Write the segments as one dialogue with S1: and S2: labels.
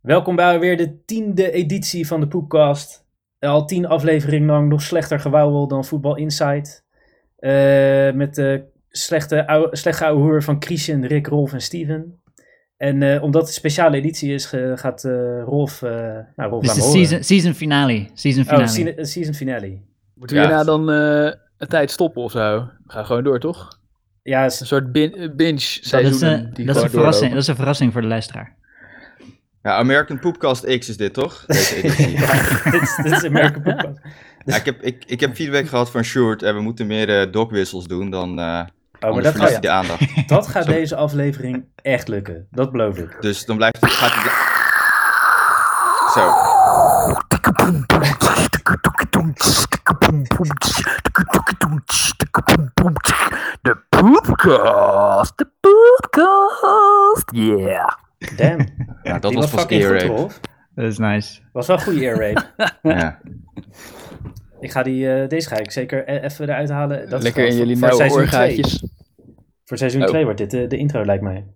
S1: Welkom bij weer de tiende editie van de Poepcast. Al tien afleveringen lang nog slechter gewauwel dan Voetbal Insight. Eh, met de slechte ou- slecht ouwe hoer van Christian, Rick, Rolf en Steven. En eh, omdat het een speciale editie is, ge- gaat eh, Rolf... eh nou, Rolf
S2: Dus
S1: laat
S2: de
S1: me
S2: season, season finale. Season
S1: horen.
S2: finale.
S1: Oh, season, season finale.
S3: Moeten
S4: Ja.
S3: we hierna dan eh, een tijd stoppen of zo? We gaan gewoon door, toch?
S1: Ja,
S3: Een
S1: s-
S3: soort bin- eh, binge
S2: dat,
S3: seizoen.
S2: is, een- dat, is een verrassing, dat is een verrassing voor de luisteraar.
S4: Ja, American Poopcast X is dit toch? Deze editie. ja.
S1: dit, is- dit is American Poepcast. Oh,
S4: ik, heb, ik, ik heb feedback gehad van Sjoerd en we moeten meer eh dokwissels doen, dan eh
S1: Oh, maar
S4: anders
S1: dat,
S4: verliest
S1: oh
S4: hij de aandacht.
S1: ja, dat gaat
S4: Sorry.
S1: deze aflevering echt lukken. Dat beloof ik.
S4: Dus dan blijft het... Gaat het zo.
S5: De poepkast, de poepkast, yeah.
S1: Damn.
S4: Ja, dat
S1: Die
S4: was pas
S1: fucking
S4: ear
S1: goed,
S4: rape.
S1: Rolf.
S2: Dat is nice.
S1: Was wel een goede ear rape.
S4: Ja.
S1: Ik ga die, eh, deze ga ik zeker e- even eruit halen. Dat is
S3: Lekker in
S1: gewoon
S3: jullie
S1: voor- voor
S3: nauwe
S1: seizoen twee.
S3: oorgaatjes.
S1: Voor seizoen
S3: Oh.
S1: 2 wordt dit eh, de intro, lijkt mij.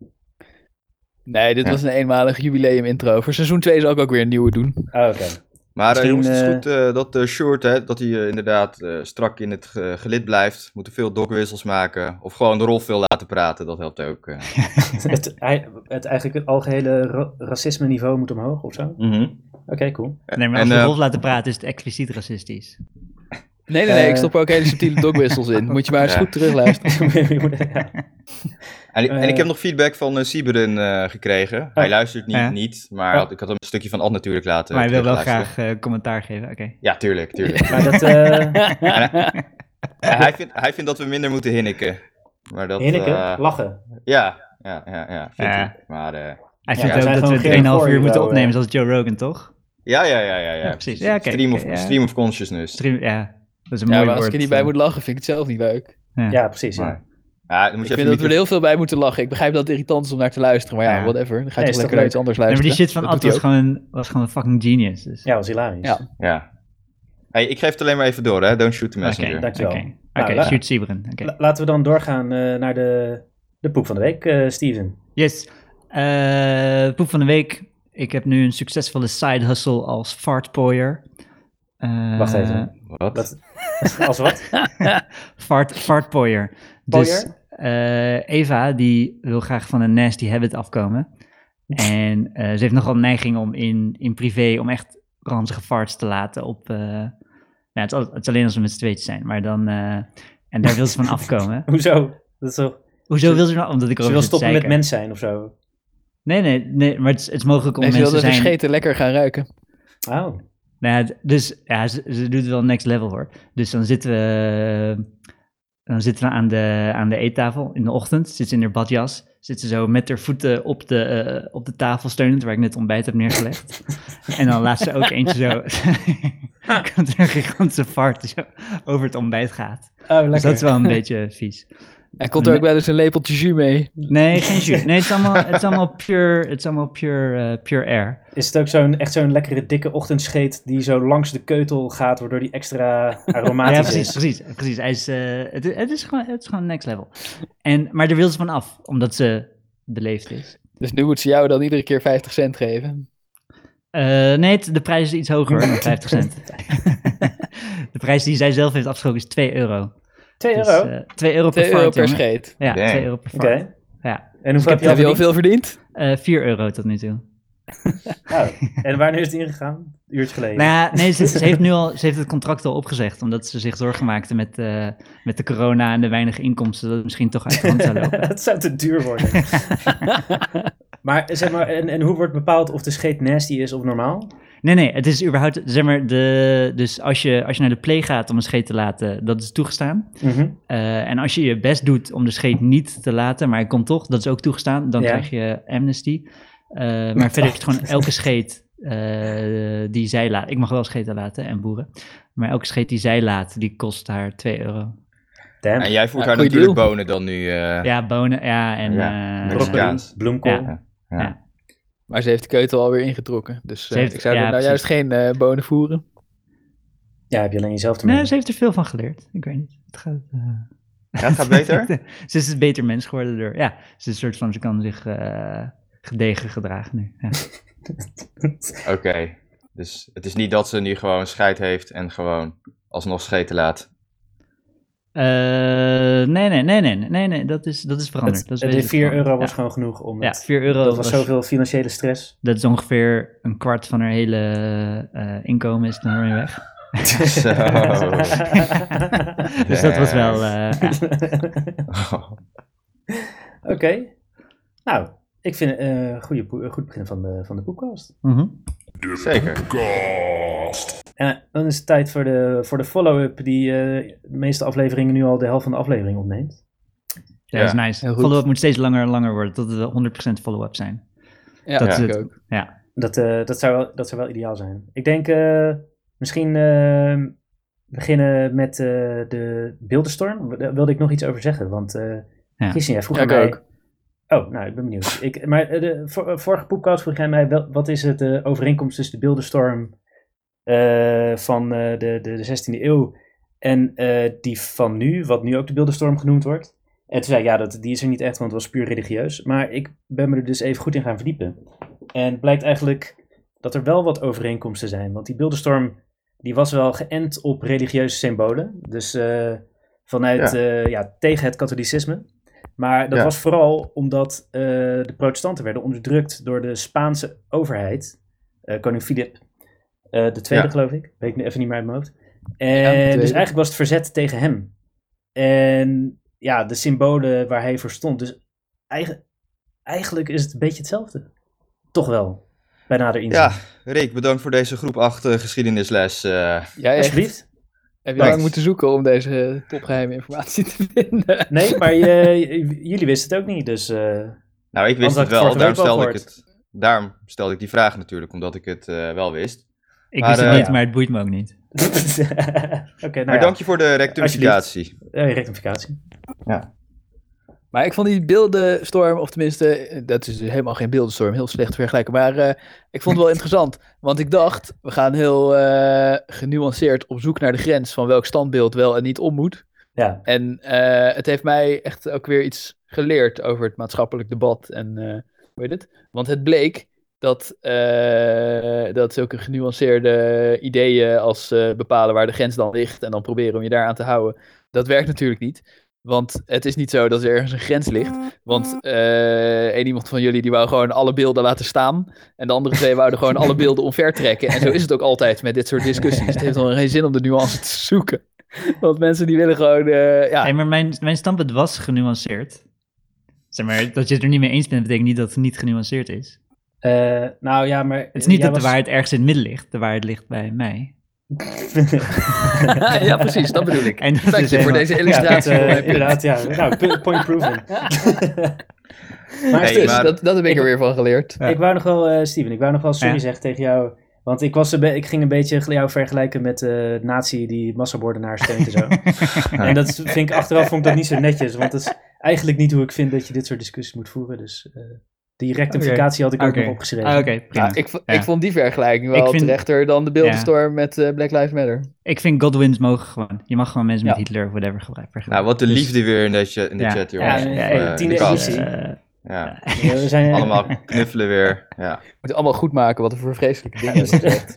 S3: Nee, dit
S4: Ja.
S3: was een eenmalig jubileum intro. Voor seizoen 2 zal ik ook weer een nieuwe doen.
S1: Ah, oké.
S4: Maar eh,
S1: Misschien,
S4: jongens, het
S1: eh,
S4: is goed eh, dat eh Sjoerd, hè, dat hij eh, inderdaad eh, strak in het ge- gelid blijft. We moeten veel dokwissels maken. Of gewoon de rol veel laten praten, dat helpt ook. eh.
S1: het, ei- het eigenlijk het algehele ra- racisme niveau moet omhoog of zo. Oké, cool.
S2: Nee, maar als
S4: En,
S2: we
S4: eh,
S2: Rolf laten praten is het expliciet racistisch.
S3: Nee, nee, nee.
S1: Eh.
S3: Ik stop er ook hele subtiele dogwissels in. Moet je maar eens
S4: Ja.
S3: goed terugluisteren.
S1: Ja.
S4: En, en
S1: Eh.
S4: ik heb nog feedback van eh Sieberin eh, gekregen. Hij luistert niet,
S2: Ja.
S4: niet maar
S1: Oh.
S4: had- ik had hem een stukje van Ad natuurlijk laten
S2: maar hij wil wel
S4: terugluisteren.
S2: graag eh, commentaar geven. Oké.
S4: Ja, tuurlijk, tuurlijk.
S1: Maar dat, eh
S4: En hij, vindt, hij vindt dat we minder moeten hinniken. Maar dat,
S1: Hinneke,
S4: eh,
S1: lachen.
S4: ja, ja, ja, ja, vindt
S2: Ja.
S4: hij. Maar, eh,
S2: Hij
S1: Ja,
S2: vindt
S1: wij zijn
S2: ook dat
S1: gewoon geen
S2: we 3,5
S1: recording,
S2: uur moeten
S1: wel, eh.
S2: opnemen zoals Joe Rogan, toch?
S4: ja, ja, ja, ja, ja.
S2: Ja, precies. Ja, oké,
S4: stream, of,
S2: oké, ja.
S4: stream of consciousness.
S2: Stream, ja, dat is een
S3: Ja,
S2: mooi
S3: maar als
S2: woord.
S3: ik er niet bij
S2: eh.
S3: moet lachen, vind ik het zelf niet leuk.
S1: Ja, precies. ja.
S4: Maar- ja, dan moet je
S3: Ik
S4: even
S3: vind dat we er
S4: micro-
S3: heel veel bij moeten lachen. Ik begrijp dat het irritant is om naar te luisteren. Maar ja,
S2: Ja.
S3: whatever.
S1: Nee,
S3: Dan ga je
S1: is
S3: toch
S1: toch
S3: lekker naar iets anders
S2: Nee, maar
S3: luisteren.
S2: die shit van
S3: Dat
S2: Ad
S3: doet
S2: was
S3: hij
S2: gewoon, was gewoon fucking genius. Dus.
S1: Ja, was hilarisch.
S3: Ja.
S4: Ja. Hey, ik geef het alleen maar even door, hè. Don't shoot the messenger.
S2: Oké,
S1: dankjewel.
S2: Oké,
S1: Nou,
S2: Oké,
S1: la-
S2: shoot Sieberen. Oké.
S1: La- laten we dan doorgaan eh, naar de, de poep van de week, eh, Steven.
S2: Yes. Eh, poep van de week. Ik heb nu een succesvolle side hustle als fartpooier. Eh,
S1: Wacht even.
S4: Wat?
S1: Dat, als
S3: Dus-
S1: wat?
S2: Fart, fartpooier. Dus eh, Eva, die wil graag van een nasty habit afkomen. En eh, ze heeft nogal een neiging om in, in privé, om echt ranzige farts te laten op... eh, nou, het, is, al- het is alleen als we met z'n tweetjes zijn, maar dan... eh, en daar wil ze van afkomen.
S1: Hoezo? Dat is toch,
S2: Hoezo wil ze nou? Omdat ik
S1: ze
S2: erover
S1: wil
S2: zit te
S1: stoppen met
S2: zeiken.
S1: mens zijn of zo.
S2: Nee, nee, nee, maar het is, het is mogelijk om
S3: Nee, ze
S2: mensen
S3: wilden
S2: te zijn...
S3: verscheten lekker gaan ruiken.
S1: Oh.
S2: Nou, ja, d- dus ja, ze, ze doet wel next level hoor. Dus dan zitten we, eh, dan zitten we aan, de, aan de eettafel in de ochtend. Zit ze in haar badjas. Zit ze zo met haar voeten op de, eh, op de tafel steunend, waar ik net ontbijt heb neergelegd. en dan laat ze ook eentje zo. komt er een gigantische fart die zo over het ontbijt gaat.
S1: Oh, lekker.
S2: Dus dat is wel een beetje vies.
S3: Hij komt er ook wel eens een lepeltje jus mee.
S2: Nee, geen jus. Nee, het is allemaal, het is allemaal pure, het is allemaal pure, eh, pure air.
S1: Is het ook zo'n echt zo'n lekkere dikke ochtendscheet die zo langs de keutel gaat, waardoor die extra aromatisch
S2: Ja, precies,
S1: is?
S2: precies, precies. Hij is, eh, het, het, is gewoon, het is gewoon next level. En, maar daar wil ze van af, omdat ze beleefd is.
S3: Dus nu moet ze jou dan iedere keer 50 cent geven.
S2: Eh, nee, het- de prijs is iets hoger dan 50 cent. de prijs die zij zelf heeft afgesproken is 2 euro.
S1: 2
S2: Dus,
S1: euro?
S2: eh, 2 euro per
S3: 2 euro
S2: fart,
S3: per
S2: jongen.
S3: scheet.
S2: Ja,
S4: Dang.
S2: 2 euro per
S1: Oké.
S2: fart. Ja.
S1: En hoeveel heb je
S3: Heb je
S1: al verdiend?
S3: al veel verdiend?
S2: Eh 4 euro tot nu toe.
S1: Oh. En wanneer is het ingegaan? Een uurtje geleden.
S2: Nou ja, nee, ze, ze heeft nu al, ze heeft het contract al opgezegd, omdat ze zich zorgen maakte met, eh, met de corona en de weinige inkomsten, dat het misschien toch uit de hand zou lopen.
S1: het zou te duur worden. maar zeg maar, en, en hoe wordt bepaald of de scheet nasty is of normaal?
S2: Nee, nee, het is überhaupt, zeg maar, de, dus als je, als je naar de play gaat om een scheet te laten, dat is toegestaan. Eh, en als je je best doet om de scheet niet te laten, maar hij komt toch, dat is ook toegestaan, dan
S1: Ja.
S2: krijg je amnesty. Eh, maar verder is het gewoon elke scheet eh, die zij laat, ik mag wel scheten laten en boeren, maar elke scheet die zij laat, die kost haar 2 euro.
S1: Damn.
S4: En jij voert
S3: Ja,
S4: haar
S3: goeie
S4: natuurlijk bonen dan nu. eh,
S2: Ja, bonen, ja, en...
S4: Ja,
S2: eh,
S4: broccoli. Mexicaans.
S1: bloemkool.
S2: Ja.
S3: Maar ze heeft de keutel alweer ingetrokken. Dus
S2: Ze
S3: eh,
S2: heeft-
S3: ik zou
S2: ja,
S3: er nou
S2: precies.
S3: juist geen eh, bonen voeren.
S1: Ja, heb je alleen jezelf te
S2: nee,
S1: maken.
S2: ze heeft er veel van geleerd, ik weet niet. Het gaat, eh,
S4: Ja, het gaat beter.
S2: ze is een beter mens geworden door. Ja, ze is een soort van, ze kan zich eh gedegen gedragen nu. Ja.
S4: Oké. Dus het is niet dat ze nu gewoon scheid heeft en gewoon alsnog scheten laat.
S2: Eh, nee, nee, nee, nee, nee, nee, dat is, dat is veranderd.
S1: Het-
S2: dat is
S1: de
S2: wezenlijk
S1: 4
S2: veranderd.
S1: euro was
S2: Ja.
S1: gewoon genoeg om
S2: Ja,
S1: het.
S2: 4 euro
S1: Dat was zoveel financiële stress.
S2: Dat is ongeveer een kwart van haar hele eh, inkomen is dan weer weg.
S4: Zo.
S1: Oh.
S2: dus dat was wel... eh, ja.
S1: Oké. Nou, ik vind eh, het een goede, boe- een goed begin van de, van de boekkast.
S2: Mhm.
S4: Zeker.
S1: En dan is het tijd voor de, voor de follow-up die eh, de meeste afleveringen nu al de helft van de aflevering opneemt.
S2: Ja,
S4: Ja,
S2: dat is nice.
S3: heel goed.
S2: Follow-up moet steeds langer en langer worden, tot het 100% follow-up zijn.
S3: Ja,
S2: Dat
S3: dat
S2: is het.
S3: ook.
S2: Ja,
S1: Dat, eh, dat, zou, wel- dat zou wel ideaal zijn. Ik denk eh, misschien eh, beginnen met eh, de beeldenstorm. Daar wilde ik nog iets over zeggen, want eh
S2: Ja.
S1: Christian, jij vroeg
S3: Ja,
S1: aan
S3: ik
S1: mij...
S3: ook.
S1: Oh, nou, ik ben benieuwd. Ik, maar eh, de vor- vorige podcast vroeg jij mij, wel, wat is het eh, overeenkomst tussen de beeldenstorm eh, van eh, de, de, de 16e eeuw en eh, die van nu, wat nu ook de beeldenstorm genoemd wordt? En toen zei ik, ja, dat, die is er niet echt, want het was puur religieus. Maar ik ben me er dus even goed in gaan verdiepen. En het blijkt eigenlijk dat er wel wat overeenkomsten zijn. Want die beeldenstorm die was wel geënt op religieuze symbolen. Dus eh, vanuit,
S4: Ja.
S1: eh, ja, tegen het katholicisme. Maar dat
S4: Ja.
S1: was vooral omdat eh, de protestanten werden onderdrukt door de Spaanse overheid. Eh, koning Filip eh, de tweede,
S4: Ja.
S1: geloof ik. Weet ik nu even niet meer uit mijn hoofd.
S3: de
S1: En
S3: tweede.
S1: dus eigenlijk was het verzet tegen hem. En ja, de symbolen waar hij voor stond. Dus eigen- eigenlijk is het een beetje hetzelfde. Toch wel, bij nader inzien.
S4: Ja, Rick, bedankt voor deze groep 8 eh, geschiedenisles. eh.
S3: Jij echt,
S1: Alsjeblieft.
S3: heb je
S4: Thanks.
S3: lang moeten zoeken om deze eh, topgeheime informatie te vinden.
S1: Nee, maar je- j- jullie wisten het ook niet, dus... eh,
S4: Nou, ik
S1: Anders
S4: wist
S1: had
S4: het
S1: ik het vorige week
S4: wel. Daarom
S1: al
S4: stelde ik het. Daarom stelde ik die vraag natuurlijk, omdat ik het eh, wel wist.
S1: Nou
S2: ik
S4: Maar,
S2: wist het
S4: eh,
S2: niet,
S1: ja.
S2: maar het boeit me ook niet.
S1: Oké,
S4: maar
S1: nou ja,
S4: dank je voor de rectificatie.
S1: eh, rectificatie.
S3: Maar ik vond die beeldenstorm, of tenminste, eh, dat is dus helemaal geen beeldenstorm, heel slecht te vergelijken. Maar eh, ik vond het wel interessant, want ik dacht, we gaan heel eh, genuanceerd op zoek naar de grens van welk standbeeld wel en niet om moet.
S1: Ja,
S3: En eh, het heeft mij echt ook weer iets geleerd over het maatschappelijk debat en eh, hoe heet het? Want het bleek dat, eh, dat zulke genuanceerde ideeën als eh, bepalen waar de grens dan ligt en dan proberen om je daaraan te houden, dat werkt natuurlijk niet. Want het is niet zo dat er ergens een grens ligt. Want eh één iemand van jullie die wou gewoon alle beelden laten staan. En de andere twee wouden gewoon alle beelden omver trekken. En zo is het ook altijd met dit soort discussies. Het heeft dan geen zin om de nuance te zoeken. Want mensen die willen gewoon. eh, ja,
S2: Hey, maar mijn, mijn standpunt was genuanceerd. Zeg maar, dat je het er niet mee eens bent, betekent niet dat het niet genuanceerd is.
S1: Eh, nou ja, maar...
S2: Het is niet
S1: jij
S2: dat de
S1: was-
S2: waarheid ergens in het midden ligt. De waarheid ligt bij mij.
S3: ja, precies, dat bedoel ik.
S2: En dat
S3: Dank
S2: is
S3: je
S2: helemaal-
S3: voor deze
S1: Ja, dat,
S3: illustratie.
S1: eh,
S3: voor mijn punt.
S1: inderdaad, ja. Nou, pu- point proven. maar
S4: Hey,
S1: Steven,
S3: Dus
S4: maar-
S3: dat, dat heb ik er weer van geleerd.
S2: Ja.
S1: ik wou nog wel, eh, Steven, ik wou nog wel sorry
S2: Ja.
S1: zeggen tegen jou. Want ik, was een be- ik ging een beetje jou vergelijken met eh, de nazi die massamoordenaars steunt en zo. En dat is- vind ik achteraf vond ik dat niet zo netjes. Want dat is eigenlijk niet hoe ik vind dat je dit soort discussies moet voeren. Dus eh, die rectificatie had ik ook
S2: Oké.
S1: nog opgeschreven.
S2: Ah, Oké, prima.
S3: Ja, ik, vo-
S2: Ja.
S3: ik vond die vergelijking
S2: Ik
S3: wel
S2: vind-
S3: terechter dan de beeldenstorm met eh, Black Lives Matter.
S2: Ik vind Godwins mogen gewoon. Je mag gewoon mensen met
S3: Ja.
S2: Hitler of whatever gebruiken.
S4: Nou, wat de liefde weer in de, cha- in de
S2: Ja.
S4: chat,
S1: Dus- Ja,
S4: jongens.
S1: ja,
S4: Of,
S1: ja,
S4: eh,
S1: ja, tiende
S4: de kast.
S1: editie.
S4: Ja.
S1: Ja, we zijn, Eh,
S4: Allemaal knuffelen weer. Ja.
S3: Ik moet allemaal goed maken wat er voor vreselijke dingen is gezegd.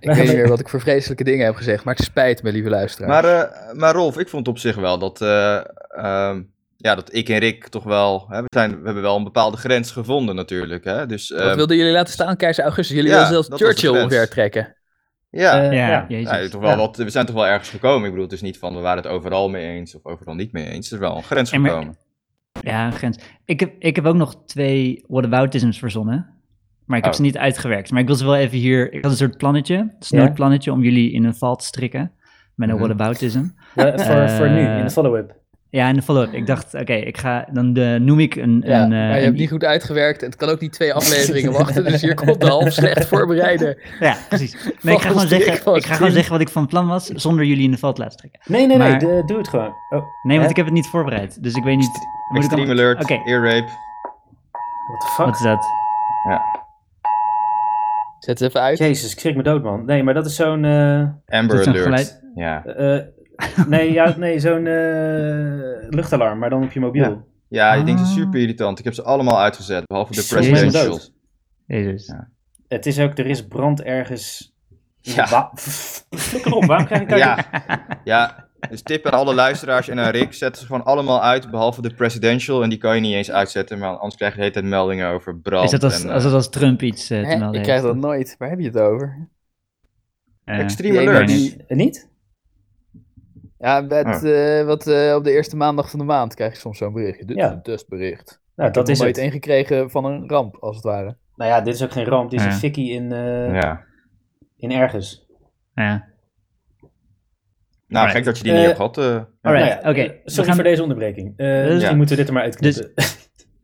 S3: ik weet niet meer wat ik voor vreselijke dingen heb gezegd, maar het spijt me, lieve luisteraar.
S4: Maar, eh, maar Rolf, ik vond op zich wel dat, eh, ehm, ja, dat ik en Rick toch wel... Hè, we, zijn, we hebben wel een bepaalde grens gevonden natuurlijk. Hè? Dus,
S3: wat
S4: ehm,
S3: wilden jullie laten staan, keizer Augustus? Jullie
S4: ja,
S3: wilden zelfs
S4: dat was de
S3: Churchill
S4: grens.
S3: omver trekken.
S4: ja,
S1: eh,
S2: ja,
S1: ja.
S2: jezus.
S4: nou, toch wel
S1: ja.
S4: wat, we zijn toch wel ergens gekomen. Ik bedoel, het is niet van we waren het overal mee eens of overal niet mee eens. Er is wel een grens
S2: En maar-
S4: gekomen.
S2: Ja, een grens. Ik heb, ik heb ook nog twee whataboutisms verzonnen. Maar ik heb
S4: Oh.
S2: ze niet uitgewerkt. Maar ik wil ze wel even hier... Ik had een soort plannetje, een snoodplannetje, om jullie in een val te strikken. Met een
S4: Mhm.
S2: whataboutism.
S1: Ja, voor, voor nu, in de
S2: Eh,
S1: follow-up.
S2: Ja, en de follow-up. Ik dacht, oké, ik ga... Dan eh, noem ik een... een,
S3: Ja,
S2: eh,
S3: maar je
S2: een-
S3: hebt niet goed uitgewerkt en het kan ook niet twee afleveringen wachten. Dus hier komt de half slecht voorbereiden.
S2: ja, precies. Nee, ik ga, gewoon
S3: Volgens die
S2: zeggen,
S3: ik was
S2: ik ga gewoon
S3: tien.
S2: zeggen wat ik van plan was, zonder jullie in de val te laten strikken.
S1: Nee, nee, nee,
S2: maar-
S1: de- doe het gewoon. Oh,
S2: Nee, want
S1: Hè?
S2: ik heb het niet voorbereid. Dus ik weet niet... Moet ik dan-
S4: Extreme alert,
S2: Oké,
S4: ear rape.
S1: what the fuck?
S2: wat is dat?
S3: Zet het even uit.
S1: Jezus, ik schrik me dood, man. Nee, maar dat is zo'n... eh,
S4: Amber
S2: Is dat zo'n
S4: alert.
S2: geluid?
S4: Ja.
S1: eh, nee, ja, nee zo'n eh, luchtalarm, maar dan op je mobiel.
S4: ja, die dingen zijn
S2: Ah.
S4: super irritant. Ik heb ze allemaal uitgezet, behalve de
S1: Zo is het
S4: presidentials.
S2: Jezus.
S4: Ja.
S1: Het is ook, er is brand ergens.
S4: Ja.
S1: Wa- Flikker op, waarom krijg ik daar...
S4: Ja. ja, dus tip aan alle luisteraars en aan Rick. Zet ze gewoon allemaal uit, behalve de presidential. En die kan je niet eens uitzetten, maar anders krijg je de hele tijd meldingen over brand.
S2: Is dat als,
S4: en,
S2: als, dat als Trump iets eh, te
S3: Hè?
S2: melden
S3: Ik krijg
S2: heeft?
S3: dat nooit. Waar heb je het over?
S4: eh,
S2: Eh,
S4: extreme
S3: die
S4: alert.
S2: ene
S3: die-
S1: Eh, Niet?
S3: Ja, met, eh, wat, eh, op de eerste maandag van de maand krijg je soms zo'n berichtje. Dit
S1: Ja.
S3: is een testbericht.
S1: Nou, dat
S3: Dat
S1: is
S3: is nooit
S1: het.
S3: één gekregen van een ramp, als het ware.
S1: Nou ja, dit is ook geen ramp, dit is
S2: Ja.
S1: een fikkie in, eh,
S4: Ja.
S1: in ergens.
S2: Ja.
S4: Nou,
S2: Alright.
S4: gek dat je die niet
S1: Eh,
S4: hebt gehad. eh.
S1: Alright,
S2: Alright,
S1: eh,
S2: oké. We
S1: Sorry
S2: gaan- Dus-
S1: voor deze onderbreking. Eh,
S2: Ja.
S1: Misschien moeten we dit er maar uitknippen.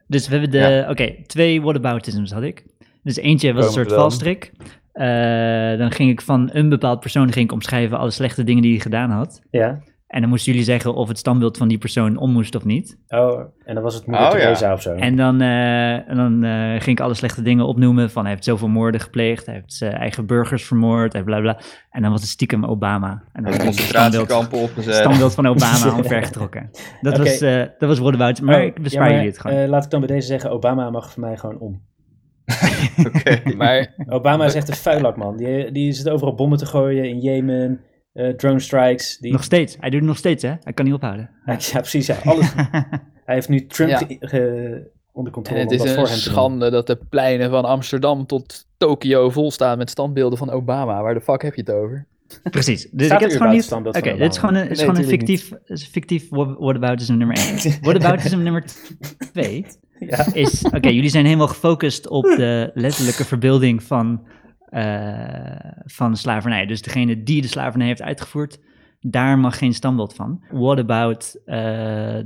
S2: Dus we hebben de, oké, twee whataboutisms had ik. Dus eentje was een
S3: Komen
S2: soort
S3: we dan.
S2: valstrik. Eh, dan ging ik van een bepaald persoon ging ik omschrijven alle slechte dingen die hij gedaan had.
S1: ja.
S2: En dan moesten jullie zeggen of het standbeeld van die persoon om moest of niet.
S1: Oh, en dan was het moeder
S4: Oh, ja.
S1: Teresa of zo.
S2: En dan, eh, en dan eh, ging ik alle slechte dingen opnoemen. Van hij heeft zoveel moorden gepleegd. Hij heeft zijn eigen burgers vermoord. Hij bla bla. En dan was het stiekem Obama. En dan
S4: Heb
S2: had
S4: je
S2: ik een standbeeld,
S4: concentratiekampen
S3: eh.
S4: opgezet.
S2: standbeeld van Obama omvergetrokken. Dat
S1: Oké.
S2: was, eh dat was Whatabout. Maar
S1: Oh,
S2: ik
S1: ja,
S2: bespaar
S1: maar,
S2: jullie het gewoon.
S1: eh, laat ik dan bij deze zeggen, Obama mag voor mij gewoon om.
S4: Oké.
S3: Maar
S1: Obama is echt een vuilak, man. Die, die zit overal bommen te gooien in Jemen, eh, drone strikes. Die,
S2: nog steeds. Hij doet het nog steeds, hè? Hij kan niet ophouden.
S1: Ja, precies. Ja, alles. Hij heeft nu Trump
S3: Ja.
S1: ge- ge- onder
S3: en
S1: controle.
S3: het
S1: om
S3: is
S1: dat
S3: een
S1: voor hem te doen.
S3: schande dat de pleinen van Amsterdam tot Tokio vol staan met standbeelden van Obama. Waar de fuck heb je het over?
S2: Precies.
S1: Staat
S2: Dus ik heb
S1: er
S2: het gewoon
S1: überhaupt
S2: niet...
S1: standbeeld
S2: Oké,
S1: van
S2: dit is
S1: Obama?
S2: gewoon een, het is
S3: Nee,
S2: gewoon een
S3: tuurlijk niet.
S2: fictief, is een fictief wha- whataboutism nummer 1. whataboutism nummer 2
S1: Ja.
S2: is... Oké, jullie zijn helemaal gefocust op de letterlijke verbeelding van, eh, van slavernij. Dus degene die de slavernij heeft uitgevoerd, daar mag geen standbeeld van. What about eh,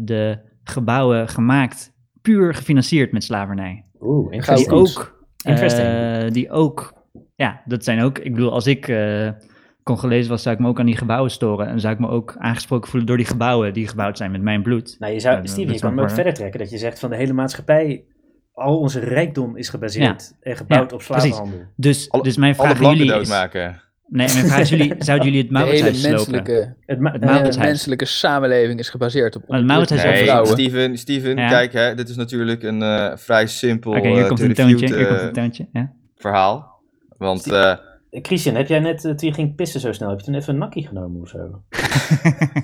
S2: de gebouwen gemaakt, puur gefinancierd met slavernij?
S1: Oeh,
S2: die
S1: interesting.
S2: ook,
S1: Interesting.
S2: eh, die ook, ja, dat zijn ook, ik bedoel, als ik eh Congolees was, zou ik me ook aan die gebouwen storen. En zou ik me ook aangesproken voelen door die gebouwen die gebouwd zijn met mijn bloed.
S1: Nou, je
S2: Ja,
S1: zou,
S2: dat-
S1: Steven,
S2: dat
S1: je kan
S2: zou
S1: hem ook
S2: maar-
S1: verder trekken. Dat je zegt van de hele maatschappij, al onze rijkdom is gebaseerd en gebouwd
S2: Ja,
S1: op slavenhandel.
S2: Dus,
S4: Alle-
S2: dus mijn
S4: Alle
S2: vraag aan
S4: blanken
S2: jullie is, nee,
S4: doodmaken.
S2: mijn vraag is jullie, zouden jullie het
S3: De hele
S2: Mauritshuis slopen?
S3: menselijke,
S1: Het ma-
S2: Het
S1: eh,
S2: Mauritshuis.
S3: menselijke samenleving is gebaseerd op
S2: Maar het Maurits
S3: onderdrukking
S2: is
S3: van
S2: over-
S4: Nee,
S3: vrouwen.
S4: Steven, Steven
S2: Ja.
S4: kijk, hè, dit is natuurlijk een eh, vrij simpel
S2: Oké,
S4: eh,
S2: hier komt
S4: to
S2: een
S4: refute,
S2: toontje, hier komt
S4: eh,
S2: een toontje. Ja.
S4: verhaal. Want
S1: Steve-
S4: eh,
S1: Christian, heb jij net, eh, toen je ging pissen zo snel, heb je toen even een nakkie genomen of zo?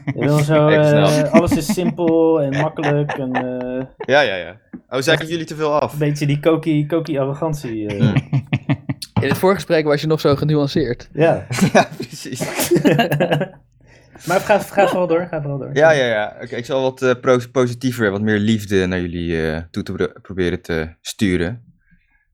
S1: Je wil zo,
S4: Even
S1: eh,
S4: snel.
S1: alles is simpel en makkelijk en eh,
S4: ja, ja, ja. Oh, zei ik jullie te veel af?
S1: een beetje die kokie, kokie arrogantie. eh.
S4: Hmm.
S3: In het voorgesprek was je nog zo genuanceerd.
S1: Ja.
S4: ja, precies.
S1: maar ga, ga vooral door, ga vooral door.
S4: Ja, ja, ja. Oké, ik zal wat eh, pro- positiever, wat meer liefde naar jullie eh, toe te pro- proberen te sturen.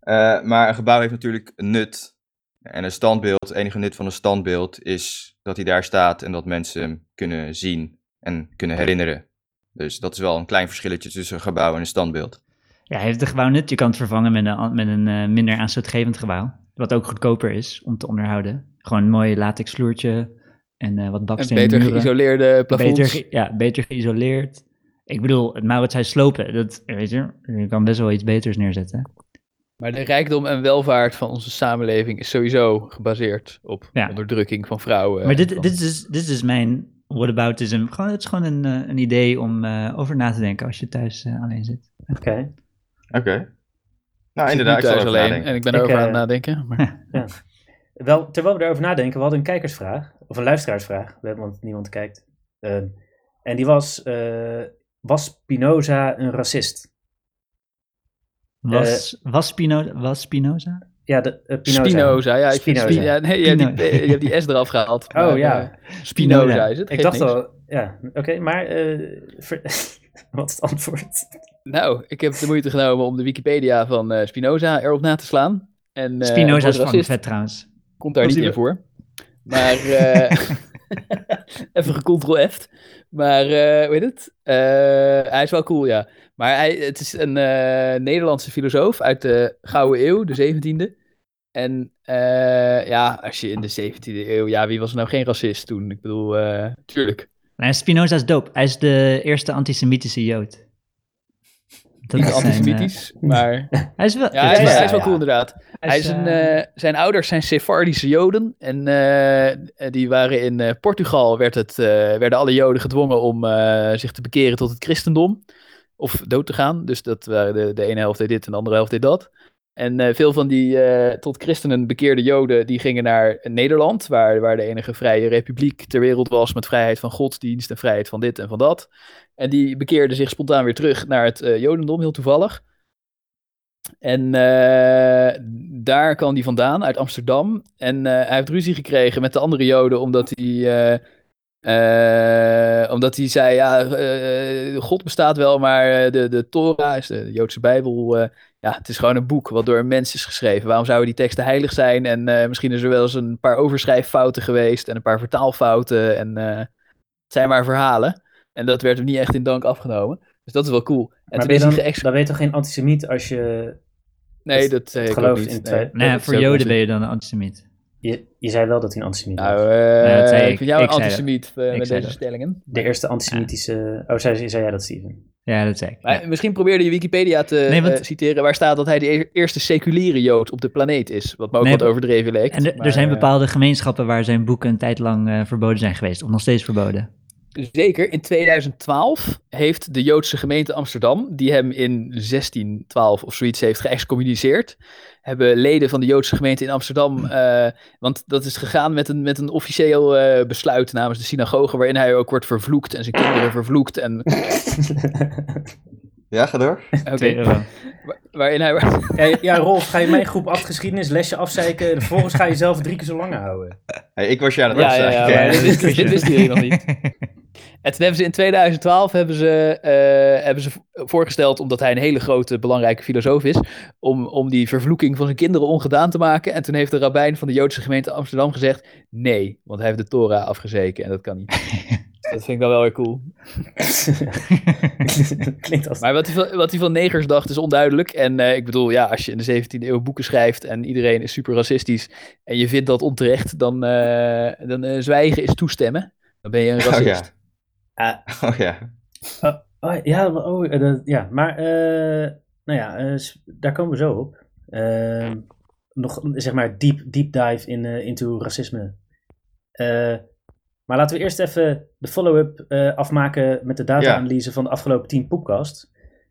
S4: Eh, maar een gebouw heeft natuurlijk een nut. En een standbeeld, het enige nut van een standbeeld is dat hij daar staat en dat mensen hem kunnen zien en kunnen herinneren. Dus dat is wel een klein verschilletje tussen een gebouw en een standbeeld.
S2: ja, hij heeft het gebouw nut. Je kan het vervangen met een, an- met een eh, minder aanstootgevend gebouw. Wat ook goedkoper is om te onderhouden. Gewoon een mooi latex vloertje en eh, wat
S3: En
S2: bakstenen
S3: beter
S2: muren.
S3: geïsoleerde plafonds.
S2: Beter, ge- ja, beter geïsoleerd. Ik bedoel, het Mauritshuis slopen, dat, weet je, je kan best wel iets beters neerzetten.
S3: Maar de rijkdom en welvaart van onze samenleving is sowieso gebaseerd op
S2: Ja.
S3: onderdrukking van vrouwen.
S2: maar
S3: en
S2: dit,
S3: van-
S2: dit, is, dus- dit is dus mijn whataboutism. Gewoon, het is gewoon een, eh, een idee om eh, over na te denken als je thuis eh, alleen zit.
S1: Oké.
S4: Oké.
S3: Ik zit
S4: Nou, inderdaad,
S3: nu
S4: ik zal
S3: thuis
S4: erover
S3: alleen
S4: nadenken.
S3: en ik ben
S1: Ik,
S3: erover
S1: eh,
S3: aan het nadenken. Maar...
S1: Wel, terwijl we erover nadenken, we hadden een kijkersvraag, of een luisteraarsvraag, we- want niemand kijkt. Ehm, en die was, eh, was Spinoza een racist?
S2: Was,
S3: Eh,
S2: was, Spino, was Spinoza?
S1: Ja, de, eh, Spinoza.
S3: Spinoza, ja, ik vind
S1: Spinoza. Oh,
S3: Spinoza. Ja, nee, je, hebt die, eh,
S2: Spinoza.
S3: je hebt die S eraf gehaald. maar,
S1: ja.
S3: eh, Spinoza is het.
S1: Ik dacht
S3: geeft niks.
S1: al, ja, oké, maar eh, ver- wat is het antwoord?
S3: Nou, ik heb de moeite genomen om de Wikipedia van eh, Spinoza erop na te slaan. En, eh, het
S2: Spinoza
S3: woord
S2: is fucking
S3: racist
S2: vet trouwens.
S3: Komt daar
S2: Was
S3: niet
S2: die
S3: in voor. Maar eh, even gecontrol F. Maar eh weet het? Eh, hij is wel cool, ja. Maar hij, het is een eh, Nederlandse filosoof uit de Gouden Eeuw, de 17e. En eh, ja, als je in de 17e eeuw, ja, wie was er nou geen racist toen? Ik bedoel, eh, tuurlijk.
S2: Nee, Spinoza is dope. Hij is de eerste antisemitische jood. Dat
S3: Niet
S2: is zijn, eh,
S3: antisemitisch, maar.
S2: hij is wel...
S3: Ja, hij is,
S1: ja,
S3: hij is wel
S1: ja.
S3: cool inderdaad. Hij is een,
S2: eh,
S3: eh, zijn ouders zijn Sephardische Joden. En eh, die waren in eh, Portugal, werd het, eh, werden alle Joden gedwongen om eh, zich te bekeren tot het christendom. Of dood te gaan. Dus dat waren de, de ene helft deed dit en de andere helft deed dat. En eh, veel van die eh, tot christenen bekeerde joden, die gingen naar Nederland, waar, waar de enige vrije republiek ter wereld was, met vrijheid van godsdienst en vrijheid van dit en van dat. En die bekeerden zich spontaan weer terug naar het eh, jodendom, heel toevallig. En eh, daar kwam hij vandaan, uit Amsterdam. En eh, hij heeft ruzie gekregen met de andere joden, omdat hij... eh, eh, omdat hij zei, ja, eh, God bestaat wel, maar eh, de, de Torah, is de Joodse Bijbel, eh, ja, het is gewoon een boek wat door een mens is geschreven. Waarom zouden die teksten heilig zijn? En eh, misschien is er wel eens een paar overschrijffouten geweest en een paar vertaalfouten. En eh, het zijn maar verhalen. En dat werd hem niet echt in dank afgenomen. Dus dat is wel cool. En
S1: Maar
S3: toen
S1: ben je
S3: is hij
S1: dan,
S3: geëx-
S1: dan ben je toch geen antisemiet als je...
S3: Nee,
S1: het-
S3: dat zei
S1: het
S3: ik ook
S1: geloof
S3: niet.
S1: in het
S3: nee.
S1: tweede-
S2: Nee,
S3: Dat is
S2: voor
S3: ook
S2: Joden
S3: onzin.
S2: ben je dan een antisemiet.
S1: Je, je zei wel dat hij een antisemiet was.
S3: Nou,
S2: Nee, dat
S3: eh,
S2: zei
S3: ik
S2: ik.
S3: vind jou een
S2: Ik zei dat.
S3: antisemiet eh,
S2: Ik
S3: met
S2: zei
S3: deze
S2: dat.
S3: stellingen.
S1: de eerste antisemitische... Oh, zei, zei jij dat, Steven?
S2: Ja, dat zei ik.
S3: Maar
S2: Ja.
S3: misschien probeerde je Wikipedia te
S2: Nee, want-
S3: eh, citeren waar staat dat hij de e- eerste seculiere Jood op de planeet is. Wat me ook
S2: Nee,
S3: wat overdreven leek.
S2: En er-
S3: maar,
S2: er zijn
S3: eh,
S2: bepaalde gemeenschappen waar zijn boeken een tijd lang eh, verboden zijn geweest. Of nog steeds verboden.
S3: Zeker, in 2012 heeft de Joodse gemeente Amsterdam, die hem in 1612 of zoiets heeft geëxcommuniceerd, hebben leden van de Joodse gemeente in Amsterdam, eh, want dat is gegaan met een, met een officieel eh, besluit namens de synagoge, waarin hij ook wordt vervloekt en zijn kinderen vervloekt. En,
S4: Ja, ga door.
S3: oké,
S2: Twee euro.
S3: wa- waarin hij,
S1: ja, ja, Rolf, ga je mijn groep acht geschiedenis lesje afzeiken... en vervolgens ga je zelf drie keer zo lang houden.
S4: Hey, ik was je aan het
S3: Ja, ja,
S4: afzeggen.
S3: ja, maar
S4: Ken.
S3: dit wist- dit wisten jullie nog niet. En toen hebben ze in 2012 hebben ze, eh, hebben ze voorgesteld, omdat hij een hele grote belangrijke filosoof is, om, om die vervloeking van zijn kinderen ongedaan te maken. En toen heeft de rabbijn van de Joodse gemeente Amsterdam gezegd: nee, want hij heeft de Torah afgezeken en dat kan niet. dat vind ik dan wel weer cool.
S1: Klinkt als...
S3: Maar wat hij, van, wat hij van negers dacht is onduidelijk. En eh, ik bedoel, ja, als je in de 17e eeuw boeken schrijft en iedereen is super racistisch en je vindt dat onterecht, dan, eh, dan eh, zwijgen is toestemmen. Dan ben je een racist.
S4: Oh ja.
S1: Ah.
S4: Oh ja.
S1: Oh, ja, maar- oh, eh, dat- ja, maar eh, nou ja, eh, s- daar komen we zo op. Ehm, nog zeg maar deep, deep dive in, eh, into racisme. Eh, maar laten we eerst even de follow-up eh, afmaken met de data-analyse van de afgelopen 10 podcast.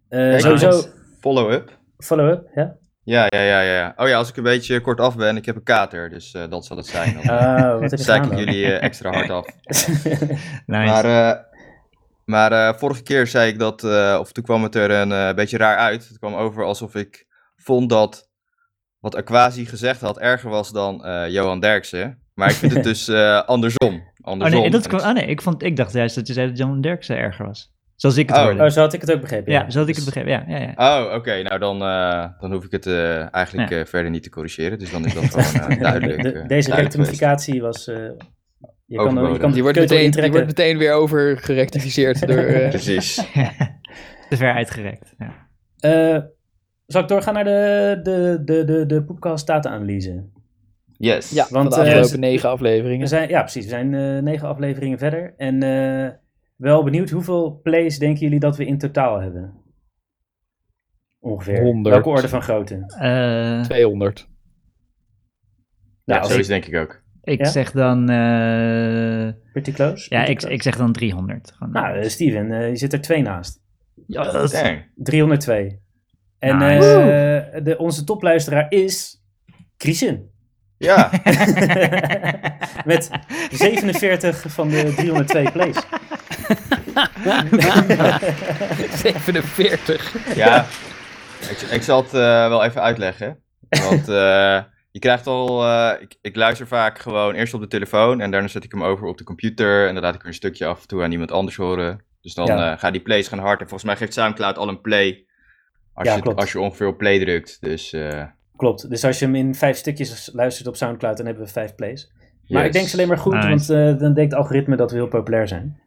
S1: Eh,
S4: Kijk,
S1: sowieso,
S4: want Follow-up.
S1: follow-up, ja?
S4: Ja, ja, ja, ja. Oh ja, als ik een beetje kort af ben, ik heb een kater, dus eh, dat zal het zijn. Dan eh,
S1: Oh, wat heb je
S4: zeik ik
S1: gedaan
S4: jullie eh, extra hard af.
S1: dan?
S2: Nice.
S4: Maar, eh, maar eh, vorige keer zei ik dat, eh, of toen kwam het er een eh, beetje raar uit. Het kwam over alsof ik vond dat wat Aquasi gezegd had erger was dan eh, Johan Derksen. Maar ik vind het dus eh, andersom.
S2: oh,
S4: andersom.
S2: nee, dat kwam, oh nee, ik, vond, ik dacht juist dat je zei dat Jan Derksen erger was. Zoals ik het
S4: Oh.
S2: hoorde.
S1: oh, zo had ik het ook begrepen.
S2: ja, zoals ik het
S1: Dus-
S2: begreep. Ja, ja, ja.
S4: Oh, oké. nou, dan, eh, dan hoef ik het eh, eigenlijk eh, verder niet te corrigeren. Dus dan is dat gewoon eh, duidelijk.
S1: De-
S4: eh,
S1: deze
S4: duidelijk geweest.
S1: rectificatie was... eh, je kan, er- je
S4: Overbodig.
S1: kan
S3: Die wordt,
S1: keutel
S3: meteen, die
S1: intrekken.
S3: wordt meteen weer overgerectificeerd door... eh,
S4: Precies.
S2: Te ver uitgerekt. Ja.
S1: Eh, zal ik doorgaan naar de, de, de, de, de poepkast data-analyse?
S4: Yes.
S3: ja,
S1: Want,
S3: want, de
S1: eh,
S3: afgelopen
S1: ze-
S3: negen
S1: We
S3: afleveringen.
S1: zijn, ja, precies. We zijn eh, negen afleveringen verder. En eh, wel benieuwd, hoeveel plays denken jullie dat we in totaal hebben? Ongeveer.
S3: 100.
S1: Welke orde van grootte? Nou,
S2: Eh,
S3: 200.
S4: Ja,
S1: nou, als
S4: zoiets
S1: ik-
S4: denk ik ook.
S2: ik
S1: Ja?
S2: zeg dan... eh,
S1: pretty close.
S2: ja,
S1: Pretty
S2: ik,
S1: close.
S2: ik zeg dan 300. Gewoon.
S1: Nou, eh, Steven, eh, je zit er twee naast.
S4: Dang.
S1: 302. En
S2: Nice.
S1: eh, de, onze topluisteraar is... Christian.
S4: Ja,
S1: Met 47 van de 302 plays.
S3: 47.
S4: ja. Ik, ik zal het eh, wel even uitleggen. Want eh, je krijgt al. eh, ik, ik luister vaak gewoon eerst op de telefoon en daarna zet ik hem over op de computer. En dan laat ik er een stukje af en toe aan iemand anders horen. Dus dan
S1: Ja.
S4: eh, gaan die plays gaan hard. En volgens mij geeft Soundcloud al een play. Als,
S1: Ja,
S4: je,
S1: klopt.
S4: als je ongeveer op play drukt. Dus, eh,
S1: Klopt. Dus als je hem in vijf stukjes luistert op Soundcloud, dan hebben we vijf plays. Maar
S4: yes.
S1: ik denk ze alleen maar goed,
S2: Nice.
S1: want eh, dan denkt het algoritme dat we heel populair zijn.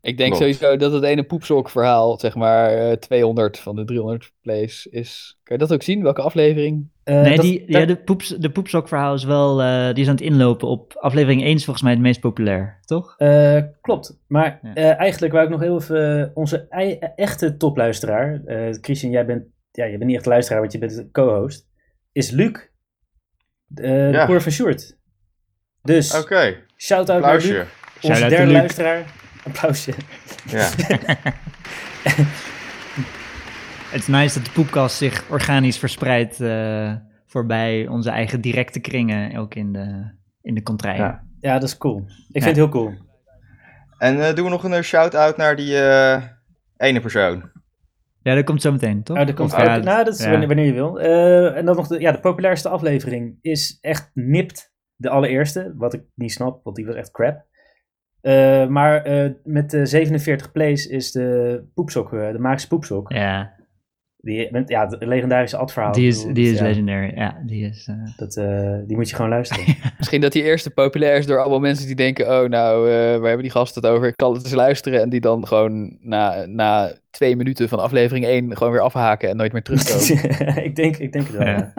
S3: Ik denk
S4: Klopt.
S3: sowieso dat het ene poepsok verhaal, zeg maar, eh, 200 van de 300 plays is. Kan je dat ook zien? Welke aflevering?
S1: Eh,
S2: nee,
S1: dat-
S2: die,
S1: dat-
S2: ja, de, poeps, de poepsokverhaal is wel... eh, die is aan het inlopen op aflevering 1 is volgens mij het meest populair, toch?
S1: eh, klopt. Maar
S2: Ja.
S1: eh, eigenlijk wou ik nog heel even eh, onze ei- eh, echte topluisteraar, eh Christian, jij bent, ja, je bent niet echt luisteraar, want je bent de co-host, is Luc, eh
S4: Ja.
S1: de broer van Sjoerd. Dus,
S4: Oké,
S1: shout-out naar Luc,
S4: applausje.
S1: onze
S2: Shout-out
S1: derde
S2: to Luc.
S1: luisteraar. Applausje.
S4: Ja.
S2: Het is nice dat de poepkast zich organisch verspreidt eh, voorbij onze eigen directe kringen, ook in de, in de contraien.
S4: Ja.
S1: Ja, dat is cool. Ik vind het heel
S2: Oh,
S1: cool.
S4: En eh, doen we nog een eh, shout-out naar die eh, ene persoon.
S2: Ja, dat komt zo meteen, toch?
S1: Oh, dat komt
S2: Of ja,
S1: ook. Nou, dat is
S2: ja.
S1: wanneer, wanneer je wil. Eh, en dan nog de, ja, de populairste aflevering is echt nipt de allereerste. Wat ik niet snap, want die was echt crap. Eh, maar eh, met de 47 plays is de poepsok, eh, de magische poepsok.
S2: Ja,
S1: Die, met, ja, het legendarische adverhaal.
S2: die is,
S1: Ik bedoel,
S2: die is
S1: ja,
S2: legendary. Ja, die is... eh,
S1: dat, eh, die moet je gewoon luisteren.
S3: Misschien dat die eerste populair is door allemaal mensen die denken: oh, nou, eh, waar hebben die gasten het over? Ik kan het eens luisteren. En die dan gewoon na, na twee minuten van aflevering 1 gewoon weer afhaken en nooit meer terugkomen.
S1: ik, denk, ik denk het wel.
S2: Ja.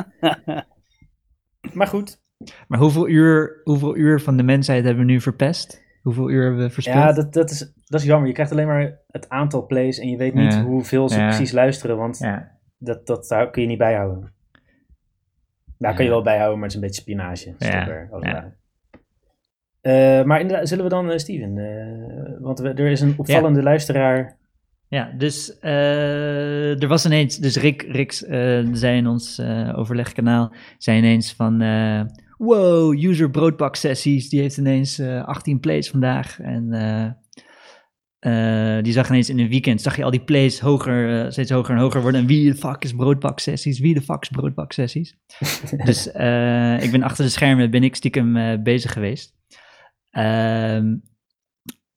S1: ja. maar goed,
S2: Maar hoeveel uur, hoeveel uur van de mensheid hebben we nu verpest? Hoeveel uur hebben we verspild?
S1: ja, dat, dat, is, dat is jammer. Je krijgt alleen maar het aantal plays en je weet niet
S2: Ja.
S1: hoeveel ze
S2: Ja.
S1: precies luisteren, want
S2: Ja,
S1: dat, dat daar kun je niet bijhouden. Nou, kun je wel bijhouden, maar het is een beetje spionage.
S2: Ja,
S1: Stopper, als het
S2: ja.
S1: ware. Eh, maar inderdaad, zullen we dan eh, Steven? eh, want we- er is een opvallende luisteraar.
S2: ja dus eh, er was ineens, dus Rick, Rick eh, zei in ons eh, overlegkanaal, zei ineens van, eh, wow, user broodbak sessies, die heeft ineens eh, 18 plays vandaag. En eh, eh, die zag ineens in een weekend, zag je al die plays hoger, eh, steeds hoger en hoger worden. En wie de fuck is broodbak sessies? Wie de fuck is broodbak sessies? Dus eh, ik ben achter de schermen, ben ik stiekem eh, bezig geweest. Ehm,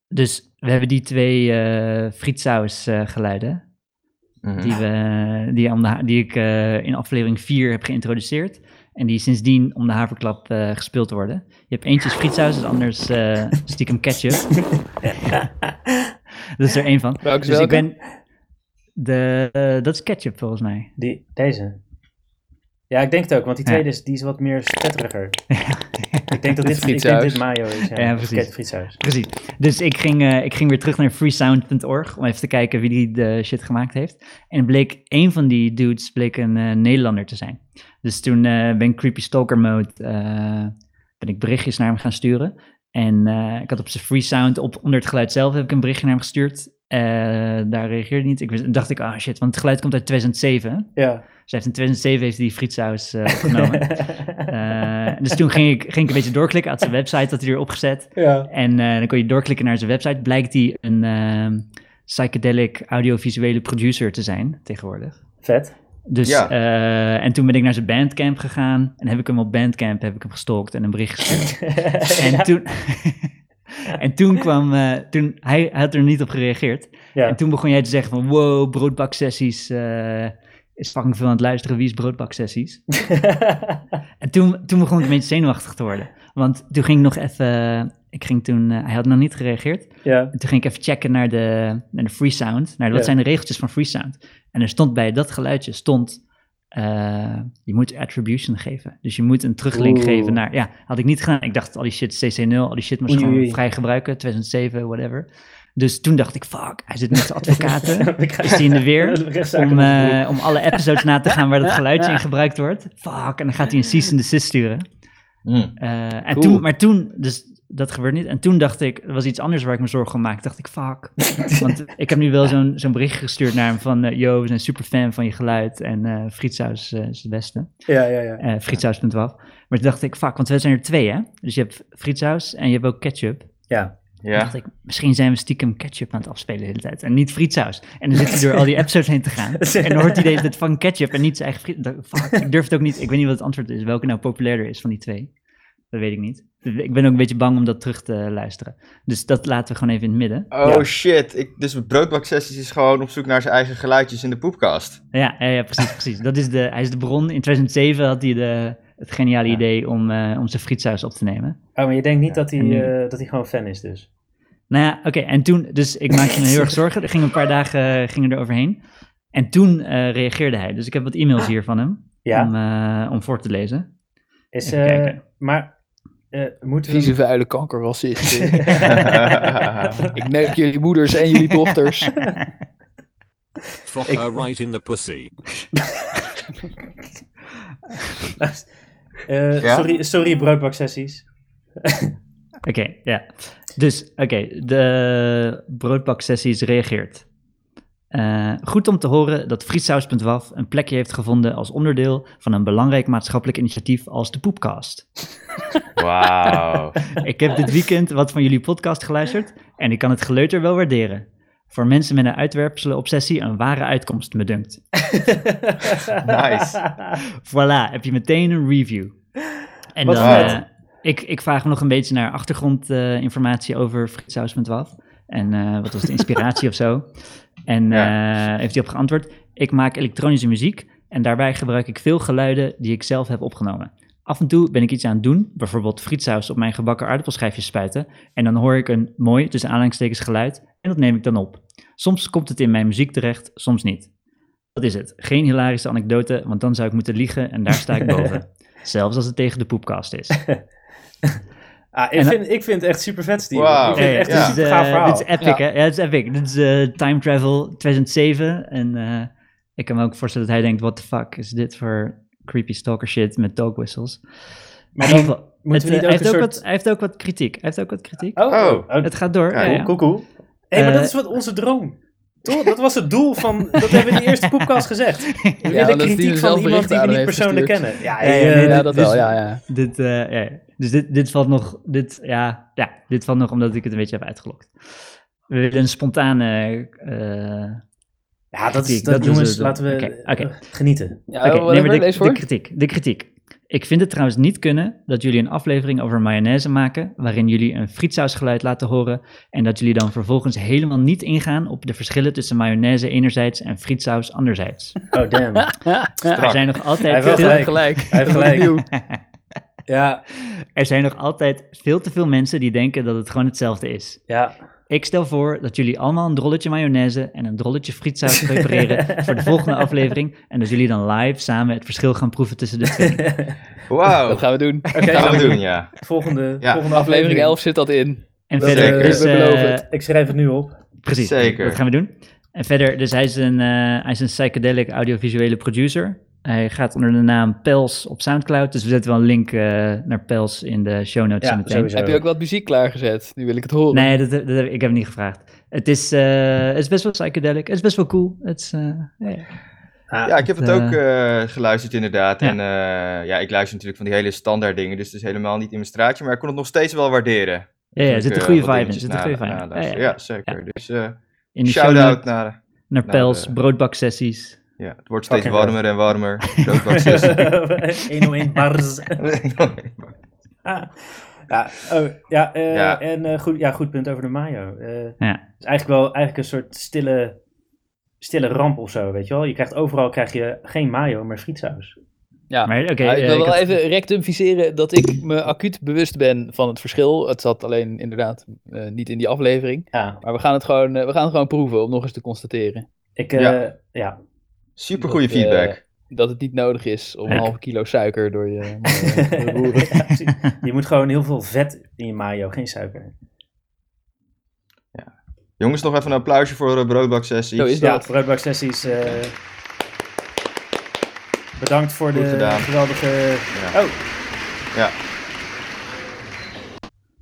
S2: dus we hebben die twee eh frietsaus eh, geluiden die, we, die, om de ha- die ik eh, in aflevering 4 heb geïntroduceerd. En die sindsdien om de haverklap eh, gespeeld worden. Je hebt eentje is frietsaus, het anders eh stiekem ketchup. dat is er één van.
S3: Welke is
S2: Dus ik
S3: welke?
S2: ben... De, eh, dat is ketchup volgens mij.
S1: Die, deze. Ja, ik denk het ook, want die
S2: Ja.
S1: tweede is, die is wat meer spetteriger. ik denk dat dit, ik denk
S3: frietsaus.
S1: dit mayo is. Ja,
S2: Ja,
S1: ja
S2: precies.
S1: precies. Frietsaus.
S2: Precies. Dus ik ging, eh, ik ging weer terug naar freesound.org om even te kijken wie die de shit gemaakt heeft. En bleek één van die dudes bleek een eh, Nederlander te zijn. Dus toen eh, ben ik creepy stalker mode, eh, ben ik berichtjes naar hem gaan sturen. En eh, ik had op zijn freesound, op onder het geluid zelf, heb ik een berichtje naar hem gestuurd. Eh, daar reageerde hij niet. Ik wist- dacht ik, ah shit, want het geluid komt uit 2007.
S1: Ja.
S2: Dus hij heeft in 2007 heeft hij die frietsaus eh, opgenomen. Eh, dus toen ging ik, ging ik een beetje doorklikken uit zijn website, dat hij weer opgezet.
S1: ja.
S2: En eh, dan kon je doorklikken naar zijn website. Blijkt hij een ehm, psychedelic audiovisuele producer te zijn tegenwoordig.
S1: Vet.
S2: Dus,
S4: Ja.
S2: eh, en toen ben ik naar zijn bandcamp gegaan. En heb ik hem op bandcamp heb ik hem gestalkt en een bericht gestuurd. en toen, en toen kwam, eh, toen, hij, hij had er niet op gereageerd.
S1: ja.
S2: En toen begon jij te zeggen van, wow, broodbaksessies eh, is fucking veel aan het luisteren. Wie is broodbaksessies? En toen, toen begon ik een beetje zenuwachtig te worden. Want toen ging ik nog even. Ik ging toen, eh, hij had nog niet gereageerd.
S1: ja.
S2: En toen ging ik even checken naar de, naar de free sound. Naar wat
S1: Ja.
S2: zijn de regeltjes van free sound. En er stond bij dat geluidje stond. eh, je moet attribution geven. Dus je moet een teruglink
S1: Oeh.
S2: geven naar. Ja, had ik niet gedaan. Ik dacht, al die shit CC0, al die shit moest
S1: Oei,
S2: gewoon
S1: oei.
S2: vrij gebruiken. 2007, whatever. Dus toen dacht ik, fuck, hij zit met zijn advocaten. Is die in de weer? om, eh, om alle episodes na te gaan waar dat geluidje in gebruikt wordt. Fuck, en dan gaat hij een cease and desist sturen.
S4: Hm.
S2: Eh, en
S3: Cool.
S2: toen, maar toen, dus dat gebeurt niet. En toen dacht ik, er was iets anders waar ik me zorgen om maakte. Dacht ik, fuck. Want ik heb nu wel zo'n zo'n bericht gestuurd naar hem van, eh, yo, we zijn super fan van je geluid en eh frietsaus eh, is het beste.
S1: ja, ja, ja.
S2: Eh frietsaus.waf. Maar toen dacht ik, fuck, want we zijn er twee, hè? Dus je hebt frietsaus en je hebt ook ketchup.
S1: Ja.
S2: Toen
S4: Ja.
S2: dacht ik, misschien zijn we stiekem ketchup aan het afspelen de hele tijd. En niet frietsaus. En dan zit hij door al die episodes heen te gaan. En dan hoort hij deze tijd van ketchup en niet zijn eigen friet. Dat- Fuck, ik durf het ook niet. Ik weet niet wat het antwoord is. Welke nou populairder is van die twee. Dat weet ik niet. Ik ben ook een beetje bang om dat terug te luisteren. Dus dat laten we gewoon even in het midden.
S4: Oh
S1: Ja.
S4: shit, ik, dus broodbaksessies is gewoon op zoek naar zijn eigen geluidjes in de poepkast.
S2: Ja, ja, ja, precies, precies. Dat is de, hij is de bron. In 2007 had hij de, het geniale idee om, eh, om zijn frietsaus op te nemen.
S1: Oh, maar je denkt niet dat, hij,
S2: en nu-
S1: eh, dat hij gewoon fan is, dus.
S2: Nou ja, oké. En toen, dus ik maakte me heel erg zorgen. Er gingen een paar dagen eh, gingen er overheen. En toen eh, reageerde hij. Dus ik heb wat e-mails hier van hem.
S1: Ja.
S2: Om, eh, om voor te lezen.
S1: Is,
S2: Even
S1: eh,
S2: kijken.
S1: maar eh, moeten
S3: Vieze
S1: we...
S3: vuile kankerracist. ik neuk jullie moeders en jullie dochters.
S6: Fuck
S1: Ik-
S6: her right in the pussy.
S1: Eh,
S4: Ja?
S1: Sorry, sorry broodbaksessies.
S2: Oké, ja. Dus, oké. de broodbaksessies reageert. Eh, goed om te horen dat frietsaus.waf een plekje heeft gevonden als onderdeel van een belangrijk maatschappelijk initiatief als de Poepcast.
S4: Wauw.
S2: Ik heb dit weekend wat van jullie podcast geluisterd en ik kan het geleuter wel waarderen. Voor mensen met een uitwerpselen-obsessie een ware uitkomst, me dunkt.
S4: Nice.
S2: Voilà, heb je meteen een review. En
S1: Wat
S2: dan,
S4: vet.
S2: eh, ik, ik vraag nog een beetje naar achtergrondinformatie eh, over Frietsaus met Waf. En eh, wat was de inspiratie of zo. En eh, heeft hij op geantwoord. Ik maak elektronische muziek en daarbij gebruik ik veel geluiden die ik zelf heb opgenomen. Af en toe ben ik iets aan het doen, bijvoorbeeld frietsaus op mijn gebakken aardappelschijfjes spuiten. En dan hoor ik een mooi, tussen aanhalingstekens, geluid en dat neem ik dan op. Soms komt het in mijn muziek terecht, soms niet. Dat is het. Geen hilarische anekdote, want dan zou ik moeten liegen en daar sta ik boven. Zelfs als het tegen de poepkast is.
S1: Ah, ik,
S2: En-
S1: vind, ik vind het echt super vet, Steven.
S4: Wauw.
S1: Ik vind het echt
S4: Ja.
S1: een
S2: dit, is,
S1: super
S2: eh,
S1: gaaf verhaal.
S2: dit is epic, hè? Ja, dit is epic. Dit is eh, time travel 2007. En eh, ik kan me ook voorstellen dat hij denkt, what the fuck is dit voor creepy stalker shit met dog whistles?
S1: Maar
S2: In
S1: dan
S2: ieder geval,
S1: moeten we niet
S2: het, eh,
S1: ook
S2: hij, heeft
S1: een
S2: ook
S1: soort-
S2: wat, hij heeft ook wat kritiek. Hij heeft ook wat kritiek.
S1: Oh, oh,
S4: Oh.
S1: cool,
S2: Het gaat door.
S4: Kijk,
S2: ja, ja.
S1: cool, cool. hey, maar
S2: Eh,
S1: dat is wat onze droom. Toch? Dat was het doel van... Dat hebben we in de eerste podcast gezegd. We willen
S3: omdat
S1: kritiek
S3: Steven
S1: van
S3: zelf
S1: iemand die
S3: berichten
S1: we
S3: aan
S1: niet
S3: heeft
S1: persoonlijk
S3: gestuurd.
S1: kennen. Ja,
S2: Ja, ja,
S1: eh,
S2: nee,
S3: ja,
S2: dit-
S3: dat
S2: dus-
S3: wel, ja, ja.
S2: Dit, eh, ja, ja. Dus dit, dit valt nog, dit, ja, ja, dit valt nog omdat ik het een beetje heb uitgelokt. We willen een spontane... eh,
S1: ja, dat is...
S2: kritiek,
S1: Dat,
S2: dat is
S1: jongens,
S2: het dan.
S1: laten we
S2: Oké, oké.
S1: eh, genieten.
S3: Ja,
S2: Oké,
S3: whatever,
S2: nee, maar
S3: lees
S2: de,
S3: voor.
S2: de kritiek, de kritiek. Ik vind het trouwens niet kunnen dat jullie een aflevering over mayonaise maken, waarin jullie een frietsausgeluid laten horen en dat jullie dan vervolgens helemaal niet ingaan op de verschillen tussen mayonaise enerzijds en frietsaus anderzijds.
S1: Oh, damn.
S3: Ja,
S2: Er zijn nog
S1: Hij
S2: altijd,
S1: heeft wel
S2: veel,
S1: gelijk.
S3: gelijk.
S1: Hij heeft gelijk.
S3: Opnieuw.
S1: Ja,
S2: er zijn nog altijd veel te veel mensen die denken dat het gewoon hetzelfde is.
S1: ja.
S2: Ik stel voor dat jullie allemaal een drolletje mayonaise en een drolletje frietsaus prepareren voor de volgende aflevering. En dat jullie dan live samen het verschil gaan proeven tussen de twee.
S4: Wauw.
S3: Dat gaan we doen.
S1: Oké,
S4: gaan we doen, ja.
S1: volgende,
S4: Ja.
S1: volgende
S3: Aflevering
S1: aflevering.
S3: 11 zit dat in.
S2: En
S1: Dat
S2: verder,
S1: zeker.
S2: dus,
S3: We
S2: eh,
S3: beloven het.
S1: Ik schrijf het nu op.
S2: precies,
S4: Zeker.
S2: dat gaan we doen. En verder, dus hij is een, eh, hij is een psychedelic audiovisuele producer. Hij gaat onder de naam Pels op Soundcloud. Dus we zetten wel een link eh, naar Pels in de show
S1: Ja,
S2: notes zometeen.
S1: sowieso.
S3: Heb je ook wat muziek klaargezet? Nu wil ik het horen.
S2: Nee, dat, dat heb ik- ik heb hem niet gevraagd. Het is, eh, het is best wel psychedelic. Het is best wel cool. Het is, eh, ja, ja.
S1: Ah,
S4: Ja, ik heb het
S2: Eh,
S4: ook eh, geluisterd inderdaad.
S2: ja.
S4: En eh, ja, ik luister natuurlijk van die hele standaard dingen, dus het is helemaal niet in mijn straatje. Maar ik kon het nog steeds wel waarderen.
S2: Ja, ja, er
S4: Ik,
S2: zit een
S4: eh,
S2: goede
S4: wat
S2: vibe in.
S4: dingetjes
S2: Zit een goede
S4: na-
S2: vibe in. Ja,
S4: naluisteren.
S2: ja.
S4: Ja, zeker. Dus eh
S2: In de show
S4: shout-out
S2: notes
S4: naar...
S2: naar
S4: naar,
S2: Pels,
S4: eh,
S2: broodbaksessies.
S4: Ja, het wordt steeds
S1: Fucking
S4: warmer en warmer. Rood wordt steeds-
S1: 101 bars. Ah, ja, oh, ja, eh,
S4: Ja.
S1: en eh, goed, ja, goed punt over de mayo. Eh,
S2: Ja.
S1: Het is eigenlijk wel eigenlijk een soort stille, stille ramp of zo, weet je wel. Je krijgt overal krijg je geen mayo, maar frietsaus.
S3: Ja.
S2: Maar oké,
S3: Ja,
S2: eh,
S3: ik wil
S2: ik
S3: wel
S2: had-
S3: even rectificeren dat ik me acuut bewust ben van het verschil. Het zat alleen inderdaad eh, niet in die aflevering.
S1: Ja,
S3: Maar we gaan, het gewoon, eh, we gaan het gewoon proeven om nog eens te constateren.
S1: ik, eh, ja.
S4: Ja.
S1: ja.
S4: Super goede
S3: Dat, eh,
S4: feedback.
S3: Dat het niet nodig is om een
S2: Leuk.
S3: halve kilo suiker door je mayo te roeren.
S1: Ja, precies. je moet gewoon heel veel vet in je mayo, geen suiker.
S4: Jongens, nog even een applausje voor de broodbak
S3: Zo is
S1: Ja,
S3: dat.
S1: broodbaksessies. eh bedankt voor de
S4: gedaan.
S1: geweldige...
S4: Ja.
S1: Oh.
S4: Ja.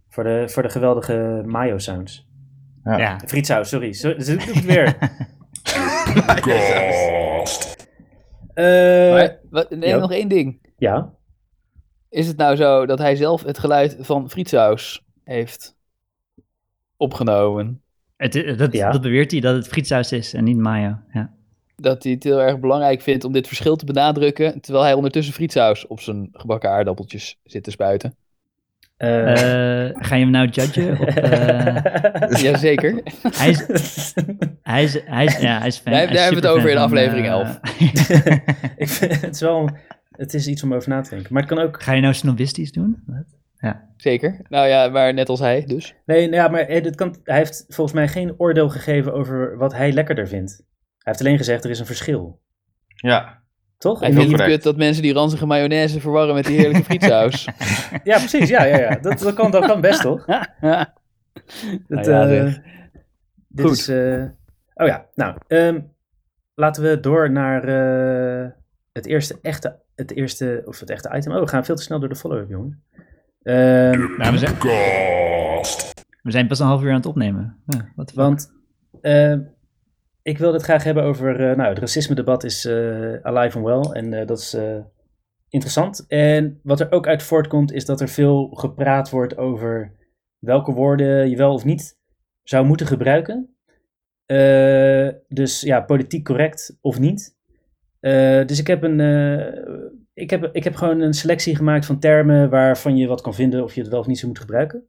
S1: Voor de, voor de geweldige mayo sounds.
S2: Ja.
S1: Frietsaus, sorry. Zo- dus ik doe het weer. Eh,
S3: Maar, wat, nee,
S1: ja.
S3: nog één ding.
S1: ja.
S3: Is het nou zo dat hij zelf het geluid van frietsaus heeft opgenomen?
S2: Het, het- dat,
S1: Ja.
S2: dat beweert hij dat het frietsaus is en niet mayo. Ja.
S3: Dat hij het heel erg belangrijk vindt om dit verschil te benadrukken, terwijl hij ondertussen frietsaus op zijn gebakken aardappeltjes zit te spuiten.
S1: Eh,
S2: Eh, ga je hem nou judgen? Op, eh,
S3: Jazeker.
S2: hij is, hij is, hij is, ja, hij is fan.
S3: Daar-
S2: Hij is
S3: daar hebben we het
S2: superfan
S3: over in
S2: van,
S3: aflevering
S2: eh,
S3: 11.
S1: ik vind, het, is wel, het is iets om over na te denken. Maar het kan ook...
S2: ga je nou snobistisch doen?
S3: Zeker. Nou ja, maar net als hij dus.
S1: Nee, nou ja, maar eh, dit kan, hij heeft volgens mij geen oordeel gegeven over wat hij lekkerder vindt. Hij heeft alleen gezegd, er is een verschil.
S4: Ja.
S1: Toch?
S3: Hij
S1: In
S4: vind
S3: vindt
S1: die-
S3: het
S4: correct.
S3: kut dat mensen die ranzige mayonaise verwarren met die heerlijke frietsaus.
S1: ja, precies. Ja, ja, ja. Dat, dat, kan, dat kan best, toch? Dat,
S3: Nou ja,
S1: eh,
S3: zeg.
S1: dit
S3: Goed.
S1: is, eh, oh ja, nou. ehm, laten we door naar eh, het eerste echte, het eerste, of het echte item. Oh, we gaan veel te snel door de follow-up, jongen. Ehm,
S2: Nou, we, zijn, we zijn pas een half uur aan het opnemen. Ja, wat de fuck.
S1: want ehm, Ik wil het graag hebben over. eh, nou, het racisme-debat is eh, alive and well. En eh, dat is eh, interessant. En wat er ook uit voortkomt, is dat er veel gepraat wordt over welke woorden je wel of niet zou moeten gebruiken. Eh, dus ja, politiek correct of niet. Eh, dus ik heb, een, eh, ik, heb, ik heb gewoon een selectie gemaakt van termen waarvan je wat kan vinden of je het wel of niet zou moeten gebruiken.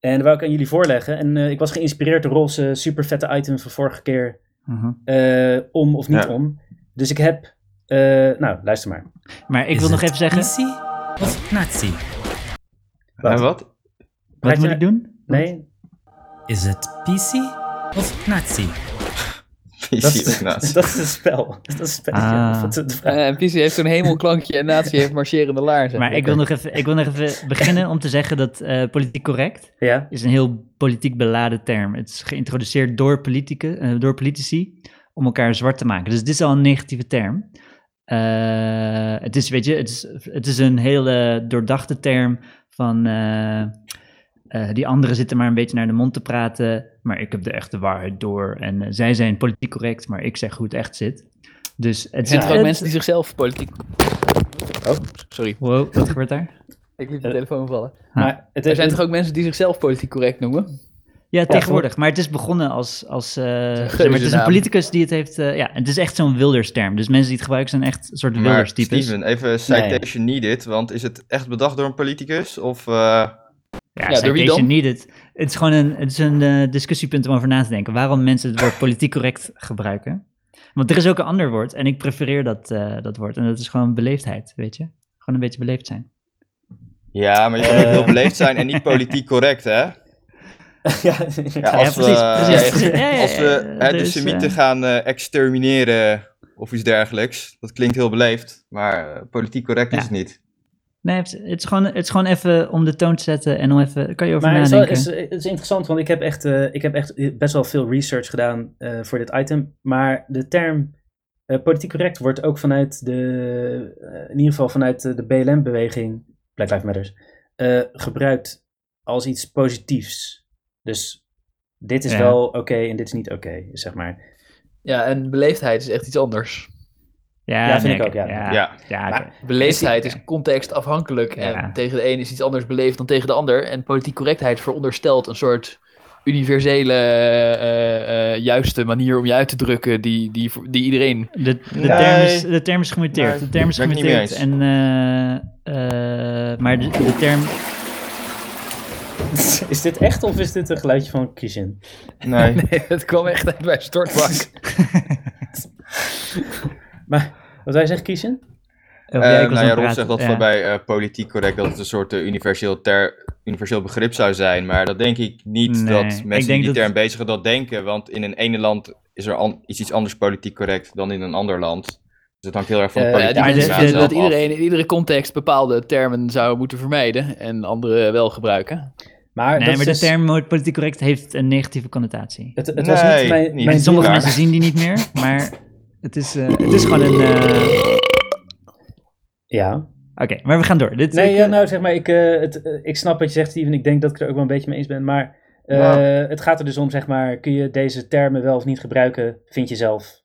S1: En dat wou ik aan jullie voorleggen. En eh, ik was geïnspireerd door Rolf's eh, super vette item van vorige keer
S2: Mhm.
S1: eh, om of niet
S4: Ja.
S1: om. Dus ik heb. eh, nou, luister maar.
S2: Maar ik wil nog even zeggen,
S7: Nazi of Nazi?
S1: Wat?
S4: En wat?
S2: wat
S1: Praat
S2: moet
S1: je-
S2: ik doen?
S1: Nee,
S7: Is het PC of Nazi?
S1: dat is,
S4: Visie of nazi?
S1: dat is een spel. Dat is een spelletje.
S2: Ah.
S1: Wat een vraag.
S3: Eh, en PC heeft zo'n hemelklankje en Nazi heeft marcherende laarzen.
S2: Maar ik wil, nog even, ik wil nog even beginnen om te zeggen dat eh, politiek correct
S1: Ja,
S2: is een heel politiek beladen term. Het is geïntroduceerd door, politieke, eh, door politici om elkaar zwart te maken. Dus dit is al een negatieve term. Eh, het is, weet je, het is, het is een hele doordachte term van eh, eh, die anderen zitten maar een beetje naar de mond te praten, maar ik heb de echte waarheid door en eh, zij zijn politiek correct, maar ik zeg hoe het echt zit. Dus het
S3: Er
S2: is
S3: zijn
S1: Ja,
S3: toch ook
S2: het-
S3: mensen die zichzelf politiek... Oh, sorry.
S2: Wow, wat gebeurt daar?
S3: Ik
S2: Eh.
S3: liet de telefoon vallen.
S1: maar het
S3: Er
S1: is.
S3: zijn toch ook mensen die zichzelf politiek correct noemen?
S2: Ja, tegenwoordig. Maar het is begonnen als. als eh, zeg maar, het is een
S3: geuzennaam.
S2: politicus die het heeft. eh, ja, het is echt zo'n Wilders-term. Dus mensen die het gebruiken zijn echt een soort
S4: Maar
S2: Wilders-types.
S4: Steven, even citation needed, want is het echt bedacht door een politicus? Of, eh,
S2: Ja,
S3: Ja, door wie
S2: citation
S3: dan?
S2: needed. Het is gewoon een, het is een eh, discussiepunt om over na te denken. Waarom mensen het woord politiek correct gebruiken. Want er is ook een ander woord. En ik prefereer dat, eh, dat woord. En dat is gewoon beleefdheid, weet je? Gewoon een beetje beleefd zijn.
S4: ja, maar je kan ook heel beleefd zijn en niet politiek correct, hè?
S1: ja,
S4: Ja,
S2: Ja,
S4: als we,
S1: Ah,
S2: precies, precies, precies. Dus Ja, ja, ja,
S4: Als we
S2: ja,
S4: hè, de
S2: dus,
S4: Semieten
S2: eh,
S4: gaan eh, extermineren of iets dergelijks, dat klinkt heel beleefd, maar eh, politiek correct
S2: Ja.
S4: is het niet.
S2: Nee, het is, het is gewoon, het is gewoon even om de toon te zetten. En om even. daar Kan je over
S1: Maar het is, wel-
S2: nadenken?
S1: is, het is interessant, want ik heb echt, eh, ik heb echt best wel veel research gedaan eh, voor dit item. Maar de term eh, politiek correct wordt ook vanuit de, eh, in ieder geval vanuit de, de BLM-beweging, Black Lives Matters, eh, gebruikt als iets positiefs. Dus dit is
S2: Ja.
S1: wel oké en dit is niet oké, zeg maar.
S3: Ja, en beleefdheid is echt iets anders.
S1: Ja, vind ik
S2: nee,
S1: ook, ja.
S4: Ja,
S2: Ja,
S1: Maar-
S2: oké.
S3: Beleefdheid is contextafhankelijk.
S2: Ja.
S3: En tegen de ene is iets anders beleefd dan tegen de ander. En politiek correctheid veronderstelt een soort universele, eh, eh, juiste manier om je uit te drukken die, die, voor- die iedereen...
S2: De, de,
S4: Nee.
S2: term is, de term is gemuteerd.
S4: Nee,
S2: de term is
S4: ben ik niet
S2: gemuteerd.
S4: mee
S2: En, eh, eh, maar de, de term.
S1: Is dit echt of is dit een geluidje van Kishin?
S4: Nee.
S3: Het kwam echt uit mijn stortbak.
S1: Maar wat wij zeggen, Kishin?
S2: Of
S4: Eh,
S2: jij, ik was
S4: nou
S2: aan het
S4: ja, Rob
S2: praten.
S4: zegt dat
S2: Ja.
S4: van bij eh, politiek correct dat het een soort eh, universeel, ter, universeel begrip zou zijn. Maar dat denk ik niet
S2: Nee,
S4: dat
S2: ik
S4: mensen
S2: denk
S4: die die
S2: dat-
S4: term bezigen dat denken. Want in een ene land is er an- is iets anders politiek correct dan in een ander land. Dus dat hangt heel erg van de
S1: Eh,
S4: politiek
S3: Ja,
S2: maar
S3: maar
S2: de-
S4: correct
S2: de-
S4: zelf
S3: dat
S4: af.
S3: iedereen in iedere context bepaalde termen zou moeten vermijden en andere wel gebruiken.
S1: Maar,
S2: Nee,
S1: dat
S2: maar
S1: is
S2: de
S1: dus-
S2: term mo- politiek correct heeft een negatieve connotatie.
S1: Het, het was
S4: Nee,
S1: niet mijn,
S4: niet.
S1: mijn
S4: En
S2: Sommige
S1: doel,
S4: waar.
S2: mensen zien die niet meer, maar het is, eh, het is gewoon een. eh,
S1: Ja.
S2: Oké, maar we gaan door. Dit,
S1: Nee,
S2: ik-
S1: ja, nou zeg maar, ik, eh, het, eh, ik snap wat je zegt, Steven. Ik denk dat ik er ook wel een beetje mee eens ben. Maar eh,
S4: Nou.
S1: het gaat er dus om, zeg maar, kun je deze termen wel of niet gebruiken? Vind je zelf?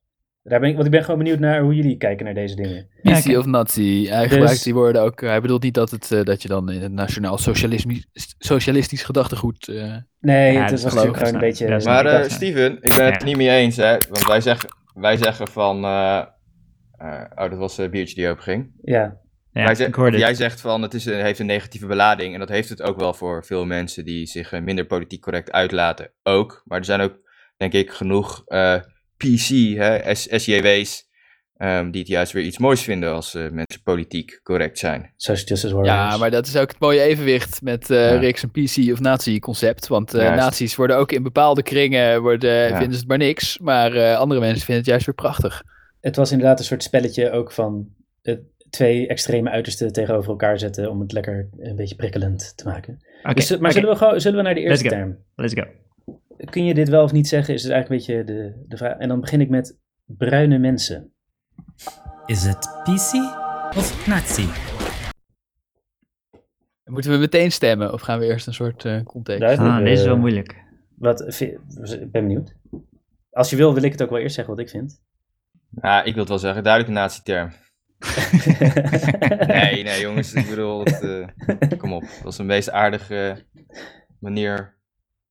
S1: Daar ben ik, want ik ben gewoon benieuwd naar hoe jullie kijken naar deze dingen.
S2: Ja,
S3: Nazi
S2: oké.
S3: of Nazi. Hij
S1: Dus-
S3: gebruikt die woorden ook. Hij bedoelt niet dat, het, eh, dat je dan in het nationaal socialismi- socialistisch gedachtegoed. eh,
S1: Nee,
S2: Ja,
S1: het
S2: dat
S1: is
S2: geloof
S1: natuurlijk
S2: ik,
S1: gewoon een
S2: dat
S1: beetje...
S2: snap ik. Ja,
S4: Maar
S2: dat
S4: eh,
S2: is waar.
S4: Steven, ik ben het
S2: Ja.
S4: niet mee eens. Hè? Want wij zeggen, wij zeggen van... eh, eh, oh, dat was het biertje die openging.
S1: ja.
S2: Ja,
S4: Wij ze-
S2: ik hoorde
S4: Jij
S2: het.
S4: zegt van het is een, heeft een negatieve belading. En dat heeft het ook wel voor veel mensen die zich eh, minder politiek correct uitlaten. Ook. Maar er zijn ook, denk ik, genoeg eh, PC, hè, S- SJW's. ehm, die het juist weer iets moois vinden als eh, mensen politiek correct zijn.
S1: Social Justice Warriors.
S3: ja, maar dat is ook het mooie evenwicht met eh
S4: Ja.
S3: Riks en PC of Nazi-concept. Want eh,
S4: Juist.
S3: nazi's worden ook in bepaalde kringen eh, worden, vinden ze het maar niks. Maar eh, andere mensen vinden het juist weer prachtig.
S1: Het was inderdaad een soort spelletje ook van eh, twee extreme uitersten tegenover elkaar zetten... om het lekker een beetje prikkelend te maken.
S2: Oké,
S1: Dus, eh, maar
S2: oké,
S1: zullen, we gewoon, zullen we naar de
S2: Let's
S1: eerste
S2: go.
S1: term?
S2: Let's go.
S1: Kun je dit wel of niet zeggen, is dus eigenlijk een beetje de, de vraag. En dan begin ik met bruine mensen.
S7: Is het PC of Nazi?
S3: Moeten we meteen stemmen of gaan we eerst een soort eh, context?
S1: Duidelijk,
S2: Ah, deze is wel
S1: eh,
S2: moeilijk.
S1: Wat, vi- ik ben benieuwd. Als je wil, wil ik het ook wel eerst zeggen wat ik vind.
S4: Nou, ik wil het wel zeggen, duidelijk een nazi-term. Nee, nee, jongens, ik bedoel, dat, eh, kom op. Dat is de meest aardige manier.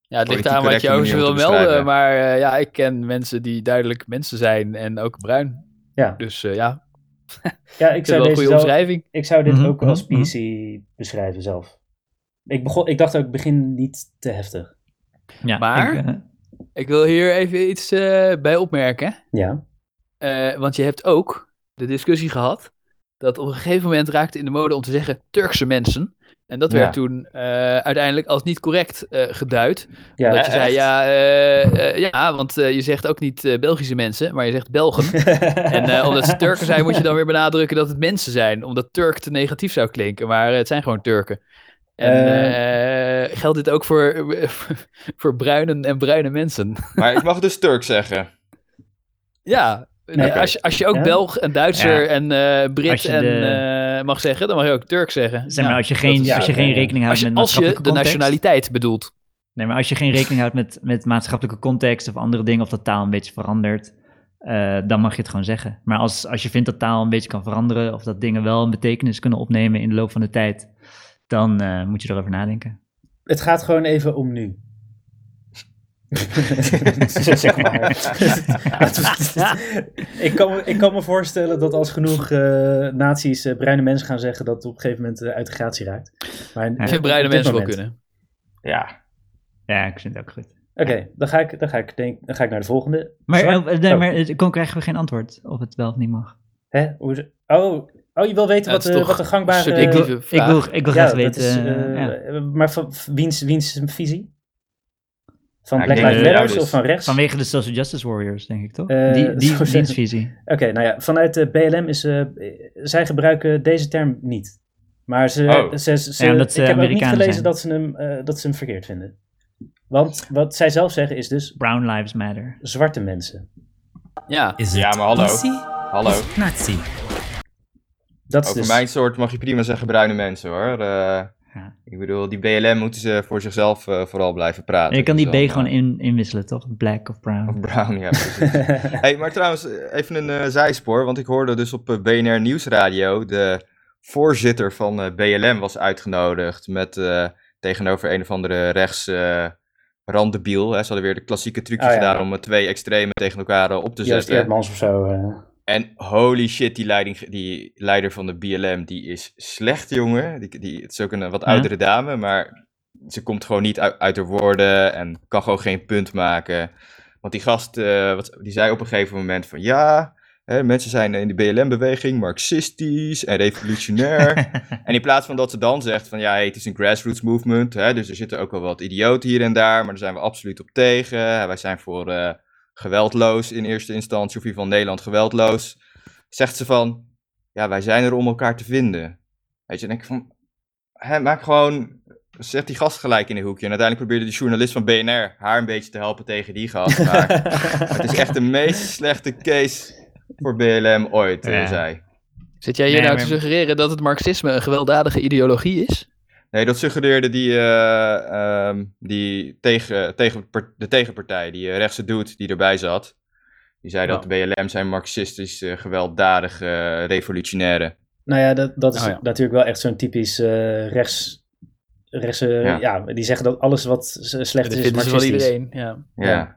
S3: Ja, het ligt
S4: Politiek
S3: aan wat
S4: correcte
S3: je over
S4: manier
S3: ze
S4: om
S3: wil
S4: te beschrijven,
S3: melden.
S4: ja.
S3: Maar eh, ja, ik ken mensen die duidelijk mensen zijn en ook bruin.
S1: Ja.
S3: Dus eh, ja,
S1: Ja, ik
S3: ik vind
S1: zou,
S3: wel een
S1: deze
S3: goede
S1: zelf-
S3: omschrijving.
S1: ik zou dit
S2: Mhm,
S1: ook als
S2: mhm,
S1: PC beschrijven zelf. Ik, begon, ik dacht ook, ik begin niet te heftig.
S2: Ja,
S3: Maar-
S2: ik, eh,
S3: Ik wil hier even iets eh, bij opmerken.
S1: Ja,
S3: Eh, want je hebt ook de discussie gehad dat op een gegeven moment raakte in de mode om te zeggen Turkse mensen. En dat werd
S4: Ja.
S3: toen eh, uiteindelijk als niet correct eh, geduid.
S1: ja,
S3: dat je zei,
S4: echt?
S3: ja, eh, eh, ja, want eh, je zegt ook niet eh, Belgische mensen, maar je zegt Belgen. En eh, omdat ze Turken zijn, moet je dan weer benadrukken dat het mensen zijn. Omdat Turk te negatief zou klinken, maar eh, het zijn gewoon Turken. En eh, geldt dit ook voor, voor bruinen en bruine mensen?
S4: Maar ik mag dus Turk zeggen.
S3: Ja,
S1: Nee,
S3: eh, als, je, als je ook
S1: Ja.
S3: Belg en Duitser
S2: Ja.
S3: en eh, Brit
S2: Als je
S3: en
S2: de-
S3: eh, mag zeggen, dan mag je ook Turk zeggen.
S2: zeg maar,
S3: Ja.
S2: als je geen,
S3: dat is-
S2: als je
S1: ja,
S2: geen
S1: ja, ja.
S2: rekening houdt
S3: als je,
S2: met
S3: als je de
S2: maatschappelijke context-
S3: nationaliteit bedoelt.
S2: Nee, maar als je geen rekening houdt met, met maatschappelijke context of andere dingen, of dat taal een beetje verandert, eh, dan mag je het gewoon zeggen. Maar als, als je vindt dat taal een beetje kan veranderen, of dat dingen wel een betekenis kunnen opnemen in de loop van de tijd, dan eh, moet je erover nadenken.
S1: Het gaat gewoon even om nu. zeg maar. ik, kan me, ik kan me voorstellen dat als genoeg eh nazi's eh, bruine mensen gaan zeggen, dat het op een gegeven moment eh, uit de gratie raakt. Maar
S2: Ja.
S3: Ik
S1: op
S3: vind bruine
S1: dit
S3: mensen wel
S1: moment-
S3: kunnen.
S4: Ja.
S2: Ja, ik vind het ook goed.
S1: Oké, dan, ga ik, dan, ga ik denk- dan ga ik naar de volgende.
S2: Maar,
S1: Zwart-
S2: eh, nee,
S1: Oh.
S2: maar eh, kon krijgen we geen antwoord of het wel of niet mag.
S1: Hè? Hoe, oh, oh, je wil weten
S3: Ja,
S1: wat,
S3: het is
S1: eh,
S3: toch
S1: wat de gangbare...
S3: subjectief.
S2: Ik wil,
S3: Lieve
S2: ik
S3: vraag.
S2: wil, ik wil
S1: ja,
S2: graag
S1: dat
S2: weten.
S1: is,
S2: eh, ja.
S1: eh, Maar van, wiens, wiens visie? Van
S4: Ja, ik
S1: Black
S4: denk
S1: Lives
S4: dat-
S1: Matter
S4: ja, dus-
S1: of van rechts?
S2: Vanwege de Social Justice Warriors, denk ik toch?
S1: Eh,
S2: die die
S1: zo-
S2: dienstvisie.
S1: Oké, nou ja, vanuit de BLM is, eh, zij gebruiken deze term niet. Maar ze,
S4: Oh.
S1: ze, ze,
S2: Ja, omdat ze
S1: ik heb ook niet
S2: Amerikanen
S1: gelezen
S2: zijn.
S1: dat ze, hem, eh, dat ze hem verkeerd vinden. Want wat zij zelf zeggen is dus
S2: Brown Lives Matter.
S1: zwarte mensen.
S3: Ja,
S7: Is
S4: Ja,
S7: het
S4: maar hallo.
S7: PC
S4: Hallo.
S7: of Nazi?
S1: Dat is
S4: Over
S1: dus...
S4: mijn soort mag je prima zeggen bruine mensen hoor. Eh,
S2: Ja.
S4: Ik bedoel, die BLM moeten ze voor zichzelf eh, vooral blijven praten.
S2: Je kan
S4: Dus
S2: die B
S4: dan,
S2: gewoon
S4: eh,
S2: in, inwisselen, toch? Black of
S4: Of
S2: brown.
S4: Brown, ja. precies. hey, maar trouwens, eh, even een eh, zijspoor. Want ik hoorde dus op eh, BNR Nieuwsradio. de voorzitter van eh, BLM was uitgenodigd. met eh, tegenover een of andere rechts. eh randebiel. Hè. Ze hadden weer de klassieke trucjes
S1: Oh, ja.
S4: gedaan. om eh, twee extremen tegen elkaar eh, op te
S1: Joost
S4: zetten.
S1: Eerdmans of zo. eh.
S4: En holy shit, die, leiding, die leider van de BLM, die is slecht, jongen. Die, die, het is ook een eh, wat
S2: Ja.
S4: oudere dame, maar ze komt gewoon niet uit, uit haar woorden en kan gewoon geen punt maken. Want die gast, eh, wat, die zei op een gegeven moment van, ja, hè, mensen zijn in de BLM-beweging marxistisch en revolutionair. en in plaats van dat ze dan zegt van, ja, hey, het is een grassroots movement, hè, dus er zitten ook wel wat idioten hier en daar, maar daar zijn we absoluut op tegen. Hè, Wij zijn voor... eh, geweldloos in eerste instantie, of in ieder geval Nederland geweldloos, zegt ze van, ja, wij zijn er om elkaar te vinden. Weet je, dan denk ik van, hè, maak gewoon, zet die gast gelijk in de hoekje. En uiteindelijk probeerde de journalist van BNR haar een beetje te helpen tegen die gast, maar het is echt de meest slechte case voor BLM ooit, eh,
S2: Ja.
S4: zei.
S3: zit jij hier
S2: Nee,
S3: nou
S2: maar-
S3: te suggereren dat het marxisme een gewelddadige ideologie is?
S4: Nee, dat suggereerde die, eh, ehm, die tegen, eh, tegen, de tegenpartij, die eh, rechtse dude die erbij zat. Die zei dat de BLM zijn marxistisch, eh, gewelddadig, eh, revolutionaire.
S1: Nou ja, dat, dat is
S3: Oh ja.
S1: natuurlijk wel echt zo'n typisch eh, rechts... rechts eh,
S4: Ja.
S1: ja. die zeggen dat alles wat s-
S3: Dat
S1: slecht is,
S3: vinden ze wel
S1: marxistisch.
S3: iedereen. Ja.
S1: Ja.
S4: Ja,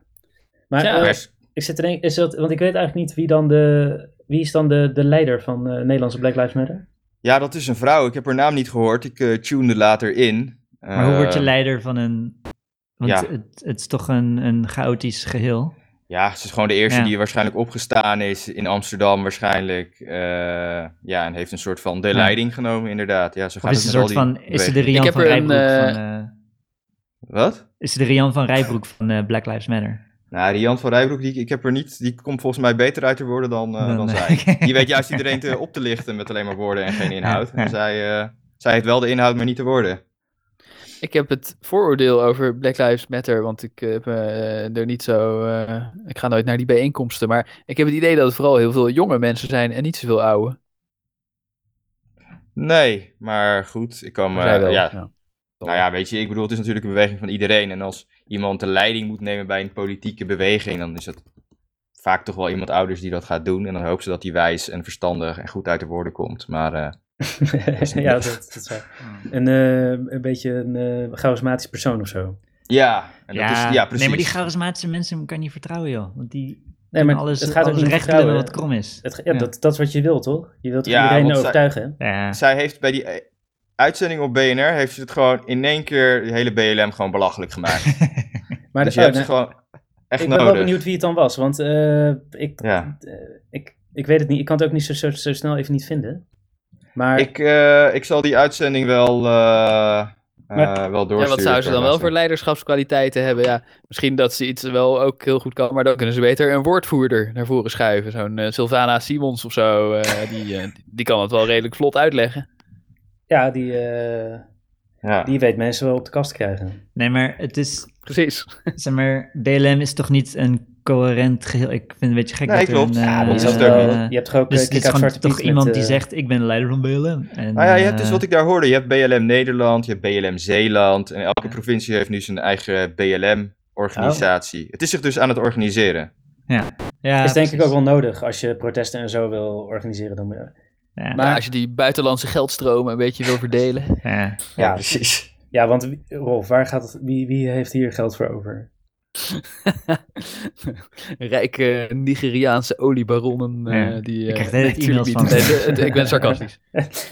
S1: Maar
S3: Ja.
S1: eh,
S4: pers-
S1: ik zit te denken, is dat, want ik weet eigenlijk niet wie dan de... Wie is dan de, de leider van eh, Nederlandse Black Lives Matter?
S4: ja, dat is een vrouw. Ik heb haar naam niet gehoord. Ik eh tunede later in.
S2: Maar hoe word je
S4: Eh,
S2: leider van een. Want
S4: ja.
S2: het, het is toch een, een chaotisch geheel.
S4: Ja, ze is gewoon de eerste
S2: Ja.
S4: die waarschijnlijk opgestaan is in Amsterdam waarschijnlijk. Eh, ja, en heeft een soort van de
S2: Ja.
S4: leiding genomen inderdaad. Ja, zo
S2: Of
S4: gaat
S2: is, het
S4: het
S2: een
S4: met al
S2: soort
S4: die...
S2: van, is ze de
S4: bewegingen.
S2: Rian
S3: heb
S2: van
S3: er een,
S2: Rijbroek
S3: eh,
S2: van, eh,
S4: Wat?
S2: is ze de Rian van Rijbroek van eh, Black Lives Matter?
S4: Nou, Rian van Rijbroek, die, ik heb er niet, die komt volgens mij beter uit de woorden dan, eh, dan,
S2: Dan, eh,
S4: zij. Die weet juist iedereen te, op te lichten met alleen maar woorden en geen inhoud.
S2: Ja.
S4: En zij, eh, zij heeft wel de inhoud, maar niet de woorden.
S3: Ik heb het vooroordeel over Black Lives Matter, want ik heb eh, er niet zo. eh, ik ga nooit naar die bijeenkomsten, maar ik heb het idee dat het vooral heel veel jonge mensen zijn en niet zoveel oude.
S4: Nee, maar goed, ik kan me...
S3: Zij wel,
S4: ja,
S3: ja.
S4: Nou ja, weet je, ik bedoel, het is natuurlijk een beweging van iedereen. En als iemand de leiding moet nemen bij een politieke beweging, dan is dat vaak toch wel iemand ouders die dat gaat doen. En dan hoopt ze dat die wijs en verstandig en goed uit de woorden komt. Maar eh,
S1: ja, dat, dat is waar. Een, eh, een beetje een eh, charismatisch persoon of zo.
S4: ja, en dat is, ja, precies.
S2: Nee, maar die charismatische mensen kan je niet vertrouwen, joh. Want die
S1: Nee,
S2: kunnen
S1: maar
S2: alles,
S1: het gaat
S2: alles
S1: om
S2: recht willen
S1: vertrouwen.
S2: wat krom is.
S1: Het, ja,
S2: Ja.
S1: Dat, dat is wat je wilt, toch? Je wilt
S4: Ja,
S1: iedereen
S4: want zij-
S1: overtuigen. hè?
S2: Ja.
S4: Zij heeft bij die eh, uitzending op BNR, heeft ze het gewoon in één keer, de hele BLM gewoon belachelijk gemaakt.
S1: Maar
S4: dus
S1: de-
S4: je
S1: oh,
S4: hebt
S1: nou,
S4: ze gewoon echt
S1: ik ben
S4: nodig.
S1: wel benieuwd wie het dan was, want eh, ik,
S4: Ja.
S1: eh, ik, ik weet het niet. Ik kan het ook niet zo, zo, zo snel even niet vinden. Maar
S4: Ik, eh, ik zal die uitzending wel, eh, eh,
S1: Maar-
S4: wel doorsturen.
S3: Ja, wat zouden ze dan wel voor
S4: Marcel.
S3: leiderschapskwaliteiten hebben? Ja, misschien dat ze iets wel ook heel goed kan, maar dan kunnen ze beter een woordvoerder naar voren schuiven. Zo'n eh, Sylvana Simons of zo, eh, die, eh, die kan het wel redelijk vlot uitleggen.
S1: ja, die, eh,
S4: Ja.
S1: die weet mensen wel op de kast te krijgen.
S2: Nee, maar het is,
S3: Precies.
S2: zeg maar, BLM is toch niet een coherent geheel. Ik vind het een beetje gek
S4: Nee,
S2: dat er
S4: klopt.
S2: een...
S4: Ja,
S2: eh,
S4: dat
S1: Want
S4: is
S1: je, hebt
S4: ook
S1: wel-
S2: eh,
S1: je hebt toch ook
S2: Dus
S1: eh,
S2: het is
S1: Kick-Out
S2: gewoon
S1: Zwarte
S2: toch
S1: Piet
S2: iemand
S1: met,
S2: die
S1: eh,
S2: zegt, ik ben de leider van BLM. En,
S4: Nou ja, je
S2: eh,
S4: hebt dus wat ik daar hoorde. Je hebt BLM Nederland, je hebt BLM Zeeland. En elke
S2: Ja.
S4: provincie heeft nu zijn eigen BLM-organisatie.
S1: Oh.
S4: Het is zich dus aan het organiseren.
S2: ja,
S1: is denk ik
S2: precies.
S1: ook wel nodig als je protesten en zo wil organiseren. Dan, ja.
S2: Ja,
S3: Maar als je die buitenlandse geldstromen een beetje wil verdelen.
S2: ja.
S1: Ja,
S4: precies.
S1: ja, want wie- Rolf, waar gaat het, wie, wie heeft hier geld voor over?
S3: Rijke Nigeriaanse oliebaronnen. eh,
S2: Ja,
S3: die, eh,
S2: ik krijg de hele
S3: natuurlijk
S2: e-mails
S3: niet.
S2: van
S3: Nee,
S2: ze.
S3: de- de- ik ben sarcastisch.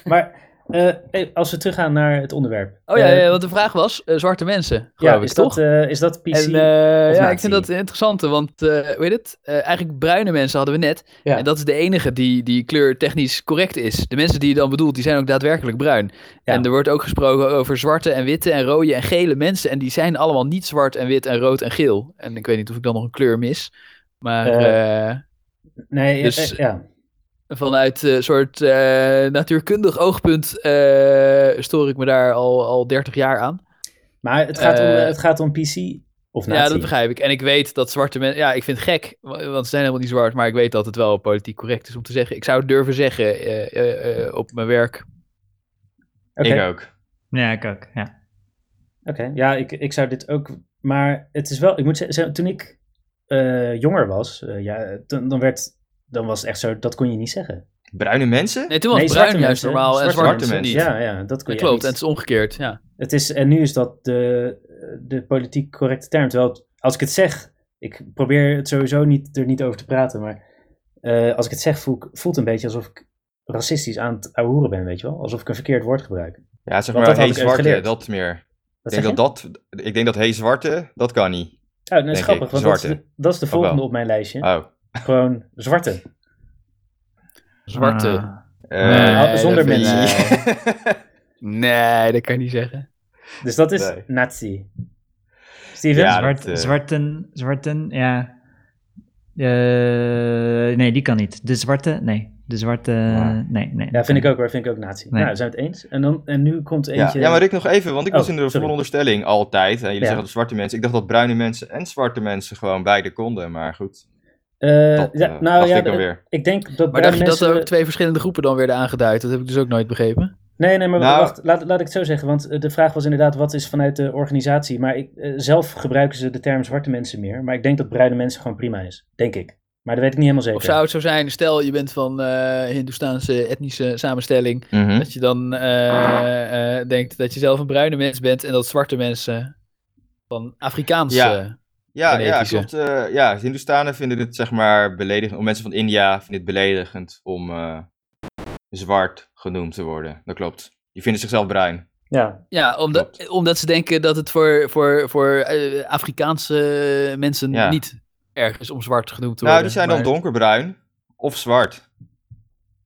S1: maar eh, eh, als we teruggaan naar het onderwerp.
S3: Oh ja,
S1: Eh,
S3: ja, want de vraag was: eh, zwarte mensen.
S1: ja,
S3: Geloof ik,
S1: is,
S3: toch?
S1: dat, eh, is dat PC?
S3: En eh,
S1: of
S3: ja,
S1: nazi?
S3: ik vind dat een interessante, want weet je het? Eh, eigenlijk bruine mensen hadden we net.
S1: Ja.
S3: En dat is de enige die, die kleur technisch correct is. De mensen die je dan bedoelt, die zijn ook daadwerkelijk bruin.
S1: Ja.
S3: En er wordt ook gesproken over zwarte en witte en rode en gele mensen. En die zijn allemaal niet zwart en wit en rood en geel. En ik weet niet of ik dan nog een kleur mis. Maar
S1: Eh.
S3: eh,
S1: nee, eh,
S3: dus-
S1: eh, ja.
S3: vanuit een soort eh, natuurkundig oogpunt eh stoor ik me daar al, al 30 jaar aan.
S1: Maar het gaat, om,
S3: eh,
S1: eh, het gaat om PC of nazi.
S3: Ja, dat begrijp ik. En ik weet dat zwarte mensen. Ja, ik vind het gek, wa- want ze zijn helemaal niet zwart. Maar ik weet dat het wel politiek correct is om te zeggen. Ik zou het durven zeggen eh, eh, eh, op mijn werk.
S1: Oké,
S4: Ik ook.
S2: ja, ik ook. Ja.
S1: oké. Ja, ik, ik zou dit ook... Maar het is wel... Ik moet zeggen, toen ik eh, jonger was, eh, ja, toen, dan werd... Dan was het echt zo, dat kon je niet zeggen.
S4: Bruine mensen?
S3: Nee, toen was
S1: nee,
S3: bruin
S1: zwarte
S3: juist
S1: mensen,
S3: normaal en zwart
S4: zwarte
S3: mensen niet.
S4: mensen,
S1: Ja, ja, dat kon
S3: dat
S1: je
S3: klopt. En
S1: echt niet.
S3: het is omgekeerd. Ja.
S1: Het is, en nu is dat de, de politiek correcte term. Terwijl het- als ik het zeg, ik probeer het sowieso niet, er niet over te praten, maar eh, als ik het zeg, voel ik- voelt het een beetje alsof ik racistisch aan het ahoeren ben, weet je wel? Alsof ik een verkeerd woord gebruik.
S4: Ja,
S1: Want
S4: zeg maar,
S1: dat had
S4: hey
S1: ik even
S4: zwarte,
S1: geleerd.
S4: dat meer.
S1: Wat
S4: ik,
S1: zeg je?
S4: denk dat dat, ik denk dat hey zwarte, dat kan niet.
S1: Oh, dat is
S4: denk
S1: grappig,
S4: ik,
S1: want dat is, de,
S4: zwarte.
S1: dat is de
S4: wel?
S1: volgende op mijn lijstje.
S4: Oh.
S1: Gewoon zwarte.
S3: Zwarte.
S2: Ah.
S4: Eh,
S1: Nee, zonder
S4: dat vind ik
S1: mensen.
S4: niet.
S3: Nee, dat kan je niet zeggen.
S1: Dus dat is
S4: Nee.
S1: nazi. Steven?
S4: Ja,
S2: Zwart,
S4: dat, eh.
S2: Zwarten, zwarten, ja. Eh, nee, die kan niet. De zwarte, nee. De zwarte,
S4: Ja.
S2: nee, nee.
S1: Ah. Ja, vind ik ook hoor, vind ik ook nazi.
S2: Nee.
S1: Nou, zijn we het eens? En, dan, en nu komt
S4: ja.
S1: eentje...
S4: ja, maar Rick, nog even, want ik
S1: Oh,
S4: was in de
S1: sorry.
S4: vooronderstelling altijd. En jullie
S1: Ja.
S4: zeggen dat zwarte mensen. Ik dacht dat bruine mensen en zwarte mensen gewoon beide konden. Maar goed,
S1: Eh,
S4: dat
S1: ja,
S4: eh,
S1: nou
S4: dacht
S1: ja,
S4: ik dan
S1: de-
S4: weer.
S1: ik denk dat
S3: Maar
S1: bruine
S3: dacht je dat er
S1: mensen-
S3: ook twee verschillende groepen dan werden aangeduid? Dat heb ik dus ook nooit begrepen.
S1: Nee, nee, maar
S4: Nou-
S1: wacht, laat, laat ik het zo zeggen. Want eh, de vraag was inderdaad, wat is vanuit de organisatie? Maar ik, eh, zelf gebruiken ze de term zwarte mensen meer. Maar ik denk dat bruine mensen gewoon prima is. Denk ik. Maar dat weet ik niet helemaal zeker.
S3: Of zou het zo zijn, stel je bent van eh Hindoestaanse etnische samenstelling.
S4: Mhm.
S3: Dat je dan eh, eh, denkt dat je zelf een bruine mens bent en dat zwarte mensen van Afrikaans.
S4: Ja.
S3: eh,
S4: Ja, ja,
S3: Genetische.
S4: klopt. eh, ja, Hindoestanen vinden het zeg maar beledigend. Of mensen van India vinden het beledigend om eh, zwart genoemd te worden. Dat klopt. Die vinden zichzelf bruin. Nou,
S1: Ja,
S3: ja, omdat,
S4: Klopt.
S3: omdat ze denken dat het voor, voor, voor eh, Afrikaanse eh, mensen
S4: Ja.
S3: niet erg is om zwart genoemd te
S4: nou,
S3: worden.
S4: die zijn
S3: maar,
S4: dan donkerbruin of zwart.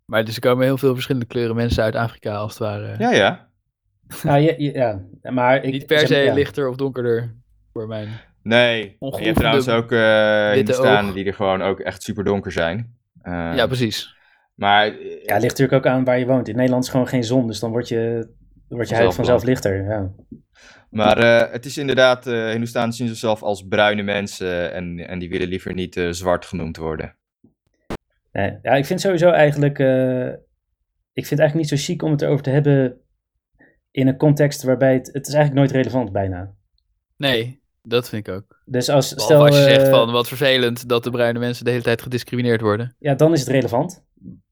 S3: Maar dus er komen heel veel verschillende kleuren mensen uit Afrika, als het ware.
S4: Ja, ja.
S1: nou, ja, ja, ja. maar ik,
S3: niet per
S1: zeg
S3: se
S1: maar, ja.
S3: lichter of donkerder voor mijn...
S4: Nee. En je
S3: Ongeoefende
S4: hebt trouwens ook eh
S3: witte
S4: Hindoestanen
S3: oog.
S4: die er gewoon ook echt super donker zijn. Eh,
S3: ja, precies.
S4: maar
S1: Ja, het ligt natuurlijk ook aan waar je woont. In Nederland is gewoon geen zon, dus dan wordt je, wordt je huid
S4: Vanzelf
S1: vanzelf lichter. Ja.
S4: Maar eh, het is inderdaad, eh Hindoestanen zien zichzelf als bruine mensen en, en die willen liever niet eh, zwart genoemd worden.
S1: Nee, ja, ik vind sowieso eigenlijk. eh, ik vind het eigenlijk niet zo chic om het erover te hebben in een context waarbij het, het is eigenlijk nooit relevant bijna.
S3: Nee, dat vind ik ook.
S1: Dus als,
S3: Behalve
S1: stel,
S3: als je zegt
S1: eh,
S3: van wat vervelend dat de bruine mensen de hele tijd gediscrimineerd worden.
S1: ja, dan is het relevant.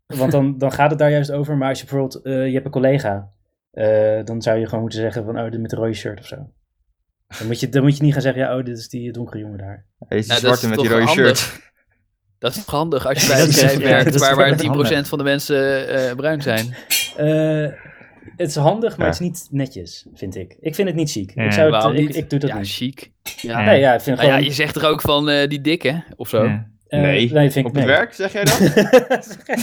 S1: Want dan, dan gaat het daar juist over. Maar als je bijvoorbeeld, eh, je hebt een collega, eh, dan zou je gewoon moeten zeggen van, oh, dit met een rode shirt of zo. Dan moet, je, dan moet je niet gaan zeggen, ja, oh, dit is die donkere jongen daar.
S4: Hij is die
S3: Nou, dat
S4: zwarte
S3: is
S4: met die
S3: toch
S4: rode
S3: handig.
S4: shirt.
S3: Dat is toch handig als je
S2: Ja,
S3: bij een
S2: dat is-
S3: bedrijf
S2: ja,
S3: werkt
S2: dat is
S3: waar maar 10%
S2: toch handig.
S3: van de mensen eh, bruin zijn.
S1: Eh, het is handig, maar
S4: Ja.
S1: het is niet netjes, vind ik. Ik vind het niet ziek.
S2: Ja,
S1: ik, zou
S3: Waarom
S1: het, ik,
S3: niet?
S1: ik doe dat
S3: ja,
S1: niet.
S3: chic.
S2: Ja.
S1: Nee, ja, ik vind
S3: Nou ja,
S1: gewoon...
S3: je zegt toch ook van eh, die dikke of zo? Ja.
S2: Ja.
S1: eh,
S4: nee.
S1: vind ik,
S4: Op het
S1: nee.
S4: werk, zeg jij dat?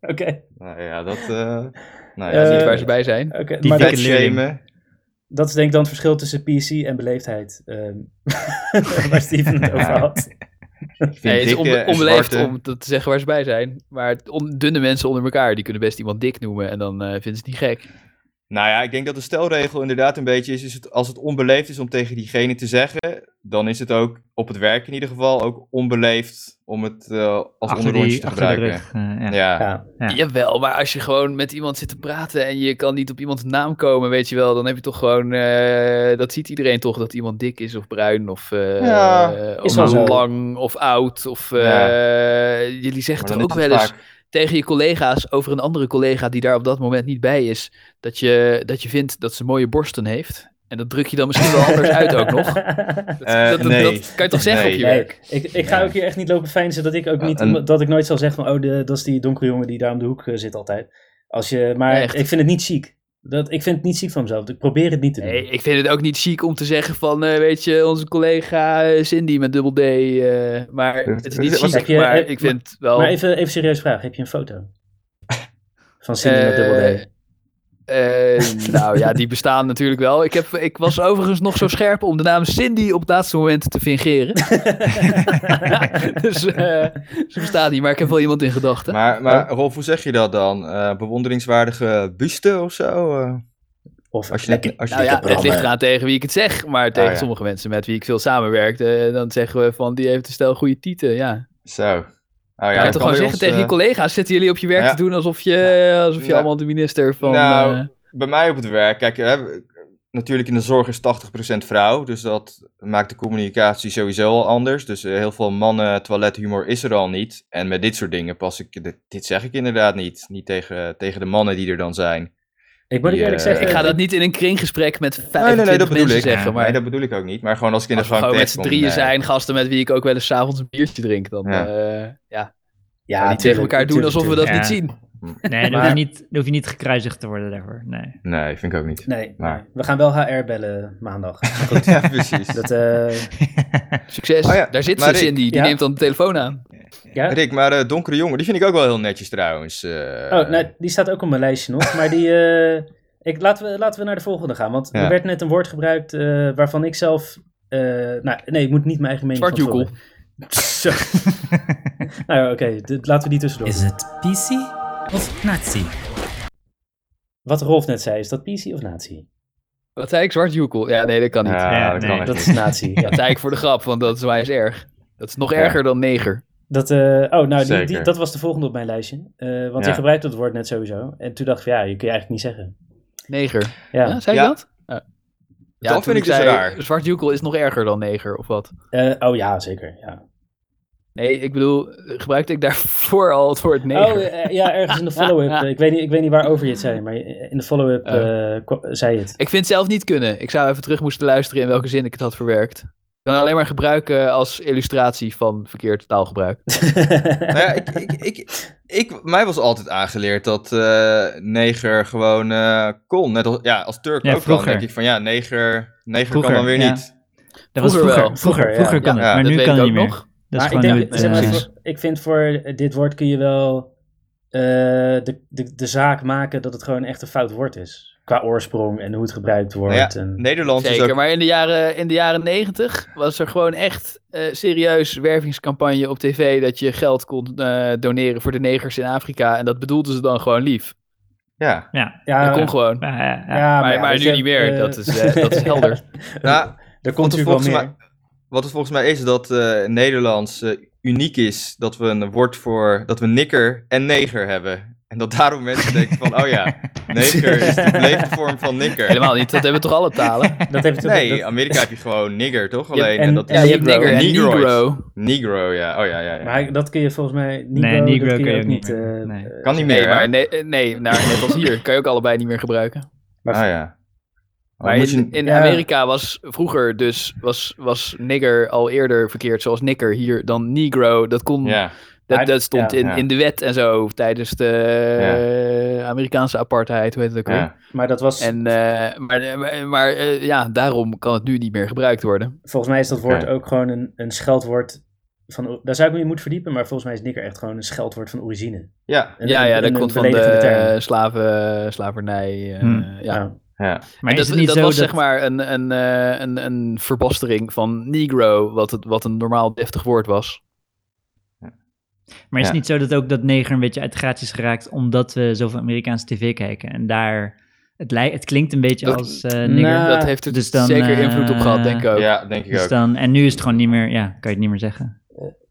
S1: Oké,
S4: nou ja, dat... eh
S1: Eh,
S4: nou ja,
S3: Niet waar ze bij zijn.
S1: oké,
S2: Die
S1: maar
S2: dikke
S1: dat,
S4: vet
S2: leerling.
S4: shamen.
S1: dat is denk ik dan het verschil tussen PC en beleefdheid. ehm, waar Steven het over had.
S4: Ik
S3: Nee,
S4: vind
S3: het is
S4: dikke
S3: onbe-
S4: en
S3: onbeleefd
S4: zwarte-
S3: om dat te zeggen waar ze bij zijn. Maar het- on- dunne mensen onder elkaar, die kunnen best iemand dik noemen. En dan eh, vinden ze het niet gek.
S4: Nou ja, ik denk dat de stelregel inderdaad een beetje is, is het, als het onbeleefd is om tegen diegene te zeggen, dan is het ook op het werk in ieder geval ook onbeleefd om het eh, als
S2: Achter
S4: onderrondje
S2: die,
S4: te
S2: achter de
S4: gebruiken.
S2: rug. eh, ja.
S4: Ja.
S1: Ja.
S2: Ja.
S3: Jawel, maar als je gewoon met iemand zit te praten en je kan niet op iemands naam komen, weet je wel, dan heb je toch gewoon, eh, dat ziet iedereen toch, dat iemand dik is of bruin of, eh,
S4: Ja,
S3: eh,
S1: is
S3: of
S1: wel zo.
S3: lang of oud. Of, eh, Jullie zeggen
S4: Maar dan
S3: toch ook
S4: is het
S3: wel eens
S4: vaak-
S3: tegen je collega's over een andere collega die daar op dat moment niet bij is, dat je, dat je vindt dat ze mooie borsten heeft. En dat druk je dan misschien wel anders uit ook nog. Dat,
S4: Eh,
S3: dat- dat-
S4: nee.
S3: dat kan je toch zeggen
S4: Nee.
S3: op je
S1: Nee,
S3: werk?
S1: ik, ik ga
S4: Ja.
S1: ook hier echt niet lopen fijn zodat ik ook
S4: Ja,
S1: niet,
S4: en-
S1: dat ik nooit zal zeggen van, oh, de, dat is die donkere jongen die daar om de hoek eh, zit altijd. Als je, maar
S3: Echt.
S1: ik vind het niet ziek. Dat, ik vind het niet ziek van mezelf. Ik probeer het niet te doen.
S3: Nee, ik vind het ook niet chic om te zeggen van, eh, weet je, onze collega eh, Cindy met dubbel D. eh, maar het is niet
S4: Wat
S1: zeg
S3: chic,
S1: je?
S3: maar
S1: Eh,
S3: ik vind wel...
S1: Maar even, even serieus vraag. Heb je een foto? Van Cindy met
S3: eh,
S1: dubbel D.
S3: eh, nou ja, die bestaan natuurlijk wel. Ik, heb, ik was overigens nog zo scherp om de naam Cindy op het laatste moment te fingeren. dus eh, ze bestaat niet, maar ik heb wel iemand in gedachten.
S4: Maar, maar Rolf, hoe zeg je dat dan? Eh, bewonderingswaardige buste of zo? eh?
S1: Of
S4: als je
S1: lekker.
S4: net, als je
S3: Nou
S4: net
S3: ja,
S4: hebt
S3: het ligt
S4: branden.
S3: eraan tegen wie ik het zeg, maar tegen
S4: ja.
S3: sommige mensen met wie ik veel samenwerkte, eh, dan zeggen we van die heeft een stel goede tieten, ja.
S4: Zo. Oh, ja,
S3: Ja,
S4: dat
S3: ik toch gewoon
S4: kan bij
S3: zeggen
S4: ons,
S3: tegen je
S4: eh,
S3: collega's, zitten jullie op je werk
S4: ja.
S3: te doen alsof je, alsof je
S4: Nou,
S3: allemaal de minister van...
S4: nou,
S3: eh,
S4: bij mij op het werk, kijk, hè, we- natuurlijk in de zorg is 80% vrouw, dus dat maakt de communicatie sowieso al anders. Dus eh, heel veel mannen toilethumor is er al niet. En met dit soort dingen pas ik, dit, dit zeg ik inderdaad niet. Niet tegen, tegen de mannen die er dan zijn.
S1: Ik moet ik
S4: die,
S1: eerlijk
S4: eh,
S1: zeggen.
S3: ik ga dat niet in een kringgesprek met 25
S4: nee, nee, dat bedoel
S3: mensen
S4: ik.
S3: zeggen, maar
S4: nee, dat bedoel ik ook niet. Maar gewoon als ik in de
S3: als we
S4: gang
S3: gewoon met z'n
S4: tegenkom,
S3: drieën
S4: nee.
S3: zijn, gasten met wie ik ook wel eens 's avonds een biertje drink, dan eh,
S4: Ja.
S3: ja. ja.
S1: ja,
S3: niet tegen elkaar doen alsof we dat
S2: tuurlijk.
S3: niet
S2: Ja.
S3: zien.
S2: Nee, dan,
S1: Maar-
S2: hoef je niet, dan hoef je niet gekruisigd te worden daarvoor. Nee.
S4: Nee, vind ik ook niet.
S1: Nee,
S4: Maar-
S1: we gaan wel HR bellen maandag.
S4: ja, precies.
S1: Dat, eh,
S3: Succes,
S4: Oh ja,
S3: daar zit
S4: maar
S3: ze,
S4: Rick,
S3: Cindy, die
S1: ja.
S3: neemt dan de telefoon aan.
S1: ja?
S4: Rick, maar eh, Donkere Jongen, die vind ik ook wel heel netjes trouwens. eh.
S1: Oh, nou, die staat ook op mijn lijstje nog. Maar die. eh, ik, laten, we, laten we naar de volgende gaan. Want
S4: Ja.
S1: er werd net een woord gebruikt eh, waarvan ik zelf. eh, nou, nee, ik moet niet mijn eigen mening. van
S3: Zwartjoekel.
S1: tevoren- Zo. nou, ja, oké, dit- laten we die tussendoor.
S7: Is het PC of Nazi?
S1: Wat Rolf net zei, is dat PC of Nazi?
S3: Wat zei ik, zwart joekel? Ja, nee, dat kan niet.
S4: Ja,
S2: Ja,
S4: Ah, dat
S2: nee,
S4: kan echt
S1: Dat
S4: niet.
S1: is Nazi. ja.
S3: Dat zei ik voor de grap, want dat is mij is erg. Dat is nog
S4: Ja.
S3: erger dan neger.
S1: Dat, eh, oh, nou, die,
S4: Zeker.
S1: die, dat was de volgende op mijn lijstje. Eh, want
S4: Ja.
S1: je gebruikte dat woord net sowieso. En toen dacht ik, van, ja, je kun je eigenlijk niet zeggen.
S3: Neger.
S1: Ja.
S3: Ja, zei ik
S4: Ja.
S3: dat? Ja. Ja,
S4: Dat
S3: toen
S4: vind ik dus
S3: zei,
S4: raar.
S3: Zwart joekel is nog erger dan neger, of wat?
S1: Eh, oh ja, zeker. Ja.
S3: Nee, ik bedoel, gebruikte ik daarvoor al het woord neger?
S1: Oh, eh, ja, ergens in de follow-up. eh, ik, weet niet, ik weet niet waarover je het zei, maar in de follow-up
S3: Oh.
S1: eh, kwa- zei je het.
S3: Ik vind het zelf niet kunnen. Ik zou even terug moesten luisteren in welke zin ik het had verwerkt. Ik kan alleen maar gebruiken als illustratie van verkeerd taalgebruik.
S4: Nou ja, ik, ik, ik, ik, mij was altijd aangeleerd dat eh, neger gewoon eh, kon. Net als, ja, als Turk
S2: Ja,
S4: ook
S2: vroeger.
S4: kan, denk ik van ja, neger, neger
S2: Vroeger,
S4: kan dan weer
S2: ja.
S4: niet.
S2: Dat was
S3: Vroeger
S2: vroeger.
S3: wel.
S2: Vroeger,
S1: Vroeger,
S2: vroeger
S1: ja.
S2: kan
S4: Ja,
S2: het, maar
S3: Nou, dat
S2: nu
S3: weet
S2: kan
S3: ik
S2: het
S3: ook
S2: niet meer.
S3: nog.
S2: Dat is
S1: maar ik,
S2: gewoon
S1: denk,
S2: hoe
S1: zeg
S2: het,
S1: maar,
S2: eh,
S4: precies.
S1: voor- ik vind voor eh, dit woord kun je wel eh, de, de, de zaak maken dat het gewoon echt een fout woord is. Qua oorsprong en hoe het gebruikt wordt.
S4: Nou ja,
S1: en,
S4: Nederlands is
S3: Zeker,
S4: ook...
S3: maar in de jaren in de jaren negentig was er gewoon echt eh, serieus wervingscampagne op tv dat je geld kon eh, doneren voor de negers in Afrika. En dat bedoelden ze dan gewoon lief.
S4: Ja.
S2: ja,
S1: Oh, ja,
S3: dat kon gewoon.
S2: ja, ja,
S1: ja,
S2: ja.
S3: maar-
S1: ja,
S3: maar
S1: weet
S3: nu niet meer.
S1: eh,
S3: Dat is, eh, dat is helder.
S4: Nou,
S1: er komt
S4: want er
S1: natuurlijk wel
S4: volgens
S1: meer.
S4: mij- wat het volgens mij is, dat eh, Nederlands eh, uniek is dat we een woord voor... dat we nikker en neger hebben. En dat daarom mensen denken van, oh ja, neger is de beleefde vorm van nigger.
S3: Helemaal niet, dat hebben toch alle talen?
S1: Dat heeft
S4: Nee,
S1: dat-
S4: Amerika heb je gewoon nigger, toch?
S3: Ja,
S4: Alleen,
S1: en-
S4: en, dat
S1: en
S3: Ja,
S4: is
S3: je hebt
S1: Negro.
S3: nigger en
S4: Negroid.
S3: negro.
S4: negro, ja. Oh ja, ja, ja.
S1: maar dat kun je volgens mij niet.
S2: nee, Negro
S1: dat kun je ook
S2: niet.
S1: niet.
S2: meer.
S1: eh,
S2: nee.
S4: kan niet meer,
S3: Nee,
S4: hè?
S3: maar nee, nee nou, net als hier, kan je ook allebei niet meer gebruiken.
S4: Ah ja. Oh,
S3: Maar
S4: moet je-
S3: in, in
S1: Ja.
S3: Amerika was vroeger dus was, was nigger al eerder verkeerd, zoals nikker hier dan negro. Dat, kon,
S4: Ja.
S1: Maar-
S3: dat, dat stond
S1: ja,
S3: in,
S4: ja.
S3: in de wet en zo tijdens de eh, Amerikaanse apartheid, hoe heet het ook weer.
S4: Ja.
S1: Maar dat was.
S3: En, eh, maar maar, maar, eh, ja, daarom kan het nu niet meer gebruikt worden.
S1: volgens mij is dat woord
S4: Oké.
S1: ook gewoon een, een scheldwoord. Van, daar zou ik me niet moeten verdiepen, maar volgens mij is nigger echt gewoon een scheldwoord van origine.
S4: Ja,
S1: Een-
S3: ja, ja,
S1: een-
S3: dat
S1: een
S3: komt van de
S1: beledigende term.
S3: eh, slaven, slavernij. eh,
S2: Hmm.
S3: ja.
S1: Ja.
S4: ja.
S2: Maar
S3: dat
S2: is het niet
S3: dat
S2: zo
S3: was
S2: dat...
S3: zeg maar een, een, eh, een, een verbastering van negro, wat, het, wat een normaal deftig woord was.
S2: Maar is het
S4: Ja.
S2: niet zo dat ook dat neger een beetje uit de gratie is geraakt omdat we zoveel Amerikaanse tv kijken en daar het, lij- het klinkt een beetje
S3: Dat-
S2: als eh nigger.
S1: Nou, Ah,
S3: dat heeft er
S2: dus dan,
S3: zeker
S2: eh,
S3: invloed op gehad, denk ik ook.
S4: ja, denk ik
S2: dus
S4: ook.
S2: dan, en nu is het gewoon niet meer, ja, kan je het niet meer zeggen.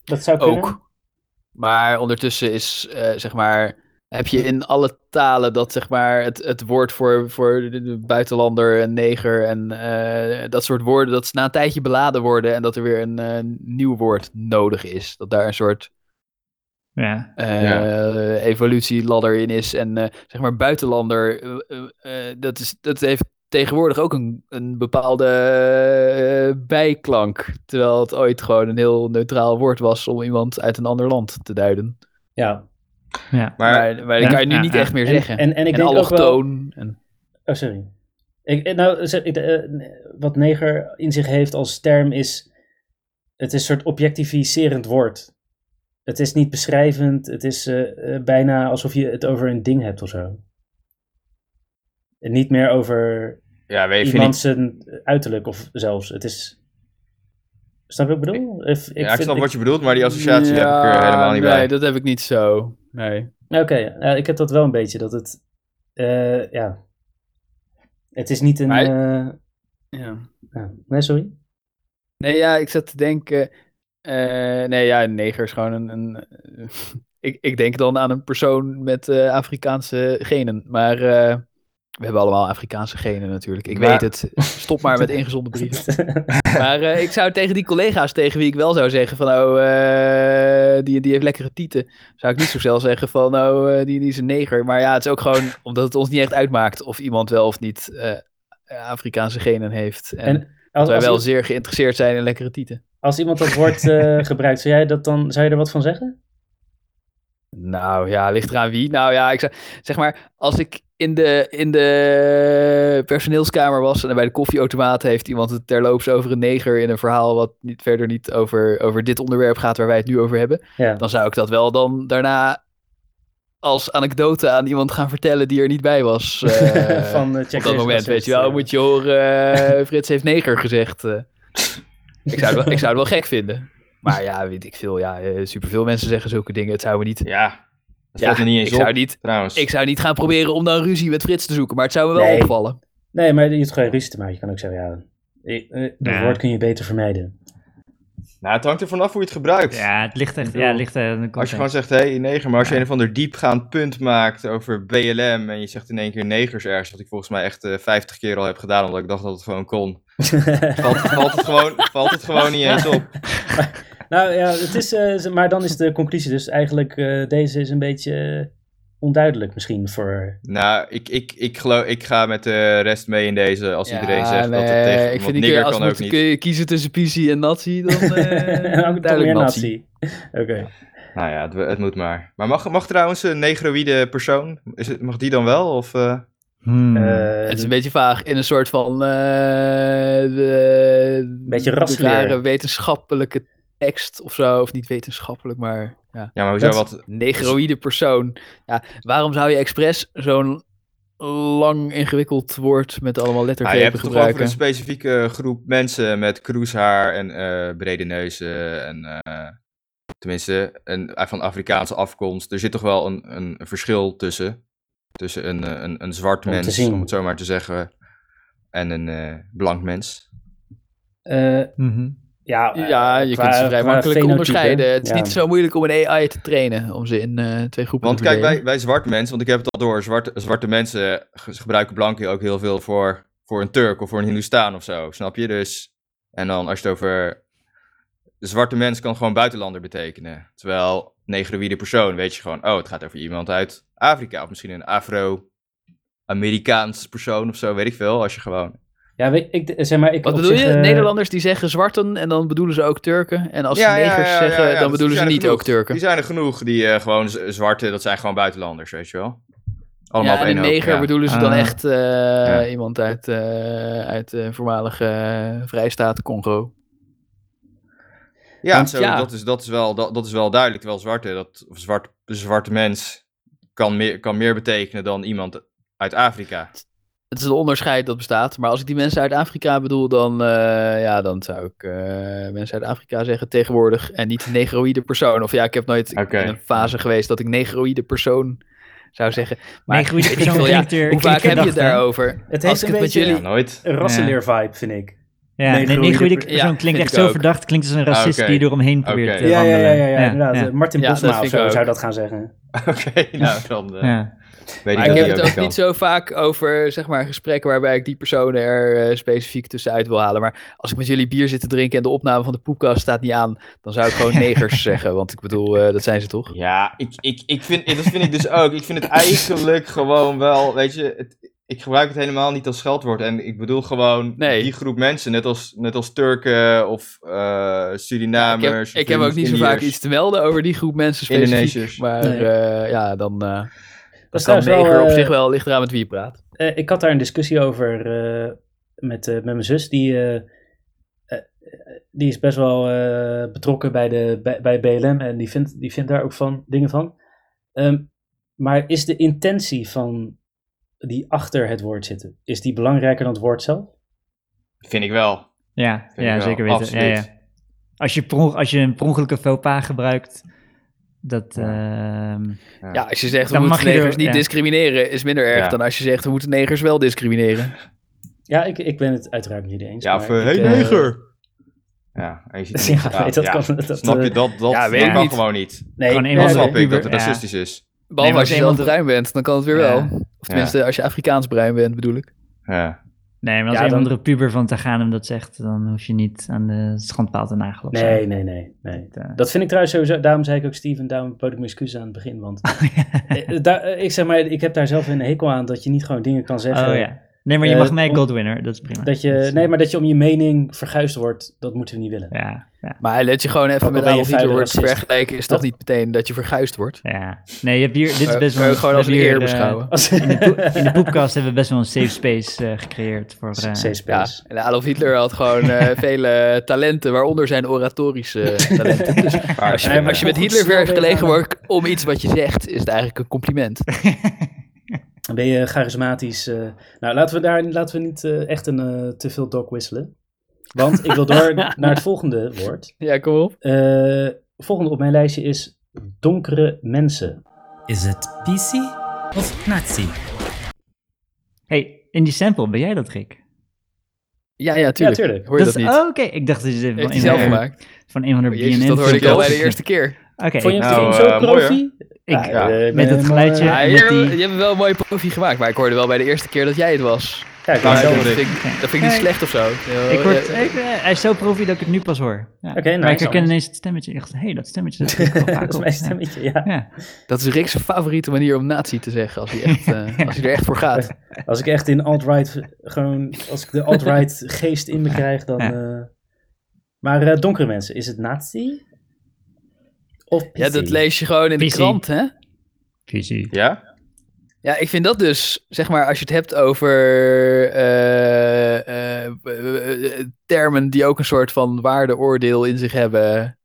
S1: Dat zou kunnen.
S3: ook. Maar ondertussen is, eh, zeg maar, heb je in alle talen dat, zeg maar, het, het woord voor, voor de- de buitenlander en neger en eh, dat soort woorden, dat ze na een tijdje beladen worden en dat er weer een eh, nieuw woord nodig is. Dat daar een soort
S2: Ja,
S3: eh, evolutieladder in is. En eh, zeg maar, buitenlander, eh, eh, eh, dat, is, dat heeft tegenwoordig ook een, een bepaalde eh, bijklank. Terwijl het ooit gewoon een heel neutraal woord was om iemand uit een ander land te duiden.
S1: Ja.
S2: ja.
S4: Maar,
S3: Maar, maar, dat
S2: Ja,
S3: kan je nu
S2: ja,
S3: niet
S2: ja.
S3: echt meer
S1: En,
S3: zeggen. En,
S1: en, en ik denk ook wel...
S3: allochtoon. En,
S1: Oh, sorry. Ik, eh, nou, zeg, ik, eh, wat neger in zich heeft als term is... Het is een soort objectificerend woord. Het is niet beschrijvend. Het is eh, eh, bijna alsof je het over een ding hebt of zo. En niet meer over
S4: ja, weet je, vind
S1: iemand
S4: ik...
S1: zijn uiterlijk of zelfs. Het is... Snap je wat ik bedoel? Of- Ik,
S4: ja, ik
S1: vind-
S4: snap
S1: ik-
S4: wat je bedoelt, maar die associatie
S3: Ja,
S4: heb ik er helemaal niet
S3: nee,
S4: bij.
S3: dat heb ik niet zo. Nee.
S1: Oké, ja, ik heb dat wel een beetje. Dat het... eh, ja. Het is niet een...
S3: Maar-
S1: eh,
S3: Ja.
S1: ja. Nee, sorry.
S3: Nee, ja, ik zat te denken. eh, nee, ja, een neger is gewoon een. een ik, ik denk dan aan een persoon met eh, Afrikaanse genen. Maar eh, we hebben allemaal Afrikaanse genen natuurlijk. Ik
S4: Maar-
S3: weet het. Stop maar met ingezonden brieven. Maar eh, ik zou tegen die collega's tegen wie ik wel zou zeggen van nou, eh, die, die heeft lekkere tieten. Zou ik niet zo snel zeggen van nou, eh, die, die is een neger. Maar ja, het is ook gewoon omdat het ons niet echt uitmaakt of iemand wel of niet eh, Afrikaanse genen heeft. En,
S1: En
S3: dat
S1: als,
S3: wij
S1: als,
S3: wel
S1: i-
S3: zeer geïnteresseerd zijn in lekkere tieten.
S1: als iemand dat woord eh, gebruikt, zou, jij dat dan, zou je er wat van zeggen?
S3: Nou ja, ligt eraan wie. Nou ja, ik zou, zeg maar, als ik in de, in de personeelskamer was en bij de koffieautomaat heeft iemand het terloops over een neger in een verhaal wat niet, verder niet over, over dit onderwerp gaat waar wij het nu over hebben.
S1: Ja.
S3: dan zou ik dat wel dan daarna als anekdote aan iemand gaan vertellen die er niet bij was. eh,
S1: Van, eh, check
S3: op
S1: deze
S3: dat moment,
S1: racist,
S3: weet je wel.
S1: eh.
S3: Moet je horen, eh, Frits heeft neger gezegd. eh. ik, zou het wel, ik zou het wel gek vinden. Maar ja, weet ik veel. Ja, eh, superveel mensen zeggen zulke dingen. Het zou me niet...
S4: Ja, dat
S3: Ja,
S4: valt me niet eens
S3: ik
S4: op,
S3: zou niet,
S4: trouwens.
S3: ik zou niet gaan proberen om dan ruzie met Frits te zoeken. Maar het zou me wel
S1: Nee.
S3: opvallen.
S1: Nee, maar je hoeft geen ruzie te maken. Je kan ook zeggen, ja... eh, eh, dat
S2: Ja.
S1: woord kun je beter vermijden.
S4: Nou, het hangt er vanaf hoe je het gebruikt.
S2: ja het ligt echt,
S1: bedoel,
S2: ja, het ligt eh, aan de
S4: Als
S2: context.
S4: je gewoon zegt, hé, hey, neger, maar als je een of ander diepgaand punt maakt over BLM en je zegt in één keer negers ergens, wat ik volgens mij echt eh 50 keer al heb gedaan, omdat ik dacht dat het gewoon kon, valt, valt, het, gewoon, valt het gewoon niet eens op.
S1: Nou ja, het is, eh, z- maar dan is de conclusie dus eigenlijk, eh, deze is een beetje eh, onduidelijk misschien voor...
S4: Nou, ik, ik, ik, geloof, ik ga met de rest mee in deze, als
S3: Ja,
S4: iedereen zegt dat
S3: nee,
S4: het tegen
S3: Ik
S4: want
S3: vind die
S4: nigger
S3: keer, als
S4: kan
S3: we
S4: ook
S3: moeten
S4: niet.
S3: ke- kiezen tussen PC en Nazi, dan eh,
S1: Ook toch
S3: duidelijk
S1: meer
S3: Nazi.
S1: nazi. Oké.
S4: Nou ja, het, het moet maar. Maar mag, mag trouwens een negroïde persoon, is het, mag die dan wel? Of, eh?
S2: Hmm.
S1: Eh,
S3: Het is een beetje vaag in een soort van. eh de,
S1: Beetje
S3: de
S1: rasleer.
S3: rare wetenschappelijke tekst of zo. Of niet wetenschappelijk, maar. Ja.
S4: Ja, maar hoezo
S1: Dat-
S4: wat?
S3: Negroïde persoon. Ja, waarom zou je expres zo'n lang ingewikkeld woord met allemaal
S4: Ah, je hebt
S3: lettergrepen
S4: het toch over
S3: gebruiken?
S4: een specifieke groep mensen met kroeshaar en eh, brede neuzen en eh, tenminste een, eh, van Afrikaanse afkomst. Er zit toch wel een, een verschil tussen, tussen een, eh, een, een zwart
S1: Om te
S4: mens,
S1: zien.
S4: om het zo maar te zeggen, en een eh, blank mens.
S1: eh,
S2: Mhm.
S1: Ja, eh,
S3: Ja, je
S1: qua-
S3: kunt ze vrij
S1: qua
S3: makkelijk
S1: fenotype,
S3: onderscheiden.
S1: hè?
S3: Het is
S1: Ja.
S3: niet zo moeilijk om een AI te trainen, om ze in eh, twee groepen
S4: Want
S3: te
S4: kijk,
S3: verdelen.
S4: wij, wij zwarte mensen, want ik heb het al door, zwarte, zwarte mensen ge- ze gebruiken blankie ook heel veel voor, voor een Turk of voor een Hindoestaan of zo, snap je? Dus, en dan als je het over zwarte mens kan gewoon buitenlander betekenen. Terwijl negroïde persoon weet je gewoon, oh, het gaat over iemand uit Afrika of misschien een Afro-Amerikaans persoon of zo, weet ik veel. Als je gewoon,
S1: Ja, weet, ik, zeg maar, ik
S3: Wat
S1: op
S3: bedoel
S1: zich,
S3: je?
S1: eh,
S3: Nederlanders die zeggen zwarten en dan bedoelen ze ook Turken. En als
S4: Ja,
S3: ze
S4: ja,
S3: negers
S4: ja, ja,
S3: zeggen,
S4: ja, ja,
S3: dan
S4: dat-
S3: bedoelen
S4: die
S3: ze
S4: zijn er
S3: niet
S4: genoeg.
S3: ook Turken.
S4: die zijn er genoeg, die eh, gewoon z- zwarte, dat zijn gewoon buitenlanders, weet je wel. Allemaal
S3: ja,
S4: op
S3: en
S4: één
S3: een
S4: hoop,
S3: neger
S4: ja.
S3: bedoelen ze dan
S2: Ah.
S3: echt eh,
S4: Ja.
S3: iemand uit, eh uit de voormalige eh, Vrijstaat Congo.
S4: Ja,
S3: Want
S4: zo,
S3: ja.
S4: Dat, is, dat, is wel, dat, dat is wel duidelijk. Terwijl zwarte, dat, of zwart, de zwarte mens kan meer, kan meer betekenen dan iemand uit Afrika.
S3: Het is een onderscheid dat bestaat. Maar als ik die mensen uit Afrika bedoel, dan, eh, ja, dan zou ik eh, mensen uit Afrika zeggen tegenwoordig. En niet negroïde persoon. Of ja, ik heb nooit ik
S4: Oké.
S3: ben in een fase geweest dat ik negroïde persoon zou zeggen. Maar
S2: Negroïde
S3: ik
S2: persoon
S3: wil, ja,
S2: klinkt er-
S3: Hoe
S2: klinkt
S3: vaak
S2: er
S3: heb je het
S2: dag, hè?
S3: daarover?
S1: Het heeft
S3: Als ik
S1: een
S3: het met
S1: beetje
S3: jullie...
S4: Ja, Nou, nooit.
S1: een rassenleer-vibe, vind ik.
S2: Ja,
S1: Nee,
S2: nee,
S1: groeide
S2: negroïde
S1: per-
S2: persoon
S3: Ja,
S2: klinkt
S3: vind
S2: echt
S3: ik
S2: zo
S3: ook.
S2: verdacht. Klinkt als een racist
S4: oké.
S2: die je eromheen probeert
S4: Oké.
S2: te
S1: Ja, ja,
S2: wandelen.
S1: ja, ja, ja, inderdaad.
S2: ja.
S1: Eh, Martin
S3: Ja, dat
S1: Bosma
S3: vind
S1: of
S3: ik
S1: zo
S3: ook.
S1: zou dat gaan zeggen.
S4: Oké, nou dan eh,
S2: Ja.
S4: weet ik
S3: Maar ik
S4: dat
S3: heb
S4: die
S3: het
S4: ook
S3: ook niet zo vaak over zeg maar, gesprekken waarbij ik die personen er eh, specifiek tussenuit wil halen. Maar als ik met jullie bier zit te drinken en de opname van de poepkast staat niet aan, dan zou ik gewoon negers zeggen. Want ik bedoel, eh, dat zijn ze toch?
S4: Ja, ik, ik, ik vind, dat vind ik dus ook. Ik vind het eigenlijk gewoon wel, weet je, het- ik gebruik het helemaal niet als scheldwoord. En ik bedoel gewoon
S3: Nee.
S4: die groep mensen, net als, net als Turken of eh,
S3: Ik heb,
S4: Surinamers.
S3: ik heb ook niet zo vaak iets te melden over die groep mensen specifiek.
S4: Indonesiërs.
S3: Maar
S1: Nee.
S3: eh, ja, dan eh,
S1: Dat is
S3: kan
S1: trouwens wel,
S3: neger op
S1: eh,
S3: zich wel, ligt eraan met wie je praat.
S1: eh, ik had daar een discussie over eh, met, eh, met mijn zus. Die, eh, eh, die is best wel eh, betrokken bij, de, bij, bij BLM en die vindt, die vindt daar ook van, dingen van. Ehm, maar is de intentie van die achter het woord zitten, is die belangrijker dan het woord zelf?
S4: Vind ik wel.
S2: Ja,
S4: Vind ik
S2: ja
S4: wel,
S2: zeker weten. Ja,
S4: absoluut.
S2: ja. Als, je per onge- als je een per ongeluk faux pas gebruikt, dat... ehm,
S4: Ja.
S3: Ja, als je zegt we
S2: Dan
S3: moeten
S2: mag je er-
S3: negers niet
S2: ja.
S3: discrimineren, is minder erg
S4: Ja.
S3: dan als je zegt we moeten negers wel discrimineren.
S1: Ja, ik, ik ben het uiteraard niet eens.
S4: Ja,
S1: maar
S4: voor
S1: ik,
S4: hey
S1: eh,
S4: neger. Ja, en je ziet er niks
S1: Ja,
S4: aan.
S1: nee, dat
S4: Ja,
S1: kan- dat,
S4: Snap je
S1: eh,
S4: dat? Dat,
S3: ja, weet
S4: dat
S3: ik
S4: kan
S3: niet.
S4: gewoon niet.
S1: Nee,
S2: Gewoon
S1: nee,
S2: eenmaal
S4: Dat
S1: nee.
S4: snap ik,
S2: puber,
S4: dat het
S2: ja.
S4: racistisch is.
S3: Behalve
S2: maar
S3: als je
S2: als
S3: zelf
S2: iemand-
S3: bruin bent, dan kan het weer
S2: Ja.
S3: wel. Of tenminste, als je Afrikaans bruin bent, bedoel ik.
S4: Ja.
S2: nee, maar als
S1: Ja,
S2: een
S1: dan-
S2: andere puber van Taganem dat zegt, dan hoef je niet aan de schandpaal te nagelen. of zo. Oh,
S1: Nee, nee, nee, nee.
S2: Dat, eh,
S1: Dat vind ik trouwens sowieso. Daarom zei ik ook Steven, daarom bood ik mijn excuses aan het begin. Want eh, eh, daar, eh, ik zeg maar, ik heb daar zelf een hekel aan dat je niet gewoon dingen kan zeggen.
S2: oh ja. Nee, maar je
S1: Eh,
S2: mag mij
S1: om-
S2: Godwinner, dat is prima.
S1: Dat
S2: Dat
S1: je,
S2: is-
S1: nee, maar dat je om je mening verguisd wordt, dat moeten we niet willen.
S2: Ja, ja,
S3: Maar let je gewoon even
S1: Ook al
S3: met
S1: ben je
S3: Adolf Hitler
S1: vuile
S3: wordt
S1: racist.
S3: vergelijken, is dat niet meteen dat je verguisd wordt.
S2: ja. Nee, je hebt hier, dit is
S3: Maar
S2: best
S3: kan
S2: wel...
S3: je gewoon
S2: we
S3: als een
S2: hebben hier,
S3: eer
S2: eh,
S3: beschouwen.
S1: Als-
S2: in de podcast hebben we best wel een safe space eh, gecreëerd voor... eh,
S1: Safe
S3: Ja,
S1: space.
S3: en Adolf Hitler had gewoon eh, vele talenten, waaronder zijn oratorische eh, talenten. Dus
S4: Paard,
S3: als je,
S4: ja.
S3: als je met
S1: Goed
S3: Hitler
S1: snel
S3: vergeleken
S1: weggaan.
S3: wordt om iets wat je zegt, is het eigenlijk een compliment.
S1: Dan ben je charismatisch. eh. nou, laten we daar laten we niet eh, echt een, eh, te veel dog wisselen. Want ik wil door naar het volgende woord.
S3: Ja, kom op.
S1: Eh volgende op mijn lijstje is donkere mensen.
S7: Is het PC of Nazi?
S2: hey, in die sample, ben jij dat, Rick?
S3: Ja, ja, tuurlijk.
S1: Ja, tuurlijk.
S3: Hoor je dat,
S2: is-
S3: niet?
S2: oh, oké. Ik dacht dat je dit
S3: Heeft
S2: van
S3: hij
S2: een
S3: zelf
S2: van-
S3: gemaakt. Oh,
S2: van een van de
S3: Jezus, dat hoorde ik al bij de eerste keer.
S2: Oké,
S1: Vond je
S2: ik-
S1: hem
S4: Nou,
S1: zo
S4: eh, mooi,
S1: profi?
S2: ik-
S1: Ja, eh, ik
S2: met
S1: ben
S2: het
S1: helemaal,
S2: geluidje
S1: eh,
S3: Ja,
S2: en
S3: je,
S2: met die...
S3: je hebt wel een mooie proefje gemaakt, maar ik hoorde wel bij de eerste keer dat jij het was.
S1: Ja, ik ben
S4: Maar
S1: zo-
S4: ik-
S1: Oké,
S3: dat, vind ik, dat vind ik niet
S2: Nee.
S3: slecht of zo. Ja,
S2: Ik word,
S3: ja,
S2: ik, eh, hij is zo profi dat ik het nu pas hoor. Ja.
S1: nou,
S2: maar ik
S1: zo.
S2: herken ineens het stemmetje. Ik dacht, hé, hey, dat stemmetje dat vind ik wel vaak
S1: Dat is
S2: op.
S1: mijn stemmetje, ja.
S2: Ja.
S3: Dat is Rick's favoriete manier om nazi te zeggen, als hij, echt, eh, als hij er echt voor gaat.
S1: Als ik echt in alt-right, gewoon, als ik de alt-right geest in me krijg, dan...
S2: Ja.
S1: eh, maar eh, donkere mensen, is het nazi? Of
S3: Ja,
S1: PC?
S3: dat lees je gewoon in de
S2: PC.
S3: krant, hè?
S2: Visie.
S4: Ja?
S3: Ja, ik vind dat dus, zeg maar, als je het hebt over eh, eh, eh, eh, eh, termen die ook een soort van waardeoordeel in zich hebben,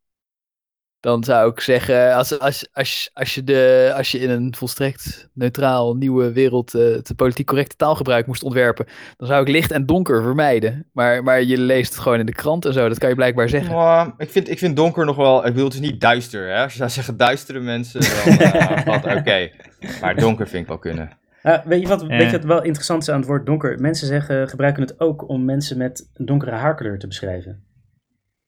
S3: dan zou ik zeggen, als, als, als, als, je, de, als je in een volstrekt neutraal nieuwe wereld eh, het politiek correcte taalgebruik moest ontwerpen, dan zou ik licht en donker vermijden. Maar, maar je leest het gewoon in de krant en zo, dat kan je blijkbaar zeggen.
S4: Maar ik, vind, ik vind donker nog wel... Ik bedoel, het is niet duister, hè? Als je zou zeggen duistere mensen, dan eh, wat, oké. Maar donker vind ik wel kunnen.
S1: Ah, weet, je wat, weet
S2: Ja.
S1: je wat wel interessant is aan het woord donker? Mensen zeggen, gebruiken het ook om mensen met een donkere haarkleur te beschrijven.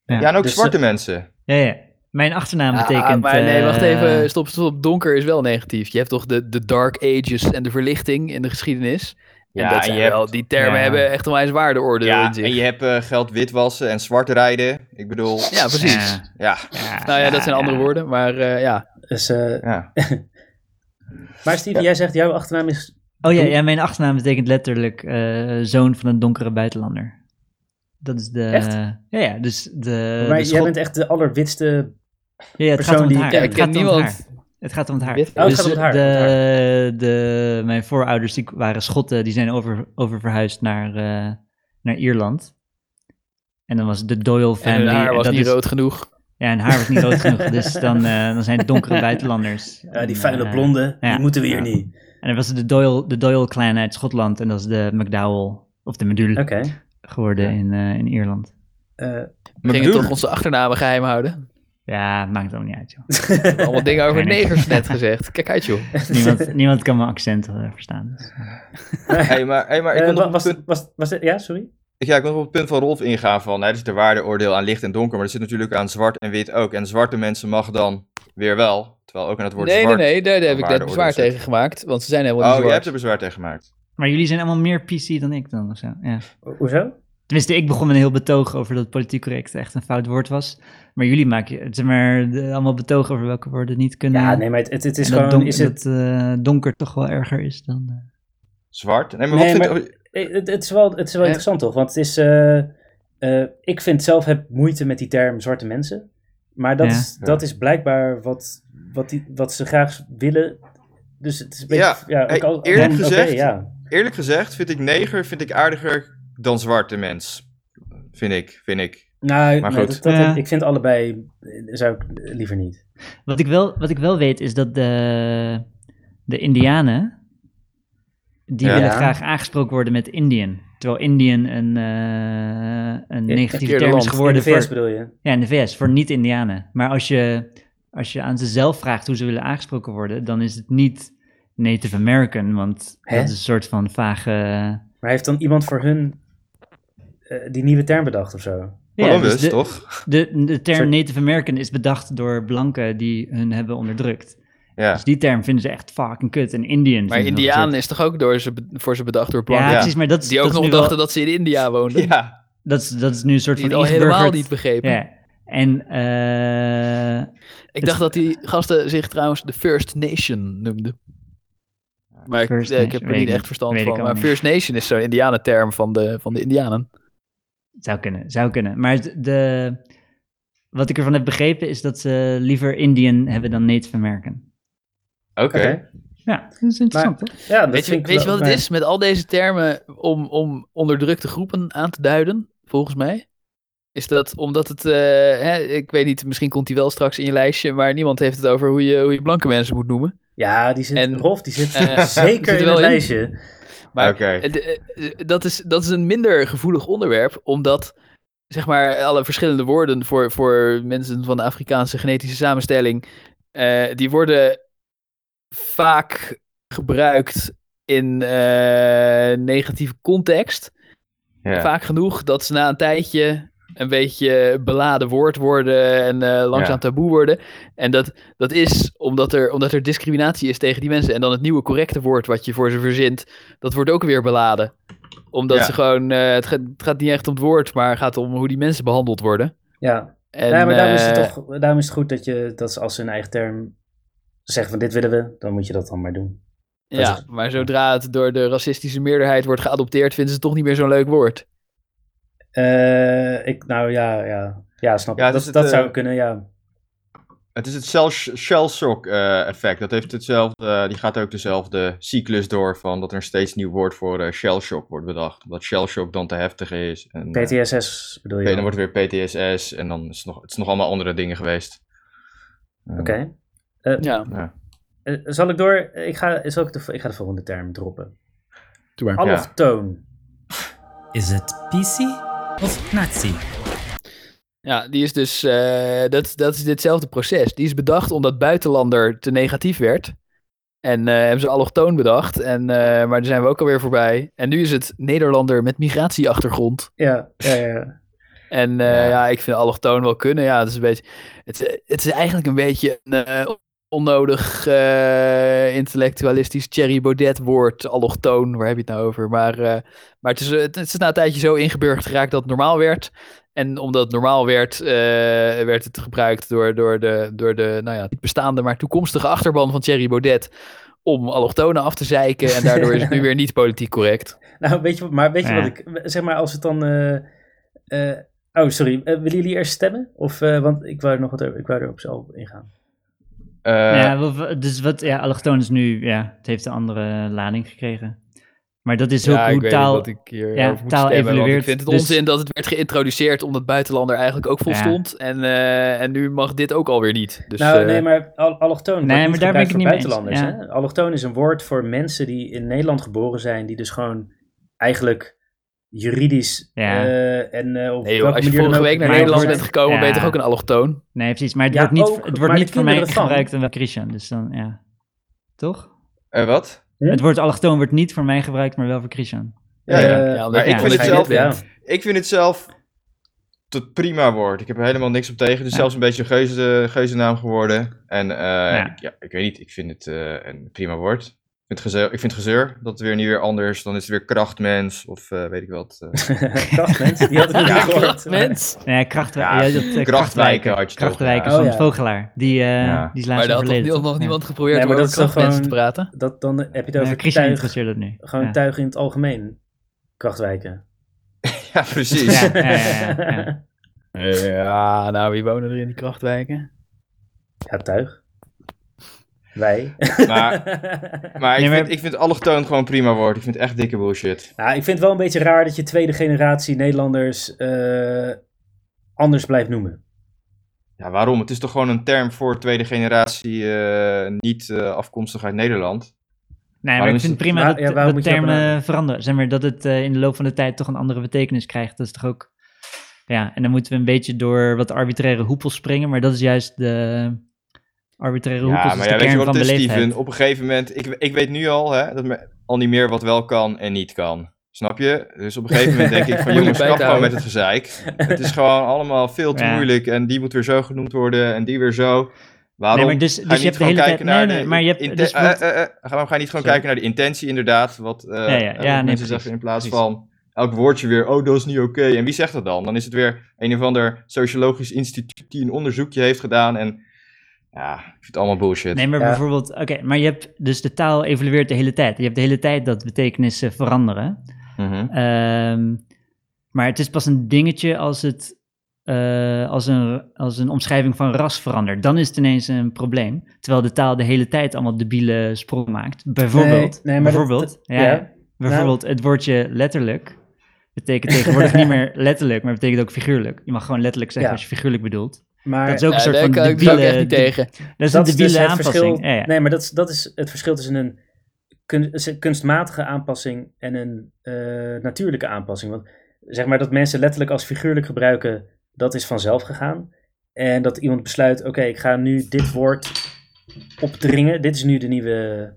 S2: Ja,
S4: Ja, en ook
S1: dus,
S4: zwarte mensen.
S2: Ja, ja. Mijn achternaam
S3: Ah,
S2: betekent...
S3: maar nee, wacht
S2: eh,
S3: even. Stop, stop. Donker is wel negatief. Je hebt toch de, de Dark Ages en de verlichting in de geschiedenis. en dat zijn wel, die termen
S2: ja.
S3: hebben echt een wijze waardeoordeel
S4: ja,
S3: in zich.
S4: en je hebt eh, geld witwassen en zwart rijden. Ik bedoel,
S3: Ja, precies.
S2: ja,
S4: ja,
S2: ja,
S3: Nou ja, dat zijn andere woorden, maar eh, ja.
S1: Dus, eh,
S4: ja.
S1: maar Steven, jij zegt jouw achternaam is...
S2: Oh ja, ja, mijn achternaam betekent letterlijk eh, zoon van een donkere buitenlander. Dat is de...
S1: Echt?
S2: Ja, ja, dus de...
S1: maar
S2: de
S1: jij
S2: schot-
S1: bent echt de allerwitste...
S2: ja, ja, het gaat
S1: persoon
S2: om het
S1: die ik
S2: haar.
S1: ken.
S2: Het
S1: Ik
S3: ken
S2: gaat om het
S3: niemand.
S2: haar. Het gaat om het haar.
S3: Wit-
S1: Oh, het
S2: Dus
S1: gaat om het haar,
S2: De,
S1: om het
S2: de, mijn voorouders die waren Schotten, die zijn over, oververhuisd naar, eh, naar Ierland. En dan was de Doyle
S3: En
S2: family.
S3: hun haar
S2: en
S3: was
S2: dat
S3: niet
S2: is-
S3: rood genoeg.
S2: Ja, en haar was niet rood genoeg, dus dan, eh, dan zijn het donkere buitenlanders.
S1: Ja, die
S2: En,
S1: vuile
S2: eh,
S1: blonde,
S2: ja.
S1: die moeten we hier
S2: Ja.
S1: niet.
S2: En dan was het de Doyle, de Doyle clan uit Schotland en dat is de McDowell, of de Medul
S1: Oké.
S2: geworden in, eh, in Ierland.
S1: Eh,
S3: We
S4: Maar
S3: gingen
S4: bedoel-
S3: toch onze achternamen geheim houden.
S2: Ja, maakt het ook niet uit, joh.
S3: We hebben Allemaal dingen over
S2: Nee, nee.
S3: negers net gezegd. Kijk uit, joh.
S2: Niemand, niemand kan mijn accent eh, verstaan. dus.
S4: Hey, maar, hey, maar ik
S1: Eh,
S4: wil
S1: wa-
S4: nog op
S1: was,
S4: het
S1: was,
S4: punt-
S1: was, het- ja, sorry?
S4: ja, ik wil nog op het punt van Rolf ingaan van, hè, dus de waardeoordeel aan licht en donker, maar er zit natuurlijk aan zwart en wit ook. En zwarte mensen mag dan weer wel, terwijl ook aan het woord
S3: Nee, nee,
S4: zwart...
S3: nee, daar heb ik net
S4: waardeoordeel
S3: bezwaar
S4: zit.
S3: tegen gemaakt. Want ze zijn helemaal
S4: Oh,
S3: niet
S4: jij
S3: zwart.
S4: hebt er bezwaar tegen gemaakt.
S2: Maar jullie zijn allemaal meer PC dan ik dan, of zo. Ja.
S1: Ho- Hoezo?
S2: Tenminste, ik begon met een heel betoog over dat politiek correct echt een fout woord was. Maar jullie maken zeg maar, de- allemaal betogen over welke woorden niet kunnen.
S1: Ja, nee, maar het, het, het is
S2: En dat,
S1: gewoon...
S2: donk-
S1: is het,
S2: dat eh, donker toch wel erger is dan... eh,
S4: Zwart? Nee, maar
S1: Nee,
S4: wat
S1: maar-
S4: vind je...
S1: Eh, Het, het is wel, het is wel
S3: Ja.
S1: interessant toch? Want het is. eh, eh, ik vind zelf heb moeite met die term zwarte mensen. Maar dat,
S2: Ja.
S1: is, dat is blijkbaar wat, wat, die, wat ze graag willen. Dus het is een beetje.
S4: Ja,
S1: Ja, ook
S4: hey,
S1: al-
S4: eerlijk
S1: oké,
S4: gezegd-
S1: ja.
S4: Eerlijk gezegd vind ik neger vind ik aardiger dan zwarte mens. Vind ik, vind ik.
S1: Nou,
S4: Maar
S1: nee,
S4: goed.
S1: dat, dat-
S2: Ja.
S1: ik vind allebei. eh, zou ik eh, liever niet.
S2: Wat ik wel, wat ik wel weet is dat de, de Indianen. Die
S4: Ja.
S2: willen graag aangesproken worden met Indian. Terwijl Indian een, eh een
S1: Ja,
S2: negatieve
S3: verkeerde
S2: term is
S3: land.
S1: In de
S2: geworden
S1: VS
S2: voor,
S1: bedoel je?
S2: ja, in de VS, voor niet-Indianen. Maar als je, als je aan ze zelf vraagt hoe ze willen aangesproken worden, dan is het niet Native American. Want
S1: Hè?
S2: dat is een soort van vage.
S1: Maar heeft dan iemand voor hun eh, die nieuwe term bedacht of zo?
S2: Ja,
S4: Columbus,
S2: dus de-
S4: toch?
S2: De, de term
S1: Soort-
S2: Native American is bedacht door blanken die hun hebben onderdrukt.
S4: Ja.
S2: Dus die term vinden ze echt fucking kut. En Indian.
S3: Maar Indiaan is toch ook door ze, be- voor ze bedacht door
S2: Ja,
S3: blanken?
S2: precies, maar dat is,
S3: Die ook
S2: dat is
S3: nog
S2: nu wel-
S3: dachten dat ze in India woonden.
S4: Ja.
S2: dat, is, dat is nu een soort
S3: Die
S2: van
S3: het al
S2: ingeburgerd-
S3: helemaal niet begrepen.
S2: Ja. En eh,
S3: Ik dacht dat die gasten zich trouwens de First Nation noemden. Maar ik,
S2: First
S3: eh, ik
S2: Nation,
S3: heb er
S2: weet
S3: niet
S2: ik
S3: echt
S2: niet.
S3: verstand
S2: Weet ik
S3: van.
S2: ook
S3: Maar
S2: niet.
S3: First Nation is zo'n Indianenterm van de, van de Indianen.
S2: zou kunnen, zou kunnen. Maar de- de, wat ik ervan heb begrepen is dat ze liever Indian hebben dan Native American.
S4: Oké.
S1: Oké.
S2: Ja, dat is interessant, toch?
S1: Ja, dat
S3: Weet je,
S1: vind ik
S3: weet je
S1: wel-
S3: wat het
S1: maar-
S3: is met al deze termen om, om onderdrukte groepen aan te duiden, volgens mij? Is dat omdat het, eh, hè, ik weet niet, misschien komt die wel straks in je lijstje, maar niemand heeft het over hoe je, hoe je blanke mensen moet noemen.
S1: Ja, die zit.
S3: En-
S1: Rolf, die zit
S3: eh, zit
S1: zeker
S3: er
S1: in
S3: wel
S1: het
S3: in.
S1: lijstje.
S3: Maar
S4: Oké.
S3: eh, de- eh, dat, is, dat is een minder gevoelig onderwerp, omdat zeg maar alle verschillende woorden voor, voor mensen van de Afrikaanse genetische samenstelling, eh, die worden vaak gebruikt in eh, negatieve context.
S4: Ja.
S3: Vaak genoeg dat ze na een tijdje een beetje beladen woord worden en eh, langzaam
S4: Ja.
S3: taboe worden. En dat, dat is omdat er, omdat er discriminatie is tegen die mensen. En dan het nieuwe correcte woord wat je voor ze verzint, dat wordt ook weer beladen. Omdat
S4: Ja.
S3: ze gewoon, eh, het, gaat, het gaat niet echt om het woord, maar het gaat om hoe die mensen behandeld worden.
S1: Ja,
S3: En,
S1: ja, maar daarom is, het
S3: eh,
S1: toch, daarom is het goed dat, je, dat ze als ze hun eigen term zeggen van dit willen we, dan moet je dat dan maar doen.
S3: Ja, maar zodra het door de racistische meerderheid wordt geadopteerd, vinden ze het toch niet meer zo'n leuk woord.
S1: Eh, ik, nou ja, ja, ja snap ik.
S4: Ja,
S1: dat
S4: dus het,
S1: dat
S4: eh,
S1: zou kunnen, ja.
S4: Het is het shell- shell-shock eh, effect. Dat heeft hetzelfde, eh, die gaat ook dezelfde cyclus door van dat er een steeds nieuw woord voor eh, shell-shock wordt bedacht. Omdat shell-shock dan te heftig is. En, eh,
S1: PTSS bedoel je?
S4: oké,
S1: Oké.
S4: dan wordt het weer PTSS en dan is het nog, het is nog allemaal andere dingen geweest. Oké.
S3: Ja,
S1: Eh, zal ik door? Ik ga, zal ik, de, ik ga de volgende term droppen.
S3: doe maar.
S1: Allochtoon.
S7: Is het PC of Nazi?
S3: Ja, die is dus, eh, dat, dat is ditzelfde proces. Die is bedacht omdat buitenlander te negatief werd. En eh, hebben ze allochtoon bedacht, en, eh, maar daar zijn we ook alweer voorbij. En nu is het Nederlander met migratieachtergrond.
S1: Ja, ja, ja.
S3: En eh,
S4: Ja.
S3: ja. ik vind allochtoon wel kunnen. Ja, het is, een beetje, het, is- het is eigenlijk een beetje een eh, onnodig eh, intellectualistisch Thierry Baudet woord, allochtoon. Waar heb je het nou over? Maar, eh, maar het, is, eh, het is na een tijdje zo ingeburgerd geraakt dat het normaal werd. En omdat het normaal werd, eh, werd het gebruikt door, door de, door de nou ja, niet bestaande, maar toekomstige achterban van Thierry Baudet om allochtonen af te zeiken. En daardoor is het nu weer niet politiek correct.
S1: Nou, weet je, wat- maar weet je
S2: Ja.
S1: wat ik... Zeg maar, als het dan... eh, eh, oh, sorry. Eh, willen jullie eerst stemmen? Of, eh, want ik wou er nog wat over, ik wou er op zo op ingaan.
S4: Eh,
S2: ja, wa- wa- dus wat, ja, allochtoon is nu, ja, het heeft een andere lading gekregen. Maar dat is ook
S3: ja, ik
S2: hoe
S3: weet niet
S2: taal...
S3: wat ik hier
S2: ja,
S3: over moet
S2: taal
S3: stemmen, want ik
S2: evolueert,
S3: vind het
S2: dus-
S3: onzin dat het werd geïntroduceerd omdat buitenlander eigenlijk ook volstond. En, eh, en nu mag dit ook alweer niet. Dus,
S1: nou,
S3: eh,
S1: nee, maar al, allochtoon wordt
S2: Nee,
S1: niet
S2: maar daar ben
S1: gebruikt
S2: ik het
S1: voor
S2: niet mee eens,
S1: buitenlanders. Hè? Allochtoon is een woord voor mensen die in Nederland geboren zijn, die dus gewoon eigenlijk juridisch
S2: Ja.
S1: eh, en eh, op
S3: nee, joh,
S1: welke
S3: als
S1: manier
S3: je
S1: dan
S3: vorige
S1: ook
S3: week naar
S1: maar het
S3: Nederland
S1: wordt-
S3: bent gekomen,
S2: Ja.
S3: ben je toch ook een allochtoon?
S2: Nee, precies. Maar het
S1: Ja,
S2: wordt niet,
S1: ook,
S2: het
S1: maar
S2: wordt
S1: de
S2: niet voor mij
S1: kinderen van.
S2: gebruikt en wel Christian. Dus dan, ja. Toch?
S4: eh, wat?
S2: Het woord allochtoon wordt niet voor mij gebruikt, maar wel voor Christian.
S4: Ja, ja.
S1: Eh,
S3: omdat
S4: maar
S3: je
S4: ik vind
S3: anders
S4: het
S3: geen
S4: zelf-
S3: lid bent.
S1: ja.
S4: Ik vind het zelf tot prima woord. Ik heb er helemaal niks op tegen. Het is
S2: Ja.
S4: zelfs een beetje een geuze, geuzennaam geworden. En eh,
S2: Ja.
S4: Ik, ja, ik weet niet, ik vind het eh, een prima woord. Ik vind, gezeur, ik vind gezeur, dat weer niet weer anders. Dan is het weer krachtmens of eh, weet ik wat. eh.
S1: Krachtmens, die had ik nog niet gehoord.
S3: Mens.
S2: Nee, kracht,
S4: Ja,
S2: ja, dat, eh,
S4: Krachtwijken had je toch,
S2: Krachtwijken
S1: ja.
S2: van
S1: Oh, ja.
S2: Vogelaar. Die, eh,
S4: Ja.
S2: die is
S3: Maar
S2: laatst
S3: daar had toch
S2: overleden.
S3: nog,
S2: toch?
S3: nog
S2: Ja.
S3: niemand geprobeerd
S1: Nee,
S3: om
S1: maar
S3: over
S1: dat is toch
S3: krachtmensen te
S1: gewoon-
S3: praten.
S1: Dat, dan heb je het
S2: Ja,
S1: over
S2: Christian
S1: tuig,
S2: interesseert dat nu.
S1: gewoon
S2: ja.
S1: tuig in het algemeen. Krachtwijken.
S4: ja, precies.
S2: Ja, ja, ja, ja, ja.
S3: Ja, nou, wie wonen er in die krachtwijken?
S1: Ja, tuig. Wij.
S4: Maar, maar, ik,
S2: Nee, maar-
S4: Vind, ik vind allochtoon gewoon prima woord. Ik vind het echt dikke bullshit.
S1: Nou, ik vind het wel een beetje raar dat je tweede generatie Nederlanders eh, anders blijft noemen.
S4: Ja, waarom? Het is toch gewoon een term voor tweede generatie eh, niet eh, afkomstig uit Nederland.
S2: Nee, maar
S4: Waarom
S2: ik
S4: is
S2: vind
S4: het-
S2: prima
S1: waar-
S2: dat,
S1: ja, waarom
S2: dat
S1: moet je dat
S2: termen
S1: benaderen?
S2: veranderen. Zeg maar dat het eh, in de loop van de tijd toch een andere betekenis krijgt. Dat is toch ook... Ja, en dan moeten we een beetje door wat arbitraire hoepels springen. Maar dat is juist de arbitraire hoepels.
S4: Ja,
S2: is
S4: maar
S2: de
S4: ja, weet je
S2: kern
S4: wat
S2: van
S4: het is,
S2: beleefdheid.
S4: Steven? Op een gegeven moment, ik, ik weet nu al, hè, dat me, al niet meer wat wel kan en niet kan. Snap je? Dus op een gegeven moment denk ik van jongens,
S3: bij
S4: kap
S3: te
S4: gewoon met
S3: houden.
S4: het gezeik. Het is gewoon allemaal veel te
S2: Ja.
S4: moeilijk en die moet weer zo genoemd worden en die weer zo. Waarom
S2: Nee, maar dus- dus
S4: ga
S2: je
S4: niet
S2: hebt de
S4: gewoon
S2: hele
S4: kijken
S2: tijd-
S4: naar
S2: nee,
S4: de
S2: nee, maar je hebt-
S4: inte-
S2: dus
S4: eh,
S2: wat-
S4: eh, eh, Waarom ga je niet gewoon kijken naar de intentie inderdaad? Wat, eh,
S2: ja, ja,
S4: wat
S2: nee,
S4: mensen
S2: precies.
S4: zeggen in plaats
S2: Precies.
S4: van elk woordje weer, oh dat is niet oké. En wie zegt dat dan? Dan is het weer een of ander sociologisch instituut die een onderzoekje heeft gedaan en ja, ik vind het allemaal bullshit.
S2: Nee, maar
S1: Ja.
S2: bijvoorbeeld, oké, maar je hebt dus de taal evolueert de hele tijd. Je hebt de hele tijd dat betekenissen veranderen.
S4: Mhm.
S2: Ehm, maar het is pas een dingetje als het eh, als, een, als een omschrijving van ras verandert. Dan is het ineens een probleem. Terwijl de taal de hele tijd allemaal debiele sprong maakt. Bijvoorbeeld,
S1: Nee, nee, maar dat-
S2: bijvoorbeeld,
S1: dat-
S2: ja,
S1: ja. Nou-
S2: bijvoorbeeld het woordje letterlijk betekent tegenwoordig niet meer letterlijk, maar betekent ook figuurlijk. Je mag gewoon letterlijk zeggen
S1: Ja.
S2: als je figuurlijk bedoelt.
S1: Maar
S2: Dat is ook een
S3: Ja,
S2: soort
S3: daar
S2: van
S3: kan ik-
S2: debiele...
S3: daar kan ik echt niet
S2: de-
S3: tegen.
S2: Dat is
S1: dat
S2: een
S1: is dus
S2: debiele
S1: het
S2: aanpassing.
S1: verschil.
S2: Ja, ja.
S1: Nee, maar dat is, dat is het verschil tussen een kun- een kunstmatige aanpassing en een eh, natuurlijke aanpassing. Want zeg maar dat mensen letterlijk als figuurlijk gebruiken, dat is vanzelf gegaan. En dat iemand besluit, oké, ik ga nu dit woord opdringen. Dit is nu de nieuwe,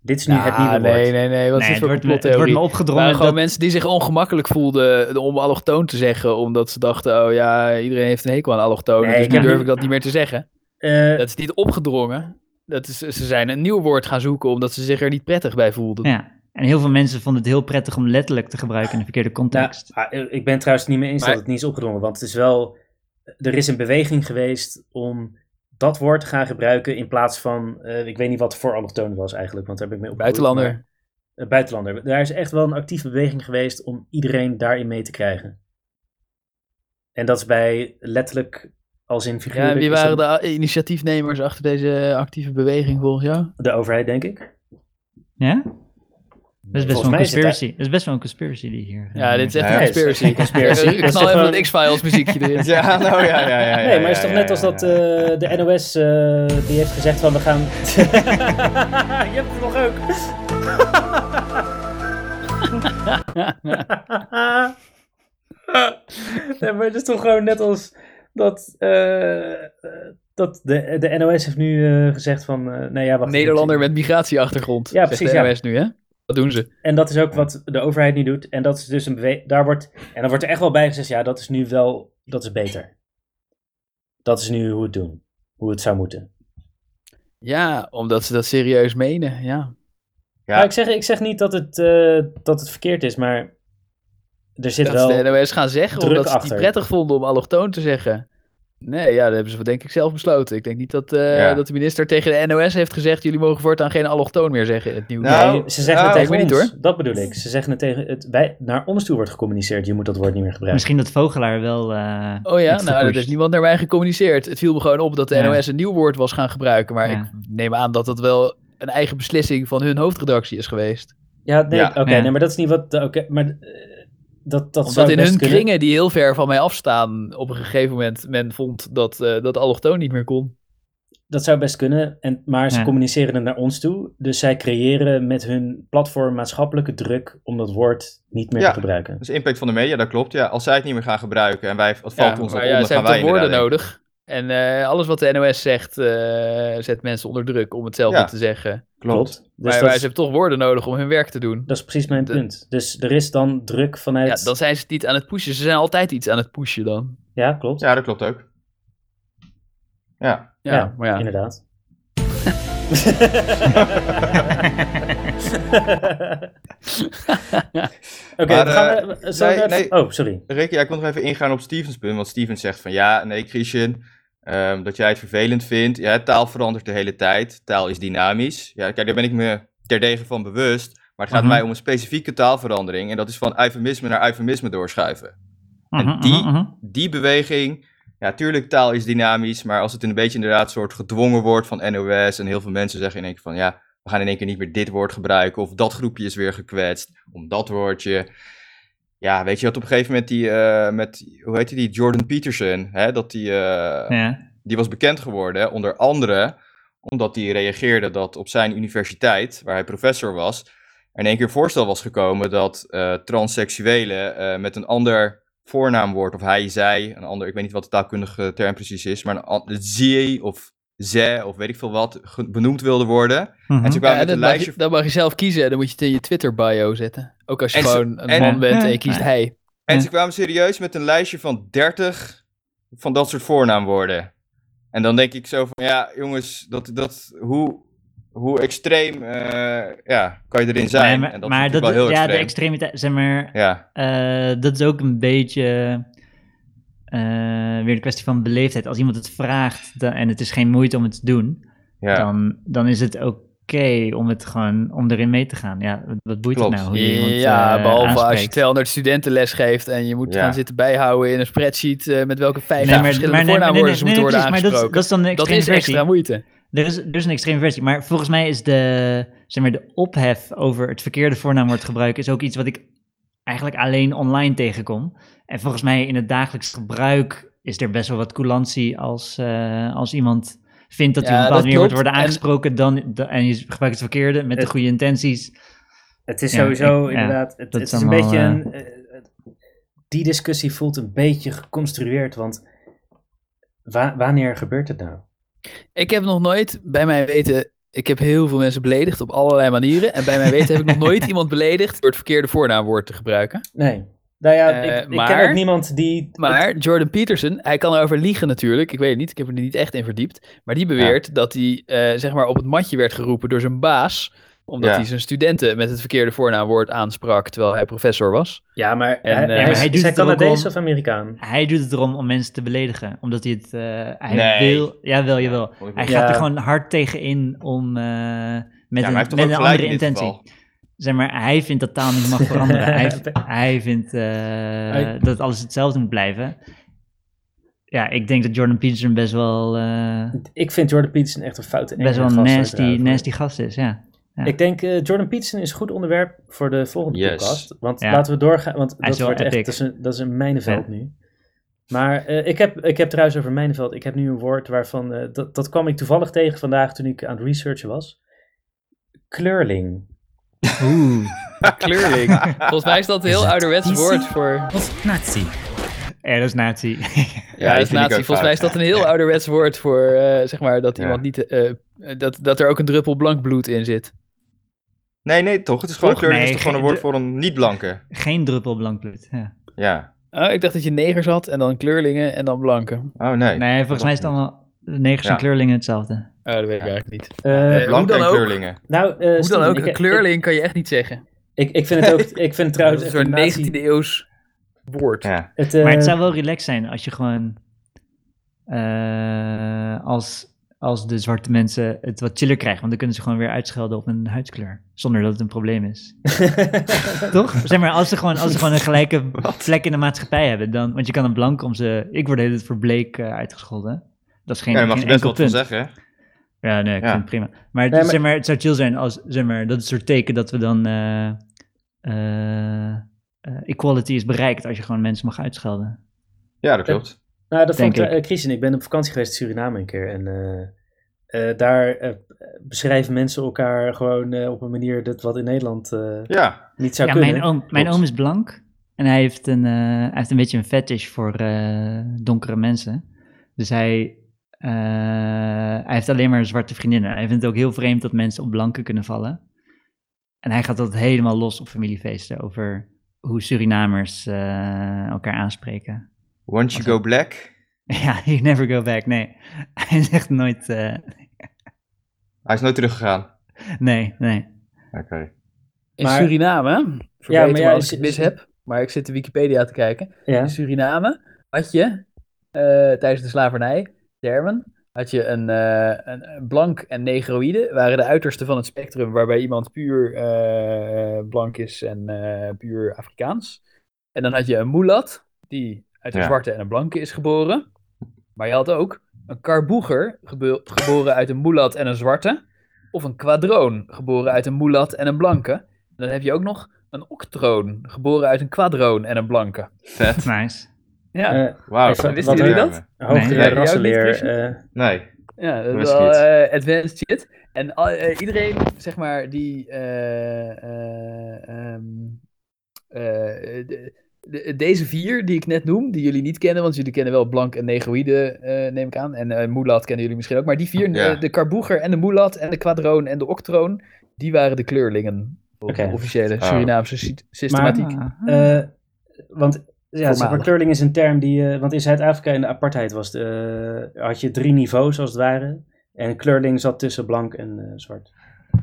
S1: dit is nu het
S3: Ah,
S1: nieuwe woord.
S3: nee, nee,
S2: Nee,
S3: nee. Wat is dus dit
S2: het
S3: voor
S2: wordt, me, het wordt
S3: complottheorie?
S2: me
S3: Er waren
S2: opgedrongen.
S3: gewoon
S2: Dat,
S3: mensen die zich ongemakkelijk voelden eh, om allochtoon te zeggen. Omdat ze dachten, oh ja, iedereen heeft een hekel aan allochtonen.
S1: Nee,
S3: dus nu
S1: ja.
S3: durf ik dat niet meer te zeggen.
S1: Eh,
S3: Dat is niet opgedrongen. Dat is, ze zijn een nieuw woord gaan zoeken omdat ze zich er niet prettig bij voelden.
S2: ja. En heel veel mensen vonden het heel prettig om letterlijk te gebruiken in de verkeerde
S1: Nou,
S2: context.
S1: ah, eh, ik ben het trouwens niet mee eens
S3: Maar-
S1: dat het niet is opgedrongen. Want het is wel. Er is een beweging geweest om dat woord te gaan gebruiken. in plaats van. eh, ik weet niet wat voor allochtoon was eigenlijk. Want daar heb ik mee op.
S3: Buitenlander.
S1: buitenlander. Daar is echt wel een actieve beweging geweest. om iedereen daarin mee te krijgen. En dat is bij letterlijk als in
S3: Ja,
S1: figuurlijk.
S3: en wie
S1: is
S3: waren
S1: dat
S3: de initiatiefnemers achter deze actieve beweging volgens jou?
S1: de overheid, denk ik.
S2: Ja? Dat is best
S1: Volgens mij
S2: wel een
S1: is het
S2: conspiracy. Dat is best wel een conspiracy die hier... eh,
S3: Ja, dit is echt
S4: Ja,
S1: het
S3: een
S1: is
S3: conspiracy.
S1: echt een conspiracy. Het
S3: Ik
S1: is
S3: knal even
S1: gewoon-
S3: dat X-Files muziekje erin.
S4: Ja, nou ja, ja, ja. ja
S1: nee, maar het
S4: ja,
S1: is toch
S4: ja,
S1: net als
S4: ja,
S1: dat
S4: ja.
S1: eh, de NOS. eh, die heeft gezegd van we gaan. Je hebt het nog ook. nee, maar het is toch gewoon net als dat, eh, eh, dat de, de NOS heeft nu eh, gezegd van, eh, nou ja, wacht.
S3: Nederlander met migratieachtergrond.
S1: Ja,
S3: zegt
S1: precies,
S3: de
S1: ja.
S3: NOS nu, hè? Dat Dat doen ze.
S1: En dat is ook wat de overheid nu doet. En dat is dus een bewe- daar wordt En dan wordt er echt wel bij gezegd, ja, dat is nu wel, dat is beter. Dat is nu hoe het doen. Hoe het zou moeten.
S3: Ja, omdat ze dat serieus menen. Ja.
S4: Ja.
S1: Maar Nou, ik zeg, ik zeg niet dat het, eh, dat het verkeerd is, maar er zit
S3: Dat
S1: wel...
S3: ze de NOS gaan zeggen
S1: druk
S3: omdat ze het
S1: achter.
S3: niet prettig vonden om allochtoon te zeggen. Nee, ja, dat hebben ze denk ik zelf besloten. Ik denk niet dat, eh,
S4: Ja.
S3: dat de minister tegen de NOS heeft gezegd... jullie mogen voortaan geen allochtoon meer zeggen in het nieuws.
S4: Nou,
S1: Nee, ze zeggen
S4: nou,
S1: het
S3: ik
S1: tegen
S3: weet
S1: ons.
S3: niet
S1: Dat bedoel ik. Ze zeggen het tegen... Het, wij, naar ons toe wordt gecommuniceerd, je moet dat woord niet meer gebruiken.
S2: Misschien dat Vogelaar wel. eh,
S3: Oh ja,
S2: iets
S3: nou, dat
S2: gepusht.
S3: heeft niemand naar mij gecommuniceerd. Het viel me gewoon op dat de
S2: Ja.
S3: NOS een nieuw woord was gaan gebruiken. Maar
S2: Ja.
S3: ik neem aan dat dat wel een eigen beslissing van hun hoofdredactie is geweest.
S1: Ja, nee,
S4: Ja.
S1: oké,
S2: Ja.
S1: nee, maar dat is niet wat... Oké, maar eh, dat, dat zou
S3: Omdat in
S1: best
S3: hun
S1: kunnen.
S3: kringen, die heel ver van mij afstaan, op een gegeven moment men vond dat, eh dat allochtoon niet meer kon.
S1: Dat zou best kunnen, en, maar ze
S2: Ja.
S1: communiceren het naar ons toe. Dus zij creëren met hun platform maatschappelijke druk om dat woord niet meer
S4: Ja.
S1: te gebruiken.
S4: Dus impact van de media, dat klopt. Ja, als zij het niet meer gaan gebruiken en wij, het valt ons
S3: maar
S4: op onder,
S3: ja, ze
S4: gaan
S3: hebben
S4: wij
S3: toch woorden
S4: inderdaad-
S3: nodig. En eh, alles wat de NOS zegt, eh, zet mensen onder druk om het zelf
S4: Ja.
S3: niet te zeggen.
S4: Klopt.
S1: Dus
S3: maar
S1: dat,
S3: wij, ze
S1: is,
S3: hebben toch woorden nodig om hun werk te doen.
S1: dat is precies mijn
S3: de-
S1: punt. Dus er is dan druk vanuit.
S3: Ja, dan zijn ze het niet aan het pushen. Ze zijn altijd iets aan het pushen dan.
S1: Ja, klopt.
S4: Ja, dat klopt ook. Ja.
S3: Ja,
S1: Ja,
S3: maar ja.
S1: Inderdaad. Oké,
S4: Maar,
S1: we gaan.
S4: eh,
S1: we- zullen we
S4: nee,
S1: even- Oh, sorry.
S4: Rick, ja, ik wil nog even ingaan op Stevens punt. Want Stevens zegt van ja, nee, Christian, ehm, dat jij het vervelend vindt. Ja, taal verandert de hele tijd. Taal is dynamisch. Ja, kijk, daar ben ik me terdege van bewust. Maar het gaat
S2: Mhm.
S4: mij om een specifieke taalverandering. En dat is van eufemisme naar eufemisme doorschuiven. En
S2: mhm,
S4: die-
S2: mhm, mhm.
S4: Die beweging, ja, tuurlijk, taal is dynamisch. Maar als het een beetje inderdaad soort gedwongen wordt van NOS. En heel veel mensen zeggen in één keer van ja, we gaan in één keer niet meer dit woord gebruiken. Of dat groepje is weer gekwetst. Om dat woordje. Ja, weet je wat op een gegeven moment die, eh, met, hoe heette die, Jordan Peterson, hè, dat die, eh,
S2: Ja.
S4: die was bekend geworden, onder andere omdat hij reageerde dat op zijn universiteit, waar hij professor was, er in één keer een voorstel was gekomen dat eh, transseksuelen eh, met een ander voornaamwoord, of hij, zij, een ander, ik weet niet wat de taalkundige term precies is, maar een an- ze of zij of weet ik veel wat, ge- benoemd wilden worden.
S2: mhm.
S4: En ze kwamen
S3: Ja,
S4: met een
S3: dat, mag je,
S4: lijstje
S3: dat mag je zelf kiezen en dan moet je het in je Twitter-bio zetten. Ook als je
S4: En ze-
S3: gewoon een
S4: en-
S3: man bent
S2: Ja.
S3: en je kiest
S2: Ja.
S3: hij.
S4: En
S2: Ja.
S4: ze kwamen serieus met een lijstje van 30 van dat soort voornaamwoorden. En dan denk ik zo van, ja, jongens, dat, dat, hoe, hoe extreem eh, ja, kan je erin zijn?
S2: Nee, maar
S4: en dat
S2: maar
S4: is natuurlijk
S2: dat,
S4: wel heel
S2: ja, de
S4: extreem.
S2: extremiteit, zeg maar,
S4: ja,
S2: eh, dat is ook een beetje eh, weer een kwestie van beleefdheid. Als iemand het vraagt dan- en het is geen moeite om het te doen,
S4: ja.
S2: dan, dan is het oké om het gewoon om erin mee te gaan. Ja, wat, wat boeit
S4: Klopt.
S2: het nou? Hoe je iemand,
S3: Ja,
S2: eh,
S3: behalve als je
S2: aanspreekt?
S3: 200 studenten les geeft en je moet
S4: Ja.
S3: gaan zitten bijhouden in een spreadsheet eh, met welke vijf
S2: Nee, maar-
S3: verschillende
S2: maar nee, nee, nee,
S3: voornaamwoorden ze
S2: nee,
S3: moeten
S2: nee,
S3: worden
S2: precies, maar dat is-
S3: aangesproken.
S2: Dat is dan een
S3: Dat
S2: extreme
S3: is
S2: versie.
S3: extra moeite.
S2: Er is, er is een extreme versie, maar volgens mij is de, zeg maar, de ophef over het verkeerde voornaamwoord gebruiken is ook iets wat ik eigenlijk alleen online tegenkom. En volgens mij in het dagelijks gebruik is er best wel wat coulantie als, eh, als iemand vindt dat hij
S3: Ja,
S2: op een bepaalde
S3: dat
S2: manier wordt
S3: klopt.
S2: worden aangesproken dan, dan- en je gebruikt het verkeerde met de
S1: Het-
S2: goede intenties.
S1: Het is
S2: Ja,
S1: sowieso
S2: ik- ja,
S1: inderdaad. het
S2: dat
S1: het is
S2: is
S1: een
S2: allemaal,
S1: beetje
S2: eh,
S1: een. eh, eh, die discussie voelt een beetje geconstrueerd, want wa- wanneer gebeurt het nou?
S3: Ik heb nog nooit, bij mij weten, ik heb heel veel mensen beledigd op allerlei manieren. En bij mij weten heb ik nog nooit iemand beledigd door het verkeerde voornaamwoord te gebruiken.
S1: Nee. Nou ja,
S3: Eh,
S1: ik, ik ken
S3: maar-
S1: ook niemand die.
S3: Maar Jordan Peterson, hij kan erover liegen natuurlijk. Ik weet het niet, ik heb er niet echt in verdiept. Maar die beweert dat hij eh, zeg maar op het matje werd geroepen door zijn baas. Omdat
S4: Ja.
S3: hij zijn studenten met het verkeerde voornaamwoord aansprak terwijl hij professor was.
S1: Ja, maar
S3: En,
S1: hij,
S3: eh,
S1: hij,
S3: maar
S2: hij
S1: is,
S2: doet
S1: hij
S2: het er ook
S1: Canadees
S2: om-
S1: of Amerikaan?
S2: Hij doet het erom om mensen te beledigen, omdat hij het, eh, hij
S4: Nee.
S2: wil, jawel, jawel.
S4: Vond ik
S2: Hij
S4: wel-
S1: Ja.
S2: gaat er gewoon hard tegen in om, eh, met
S4: Ja,
S2: een,
S4: maar hij heeft
S2: met
S4: toch ook
S2: een
S4: gelijk
S2: andere
S4: in dit
S2: intentie.
S4: geval.
S2: Zeg maar, hij vindt dat taal niet mag veranderen. hij, hij vindt eh, dat alles hetzelfde moet blijven. Ja, ik denk dat Jordan Peterson best wel, eh,
S1: Ik vind Jordan Peterson echt een foute
S2: best wel
S1: enge
S2: een
S1: gast
S2: nasty,
S1: daarover.
S2: nasty gast is, ja. Ja.
S1: Ik denk, eh, Jordan Peterson is een goed onderwerp voor de volgende
S4: Yes.
S1: podcast. Want
S2: Ja.
S1: laten we doorgaan, want
S2: Hij
S1: dat,
S2: is wel
S1: wordt echt,
S2: epic.
S1: dat, is een, dat is een mijnenveld nu. Maar eh, ik, heb, ik heb trouwens over mijnenveld, ik heb nu een woord waarvan, eh, dat, dat kwam ik toevallig tegen vandaag toen ik aan het researchen was. Kleurling.
S2: Oeh,
S3: Kleurling. Volgens mij is dat een
S7: Is
S3: heel
S7: het
S3: ouderwets
S7: PC?
S3: woord voor...
S7: of Nazi.
S4: Eh,
S2: ja, dat is nazi.
S4: Ja,
S3: Ja,
S4: die
S3: dat is
S4: vind ik
S3: nazi.
S4: ook
S3: Volgens mij is
S4: fout.
S3: dat een heel ouderwets woord voor, eh, zeg maar, dat
S4: Ja.
S3: iemand niet, eh, dat, dat er ook een druppel blank bloed in zit.
S4: Nee, nee, toch? Het is gewoon
S2: Toch?
S4: kleur, het
S2: Nee,
S4: is toch gewoon een
S2: ge-
S4: woord voor een niet-blanke.
S2: Geen druppel blank bloed. Ja.
S4: Ja.
S3: Oh, ik dacht dat je negers had en dan kleurlingen en dan blanken.
S4: Oh nee.
S2: Nee, volgens mij is het allemaal de negers en
S4: Ja.
S2: kleurlingen hetzelfde.
S3: Oh, dat weet ik eigenlijk niet.
S1: Eh,
S3: Eh,
S4: Blanke
S3: hoe
S4: en
S3: dan ook.
S4: kleurlingen.
S1: nou, eh,
S3: Hoe dan
S1: Steven,
S3: ook,
S1: ik-
S3: een kleurling kan je echt niet zeggen.
S1: Ik, ik, ik vind het ook, ik vind het
S3: Dat
S1: trouwens
S3: is een
S1: echt
S3: soort
S1: een nazi-
S3: 19e eeuws woord.
S4: Ja.
S1: Het, eh,
S2: maar het zou wel relaxed zijn als je gewoon... eh, als, als de zwarte mensen het wat chiller krijgen. Want dan kunnen ze gewoon weer uitschelden op hun huidskleur. Zonder dat het een probleem is. Toch? Zeg maar, als ze gewoon, als ze gewoon een gelijke plek in de maatschappij hebben. Dan, want je kan een blank om ze... Ik word de hele tijd voor bleek eh, uitgescholden. Dat is geen,
S4: Ja, daar mag
S2: geen
S4: je best
S2: enkel
S4: wat van
S2: punt.
S4: zeggen. hè?
S2: Ja, nee, ik
S4: Ja.
S2: vind het prima. Maar, het-
S1: Nee, maar-
S2: Zeg maar het zou chill zijn als, zeg maar, dat is een soort teken dat we dan eh, eh, eh, equality is bereikt als je gewoon mensen mag uitschelden.
S4: Ja, dat klopt.
S1: Nou, dat
S2: Denk
S1: vond ik,
S2: ik.
S1: eh, Chris en ik ben op vakantie geweest in Suriname een keer. En eh, eh, daar eh, beschrijven mensen elkaar gewoon eh, op een manier dat wat in Nederland eh,
S4: Ja.
S1: niet zou
S2: Ja,
S1: kunnen.
S2: mijn oom, mijn
S1: Klopt.
S2: oom is blank en hij heeft een, eh, hij heeft een beetje een fetish voor eh, donkere mensen. Dus hij, eh, hij heeft alleen maar zwarte vriendinnen. Hij vindt het ook heel vreemd dat mensen op blanken kunnen vallen. En hij gaat dat helemaal los op familiefeesten over hoe Surinamers eh, elkaar aanspreken.
S4: Once you
S2: Wat-
S4: go black.
S2: Ja, you never go back. Nee, hij is echt nooit. eh,
S4: Hij is nooit teruggegaan.
S2: nee, nee.
S4: Oké.
S3: In
S1: Maar-
S3: Suriname, hè?
S1: Ja,
S3: verbeter
S1: maar
S3: me
S1: ja,
S3: als ik
S1: Su-
S3: het mis heb, maar ik zit de Wikipedia te kijken.
S1: Ja.
S3: In Suriname had je eh, tijdens de slavernij, termen, had je een, eh, een een blank en negroïde, waren de uitersten van het spectrum, waarbij iemand puur eh, blank is en eh, puur Afrikaans. En dan had je een mulat, die uit een
S4: Ja.
S3: zwarte en een blanke is geboren. Maar je had ook een karboeger, gebe- geboren uit een mulat en een zwarte. Of een kwadroon, geboren uit een mulat en een blanke. En dan heb je ook nog een octroon, geboren uit een kwadroon en een blanke.
S4: Vet.
S2: Nice.
S3: Ja.
S1: Eh,
S4: Wauw.
S1: Even-
S4: wat
S1: wisten jullie
S4: termen.
S3: dat?
S1: hogere
S4: Nee,
S3: jij ook
S1: rassenleer.
S3: niet,
S1: eh,
S4: Nee.
S3: Ja, dat is
S4: Wist
S3: wel
S4: niet.
S3: eh, advanced shit. En al- eh, iedereen, zeg maar, die eh, eh, ehm, eh, de- de- deze vier die ik net noem, die jullie niet kennen, want jullie kennen wel Blank en Negroïde, eh, neem ik aan. En eh Mulat kennen jullie misschien ook. Maar die vier,
S4: Ja.
S3: eh, de Karboeger en de Mulat en de Quadroon en de Octroon, die waren de kleurlingen. Volgens
S1: Oké.
S3: de officiële
S4: Oh.
S3: Surinaamse sy- systematiek.
S2: Ah.
S1: eh, want ja, zeg maar,
S3: Voormalig.
S1: kleurling is een term die... eh, want in Zuid-Afrika in de apartheid was de, eh, had je drie niveaus als het ware. En kleurling zat tussen blank en eh, zwart.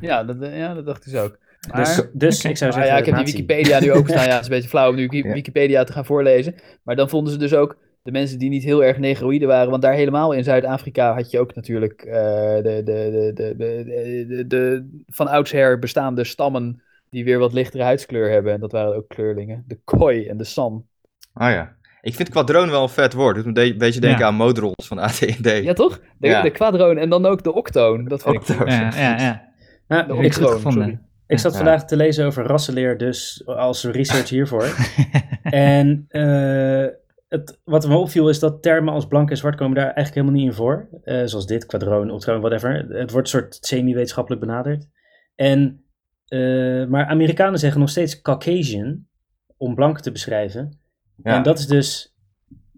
S3: Ja, dat, eh, ja, dat dacht ik dus ook. Maar-
S1: Dus, dus ik zou
S3: Ah
S1: zeggen...
S3: ja, ik heb die
S1: nazi.
S3: Wikipedia nu openstaan. Ja, het is een beetje flauw om nu Wiki-
S4: Ja.
S3: Wikipedia te gaan voorlezen. Maar dan vonden ze dus ook de mensen die niet heel erg negroïde waren. Want daar helemaal in Zuid-Afrika had je ook natuurlijk eh, de, de, de, de, de, de, de van oudsher bestaande stammen die weer wat lichtere huidskleur hebben. En dat waren ook kleurlingen. De Khoi en de San.
S4: Ah ja. Ik vind kwadroon wel een vet woord. Doet me de- een beetje denken
S2: Ja.
S4: aan modrons van AT&T.
S3: Ja, toch? De,
S4: Ja.
S3: de Quadroon en dan ook de Octoon. Dat vind ik.
S4: Octoon.
S2: Ja, ja, ja.
S1: Nou,
S3: Oh, De
S1: ik-
S2: Heb ik goed
S3: Octroon,
S2: gevonden.
S1: Ik zat
S4: Ja.
S1: vandaag te lezen over rassenleer, dus als research hiervoor. en eh, het, wat me opviel is dat termen als blank en zwart komen daar eigenlijk helemaal niet in voor. Eh, zoals dit, kwadroon, octroon, whatever. Het wordt soort semi-wetenschappelijk benaderd. En, eh, maar Amerikanen zeggen nog steeds Caucasian om blank te beschrijven.
S4: Ja.
S1: En dat is dus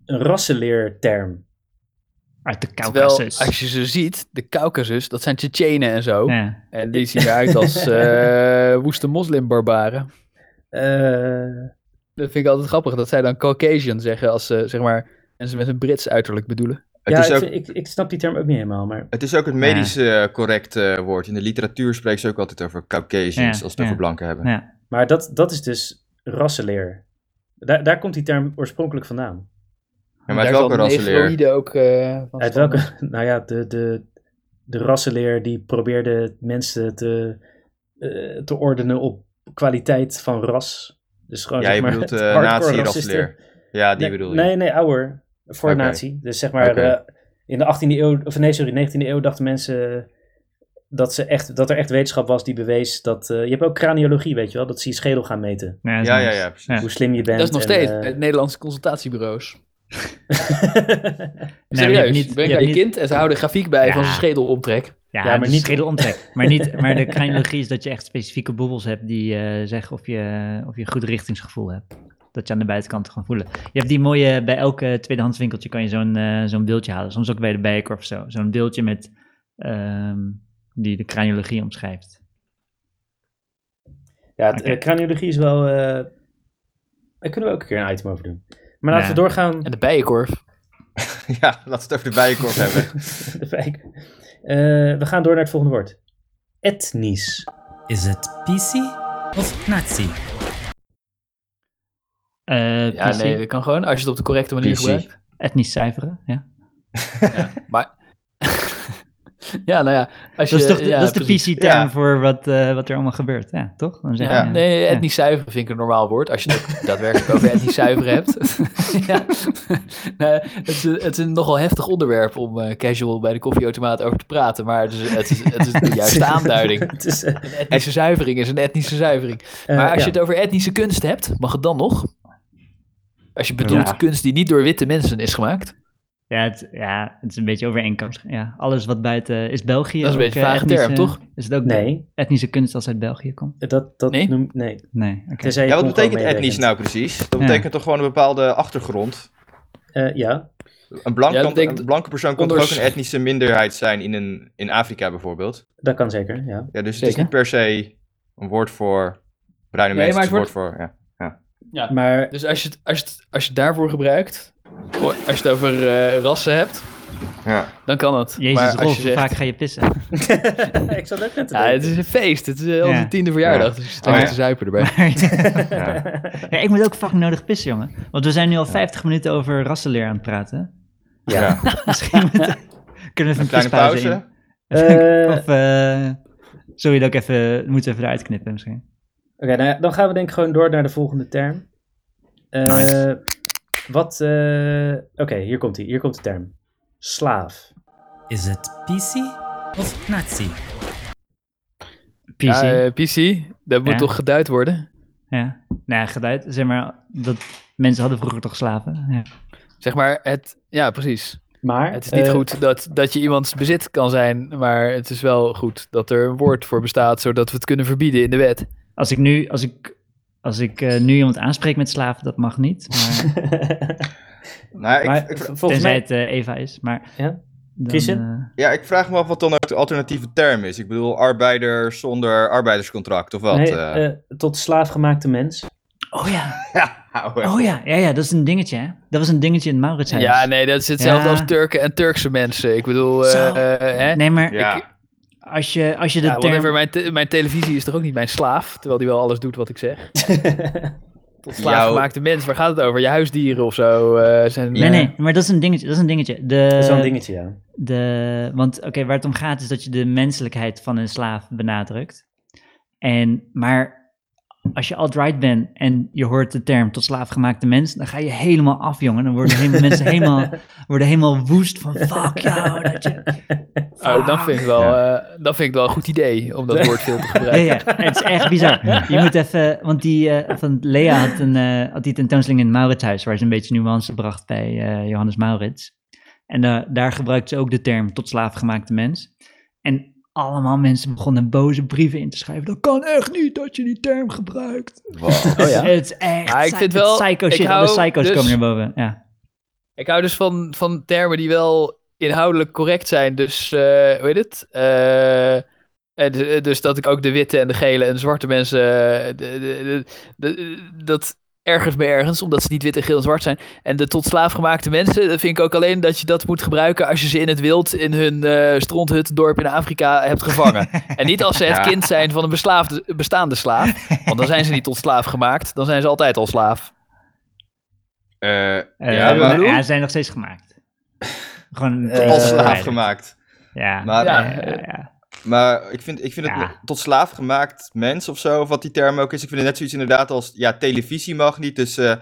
S1: een rassenleerterm.
S2: Uit de
S3: Terwijl,
S2: Caucasus.
S3: als je ze ziet, de Caucasus, dat zijn Tsjetsjenen en zo.
S2: Ja.
S3: En die zien eruit als eh, woeste moslimbarbaren.
S1: Eh,
S3: Dat vind ik altijd grappig dat zij dan Caucasian zeggen als ze zeg maar mensen met een Brits uiterlijk bedoelen.
S4: het,
S1: ja,
S4: is
S1: ik,
S4: ook,
S1: vind- ik, ik snap die term ook niet helemaal, maar...
S4: het is ook het medisch eh, correct eh, woord. In de literatuur spreekt ze ook altijd over Caucasians
S2: Ja,
S4: als ze het
S2: ja.
S4: over blanken hebben.
S2: ja.
S1: Maar dat, dat is dus rassenleer. Daar, daar komt die term oorspronkelijk vandaan.
S4: Ja, maar uit welke rassenleer?
S3: Negroïde ook. eh, van
S1: Uit
S3: stammen.
S1: welke, nou ja, de, de, de rassenleer die probeerde mensen te, eh, te ordenen op kwaliteit van ras. Dus gewoon
S4: Ja,
S1: zeg
S4: je
S1: maar
S4: bedoelt,
S1: het
S4: eh,
S1: hardcore
S4: nazi-rassenleer.
S1: racisten.
S4: Ja, die
S1: nee,
S4: bedoel je.
S1: Nee, nee, ouder. Voor
S4: Oké.
S1: nazi. Dus zeg maar
S4: Oké.
S1: eh, in de 18e eeuw, of nee, sorry, 19e eeuw dachten mensen dat, ze echt, dat er echt wetenschap was die bewees dat... eh, je hebt ook craniologie, weet je wel, dat ze je schedel gaan meten.
S2: Ja, dat is
S4: Ja, ja,
S2: nice.
S4: ja, precies.
S1: Hoe slim je bent.
S3: Dat is nog
S1: en,
S3: steeds
S1: eh,
S3: het Nederlandse consultatiebureaus.
S1: eh,
S2: Nee, maar je hebt
S3: Serieus,
S2: niet-
S3: niet,
S2: je hebt
S3: breng bij je
S2: niet-
S3: kind en ze houden grafiek bij
S2: Ja.
S3: van zijn schedelomtrek.
S2: Ja,
S1: maar
S2: maar
S1: niet-
S2: niet omtrek. Maar, niet, maar de craniologie is dat je echt specifieke bubbels hebt die eh, zeggen of je, of je goed richtingsgevoel hebt. Dat je aan de buitenkant kan voelen. Je hebt die mooie, bij elke tweedehands winkeltje kan je zo'n eh, zo'n beeldje halen. Soms ook bij de bijenkorf of zo. Zo'n beeldje met, ehm, die de craniologie omschrijft.
S1: Ja, het,
S2: Oké.
S1: eh, craniologie is wel... eh, daar kunnen we ook een keer een item over doen. Maar laten
S2: Ja.
S1: we doorgaan.
S3: En de bijenkorf.
S4: ja, laten we het over de bijenkorf hebben.
S1: De wijk. Eh, we gaan door naar het volgende woord. Etnisch.
S7: Is het PC of Nazi?
S2: Eh,
S3: Ja,
S2: PC,
S3: nee, dat kan gewoon. Als je het op de correcte manier
S4: PC.
S3: gebruikt.
S2: Etnisch cijferen, ja.
S3: Maar. ja, nou ja. Als
S2: Dat is,
S3: je,
S2: toch de,
S3: ja,
S2: dat is
S3: precies.
S2: de PC-term
S4: Ja.
S2: voor wat, eh, wat er allemaal gebeurt, ja, toch? Dan zeg
S4: Ja.
S2: je,
S3: Nee, etnisch zuiveren vind ik een normaal woord. Als je het ook daadwerkelijk over etnisch zuiveren hebt. ja. Nee, het, is, een- het is een nogal heftig onderwerp om eh, casual bij de koffieautomaat over te praten. Maar het is, het is, het is de juiste aanduiding.
S1: het is, eh,
S3: Een etnische zuivering is een etnische zuivering.
S1: eh,
S3: maar als
S1: ja.
S3: je het over etnische kunst hebt, mag het dan nog? Als je bedoelt
S2: Ja.
S3: kunst die niet door witte mensen is gemaakt.
S2: Ja, het, ja, het is een beetje overeenkomst. Ja, alles wat buiten... Is België
S3: Dat is een
S2: ook,
S3: beetje
S2: eh,
S3: een vage term,
S2: etnische-
S3: toch?
S2: Is het ook
S1: Nee,
S2: etnische kunst als uit België komt?
S1: dat, dat
S3: Nee?
S1: noemt... Nee.
S2: Nee, oké.
S1: Tenzij je
S4: Ja, wat
S1: Congo
S4: betekent
S1: meerekent.
S4: etnisch nou precies? Dat betekent toch gewoon een bepaalde achtergrond?
S1: Eh, ja,
S4: Een, blank
S3: Ja, dat
S4: kan-
S3: betekent-
S4: een blanke persoon kan toch ook
S3: Onders-
S4: een etnische minderheid zijn in, een, in Afrika bijvoorbeeld?
S1: dat kan zeker, ja.
S4: Ja, dus het is
S2: Zeker.
S4: niet per se een woord voor bruine
S3: Nee,
S4: mensen,
S3: maar
S4: het is een woord
S3: het
S4: voor... Ja.
S1: Maar
S3: Dus als je het, als je het, als je het daarvoor gebruikt, als je het over eh, rassen hebt,
S4: Ja.
S3: dan kan het.
S2: Jezus,
S3: maar als
S2: Rolf,
S3: je
S2: hoe
S3: zegt-
S2: vaak ga je pissen?
S1: ik zat ook net te
S3: Ja, het
S1: denken.
S3: is een feest. Het is eh,
S2: Ja.
S3: onze tiende verjaardag. Dus je staat
S4: Oh, ja.
S3: te zuipen erbij.
S2: Ja, ik moet ook fucking nodig pissen, jongen. Want we zijn nu al 50 minuten over rassenleer aan het praten.
S4: Ja.
S2: Misschien moeten- kunnen we even een
S4: Kleine
S2: pispauze
S4: pauze.
S2: in.
S1: Eh,
S2: Of, eh sorry dat ik even... Moeten we even eruit knippen misschien.
S1: Oké, nou ja, dan gaan we denk ik gewoon door naar de volgende term. Eh,
S2: Nice.
S1: Wat... eh, Oké, hier komt hij. Hier komt de term. Slaaf.
S7: Is het PC of Nazi?
S2: PC.
S3: Ja,
S2: Ja,
S3: eh, PC, dat moet
S2: Ja.
S3: toch geduid worden?
S2: Nou ja, geluid. Zeg maar, dat mensen hadden vroeger toch slaven? Ja.
S3: Zeg maar, het, ja, precies.
S1: Maar...
S3: Het is niet
S1: eh,
S3: goed dat, dat je iemands bezit kan zijn, maar het is wel goed dat er een woord voor bestaat, zodat we het kunnen verbieden in de wet.
S2: Als ik nu, als ik, als ik eh, nu iemand aanspreek met slaven, dat mag niet. Maar,
S4: Nou, ik,
S1: maar
S4: ik,
S1: volgens
S2: tenzij
S1: mij...
S2: het eh, Eva is. Maar,
S1: Ja?
S2: dan,
S1: Christian?
S2: eh,
S4: ja, ik vraag me af wat dan ook de alternatieve term is. Ik bedoel, arbeider zonder arbeiderscontract of wat?
S1: nee,
S4: eh?
S1: eh, tot slaafgemaakte mens.
S2: oh ja,
S4: ja, ouwe.
S2: oh ja, ja, ja, dat is een dingetje hè. Dat was een dingetje in Mauritshuis.
S3: Ja, nee, dat is hetzelfde
S2: Ja.
S3: als Turken en Turkse mensen. Ik bedoel,
S2: Zo.
S3: eh eh, hè?
S2: Nee, maar
S4: Ja.
S2: als je, als je de
S3: Ja,
S2: term...
S3: whatever, mijn, te- mijn televisie is toch ook niet mijn slaaf, terwijl die wel alles doet wat ik zeg. Tot slaafgemaakte mens, waar gaat het over? Je huisdieren of zo? eh, zijn,
S2: Nee, nee, maar dat is een dingetje. Dat is een dingetje. De,
S1: Zo'n
S3: Eh.
S1: dingetje, ja.
S2: De, want oké, waar het om gaat is dat je de menselijkheid van een slaaf benadrukt. En, maar als je alt-right bent en je hoort de term tot slaafgemaakte mens, dan ga je helemaal af, jongen. Dan worden helemaal, mensen helemaal, worden helemaal woest van fuck jou. Dat je...
S3: Oh, dan vind ik wel, eh, dan vind ik wel een goed idee om dat woord veel te
S2: Ja,
S3: gebruiken.
S2: ja, het is echt bizar. Je moet even, want die, eh, van Lea had, een, eh, had die tentoonstelling in het Mauritshuis, waar ze een beetje nuance bracht bij eh, Johannes Maurits. En eh, daar gebruikte ze ook de term tot slaafgemaakte mens. En allemaal mensen begonnen boze brieven in te schrijven. Dat kan echt niet dat je die term gebruikt.
S4: Wow.
S3: Oh ja.
S2: Het is echt
S3: Maar ik
S2: psy-
S3: vind wel-
S2: psycho
S3: ik
S2: shit.
S3: hou
S2: Alle psycho's
S3: dus-
S2: komen erboven. Ja.
S3: Ik hou dus van, van termen die wel inhoudelijk correct zijn. Dus, eh, hoe heet het? Eh, en d- dus dat ik ook de witte en de gele en de zwarte mensen... eh, de- de- de- de- dat ergens me ergens, omdat ze niet wit en geel en zwart zijn. En de tot slaafgemaakte mensen, dat vind ik ook alleen dat je dat moet gebruiken... als je ze in het wild in hun eh stronthutdorp in Afrika hebt gevangen. en niet als ze het
S4: Ja.
S3: kind zijn van een beslaafde, bestaande slaaf. Want dan zijn ze niet tot slaaf gemaakt, dan zijn ze altijd al slaaf.
S4: Eh,
S2: Eh,
S4: ja,
S2: maar-
S4: maar
S2: ja, ze zijn nog steeds gemaakt. Gewoon
S3: Eh,
S4: als slaaf
S2: verwijderd.
S4: gemaakt.
S2: Eh, Ja.
S4: Maar, eh,
S3: Ja.
S2: ja, ja, ja.
S4: maar ik vind, ik vind het
S2: Ja.
S4: tot slaaf gemaakt mens of zo, of wat die term ook is. Ik vind het net zoiets inderdaad als, ja, televisie mag niet, dus eh,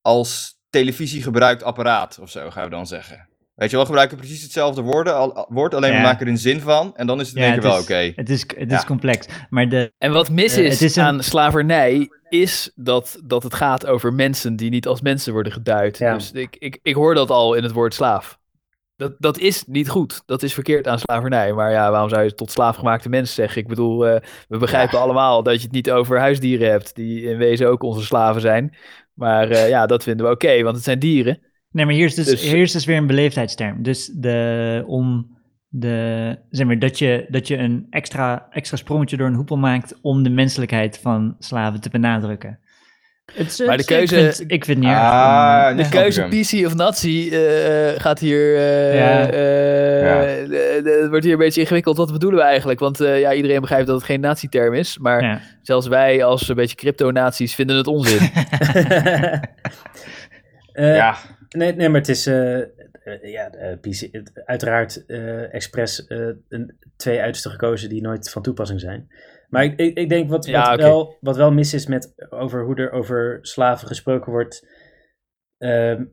S4: als televisie gebruikt apparaat of zo, gaan we dan zeggen. Weet je wel, we gebruiken precies hetzelfde woorden, al- al- woord, alleen
S2: Ja.
S4: we maken er een zin van en dan is het in
S2: Ja,
S4: één keer wel
S2: is-
S4: oké.
S2: Het is, het is
S4: Ja.
S2: complex. Maar de,
S3: En wat mis
S2: Eh,
S3: is,
S2: het is een-
S3: aan slavernij, is dat, dat het gaat over mensen die niet als mensen worden geduid.
S1: Ja.
S3: Dus ik, ik, ik hoor dat al in het woord slaaf. Dat, dat is niet goed. Dat is verkeerd aan slavernij. Maar ja, waarom zou je tot slaafgemaakte mensen zeggen? Ik bedoel, eh, we begrijpen allemaal dat je het niet over huisdieren hebt, die in wezen ook onze slaven zijn. Maar eh, ja, dat vinden we oké, want het zijn dieren.
S2: Nee, maar hier is dus,
S3: Dus-
S2: hier is dus weer een beleefdheidsterm. Dus de, om de, zeg maar, dat je, dat je een extra, extra sprongetje door een hoepel maakt om de menselijkheid van slaven te benadrukken. Het is, eh,
S3: Maar de
S2: ik vind-
S3: keuze-
S2: Ik vind het niet erg. eh,
S4: Ah,
S3: De keuze PC of Nazi eh, gaat hier. eh,
S2: Ja.
S3: eh, de- de- Het wordt hier een beetje ingewikkeld. Wat bedoelen we eigenlijk? Want eh, ja, iedereen begrijpt dat het geen nazi-term is. Maar
S2: Ja.
S3: zelfs wij als een beetje crypto-nazi's vinden het onzin.
S1: Eh,
S4: Ja,
S1: nee, nee, maar het is eh, eh, ja, eh, PC, het- uiteraard eh, expres eh, een, twee uitersten gekozen die nooit van toepassing zijn. Maar ik, ik, ik denk wat,
S3: Ja,
S1: wat,
S3: oké.
S1: wel, wat wel mis is met over hoe er over slaven gesproken wordt, ehm,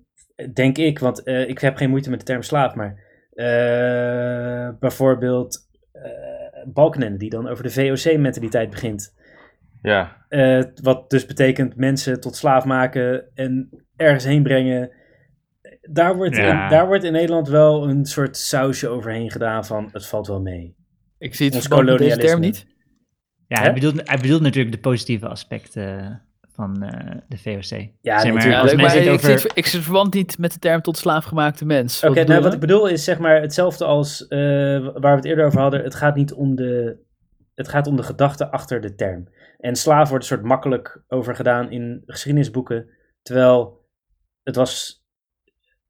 S1: denk ik, want eh, ik heb geen moeite met de term slaaf, maar eh, bijvoorbeeld eh Balkenende die dan over de VOC-mentaliteit begint.
S4: ja.
S1: Eh, wat dus betekent mensen tot slaaf maken en ergens heen brengen. Daar wordt,
S2: Ja.
S1: in, daar wordt in Nederland wel een soort sausje overheen gedaan van het valt wel mee.
S3: Ik zie het
S1: Ons
S3: verband met deze term
S1: kolonialisme.
S3: niet.
S2: Ja,
S1: Hè?
S2: hij bedoelt, hij bedoelt natuurlijk de positieve aspecten van eh, de VOC.
S1: Ja,
S2: Zeg maar,
S1: natuurlijk.
S3: Ja,
S2: als mensen
S3: leuk, maar ik,
S2: het
S3: zie het,
S2: over...
S3: ver- ik zie het verband niet met de term tot slaafgemaakte mens.
S1: Oké,
S3: Wat
S1: nou, wat
S3: bedoelen
S1: ik bedoel is zeg maar hetzelfde als eh, waar we het eerder over hadden. Het gaat niet om de, het gaat om de gedachte achter de term. En slaaf wordt een soort makkelijk over gedaan in geschiedenisboeken, terwijl het was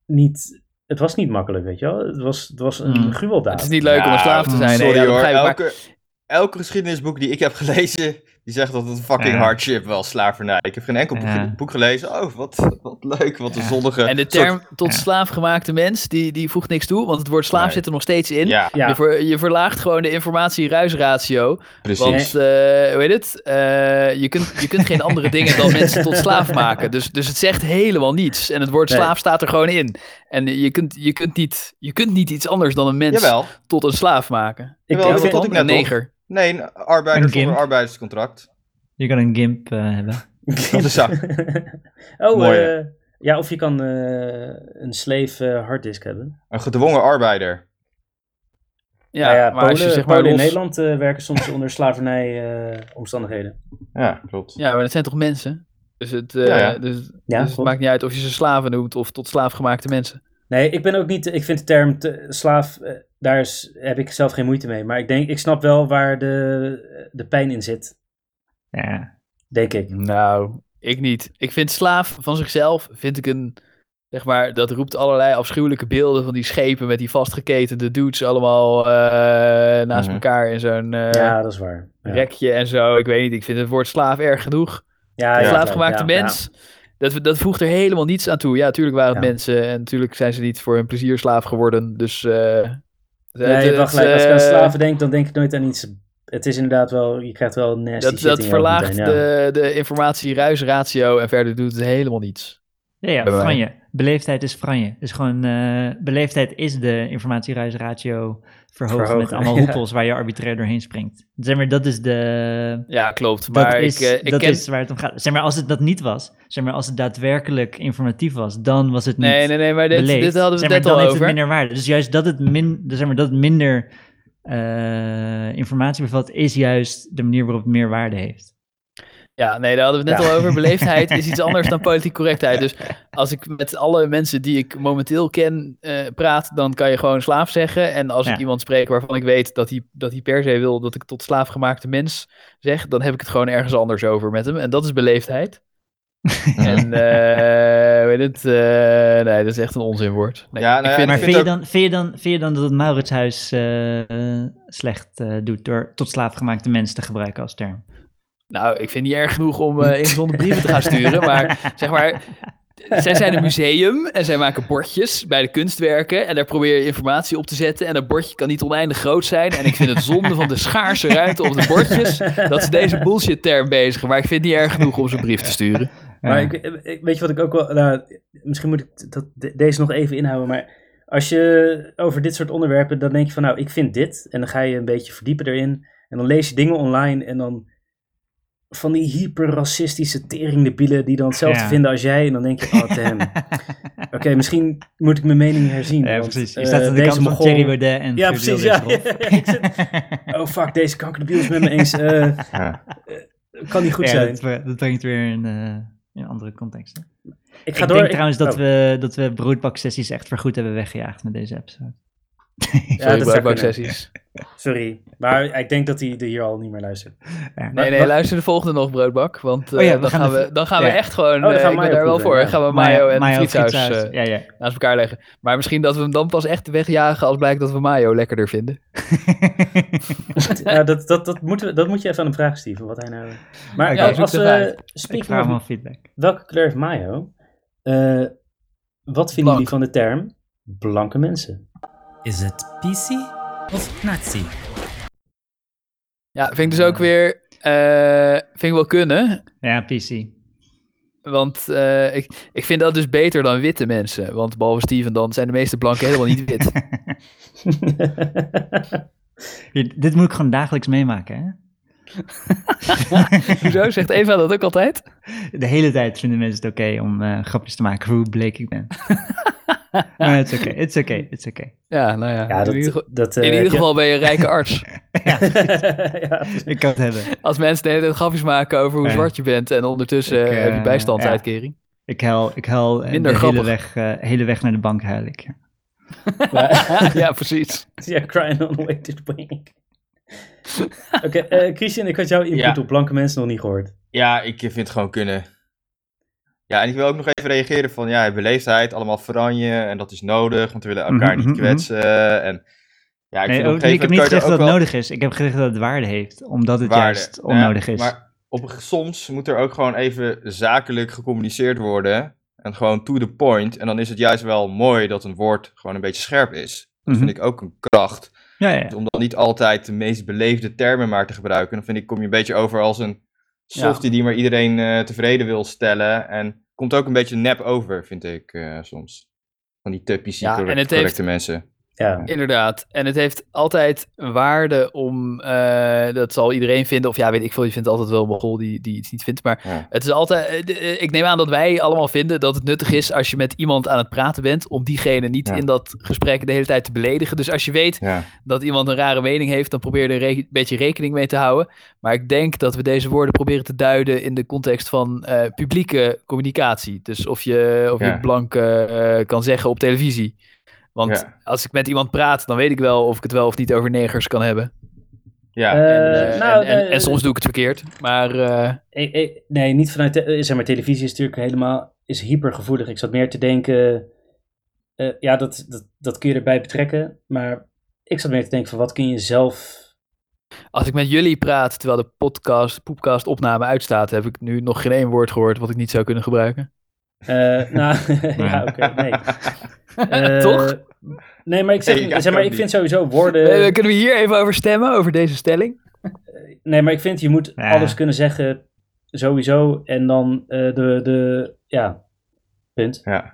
S1: niet, het was niet makkelijk, weet je wel? Het was, het was een
S2: Mm.
S1: gruweldaad.
S3: we? Hmm. het is niet leuk om een
S4: Ja,
S3: slaaf te zijn. Nee,
S4: Sorry
S3: ja, mm, dat
S4: hoor,
S3: begrijp ik, maar-
S4: elke, elke geschiedenisboek die ik heb gelezen, die zegt dat het een fucking
S2: Ja.
S4: hardship was, slavernij. Ik heb geen enkel boek-
S2: Ja.
S4: boek gelezen. Oh, wat, wat leuk, wat een
S2: Ja.
S4: zondige...
S3: En de
S4: soort-
S3: term tot
S2: ja.
S3: slaafgemaakte mens, die, die voegt niks toe. Want het woord slaaf
S4: Nee.
S3: zit er nog steeds in.
S4: Ja,
S1: ja.
S3: Je, ver- je verlaagt gewoon de informatie-ruisratio.
S4: precies.
S3: Want, eh, hoe heet het? Eh, je, kunt, je kunt geen andere dingen dan mensen tot slaaf maken. Dus, dus het zegt helemaal niets. En het woord
S1: Nee.
S3: slaaf staat er gewoon in. En je kunt, je, kunt niet, je kunt niet iets anders dan een mens
S4: Jawel.
S3: tot een slaaf maken.
S1: Ik,
S4: Jawel,
S1: ik
S4: dat
S1: vind-
S4: had ik net
S3: een
S4: nog.
S3: neger.
S4: Nee, een arbeider
S2: Een
S4: zonder
S2: gimp.
S4: arbeidscontract.
S2: Je kan een gimp eh, hebben.
S4: Dat is zo.
S1: oh,
S4: Mooi,
S1: eh, ja, of je kan eh, een slave eh, harddisk hebben.
S4: Een gedwongen arbeider.
S3: Ja,
S1: Nou ja,
S3: maar als je
S1: Polen-
S3: zeg maar
S1: Polen in
S3: los-
S1: Nederland eh, werken soms onder slavernij-omstandigheden.
S4: Ja, klopt.
S3: Ja, maar dat zijn toch mensen? Dus het, eh,
S4: Ja, ja.
S3: Dus,
S1: ja,
S3: dus het
S1: klopt.
S3: maakt niet uit of je ze slaven noemt of tot slaafgemaakte mensen.
S1: Nee, ik ben ook niet. Ik vind de term te- slaaf. eh, daar is, heb ik zelf geen moeite mee. Maar ik denk, ik snap wel waar de, eh, de pijn in zit.
S2: Ja.
S1: Denk ik.
S3: Nou, ik niet. Ik vind slaaf van zichzelf, vind ik een, zeg maar, dat roept allerlei afschuwelijke beelden van die schepen met die vastgeketende dudes allemaal eh, naast
S4: Mhm.
S3: elkaar in zo'n eh,
S1: ja, dat is waar. Ja,
S3: rekje en zo. Ik weet niet, ik vind het woord slaaf erg genoeg.
S1: ja,
S4: Ja.
S3: Slaafgemaakte
S1: ja, ja.
S3: mens, Dat, dat voegt er helemaal niets aan toe. Ja, natuurlijk waren het
S1: Ja.
S3: mensen en natuurlijk zijn ze niet voor hun plezier slaaf geworden, dus... eh
S1: Nee, je hebt wel gelijk. Als ik aan
S3: eh,
S1: slaven denk, dan denk ik nooit aan iets. Het is inderdaad wel. Je krijgt wel nasty
S3: Dat,
S1: shit
S3: dat
S1: in je
S3: verlaagt
S1: hoofd meteen, ja.
S3: de, de informatie-ruisratio en verder doet het helemaal niets.
S2: Ja, ja,
S3: Bij mij.
S2: franje. Beleefdheid is franje. Dus gewoon, eh, beleefdheid is de informatiereisratio verhoogd
S1: Verhogen,
S2: met allemaal
S1: ja.
S2: hoepels waar je arbitrair doorheen springt. Zeg maar, dat is de...
S3: Ja, klopt.
S2: Dat,
S3: Maar
S2: is,
S3: ik, eh, ik
S2: dat
S3: ken...
S2: is waar het om gaat. Zeg maar, als het dat niet was, zeg maar, als het daadwerkelijk informatief was, dan was het niet
S3: Nee, nee, nee, maar dit,
S2: beleefd.
S3: dit hadden we
S2: zeg maar,
S3: het net
S2: dan
S3: al
S2: heeft
S3: over.
S2: het minder waarde. Dus juist dat het, min, dus zeg maar, dat het minder eh, informatie bevat, is juist de manier waarop het meer waarde heeft.
S3: Ja, nee, daar hadden we het net
S1: Ja.
S3: al over. Beleefdheid is iets anders dan politiek correctheid. Dus als ik met alle mensen die ik momenteel ken eh, praat, dan kan je gewoon slaaf zeggen. En als
S2: Ja.
S3: ik iemand spreek waarvan ik weet dat hij, dat hij per se wil dat ik tot slaafgemaakte mens zeg, dan heb ik het gewoon ergens anders over met hem. En dat is beleefdheid. En eh, weet het, eh, nee, dat is echt een onzinwoord. Nee,
S4: Ja, nou
S3: ik
S4: ja,
S3: vind-
S4: en
S2: maar
S4: ik
S2: vind
S4: vind
S2: je,
S4: ook-
S2: dan, vind, je dan, vind je dan dat het Mauritshuis eh, eh, slecht eh, doet door tot slaafgemaakte mensen te gebruiken als term?
S3: Nou, ik vind het niet erg genoeg om eh ingezonde brieven te gaan sturen, maar zeg maar... Zij zijn een museum en zij maken bordjes bij de kunstwerken. En daar probeer je informatie op te zetten. En dat bordje kan niet oneindig groot zijn. En ik vind het zonde van de schaarse ruimte op de bordjes. Dat ze deze bullshit term bezigen. Maar ik vind het niet erg genoeg om zo'n brief te sturen.
S1: Maar
S2: Ja.
S1: ik, ik- weet je wat ik ook wel. Nou, misschien moet ik dat, de- deze nog even inhouden. Maar als je over dit soort onderwerpen. dan denk je van. Nou, ik vind dit. En dan ga je een beetje verdiepen erin. En dan lees je dingen online. En dan. van die hyperracistische teringdebielen. die dan hetzelfde
S2: Ja.
S1: vinden als jij. En dan denk je. Oh, damn. Oké, misschien moet ik mijn mening herzien.
S2: Ja,
S1: want,
S2: precies. Je
S1: eh,
S2: staat aan de
S1: deze
S2: kant van
S1: Mongool-
S2: Thierry Baudet en
S1: Ja,
S2: Geert
S1: precies,
S2: Wilders,
S1: ja.
S2: Rolf.
S1: Ik Oh, fuck, deze kankerdebiel is met me eens. eh,
S4: Ja.
S1: kan niet goed
S2: Ja,
S1: zijn.
S2: Dat, br- dat brengt weer in, eh, in andere contexten.
S1: Ik
S2: Ik,
S1: ga door.
S2: denk
S1: ik-
S2: trouwens dat,
S1: oh.
S2: we, dat we broodbaksessies echt voor goed hebben weggejaagd met deze episode.
S3: Ja, dat
S1: Oh. zou
S3: zijn ook
S1: kunnen.
S3: sessies.
S1: Sorry. Maar ik denk dat hij hier al niet meer luistert.
S2: Ja.
S3: Nee, nee, luister de volgende nog, Broodbak. Want eh,
S2: Oh ja, we
S3: dan,
S2: gaan
S3: gaan
S2: de-
S3: we, dan gaan we
S2: ja.
S3: echt gewoon...
S1: dan gaan
S3: eh,
S1: we
S3: ik ben
S1: mayo
S3: daar wel
S1: proeven,
S3: voor.
S1: ja.
S3: gaan we mayo en
S2: Mayo
S3: frietsaus
S2: frietsaus.
S3: eh,
S2: ja, ja.
S3: naast elkaar leggen. Maar misschien dat we hem dan pas echt wegjagen als blijkt dat we mayo lekkerder vinden.
S1: Ja, dat, dat, dat, moeten we, dat moet je even aan hem vragen, Steven. Wat hij nou... Maar
S2: Oké,
S1: ja,
S3: zoek
S1: als
S3: het
S1: we...
S3: uit.
S2: Ik
S1: Speaking
S2: vraag
S1: of
S2: hem om feedback.
S1: Welke kleur heeft mayo? Eh, wat vinden
S3: Blank.
S1: jullie van de term blanke mensen?
S7: Is het PC of Nazi?
S3: Ja, vind ik dus ook weer... eh, vind ik wel kunnen.
S2: Ja, PC.
S3: Want eh, ik, ik vind dat dus beter dan witte mensen. Want behalve Steven dan zijn de meeste blanken helemaal niet wit.
S2: Hier, dit moet ik gewoon dagelijks meemaken, hè?
S3: Hoezo? Zegt Eva dat ook altijd?
S2: De hele tijd vinden mensen het oké om eh, grapjes te maken hoe bleek ik ben. maar het is oké, het is oké, het is oké.
S3: Ja, nou ja.
S1: ja,
S3: in, ieder,
S1: dat,
S3: geval-
S1: dat, eh,
S3: in
S1: ja.
S3: ieder geval ben je een rijke arts.
S1: ja, precies.
S2: Ik kan het hebben.
S3: Als mensen de hele tijd grapjes maken over hoe
S2: Ja.
S3: zwart je bent en ondertussen
S2: Ik,
S3: eh, heb je
S2: eh,
S3: bijstandsuitkering.
S2: Ik huil, ik huil eh,
S3: Minder
S2: de hele
S3: grappig.
S2: weg, eh, hele weg naar de bank huil ik. oh,
S3: Ja, precies.
S1: Ja, crying on the way to the bank. Oké, eh, Christian, ik had jouw input
S4: Ja.
S1: op blanke mensen nog niet gehoord.
S4: Ja, ik vind het gewoon kunnen. Ja, en ik wil ook nog even reageren van, ja, beleefdheid, allemaal franje en dat is nodig, want we willen elkaar
S2: Mhm, mhm,
S4: niet
S2: mhm.
S4: kwetsen. En, ja,
S2: Nee,
S4: ik,
S2: ook- ik
S4: vind op een
S2: heb
S4: gegeven moment
S2: niet
S4: kan je er
S2: gezegd
S4: ook
S2: dat het
S4: wel
S2: nodig is. Ik heb gezegd dat het waarde heeft, omdat het
S4: waarde-
S2: juist
S4: Nou ja,
S2: onnodig is.
S4: Maar op, een- soms moet er ook gewoon even zakelijk gecommuniceerd worden en gewoon to the point. En dan is het juist wel mooi dat een woord gewoon een beetje scherp is. Dat
S2: Mhm.
S4: vind ik ook een kracht.
S2: ja, ja.
S4: Om dan niet altijd de meest beleefde termen maar te gebruiken. Dan vind ik, kom je een beetje over als een softie die maar iedereen eh, tevreden wil stellen. En komt ook een beetje nep over, vind ik eh, soms. Van die typische
S3: Ja, en
S4: correct-
S3: het heeft-
S4: correcte mensen.
S1: Ja,
S3: Inderdaad. En het heeft altijd een waarde om, eh, dat zal iedereen vinden, of ja, weet ik veel, je vindt altijd wel een mogol die, die iets niet vindt, maar
S4: Ja.
S3: het is altijd, eh, de- eh, ik neem aan dat wij allemaal vinden dat het nuttig is als je met iemand aan het praten bent, om diegene niet
S4: Ja.
S3: in dat gesprek de hele tijd te beledigen. Dus als je weet
S4: Ja.
S3: dat iemand een rare mening heeft, dan probeer je er een re- beetje rekening mee te houden. Maar ik denk dat we deze woorden proberen te duiden in de context van eh, publieke communicatie. Dus of je, of
S4: Ja.
S3: je blank eh, eh, kan zeggen op televisie. Want
S4: Ja.
S3: als ik met iemand praat, dan weet ik wel of ik het wel of niet over negers kan hebben.
S4: Ja.
S1: Eh,
S3: en, eh,
S1: nou,
S3: en, en-
S1: eh,
S3: en soms doe ik het verkeerd. Maar eh,
S1: Ik- ik- nee, niet vanuit. te- eh, zeg maar, televisie is natuurlijk helemaal is hypergevoelig. Ik zat meer te denken. eh, ja, dat, dat, dat kun je erbij betrekken. Maar ik zat meer te denken van wat kun je zelf.
S3: als ik met jullie praat terwijl de podcast, poepcast opname uitstaat, heb ik nu nog geen één woord gehoord wat ik niet zou kunnen gebruiken.
S1: eh, nou, ja, oké, nee. Eh,
S3: Toch?
S1: Nee, maar ik, zeg,
S4: Nee, ja,
S1: zeg maar,
S4: kan
S1: ik
S4: niet.
S1: vind sowieso woorden.
S3: Eh, kunnen we hier even over stemmen, over deze stelling?
S1: Nee, maar ik vind je moet
S2: Ja.
S1: alles kunnen zeggen. Sowieso. En dan eh, de, de. Ja, punt.
S4: Ja.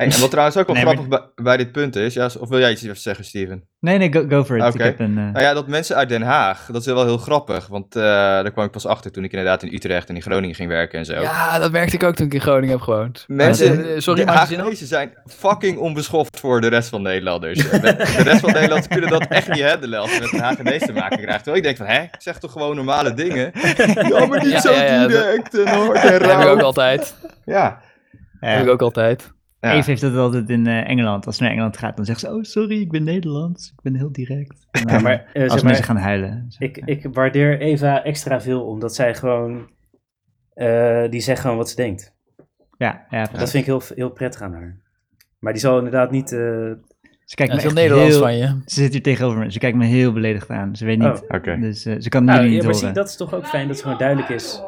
S4: Hey, en wat trouwens ook wel
S2: Nee, maar-
S4: grappig bij, bij dit punt is, ja, of wil jij iets even zeggen, Steven?
S2: Nee, nee, go, go for it.
S4: Oké.
S2: Ik heb een, eh,
S4: Nou ja, dat mensen uit Den Haag, dat is wel heel grappig, want eh, daar kwam ik pas achter toen ik inderdaad in Utrecht en in Groningen ging werken en zo.
S3: Ja, dat merkte ik ook toen ik in Groningen heb gewoond.
S4: Mensen,
S3: Eh, eh, sorry,
S4: de
S3: maar gezin
S4: Haagnezen zijn fucking onbeschoft voor de rest van Nederlanders. de rest van Nederlanders kunnen dat echt niet handelen als je met een Hagenees te maken krijgt. Terwijl ik denk van, hè, ik zeg toch gewoon normale dingen? Ja, maar niet
S3: Ja,
S4: zo
S3: ja, ja, dat-
S4: direct en hard en
S3: Dat heb ik ook
S4: rauw.
S3: altijd.
S4: Ja.
S2: eh,
S3: Heb ik ook altijd.
S4: ja.
S2: Eve heeft dat altijd in eh, Engeland. Als ze naar Engeland gaat, dan zegt ze: Oh, sorry, ik ben Nederlands. Ik ben heel direct. En dan,
S1: Ja, maar, eh, zeg
S2: als
S1: maar
S2: mensen gaan huilen. Zo.
S1: ik, ik waardeer Eva extra veel omdat zij gewoon. eh, die zegt gewoon wat ze denkt.
S2: Ja, ja, precies.
S1: Dat vind ik heel, heel prettig aan haar. Maar die zal inderdaad niet. eh,
S2: Ze kijkt
S3: Dat
S2: me
S3: is heel
S2: echt
S3: Nederlands
S2: heel-
S3: van je.
S2: Ze zit hier tegenover me. Ze kijkt me heel beledigd aan. Ze weet
S1: Oh.
S2: niet.
S4: Oké.
S2: Dus eh, ze kan
S1: Nou,
S2: jullie
S1: ja,
S2: niet
S1: maar
S2: horen.
S1: zie, dat is toch ook fijn dat het gewoon duidelijk is.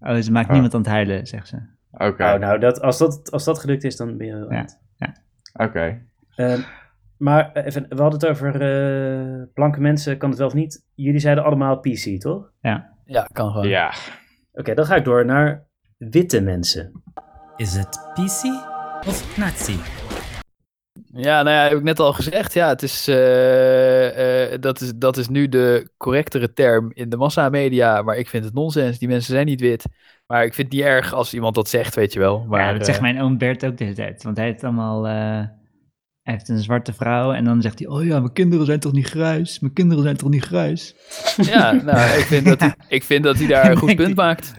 S2: Oh, ze maakt
S4: Oh.
S2: niemand aan het huilen, zegt ze.
S4: Oké.
S1: Oh, nou, dat, als, dat, als dat gelukt is, dan ben je.
S2: Ja.
S4: Oké.
S1: Ehm, maar eh, even, we hadden het over eh, blanke mensen, kan het wel of niet? Jullie zeiden allemaal PC, toch? Oké,
S3: Ja, kan gewoon.
S4: Ja.
S1: dan ga ik door naar witte mensen.
S7: Is het PC of Nazi?
S3: Ja, nou ja, heb ik net al gezegd. Ja, het is, eh, eh, dat, is, dat is nu de correctere term in de massamedia. Maar ik vind het nonsens. Die mensen zijn niet wit. Maar ik vind het niet erg als iemand dat zegt, weet je wel. Maar,
S2: ja, dat
S3: eh,
S2: zegt mijn oom Bert ook de hele tijd. Want hij heeft allemaal... eh, hij heeft een zwarte vrouw en dan zegt hij... Oh ja, mijn kinderen zijn toch niet grijs? Mijn kinderen zijn toch niet grijs?
S3: Ja, nou, ik vind dat hij, ik vind dat hij daar een goed punt maakt.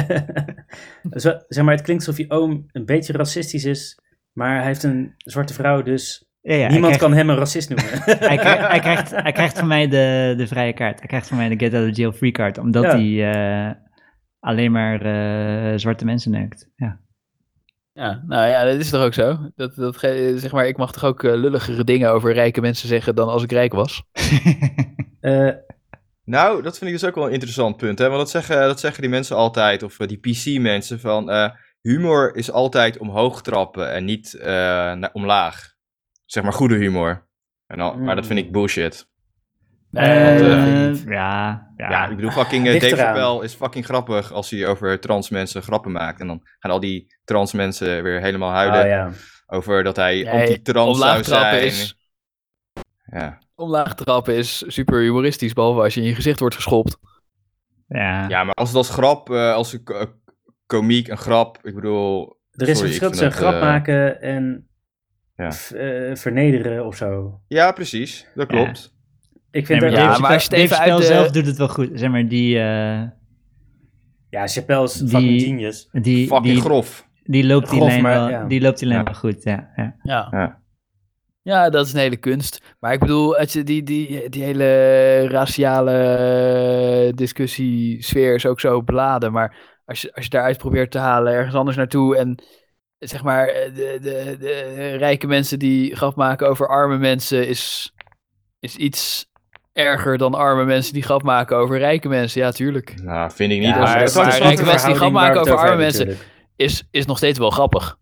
S1: Dus wel- zeg maar, het klinkt alsof je oom een beetje racistisch is, maar hij heeft een zwarte vrouw, dus
S2: Ja, ja,
S1: Niemand
S2: hij krijgt,
S1: kan hem een racist noemen.
S2: Hij, krijgt, hij, krijgt, hij krijgt van mij de, de vrije kaart. Hij krijgt van mij de get out of jail free kaart. Omdat
S1: Ja.
S2: hij eh, alleen maar eh, zwarte mensen neukt. Ja.
S3: Ja, nou ja, dat is toch ook zo? Dat, dat, ge- zeg maar, ik mag toch ook eh, lulligere dingen over rijke mensen zeggen dan als ik rijk was?
S1: Eh,
S4: Nou, dat vind ik dus ook wel een interessant punt. Hè? Want dat zeggen, dat zeggen die mensen altijd, of eh, die PC-mensen, van eh, humor is altijd omhoog trappen en niet eh, naar, omlaag. Zeg maar goede humor. En al, Maar dat vind
S3: Mm.
S4: ik bullshit.
S3: Nee, dat vind ik
S2: Eh,
S3: niet.
S2: ja, ja.
S4: Ja, ik bedoel, fucking eh,
S1: Ligt
S4: Dave
S1: eraan.
S4: Chappelle is fucking grappig als hij over trans mensen grappen maakt. En dan gaan al die trans mensen weer helemaal huilen
S1: oh ja.
S4: over dat hij
S3: Nee,
S4: anti-trans
S3: omlaag
S4: zou
S3: trappen
S4: zijn.
S3: is,
S4: Ja.
S3: omlaag trappen is super humoristisch, behalve als je in je gezicht wordt geschopt.
S2: Ja.
S4: ja, maar als het als grap, eh, als een ko- komiek een grap, ik bedoel,
S1: Er is
S4: Sorry,
S1: een verschil
S4: ik
S1: tussen
S4: vind dat,
S1: grap
S4: eh,
S1: maken en
S4: ja.
S1: v- eh, vernederen of zo.
S4: ja precies, dat
S2: Ja.
S4: klopt.
S1: Ik vind
S2: Nee,
S1: dat
S3: ja,
S1: Dave
S2: Dave
S3: maar
S1: Chappelle-
S3: als je het
S2: Chappelle-
S3: even
S2: Dave
S3: uit
S2: Chappelle zelf
S3: de-
S2: doet het wel goed. Zeg maar, die, eh,
S1: Ja, Chappelle is
S2: Die-
S1: fucking genius.
S2: die,
S4: Fucking
S2: die,
S4: grof.
S2: die loopt die
S1: grof,
S2: lijn
S1: maar
S2: wel,
S1: ja.
S2: die loopt die lijn
S4: Ja.
S2: wel goed. Ja, ja.
S3: Ja.
S4: Ja.
S3: ja. dat is een hele kunst. Maar ik bedoel, als je die, die, die hele raciale eh, discussiesfeer is ook zo beladen. Maar als je, als je daaruit probeert te halen, ergens anders naartoe. En zeg maar, eh, de, de, de rijke mensen die grap maken over arme mensen is, is iets erger dan arme mensen die grap maken over rijke mensen. Ja, tuurlijk.
S4: Nou, vind ik niet.
S3: Ja,
S4: Als-
S3: maar-
S4: het zou-
S3: maar-
S4: het zou-
S3: rijke mensen die grap maken over arme mensen. Is, is nog steeds wel grappig.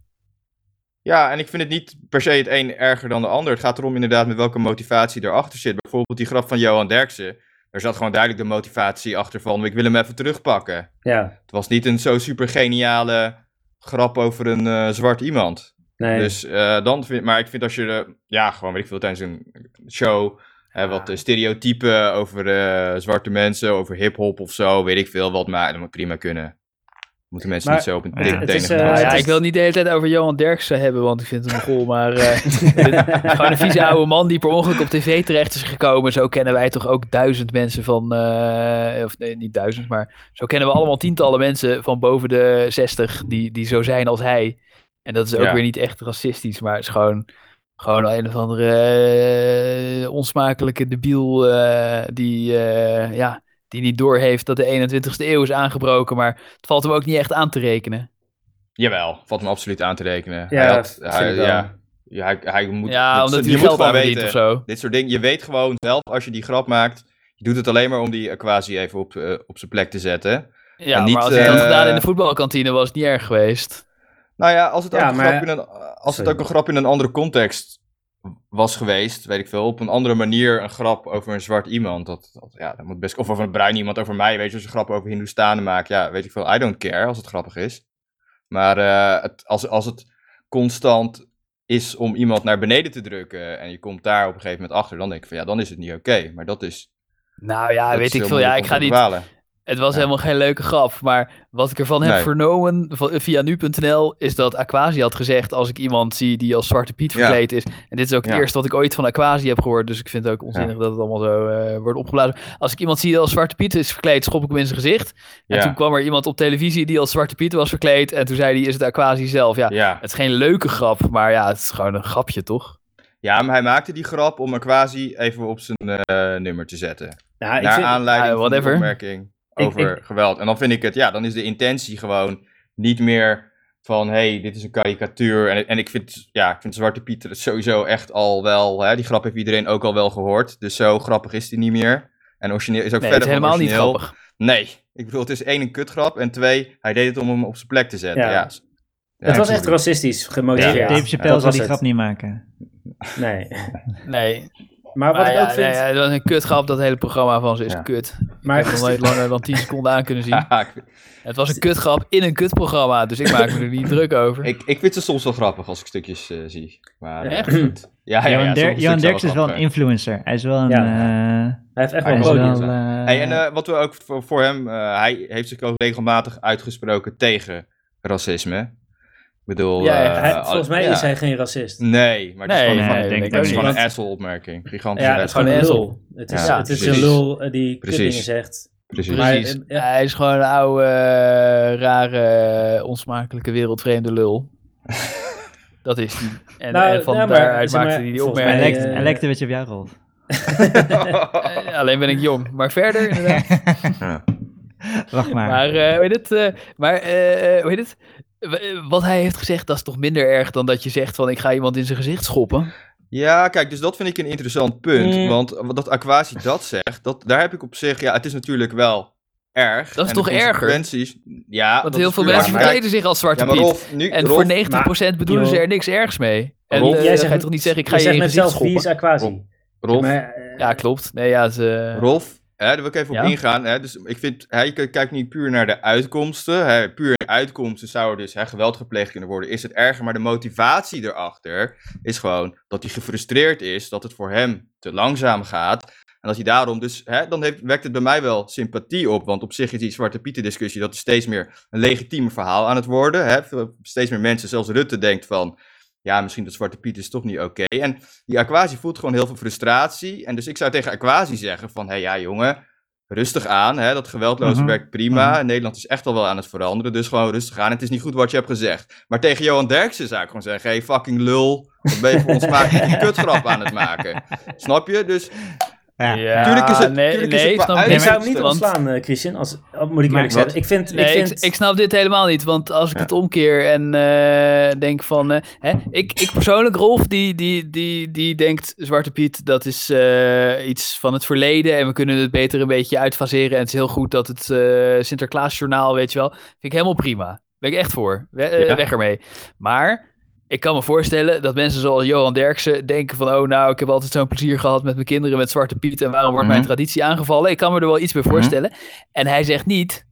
S4: ja, en ik vind het niet per se het een erger dan de ander. Het gaat erom inderdaad met welke motivatie erachter zit. Bijvoorbeeld die grap van Johan Derksen. Er zat gewoon duidelijk de motivatie achter van, ik wil hem even terugpakken.
S1: Ja,
S4: Het was niet een zo super geniale grap over een eh, zwart iemand.
S1: nee.
S4: Dus eh, dan vind maar ik vind als je, eh, ja, gewoon weet ik veel, tijdens een show, hè, wat eh, stereotypen over eh, zwarte mensen, over hip-hop of zo, weet ik veel wat, maar dat moet prima kunnen. Moeten mensen
S1: Maar-
S4: niet zo op een
S2: Ja,
S4: dikke
S1: het is,
S4: tenen
S1: eh,
S4: gaan
S3: Nou ja,
S4: zitten.
S1: het
S3: ik wil het niet de hele tijd over Johan Derksen hebben, want ik vind hem een goal. Maar eh, gewoon een vieze oude man die per ongeluk op tv terecht is gekomen. Zo kennen wij toch ook duizend mensen van... eh, of nee, niet duizend, maar zo kennen we allemaal tientallen mensen van boven de zestig die, die zo zijn als hij. En dat is ook
S4: Ja.
S3: weer niet echt racistisch, maar het is gewoon... Gewoon een of andere eh, onsmakelijke debiel eh, die, eh, ja, die niet doorheeft dat de 21ste eeuw is aangebroken. Maar het valt hem ook niet echt aan te rekenen.
S4: Jawel, valt me absoluut aan te rekenen.
S1: Ja,
S4: hij had,
S1: vind
S4: hij,
S1: ik wel.
S4: ja, ja, hij, hij moet,
S3: ja,
S4: dat-
S3: omdat
S4: je
S3: hij
S4: moet
S3: geld
S4: gewoon
S3: aanbiedt
S4: weten.
S3: of zo.
S4: Dit soort dingen, je weet gewoon zelf als je die grap maakt, je doet het alleen maar om die eh, quasi even op, eh, op zijn plek te zetten.
S3: Ja,
S4: En niet,
S3: maar als hij dat
S4: eh,
S3: gedaan in de voetbalkantine was het niet erg geweest.
S4: Nou ja, als het,
S1: Ja,
S4: ook, een
S1: maar-
S4: grap in een, eh, als het
S1: Sorry.
S4: ook een grap in een andere context was geweest, weet ik veel, op een andere manier een grap over een zwart iemand, dat, dat- ja, dat moet best, of over een bruin iemand over mij, weet je, als je grappen over Hindoestanen maakt, ja, weet ik veel, I don't care als het grappig is. Maar eh, het, als, als het constant is om iemand naar beneden te drukken en je komt daar op een gegeven moment achter, dan denk ik van ja, dan is het niet oké. Maar dat is.
S3: Nou ja,
S4: dat is
S3: weet ik
S4: heel
S3: veel. Ja,
S4: moeilijk
S3: ik ga
S4: om te
S3: niet.
S4: bepalen.
S3: Het was
S4: Ja.
S3: helemaal geen leuke grap. Maar wat ik ervan heb
S4: Nee.
S3: vernomen van, via nu.nl is dat Aquasi had gezegd: als ik iemand zie die als Zwarte Piet
S4: Ja.
S3: verkleed is. En dit is ook het
S4: Ja.
S3: eerste wat ik ooit van Aquasi heb gehoord. Dus ik vind het ook onzinnig dat het allemaal zo eh, wordt opgeblazen. Als ik iemand zie die als Zwarte Piet is verkleed, schop ik hem in zijn gezicht. En
S4: Ja.
S3: toen kwam er iemand op televisie die als Zwarte Piet was verkleed. En toen zei hij: Is het Aquasi zelf? Ja,
S4: Ja.
S3: het is geen leuke grap, maar ja, het is gewoon een grapje toch?
S4: ja, maar hij maakte die grap om een quasi even op zijn eh, nummer te zetten.
S1: Nou, ik
S4: naar
S1: vind-
S4: aanleiding
S3: Ah,
S4: van
S3: whatever.
S4: de opmerking
S1: Ik-
S4: over geweld. En dan vind ik het, ja, dan is de intentie gewoon niet meer van, hé, hey, dit is een karikatuur. En, en ik vind, ja, ik vind Zwarte Pieter het sowieso echt al wel, hè, die grap heeft iedereen ook al wel gehoord. Dus zo grappig is die niet meer. En origineel is ook
S3: Nee, het is
S4: verder van
S3: helemaal niet
S4: origineel.
S3: grappig.
S4: Nee, ik bedoel, het is één een kutgrap en twee, hij deed het om hem op zijn plek te zetten. Ja.
S1: Ja.
S4: Ja,
S1: het was
S4: ik
S1: echt
S4: bedoel-
S1: racistisch gemotiveerd.
S4: Ja,
S2: Dave Chappelle
S1: Dat
S2: zal
S1: was
S2: die
S1: het.
S2: grap niet maken.
S1: Nee.
S3: Nee.
S1: Maar wat
S3: Maar
S1: ik
S3: ja,
S1: ook vind...
S3: nee, ja, dat is een kutgrap. Dat hele programma van ze is
S4: Ja.
S3: kut.
S1: maar dus-
S3: ik heb nog nooit langer dan 10 seconden aan kunnen zien.
S4: Ja, ik-
S3: Het was een kutgrap in een kutprogramma, dus ik maak me er niet druk over.
S4: ik, ik vind ze soms wel grappig als ik stukjes eh, zie. Maar, eh,
S3: Echt?
S4: goed. Ja, ja, ja,
S2: Johan,
S4: soms
S2: Der
S4: is
S2: Johan
S4: het
S2: Derks is wel een
S4: grappig.
S2: influencer. Hij is wel een...
S1: Ja.
S2: eh,
S1: hij heeft echt
S2: hij
S1: wel
S2: is
S4: podium
S2: wel...
S4: staan.
S2: eh,
S4: Hey, en eh, wat we ook voor, voor hem, eh, hij heeft zich ook regelmatig uitgesproken tegen racisme. Ik bedoel,
S3: Ja,
S4: eh,
S1: Hij- volgens mij
S4: ja.
S1: is hij geen racist.
S4: Nee, maar het
S3: Nee,
S4: is gewoon,
S2: nee,
S4: een fucking-
S2: ik denk
S4: het
S2: dat
S4: is
S2: niet.
S4: gewoon een asshole-opmerking. Gigantische
S1: Ja, het is gewoon een
S3: gewoon een
S1: lul. Het is,
S4: Ja,
S1: het is een
S4: precies.
S1: lul eh, die
S4: Precies.
S1: kutdingen zegt.
S4: Precies.
S1: Maar,
S3: Precies.
S1: eh, ja.
S3: Hij is gewoon een oude, eh, rare, eh, onsmakelijke wereldvreemde lul. Dat is die. En,
S1: Nou,
S3: en van
S1: ja, maar,
S3: daaruit
S1: zeg maar,
S3: maakte hij die
S1: volgens mij
S2: Hij
S1: Nee,
S2: lijkt,
S3: opmerking.
S1: eh,
S2: hij lijkt een beetje op jou, Rolf.
S3: Eh, alleen ben ik jong. Maar verder, inderdaad.
S2: Wacht maar.
S3: Maar, eh, hoe heet het? eh, maar eh, hoe heet het? W- eh, Wat hij heeft gezegd, dat is toch minder erg dan dat je zegt van ik ga iemand in zijn gezicht schoppen.
S4: Ja, kijk, dus dat vind ik een interessant punt.
S1: Mm.
S4: Want wat dat Aquasi dat zegt, dat, daar heb ik op zich... Ja, het is natuurlijk wel erg.
S3: Dat is
S4: en de
S3: toch erger?
S4: consequenties- Ja,
S3: Want
S4: dat
S3: heel
S4: is
S3: veel
S4: puur-
S3: mensen
S4: maar kijk,
S3: verkleden zich als
S4: Ja,
S3: zwarte
S4: maar
S3: piet.
S4: Rolf, nu,
S3: en
S4: Rolf,
S3: voor 90% bedoelen ze er niks ergs mee. En
S4: Rolf,
S3: eh,
S1: jij
S3: dan
S1: zegt
S3: ga je toch niet zeggen ik ga
S1: je
S3: je, in
S1: zegt
S3: je
S1: net
S3: gezicht
S1: zelf, wie
S3: schoppen.
S1: is Aquasi?
S4: Rolf, Rolf,
S1: Maar, eh,
S3: Ja, klopt. Nee, ja, ze...
S4: Rolf, hè, daar wil ik even op
S3: eh, Ja?
S4: ingaan. Hè. Dus ik vind, hij k- kijkt niet puur naar de uitkomsten. Hè. Puur in uitkomsten zou er dus hè, geweld gepleegd kunnen worden. Is het erger, maar de motivatie erachter is gewoon dat hij gefrustreerd is, dat het voor hem te langzaam gaat. En dat hij daarom dus, hè, dan heeft, wekt het bij mij wel sympathie op. Want op zich is die Zwarte Pieten discussie, dat is steeds meer een legitiem verhaal aan het worden. Hè. Veel- Steeds meer mensen, zelfs Rutte denkt van, ja, misschien dat Zwarte Piet is toch niet oké. En die Aquasi voelt gewoon heel veel frustratie. En dus ik zou tegen Aquasi zeggen van, hé hey, ja jongen, rustig aan. Hè? Dat geweldloze
S2: Mhm,
S4: werkt prima.
S2: mhm.
S4: Nederland is echt al wel aan het veranderen. Dus gewoon rustig aan. Het is niet goed wat je hebt gezegd. Maar tegen Johan Derksen zou ik gewoon zeggen, hey, fucking lul. Wat ben je voor ons maken die kutgrap aan het maken? Snap je? Dus
S2: Ja.
S4: tuurlijk is het-
S3: nee,
S4: tuurlijk is
S3: nee,
S4: het
S3: ik
S4: qua
S3: snap
S4: uit-
S1: ik
S3: dit.
S4: Nee,
S1: zou
S4: maar-
S1: hem niet
S4: want-
S1: ontslaan, eh, Christian. Als, al moet ik
S2: Maar
S1: eerlijk zeggen.
S4: wat?
S1: Ik vind...
S3: Nee,
S1: ik
S3: ik,
S1: vind
S3: ik snap dit helemaal niet, want als ik het omkeer en eh, denk van... eh, hè, ik, ik persoonlijk, Rolf, die, die, die, die denkt Zwarte Piet, dat is eh, iets van het verleden... en we kunnen het beter een beetje uitfaseren... en het is heel goed dat het eh, Sinterklaasjournaal, weet je wel... vind ik helemaal prima. Ben ik echt voor. We- eh,
S4: Ja.
S3: Weg ermee. Maar... Ik kan me voorstellen dat mensen zoals Johan Derksen denken van... oh nou, ik heb altijd zo'n plezier gehad met mijn kinderen met Zwarte Piet... en waarom wordt mijn
S4: Mhm.
S3: traditie aangevallen? Ik kan me er wel iets bij
S4: Mhm.
S3: voorstellen. En hij zegt niet...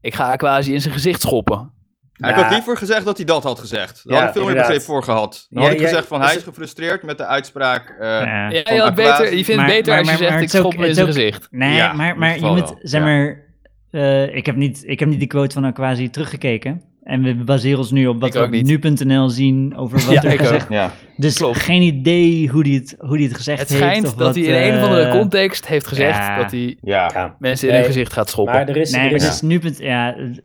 S3: Ik ga quasi in zijn gezicht schoppen.
S4: Hij
S1: Ja.
S4: had liever gezegd dat hij dat had gezegd. Daar
S1: Ja,
S4: had ik veel meer
S1: inderdaad.
S4: begrip voor gehad. Dan
S1: Ja,
S4: had ik
S1: jij-
S4: gezegd van,
S1: is
S4: hij
S1: het-
S4: is gefrustreerd met de uitspraak. eh,
S2: Ja.
S3: Ja,
S4: Van
S3: je, had
S4: Aquasi.
S3: beter, je vindt
S2: Maar-
S3: het beter
S2: maar-
S3: als je
S2: maar-
S3: zegt,
S2: maar
S3: ik
S2: het is ook-
S3: schop hem in
S2: het
S3: zijn
S2: is ook-
S3: gezicht.
S2: Nee,
S4: Ja,
S2: maar,
S4: in
S2: maar
S4: ieder
S2: je
S4: geval
S2: moet,
S4: wel,
S2: zeg
S4: ja.
S2: maar, eh, ik, heb niet, ik heb niet die quote van Aquasi teruggekeken. En we baseren ons nu op wat
S3: Ik
S2: we
S3: ook
S2: op
S3: niet.
S2: nu.nl zien over wat
S3: Ja,
S2: er
S3: ik ook.
S2: gezegd
S4: ja.
S2: Dus
S3: Klopt.
S2: geen idee hoe die het, hoe die het gezegd
S3: Het
S2: heeft.
S3: schijnt
S2: of
S3: dat
S2: wat,
S3: hij in een of andere
S2: eh,
S3: context heeft gezegd
S2: ja.
S3: dat hij
S4: Ja.
S1: Ja.
S3: mensen in
S1: Nee,
S3: hun gezicht gaat schoppen.
S1: Maar er is...
S2: Nee,
S1: er
S2: maar
S1: is
S2: het is nu... Ja, het-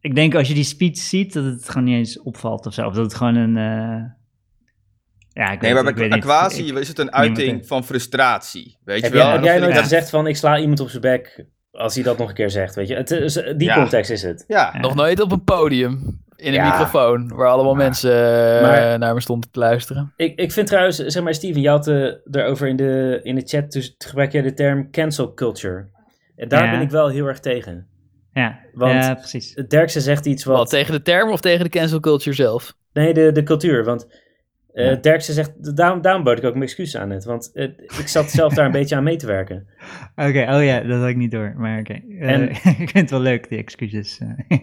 S2: ik denk als je die speech ziet, dat het gewoon niet eens opvalt of zo. Of dat het gewoon een... eh, ja, ik
S4: Nee,
S2: weet,
S4: maar
S2: ik weet
S4: bij
S2: niet.
S4: Aquasi
S2: Ik-
S4: is het een
S2: niemand
S4: uiting
S2: heeft-
S4: van frustratie. Weet
S1: Heb,
S4: je wel?
S1: jij, heb
S4: En dat
S1: jij
S4: vind
S1: nooit
S4: ik echt-
S1: gezegd van ik sla iemand op zijn bek als hij dat nog een keer zegt, weet je? Het is, die
S4: Ja.
S1: context is het.
S4: Ja.
S3: Nog nooit op een podium in een
S1: Ja.
S3: microfoon waar allemaal mensen eh,
S1: Maar-
S3: naar me stonden te luisteren.
S1: Ik, ik vind trouwens, zeg maar Steven, je had eh erover in de, in de chat, dus gebruik jij de term cancel culture. En daar
S2: Ja.
S1: ben ik wel heel erg tegen.
S2: Ja,
S1: Want-
S2: ja, precies.
S1: Derksen zegt iets
S3: Wat?
S1: wat...
S3: tegen de term of tegen de cancel culture zelf?
S1: Nee, de, de cultuur. Want eh, Derksen zegt. Daarom, daarom bood ik ook mijn excuses aan net. Want eh, ik zat zelf daar een beetje aan mee te werken.
S2: Oké, oh ja, dat had ik niet door. Maar oké. Eh,
S1: En-
S2: ik vind het wel leuk, die excuses. eh.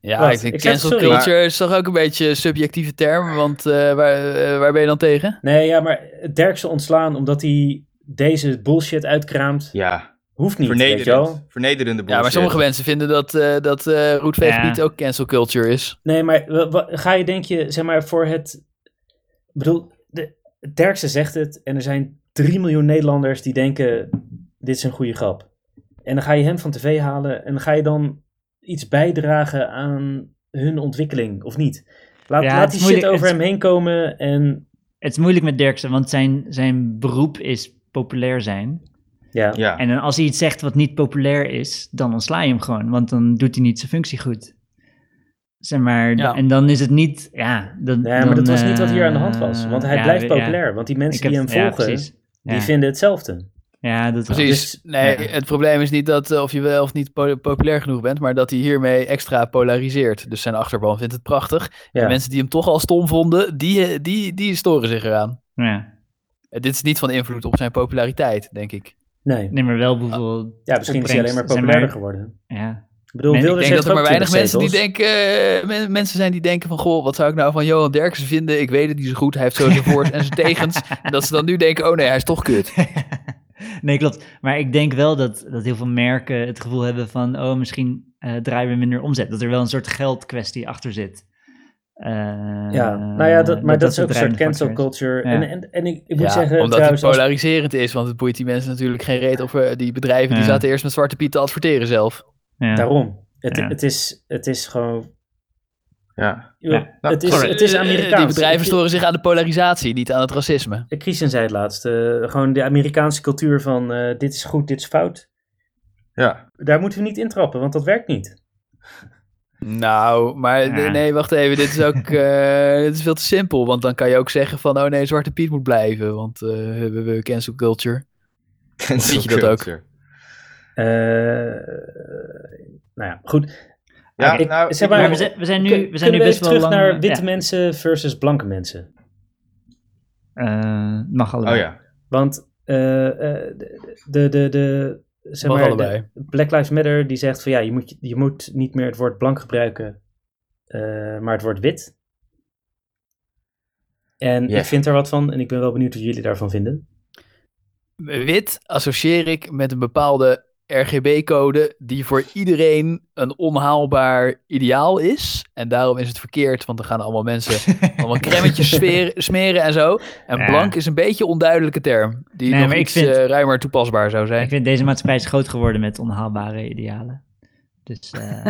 S3: Ja,
S1: Wat?
S3: ik vind
S1: Ik zeg
S3: cancel
S1: sorry.
S3: culture is toch ook een beetje een subjectieve term, want eh, waar, eh, waar ben je dan tegen?
S1: Nee, ja, maar Derksen ontslaan omdat hij deze bullshit uitkraamt.
S4: Ja.
S1: Hoeft niet. Weet je wel?
S4: Vernederend. Vernederende bullshit.
S3: Ja, maar sommige mensen vinden dat, eh dat eh roetveeggebied
S2: Ja.
S3: ook cancel culture is.
S1: Nee, maar wa- wa- ga je, denk je, zeg maar voor het. Ik bedoel, de, Derksen zegt het. En er zijn 3 miljoen Nederlanders die denken: dit is een goede grap. En dan ga je hem van tv halen. En dan ga je dan iets bijdragen aan hun ontwikkeling, of niet? Laat,
S2: Ja,
S1: laat
S2: het
S1: die
S2: is
S1: shit
S2: moeilijk.
S1: over
S2: Het-
S1: hem heen komen. En
S2: het is moeilijk met Derksen, want zijn, zijn beroep is populair zijn.
S1: ja.
S4: Ja.
S2: En dan als hij iets zegt wat niet populair is, dan ontsla je hem gewoon, want dan doet hij niet zijn functie goed. Zeg maar,
S3: Ja.
S2: en dan is het niet, ja. Dan,
S1: Nee, maar
S2: dan,
S1: dat was niet wat hier aan de
S2: eh,
S1: hand was. Want hij
S2: ja,
S1: blijft
S2: ja.
S1: populair. Want die mensen
S2: Ik
S1: die
S2: heb-
S1: hem
S2: ja,
S1: volgen,
S2: precies.
S1: die
S2: Ja.
S1: vinden hetzelfde.
S2: Ja, dat wel.
S3: Precies.
S1: Dus-
S3: nee,
S2: ja.
S3: het probleem is niet dat eh, of je wel of niet po- populair genoeg bent, maar dat hij hiermee extra polariseert. Dus zijn achterban vindt het prachtig.
S1: Ja.
S3: En mensen die hem toch al stom vonden, die, eh, die, die storen zich eraan.
S2: Ja.
S3: Eh, Dit is niet van invloed op zijn populariteit, denk ik.
S1: Nee.
S2: Nee, maar wel bijvoorbeeld.
S1: Ja, misschien is hij
S2: opbrengst,
S1: alleen maar populairder
S2: zeg
S1: geworden.
S2: Ja.
S1: Ik bedoel,
S2: Nee, ik
S1: Wilders
S3: Ik denk dat
S1: heeft
S3: er maar
S1: ook
S3: weinig
S1: 20
S3: mensen die
S1: zetels.
S3: denken, eh, men- mensen zijn die denken van, goh, wat zou ik nou van Johan Derksen vinden? Ik weet het niet zo goed, hij heeft zo zijn voor's en zijn tegens. En dat ze dan nu denken, oh nee, hij is toch kut.
S2: nee, klopt. Maar ik denk wel dat, dat heel veel merken het gevoel hebben van, oh, misschien eh, draaien we minder omzet. Dat er wel een soort geldkwestie achter zit. Eh,
S1: Ja, nou ja, dat, maar dat, is ook een soort cancel culture.
S2: Ja.
S1: En, en, en ik, ik moet
S3: Ja,
S1: zeggen,
S3: omdat
S1: trouwens,
S3: het
S1: als-
S3: polariserend is, want het boeit die mensen natuurlijk geen reet. Of eh, die bedrijven, die
S2: Ja.
S3: zaten eerst met Zwarte Piet te adverteren zelf.
S2: Ja.
S1: daarom. Het,
S2: Ja.
S1: het, is, het is gewoon
S4: Ja.
S2: Ja.
S1: Het, is,
S3: Sorry.
S1: het is
S3: Eh,
S1: Amerikaans.
S3: Die bedrijven storen zich aan de polarisatie, niet aan het racisme.
S1: Eh, Christian zei het laatst. eh, gewoon de Amerikaanse cultuur van eh, dit is goed, dit is fout.
S4: ja.
S1: Daar moeten we niet intrappen, want dat werkt niet.
S3: Nou, maar
S2: Ja.
S3: nee, wacht even. Dit is ook eh, dit is veel te simpel. Want dan kan je ook zeggen van, oh nee, Zwarte Piet moet blijven. Want eh, we hebben we cancel culture.
S4: Cancel
S3: Vind je dat ook?
S4: culture.
S1: Eh, nou ja, goed.
S4: Ja,
S1: Ik-
S4: nou,
S1: zeg
S4: ik-
S1: maar-
S2: Maar we zijn, we zijn nu, we zijn
S1: Kunnen
S2: nu
S1: we
S2: best
S1: even
S2: wel
S1: terug
S2: lang...
S1: naar
S2: eh,
S1: witte
S2: ja.
S1: mensen versus blanke mensen?
S2: Eh, mag allemaal.
S4: Oh ja.
S1: Want eh, eh, de, de, de, de, zeg
S3: Mag
S1: maar,
S3: allebei.
S1: de Black Lives Matter die zegt van ja, je moet, je moet niet meer het woord blank gebruiken, eh, maar het woord wit. En
S4: Ja.
S1: ik vind er wat van en ik ben wel benieuwd wat jullie daarvan vinden.
S3: Wit associeer ik met een bepaalde RGB-code die voor iedereen een onhaalbaar ideaal is. En daarom is het verkeerd, want er gaan allemaal mensen allemaal kremmetjes smeren, smeren en zo. En
S2: Ja.
S3: blank is een beetje een onduidelijke term, die
S2: Nee,
S3: nog
S2: maar ik
S3: iets
S2: vind-
S3: eh, ruimer toepasbaar zou zijn.
S2: Ik vind deze maatschappij is groot geworden met onhaalbare idealen. Dus eh,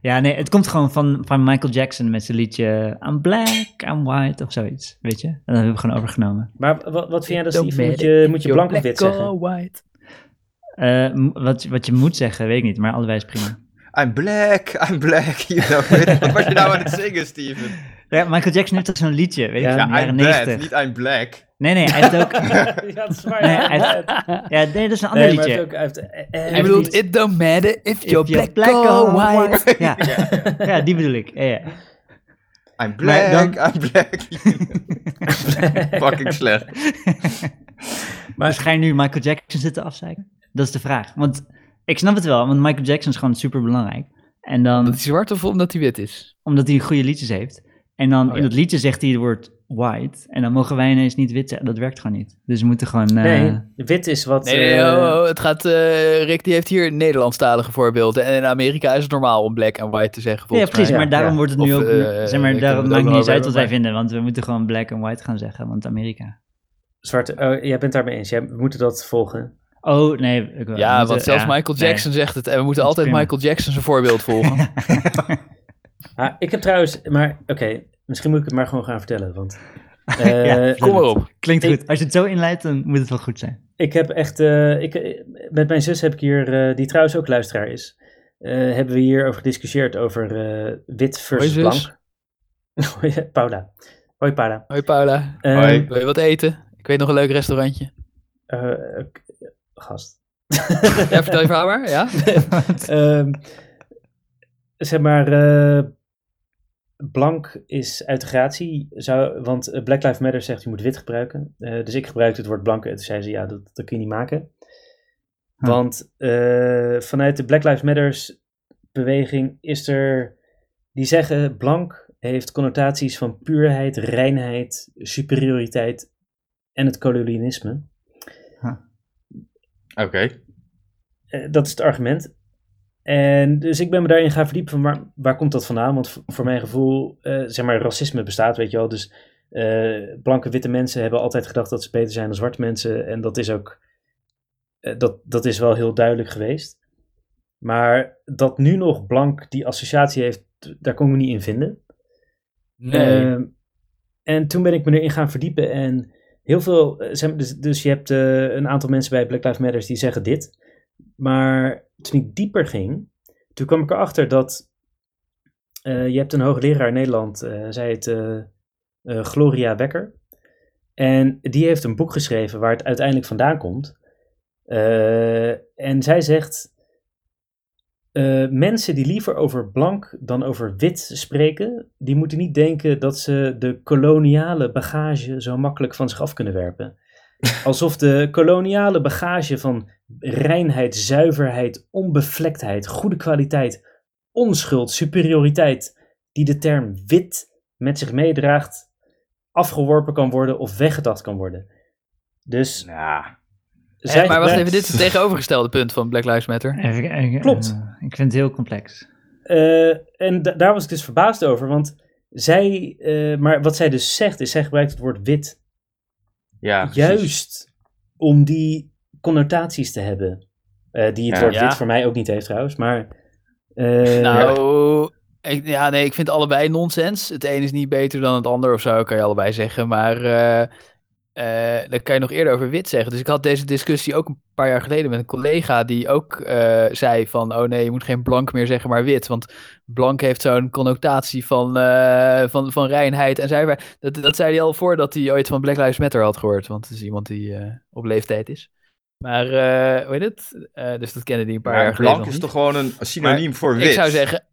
S2: ja, nee, het komt gewoon van, van Michael Jackson met zijn liedje I'm black, I'm white of zoiets, weet je? En dat hebben we gewoon overgenomen.
S1: Maar wa- wat, vind jij dan,
S3: Don't
S1: Steve? Moet
S3: matter
S1: je,
S3: if
S1: moet je
S3: you're
S1: blank of wit
S3: black
S1: zeggen?
S3: or white.
S2: Eh, m- wat, wat je moet zeggen, weet ik niet, maar allebei is prima.
S4: I'm black, I'm black. You know, wat was je nou aan het zingen, Steven?
S2: Ja, Michael Jackson heeft toch zo'n liedje, weet je,
S1: Ja,
S2: van de
S4: Ja,
S2: jaren
S4: I'm black,
S2: 90.
S4: niet I'm black.
S2: Nee, nee, hij heeft ook...
S1: ja, dat is waar.
S2: Nee,
S1: ja.
S2: hij heeft- ja, nee, dat is een ander
S1: Nee, maar hij
S2: liedje.
S1: heeft ook- hij heeft, eh, eh,
S3: Je bedoelt, it don't matter if
S2: If
S3: you're black, or white.
S2: Ja. ja, die bedoel ik. Ja, ja.
S4: I'm
S2: Maar
S4: black,
S2: dan-
S4: I'm black. Fucking slecht.
S2: Maar dus ga je nu Michael Jackson zitten afzeiken? Dat is de vraag. Want ik snap het wel, want Michael Jackson is gewoon super belangrijk. En
S3: Omdat
S2: dan,
S3: hij zwart of omdat hij wit is?
S2: omdat hij goede liedjes heeft. En
S1: Oh,
S2: dan in dat liedje zegt hij het woord white. En dan mogen wij ineens niet wit zijn. Dat werkt gewoon niet. Dus we moeten gewoon. eh,
S1: Nee, wit is wat...
S3: Nee, nee,
S1: eh,
S3: oh, oh, het gaat, eh, Rick die heeft hier Nederlandstalige voorbeelden. En in Amerika is het normaal om black en white te zeggen,
S2: ja,
S3: volgens
S2: precies.
S3: mij.
S2: Maar daarom
S1: ja.
S2: wordt het nu
S3: Of,
S2: ook.
S3: eh,
S2: zeg maar, daarom
S3: eh, kunnen we het
S2: maakt
S3: ook
S2: niet
S3: nog
S2: eens uit
S3: over
S2: wat wij
S3: hebben,
S2: vinden. Want we moeten gewoon black en white gaan zeggen. Want Amerika.
S1: Zwarte, oh, jij bent daarmee eens. Jij, we moeten dat volgen.
S2: Oh, nee. ik- we
S3: Ja,
S2: moeten-
S3: want zelfs
S2: ja,
S3: Michael
S2: nee.
S3: Jackson zegt het. En we moeten
S2: Dat is
S3: altijd
S2: prima.
S3: Michael Jackson zijn voorbeeld volgen.
S1: Ah, ik heb trouwens... Maar oké, misschien moet ik het maar gewoon gaan vertellen. Want
S2: Ja,
S1: eh,
S2: vertel
S3: Kom maar
S2: het.
S3: op.
S2: Klinkt
S1: Ik-
S2: goed. Als je het zo inleidt, dan moet het wel goed zijn.
S1: ik heb echt... eh, ik, eh, met mijn zus heb ik hier, eh, die trouwens ook luisteraar is... eh, hebben we hierover gediscussieerd over eh, wit versus
S3: Hoi, zus.
S1: blank. Paula. Hoi Paula.
S3: Hoi Paula,
S1: Ehm,
S4: Hoi.
S3: wil je wat eten? Ik weet nog een leuk restaurantje.
S1: eh, k- gast.
S3: Ja, vertel je verhaal maar, ja?
S1: Ehm, zeg maar, eh, blank is uit de gratie. Zou, want eh, Black Lives Matter zegt je moet wit gebruiken. Eh, dus ik gebruikte het woord blank en toen zei ze ja, dat, dat kun je niet maken.
S2: Huh.
S1: Want eh, vanuit de Black Lives Matters beweging is er... Die zeggen blank heeft connotaties van puurheid, reinheid, superioriteit en het kolonialisme.
S4: Oké.
S1: Eh, dat is het argument. En dus ik ben me daarin gaan verdiepen van waar, waar komt dat vandaan? Want v- voor mijn gevoel, eh, zeg maar, racisme bestaat, weet je wel. Dus eh, blanke witte mensen hebben altijd gedacht dat ze beter zijn dan zwarte mensen. En dat is ook, eh, dat, dat is wel heel duidelijk geweest. Maar dat nu nog blank die associatie heeft, d- daar kon ik me niet in vinden. Ehm, en toen ben ik me erin gaan verdiepen en heel veel, eh, zeg maar, dus, dus je hebt eh, een aantal mensen bij Black Lives Matters die zeggen dit. Maar toen ik dieper ging, toen kwam ik erachter dat eh, je hebt een hoogleraar in Nederland, eh zij heet eh, eh, Gloria Wekker. En die heeft een boek geschreven waar het uiteindelijk vandaan komt. Eh, en zij zegt, eh, mensen die liever over blank dan over wit spreken, die moeten niet denken dat ze de koloniale bagage zo makkelijk van zich af kunnen werpen. Alsof de koloniale bagage van reinheid, zuiverheid, onbevlektheid, goede kwaliteit, onschuld, superioriteit, die de term wit met zich meedraagt, afgeworpen kan worden of weggedacht kan worden. Dus
S4: Nou,
S3: Hé, maar wacht
S1: gebruikt-
S3: even, dit is het tegenovergestelde punt van Black Lives Matter.
S2: Even- even-
S1: Klopt.
S2: eh, ik vind het heel complex.
S1: Eh, en da- daar was ik dus verbaasd over, want zij, eh, maar wat zij dus zegt, is zij gebruikt het woord wit
S4: ja, precies.
S1: juist om die connotaties te hebben. Eh, die het
S4: Ja.
S1: woord
S3: Ja.
S1: wit voor mij ook niet heeft trouwens, maar eh,
S3: Nou, Ik, ja, nee, ik vind allebei nonsens. Het een is niet beter dan het ander of zo, kan je allebei zeggen. Maar eh, eh, daar kan je nog eerder over wit zeggen. Dus ik had deze discussie ook een paar jaar geleden met een collega die ook eh, zei van... oh nee, je moet geen blank meer zeggen, maar wit. Want blank heeft zo'n connotatie van, eh, van, van reinheid en zuiverheid. Dat, dat zei hij al voordat hij ooit van Black Lives Matter had gehoord. Want het is iemand die eh, op leeftijd is. Maar, eh hoe heet het? Eh, dus dat kende hij een paar
S4: Maar
S3: jaar geleden nog
S4: blank is
S3: niet.
S4: toch gewoon een synoniem voor wit?
S3: Ik zou zeggen...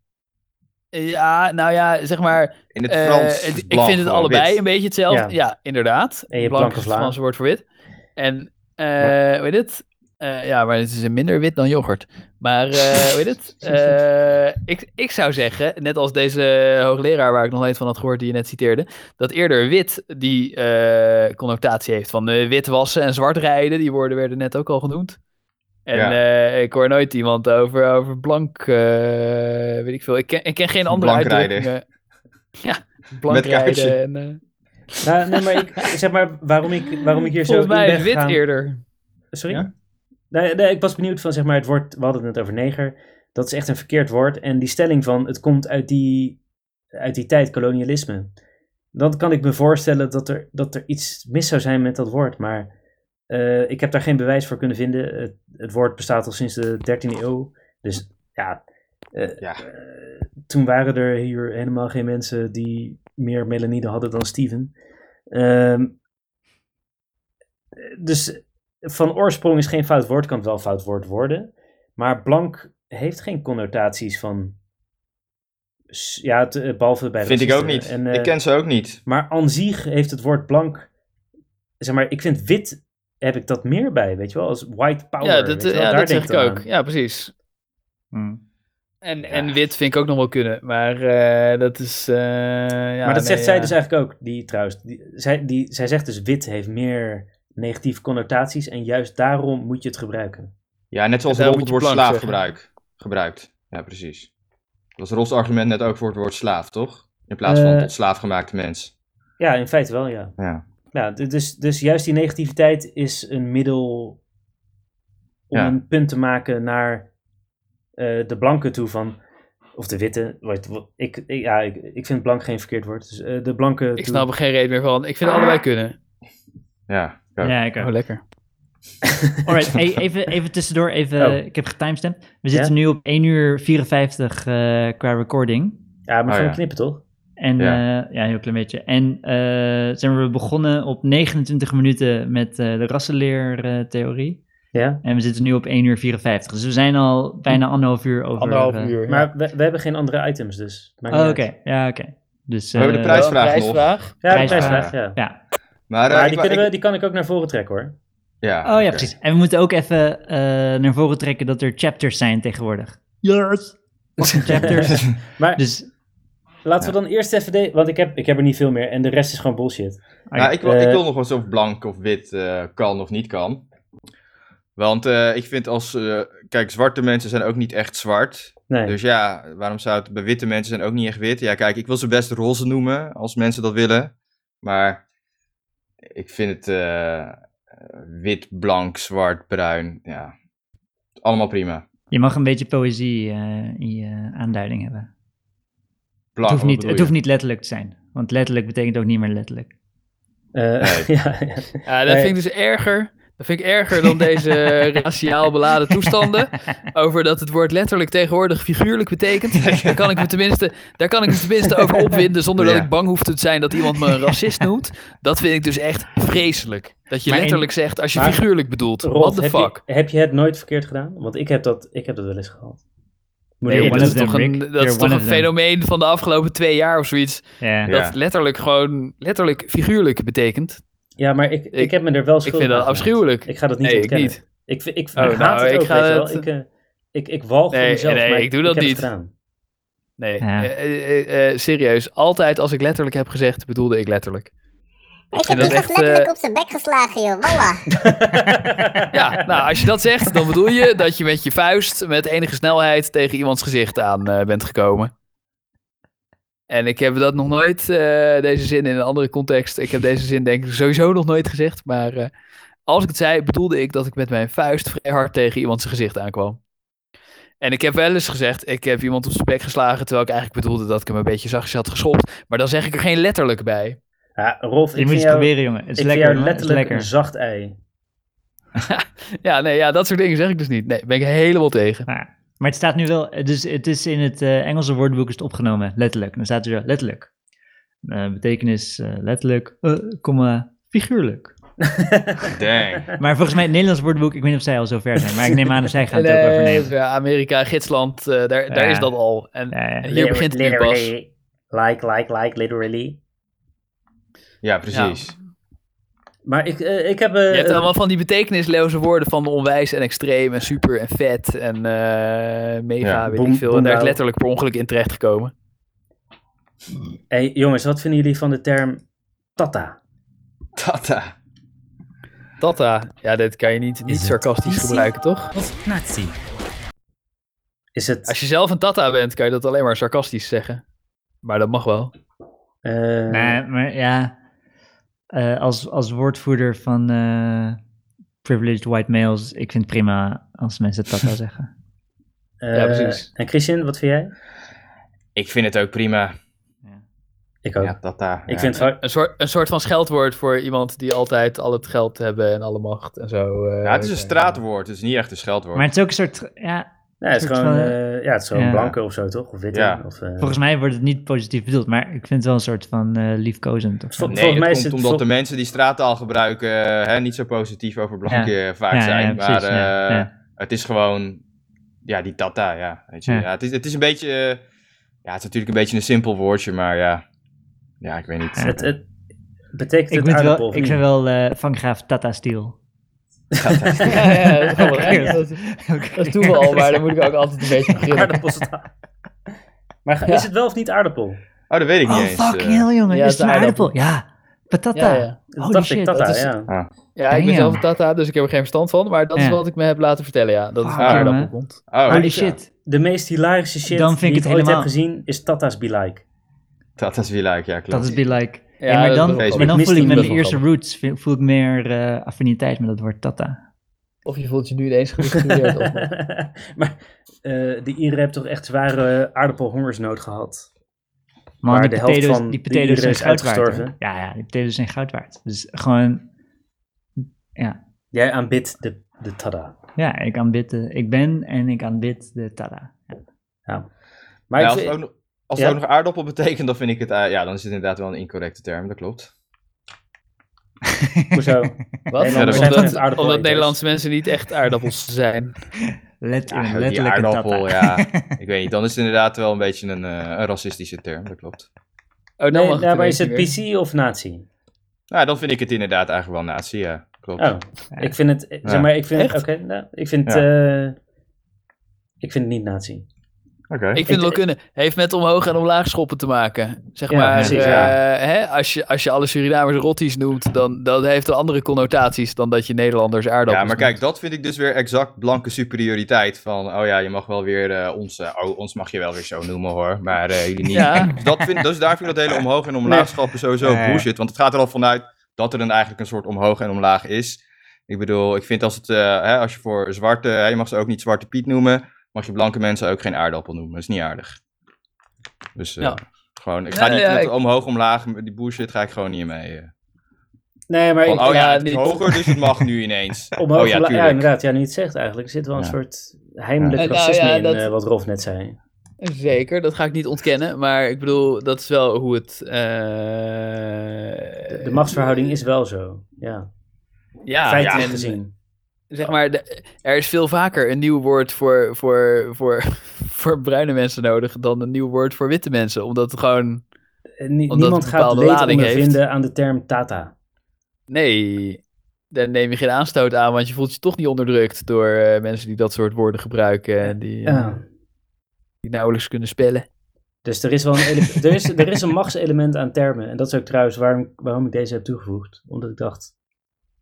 S3: Ja, nou ja, zeg maar...
S4: In het
S3: Eh,
S4: Frans
S3: het-
S4: is
S3: ik
S4: blanc
S3: vind het
S4: gewoon
S3: allebei
S4: wit.
S3: een beetje hetzelfde. Ja,
S1: Ja.
S3: inderdaad.
S1: En je hebt
S3: Blank
S1: blanke
S3: is het
S1: vla.
S3: Franse woord voor wit. En eh weet het? Eh, ja, maar het is minder wit dan yoghurt. Maar eh weet het? Eh, ik, ik zou zeggen, net als deze hoogleraar waar ik nog nooit van had gehoord, die je net citeerde, dat eerder wit die eh, connotatie heeft van eh, wit wassen en zwart rijden. Die woorden werden net ook al genoemd. En
S4: Ja.
S3: eh, ik hoor nooit iemand over, over blank, eh, weet ik veel. Ik ken, ik ken geen andere
S4: Blank rijden.
S3: uitdrukkingen blank
S4: Met kaartje.
S3: rijden. En, eh,
S1: Nou, nee, maar ik, zeg maar waarom ik, waarom ik hier
S3: volgens
S1: zo in
S3: mij
S1: ben
S3: is wit
S1: gegaan-
S3: eerder.
S1: Sorry?
S3: Ja?
S1: Nee, nee, ik was benieuwd van, zeg maar, het woord, we hadden het over neger. Dat is echt een verkeerd woord. En die stelling van, het komt uit die, uit die tijd, kolonialisme. Dan kan ik me voorstellen dat er, dat er iets mis zou zijn met dat woord. Maar eh, ik heb daar geen bewijs voor kunnen vinden. Het, het woord bestaat al sinds de 13e eeuw. Dus ja, eh,
S4: Ja.
S1: eh, toen waren er hier helemaal geen mensen die meer melanide hadden dan Steven. Ehm, dus van oorsprong is geen fout woord, kan het wel een fout woord worden. Maar blank heeft geen connotaties van. s- Ja, het, eh, behalve bij
S4: Vind ik ook
S1: racisten.
S4: niet.
S1: En, eh,
S4: ik ken ze ook niet.
S1: Maar aan zich heeft het woord blank. Zeg maar, ik vind wit. Heb ik dat meer bij, weet je wel? Als white power.
S3: ja,
S1: weet
S3: dat,
S1: je wel,
S3: ja,
S1: daar
S3: dat
S1: denk
S3: zeg ik
S1: dan
S3: ook.
S1: aan.
S3: Ja, precies.
S2: Hm.
S3: En, en wit vind ik ook nog wel kunnen. Maar eh, dat is... eh, ja,
S1: maar dat
S3: nee,
S1: zegt zij
S3: ja.
S1: dus eigenlijk ook, die trouwens. Die, zij, die, zij zegt dus wit heeft meer negatieve connotaties. En juist daarom moet je het gebruiken.
S4: Ja, net zoals
S3: En daar
S4: Rolf
S3: moet
S4: het
S3: je blank
S4: woord slaaf
S3: zeggen.
S4: gebruik, gebruikt. Ja, precies. Dat was Rolfs argument net ook voor het woord slaaf, toch? In plaats van
S1: Eh.
S4: tot slaaf gemaakte mens.
S1: Ja, in feite wel, ja.
S4: Ja.
S1: Ja, d- dus, dus juist die negativiteit is een middel om
S4: Ja.
S1: een punt te maken naar eh, de blanke toe van, of de witte. wat- wat- Ik, ik, ja, ik, ik vind blank geen verkeerd woord. Dus, eh, de blanke
S3: Ik
S1: toe.
S3: snap er geen reden meer van. Ik vind allebei kunnen.
S4: Ja. ja.
S2: Ja, ik ook.
S3: Oh, lekker.
S2: Alright, e- even, even tussendoor, even,
S1: Oh.
S2: ik heb getimestamped.
S1: Ja?
S2: We zitten nu op 1 uur 54 eh, qua recording.
S1: Ja, maar
S4: Oh,
S1: gewoon
S4: ja.
S1: knippen toch?
S2: En
S4: Ja.
S2: ja, ja een heel klein beetje. En eh, zijn we begonnen op 29 minuten met eh, de rassenleertheorie.
S1: Ja.
S2: en we zitten nu op 1 uur 54. Dus we zijn al bijna anderhalf uur over.
S3: Anderhalf
S2: eh,
S3: uur. ja.
S1: Maar we, we hebben geen andere items, dus. Maakt
S2: oh,
S1: niet
S2: oké.
S1: uit.
S2: Ja, oké. Dus,
S4: We hebben de
S2: eh,
S4: prijs- prijsvraag nog.
S3: prijsvraag.
S1: Ja, de
S2: Prijsvraag.
S1: prijsvraag, ja.
S2: Ja.
S4: Maar, eh,
S1: Maar
S4: ik
S1: die,
S4: wou-
S1: kunnen we,
S4: ik-
S1: die kan ik ook naar voren trekken hoor.
S4: Ja,
S2: Oh ja,
S4: oké.
S2: precies. En we moeten ook even eh, naar voren trekken dat er chapters zijn tegenwoordig. Yes! Fucking chapters.
S1: Maar
S2: dus
S1: laten we dan eerst even... De, want ik heb, ik heb er niet veel meer en de rest is gewoon bullshit.
S4: Nou, ik, wil,
S1: Eh,
S4: ik wil nog wel eens of blank of wit eh, kan of niet kan. Want eh, ik vind als... eh, kijk, zwarte mensen zijn ook niet echt zwart.
S1: Nee.
S4: Dus ja, waarom zou het bij witte mensen zijn ook niet echt wit? Ja, kijk, ik wil ze best roze noemen als mensen dat willen. Maar ik vind het eh, wit, blank, zwart, bruin. Ja, allemaal prima.
S2: je mag een beetje poëzie eh, in je aanduiding hebben.
S4: Blank,
S2: het, hoeft niet,
S4: wat
S2: het
S4: bedoel
S2: hoeft niet letterlijk te zijn. Want letterlijk betekent ook niet meer letterlijk.
S1: Eh, ja, ja.
S3: Ja, dat
S1: Nee.
S3: vind ik dus erger. Dat vind ik erger dan deze raciaal beladen toestanden. Over dat het woord letterlijk tegenwoordig figuurlijk betekent. Daar kan ik me tenminste, daar kan ik me tenminste over opwinden. zonder
S4: Ja.
S3: dat ik bang hoef te zijn dat iemand me een racist noemt. Dat vind ik dus echt vreselijk. Dat je
S2: Maar in-
S3: letterlijk zegt als je
S1: Maar-
S3: figuurlijk bedoelt.
S1: Rolf,
S3: What the
S1: heb,
S3: fuck?
S1: Je, heb je het nooit verkeerd gedaan? Want ik heb dat, ik heb dat wel eens gehad. Moet ik
S2: Nee, You're one
S3: dat
S1: eerlijk
S3: is
S2: of them,
S3: toch een,
S2: Rick.
S3: dat
S2: You're
S3: is toch
S2: one
S3: een
S2: of them.
S3: fenomeen van de afgelopen twee jaar of zoiets.
S2: Ja.
S4: Ja.
S3: Dat letterlijk gewoon letterlijk figuurlijk betekent.
S1: Ja, maar ik, ik,
S3: Ik-
S1: heb me er wel schuldig
S3: Ik vind
S1: aan
S3: dat
S1: gemaakt.
S3: afschuwelijk.
S1: Ik ga dat niet
S3: Nee, ik
S1: ontkennen.
S3: niet.
S1: Ik, vind- ik,
S3: Oh,
S1: ik haat
S3: nou,
S1: het
S3: ik
S1: ook,
S3: ga
S1: weet je wel.
S3: het-
S1: Ik, eh, ik, ik walg
S3: Nee,
S1: van mezelf,
S3: nee,
S1: maar
S3: ik doe dat
S1: heb het
S3: niet.
S1: gedaan.
S3: Nee,
S2: Ja.
S3: eh, eh, eh, eh, serieus. Altijd als ik letterlijk heb gezegd, bedoelde ik letterlijk.
S8: Maar ik
S3: En dat
S8: heb iemand
S3: echt,
S8: letterlijk
S3: eh,
S8: op zijn bek geslagen, joh. Walla.
S3: Ja, nou, als je dat zegt, dan bedoel je dat je met je vuist met enige snelheid tegen iemands gezicht aan eh, bent gekomen. En ik heb dat nog nooit, eh, deze zin in een andere context. Ik heb deze zin denk ik sowieso nog nooit gezegd. Maar eh, als ik het zei, bedoelde ik dat ik met mijn vuist vrij hard tegen iemands gezicht aankwam. En ik heb wel eens gezegd, ik heb iemand op zijn bek geslagen, terwijl ik eigenlijk bedoelde dat ik hem een beetje zachtjes had geschopt. Maar dan zeg ik er geen letterlijk bij.
S1: Ja, Rolf,
S2: Je
S1: ik vind
S2: moet het
S1: jou,
S2: proberen, jongen. Het is
S1: ik vind
S2: lekker.
S1: jou
S2: jongen. Het is
S1: letterlijk een
S2: lekker.
S1: zacht ei.
S3: Ja, nee, ja, dat soort dingen zeg ik dus niet. Nee, daar ben ik helemaal tegen.
S2: Maar, maar het staat nu wel, dus het is in het eh, Engelse woordenboek is het opgenomen, letterlijk. Dan staat er zo, letterlijk. Eh, betekenis eh, letterlijk, eh, komma, figuurlijk.
S4: Dang.
S2: Maar volgens mij het Nederlands woordenboek, ik weet niet of zij al zo ver zijn, maar ik neem aan dat zij gaan het ook overnemen.
S3: ja, Amerika, gidsland, eh, daar, daar
S2: Ja.
S3: is dat al. En
S2: Ja, ja.
S3: Hier begint het nu pas.
S1: literally. Like, like, like, literally.
S4: Ja, precies.
S1: Maar ik, eh, ik heb... eh,
S3: je hebt
S1: eh,
S3: allemaal van die betekenisloze woorden van onwijs en extreem en super en vet en eh, mega,
S4: Ja,
S3: weet
S1: boem-
S3: ik veel. En daar is
S1: boemlauw.
S3: letterlijk per ongeluk in terecht gekomen.
S1: hey, jongens, wat vinden jullie van de term tata?
S4: Tata.
S3: Tata, ja, dit kan je niet, niet
S7: het
S3: sarcastisch
S7: easy?
S3: gebruiken, toch?
S7: of Nazi.
S1: Is het...
S3: Als je zelf een tata bent, kan je dat alleen maar sarcastisch zeggen. Maar dat mag wel.
S1: eh,
S2: Nee, maar ja, eh, als, als woordvoerder van eh, privileged white males, ik vind het prima als mensen tata zeggen.
S1: eh,
S3: ja, precies.
S1: En Christian, wat vind jij?
S4: Ik vind het ook prima.
S1: Ik ook.
S4: Ja, tata.
S1: ik vind het...
S3: Een soort, een soort van scheldwoord voor iemand die altijd al het geld hebben en alle macht en zo. eh,
S4: Ja, het is een
S3: zijn.
S4: straatwoord, het is niet echt een scheldwoord.
S2: Maar het is ook een soort, ja,
S1: Ja, het is
S2: soort
S1: gewoon,
S2: van-
S1: eh, ja, het is gewoon
S2: Ja.
S1: blanke of zo, toch? Of witte.
S4: Ja.
S1: Of, eh,
S2: volgens mij wordt het niet positief bedoeld, maar ik vind het wel een soort van eh liefkozend. Of zo.
S1: Vol-
S4: Nee,
S1: volgens
S4: het
S1: mij is
S4: komt
S1: het
S4: omdat
S1: vol-
S4: de mensen die straattaal gebruiken eh, hè, niet zo positief over blanken eh, vaak
S2: Ja, ja,
S4: zijn. maar
S2: precies, ja,
S4: eh,
S2: ja.
S4: het is gewoon, ja, die tata, ja. Weet je?
S2: Ja.
S4: Ja. het, is, het is een beetje, eh, ja, het is natuurlijk een beetje een simpel woordje, maar ja. Ja, ik weet niet.
S1: Het, het betekent
S2: Ik,
S1: het
S2: vind
S1: aardappel
S2: wel,
S1: of
S2: ik
S1: niet?
S2: vind wel eh, Van Graaf Tata Steel.
S3: Ja, ja, dat is grappig, hè?
S2: Ja.
S3: Dat, is- dat is toeval, maar daar moet ik ook altijd een beetje beginnen.
S1: Aardappels. maar ga- is het wel of niet aardappel?
S4: Oh, dat weet ik
S2: Oh,
S4: niet eens.
S2: fucking
S4: eh.
S2: hell, jongen.
S3: Ja,
S2: is
S3: het
S2: het een
S3: aardappel.
S2: aardappel? Ja, patata.
S3: Ja, ja.
S1: Dat
S2: Holy
S1: dacht ik,
S2: shit,
S1: tata,
S3: dat is-
S1: ja.
S3: ja, ik ben
S2: Damn.
S3: zelf een tata, dus ik heb er geen verstand van. Maar dat is
S2: Ja.
S3: wat ik me heb laten vertellen, ja. Dat is
S2: Ah,
S3: waar
S4: jongen.
S3: dat op komt.
S4: Oh,
S2: Holy
S4: ja.
S2: shit.
S1: De meest hilarische shit
S2: Dan vind
S1: die
S2: ik
S1: ik,
S2: het
S1: ooit heb
S2: helemaal-
S1: gezien is Tata's Be Like.
S4: Dat is weer like, ja, klopt.
S2: Dat is be like.
S3: Ja,
S2: Hey, maar
S3: dat
S2: dan,
S3: is wel
S2: maar dan
S1: grappig.
S2: voel ik met
S1: Misschien
S2: de
S3: wel
S2: eerste
S3: grappig.
S2: roots voel voel ik meer eh, affiniteit met dat woord tata.
S3: Of je voelt je nu ineens gediscrimineerd. of niet.
S1: maar eh, de Ieren hebben toch echt zware aardappelhongersnood gehad.
S2: Man,
S1: Maar
S2: die
S1: de helft
S2: potatoes,
S1: van
S2: die
S1: de
S2: potatoes
S1: Ieren
S2: zijn
S1: is
S2: goud waard.
S1: uitgestorven.
S2: hoor. Ja, ja, die potatoes zijn goud waard. Dus gewoon,
S1: Jij aanbidt de, de Tata.
S2: ja, ik aanbid de, ik ben en ik aanbid de tata.
S1: Maar
S4: Ja,
S1: ik
S2: Nou,
S4: als het,
S1: vind-
S4: ook, nog- als
S1: Ja.
S4: het ook nog aardappel betekent, dan vind ik het, eh, ja, dan is het inderdaad wel een incorrecte term, dat klopt.
S1: hoezo?
S3: Wat?
S1: Nee,
S4: dat
S1: zijn
S3: omdat
S1: het aardappel
S3: omdat
S1: eten.
S3: Nederlandse mensen niet echt aardappels zijn. Oh,
S2: Let,
S4: Ja, die
S2: letterlijk
S4: aardappel,
S2: tata.
S4: ja. Ik weet niet, dan is het inderdaad wel een beetje een, eh, een racistische term, dat klopt.
S3: Oh,
S1: Nee,
S3: nou mag
S1: nou, maar is het
S3: ineens
S1: PC of nazi?
S4: Nou, dan vind ik het inderdaad eigenlijk wel nazi, ja, klopt.
S1: Oh, ik vind het, eh, zeg
S4: Ja.
S1: maar, ik vind,
S3: Echt?
S1: oké, nou, ik vind,
S4: Ja.
S1: eh, ik vind het niet nazi.
S4: Oké.
S3: Ik vind het wel kunnen. Heeft met omhoog en omlaag schoppen te maken. Zeg
S1: Ja,
S3: maar,
S1: precies,
S3: eh,
S4: ja.
S3: hè, als, je, als je alle Surinamers rotties noemt, dan dat heeft dat andere connotaties dan dat je Nederlanders aardappels
S4: Ja, maar kijk, dat vind ik dus weer exact blanke superioriteit. Van, oh ja, je mag wel weer eh, ons, eh, oh, ons mag je wel weer zo noemen hoor, maar eh, jullie niet.
S3: Ja.
S4: Dus, dat vind, dus daar vind ik dat hele omhoog en omlaagschappen sowieso
S2: Nee.
S4: bullshit. Want het gaat er al vanuit dat er dan eigenlijk een soort omhoog en omlaag is. Ik bedoel, ik vind als het, eh, hè, als je voor zwarte, hè, je mag ze ook niet Zwarte Piet noemen, mag je blanke mensen ook geen aardappel noemen. Dat is niet aardig. Dus eh,
S3: Ja.
S4: gewoon, ik ga
S3: Ja,
S4: niet
S3: ja,
S4: met
S3: ik-
S4: omhoog, omlaag, die bullshit ga ik gewoon niet mee. eh.
S1: Nee, maar
S4: Van,
S1: ik,
S4: oh ja,
S3: ja,
S4: het is
S3: niet.
S4: hoger, dus het mag nu ineens.
S1: omhoog,
S4: oh ja,
S1: ja, ja,
S4: tuurlijk.
S1: inderdaad, ja, nu je het zegt eigenlijk, er zit wel een
S4: Ja.
S1: soort heimelijk
S3: Ja. Nou,
S1: racisme
S3: ja,
S1: in
S3: dat-
S1: eh, wat Rolf net zei.
S3: Zeker, dat ga ik niet ontkennen. Maar ik bedoel, dat is wel hoe het. eh,
S1: De machtsverhouding is wel zo, ja.
S4: Ah,
S3: Ja,
S1: Feitelijk
S3: en,
S1: gezien.
S3: Zeg maar, de- er is veel vaker een nieuw woord voor, voor, voor, voor bruine mensen nodig dan een nieuw woord voor witte mensen. Omdat het gewoon.
S1: Eh, nie-
S3: omdat
S1: niemand
S3: het
S1: gaat
S3: bepaalde
S1: leed
S3: lading
S1: ondervinden aan de term tata.
S3: Nee, daar neem je geen aanstoot aan, want je voelt je toch niet onderdrukt door eh, mensen die dat soort woorden gebruiken en die, eh,
S1: Ja.
S3: die nauwelijks kunnen spellen.
S1: Dus er is wel een, ele- er is, er is een machtselement aan termen. En dat is ook trouwens waarom, waarom ik deze heb toegevoegd. Omdat ik dacht,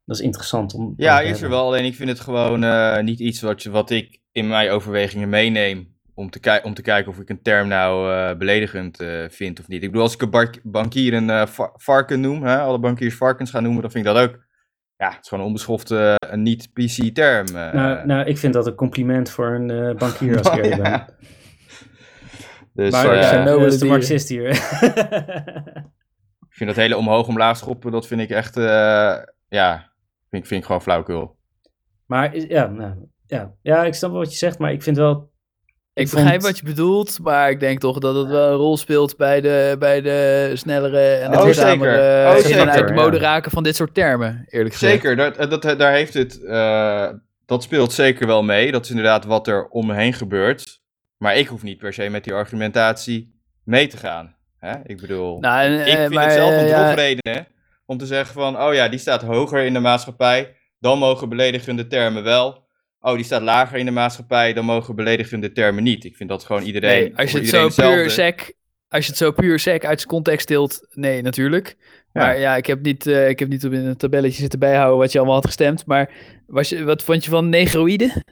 S1: dat is interessant om.
S4: Ja,
S1: om te
S4: is er
S1: hebben.
S4: wel. Alleen ik vind het gewoon eh, niet iets wat, je- wat ik in mijn overwegingen meeneem. Om te, kijk- om te kijken of ik een term nou eh, beledigend eh, vind of niet. Ik bedoel, als ik een bark- bankier een eh, va- varken noem, hè, alle bankiers varkens gaan noemen, dan vind ik dat ook. Ja, het is gewoon een onbeschofte, eh, een niet-PC-term. eh.
S1: nou, nou, ik vind dat een compliment voor een eh, bankier als ik
S4: Oh,
S1: eerlijk
S4: ja.
S1: ben.
S4: Dus
S1: maar
S4: eh,
S1: ik
S3: zijn
S1: ben
S3: nobele
S1: uh, de
S3: dieren.
S1: marxist hier.
S4: ik vind dat hele omhoog-omlaag schoppen, dat vind ik echt, eh, ja, vind, ik- vind ik gewoon flauwkul.
S1: maar is- ja, nou, ja. ja, ik snap wel wat je zegt, maar ik vind wel...
S3: Ik
S1: vond-
S3: begrijp wat je bedoelt, maar ik denk toch dat het wel een rol speelt bij de, bij de snellere en
S4: Oh,
S3: langzamere...
S4: zeker. Oh,
S3: het gewoon
S4: zeker,
S3: uit de mode
S4: ja.
S3: raken van dit soort termen, eerlijk gezegd.
S4: Zeker, dat, dat, eh, daar heeft het, eh, dat speelt zeker wel mee. Dat is inderdaad wat er om me heen gebeurt. Maar ik hoef niet per se met die argumentatie mee te gaan. Hè? Ik bedoel...
S3: Nou, en,
S4: ik
S3: eh,
S4: vind
S3: maar,
S4: het zelf
S3: eh,
S4: een
S3: ja,
S4: drogreden hè, om te zeggen van, oh ja, die staat hoger in de maatschappij, dan mogen beledigende termen wel. Oh, die staat lager in de maatschappij, dan mogen beledigende termen niet. Ik vind dat gewoon iedereen.
S3: Nee, als je
S4: voor
S3: het zo
S4: iedereen
S3: puur
S4: hetzelfde.
S3: sec, als je het zo puur sec uit zijn context tilt, nee, natuurlijk. Maar ja, ik heb niet, eh, ik heb niet op in een tabelletje zitten bijhouden wat je allemaal had gestemd. Maar was je, wat vond je van negroïde?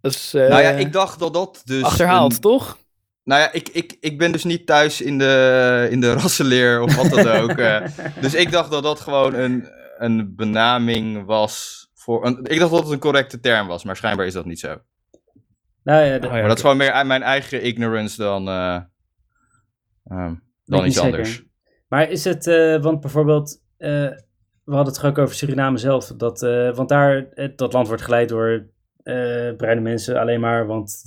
S3: Dat is eh,
S4: nou ja, ik dacht dat dat dus.
S3: achterhaald,
S4: een-
S3: toch?
S4: nou ja, ik, ik, ik ben dus niet thuis in de, in de rassenleer of wat dan ook. eh.
S1: Nou
S4: dus ik dacht dat dat gewoon een, een benaming was. Voor een, ik dacht dat het een correcte term was, maar schijnbaar is dat niet zo.
S1: Nou ja, dat-
S4: Maar dat is gewoon meer aan mijn eigen ignorance dan, eh, ehm, dan
S1: Weet
S4: iets
S1: niet zeker.
S4: anders.
S1: Maar is het, eh, want bijvoorbeeld, eh, we hadden het toch ook over Suriname zelf. Dat, eh, want daar, het, dat land wordt geleid door eh, bruine mensen alleen maar, want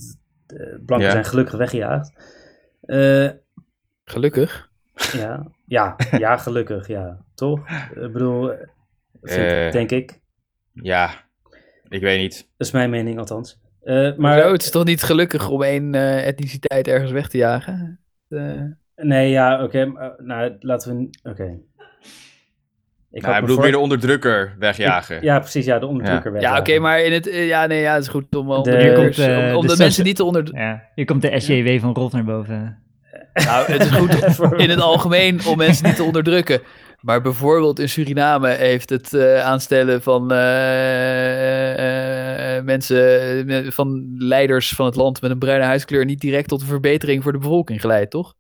S1: eh, blanken
S4: Ja.
S1: zijn gelukkig weggejaagd. Eh,
S3: Gelukkig.
S1: ja, ja, ja, gelukkig, ja, toch? Ik bedoel, eh, vind-
S4: Eh.
S1: denk ik.
S4: Ja, ik weet niet.
S1: Dat is mijn mening althans. Eh, maar
S3: Maar het is toch niet gelukkig om één eh, etniciteit ergens weg te jagen? Eh,
S1: nee, ja, oké. maar, nou, laten we. n- Oké. Ik
S4: Nou,
S1: had
S4: ik
S1: me
S4: bedoel
S1: voor-
S4: meer de onderdrukker wegjagen.
S1: Ja, precies. Ja, de onderdrukker weg.
S3: ja, oké, maar in het, eh, ja, nee, ja, het is goed om, om,
S1: De-
S3: de,
S1: Hier
S2: komt, eh,
S3: om,
S2: de
S3: om de
S2: socia-
S3: mensen niet te onder...
S2: Ja, hier komt de SJW van Rolf naar boven.
S3: Nou, het is goed
S1: Voor-
S3: in het algemeen om mensen niet te onderdrukken. Maar bijvoorbeeld in Suriname heeft het eh, aanstellen van eh, eh, eh, mensen, eh, me- van leiders van het land met een bruine huidskleur niet direct tot een verbetering voor de bevolking geleid, toch?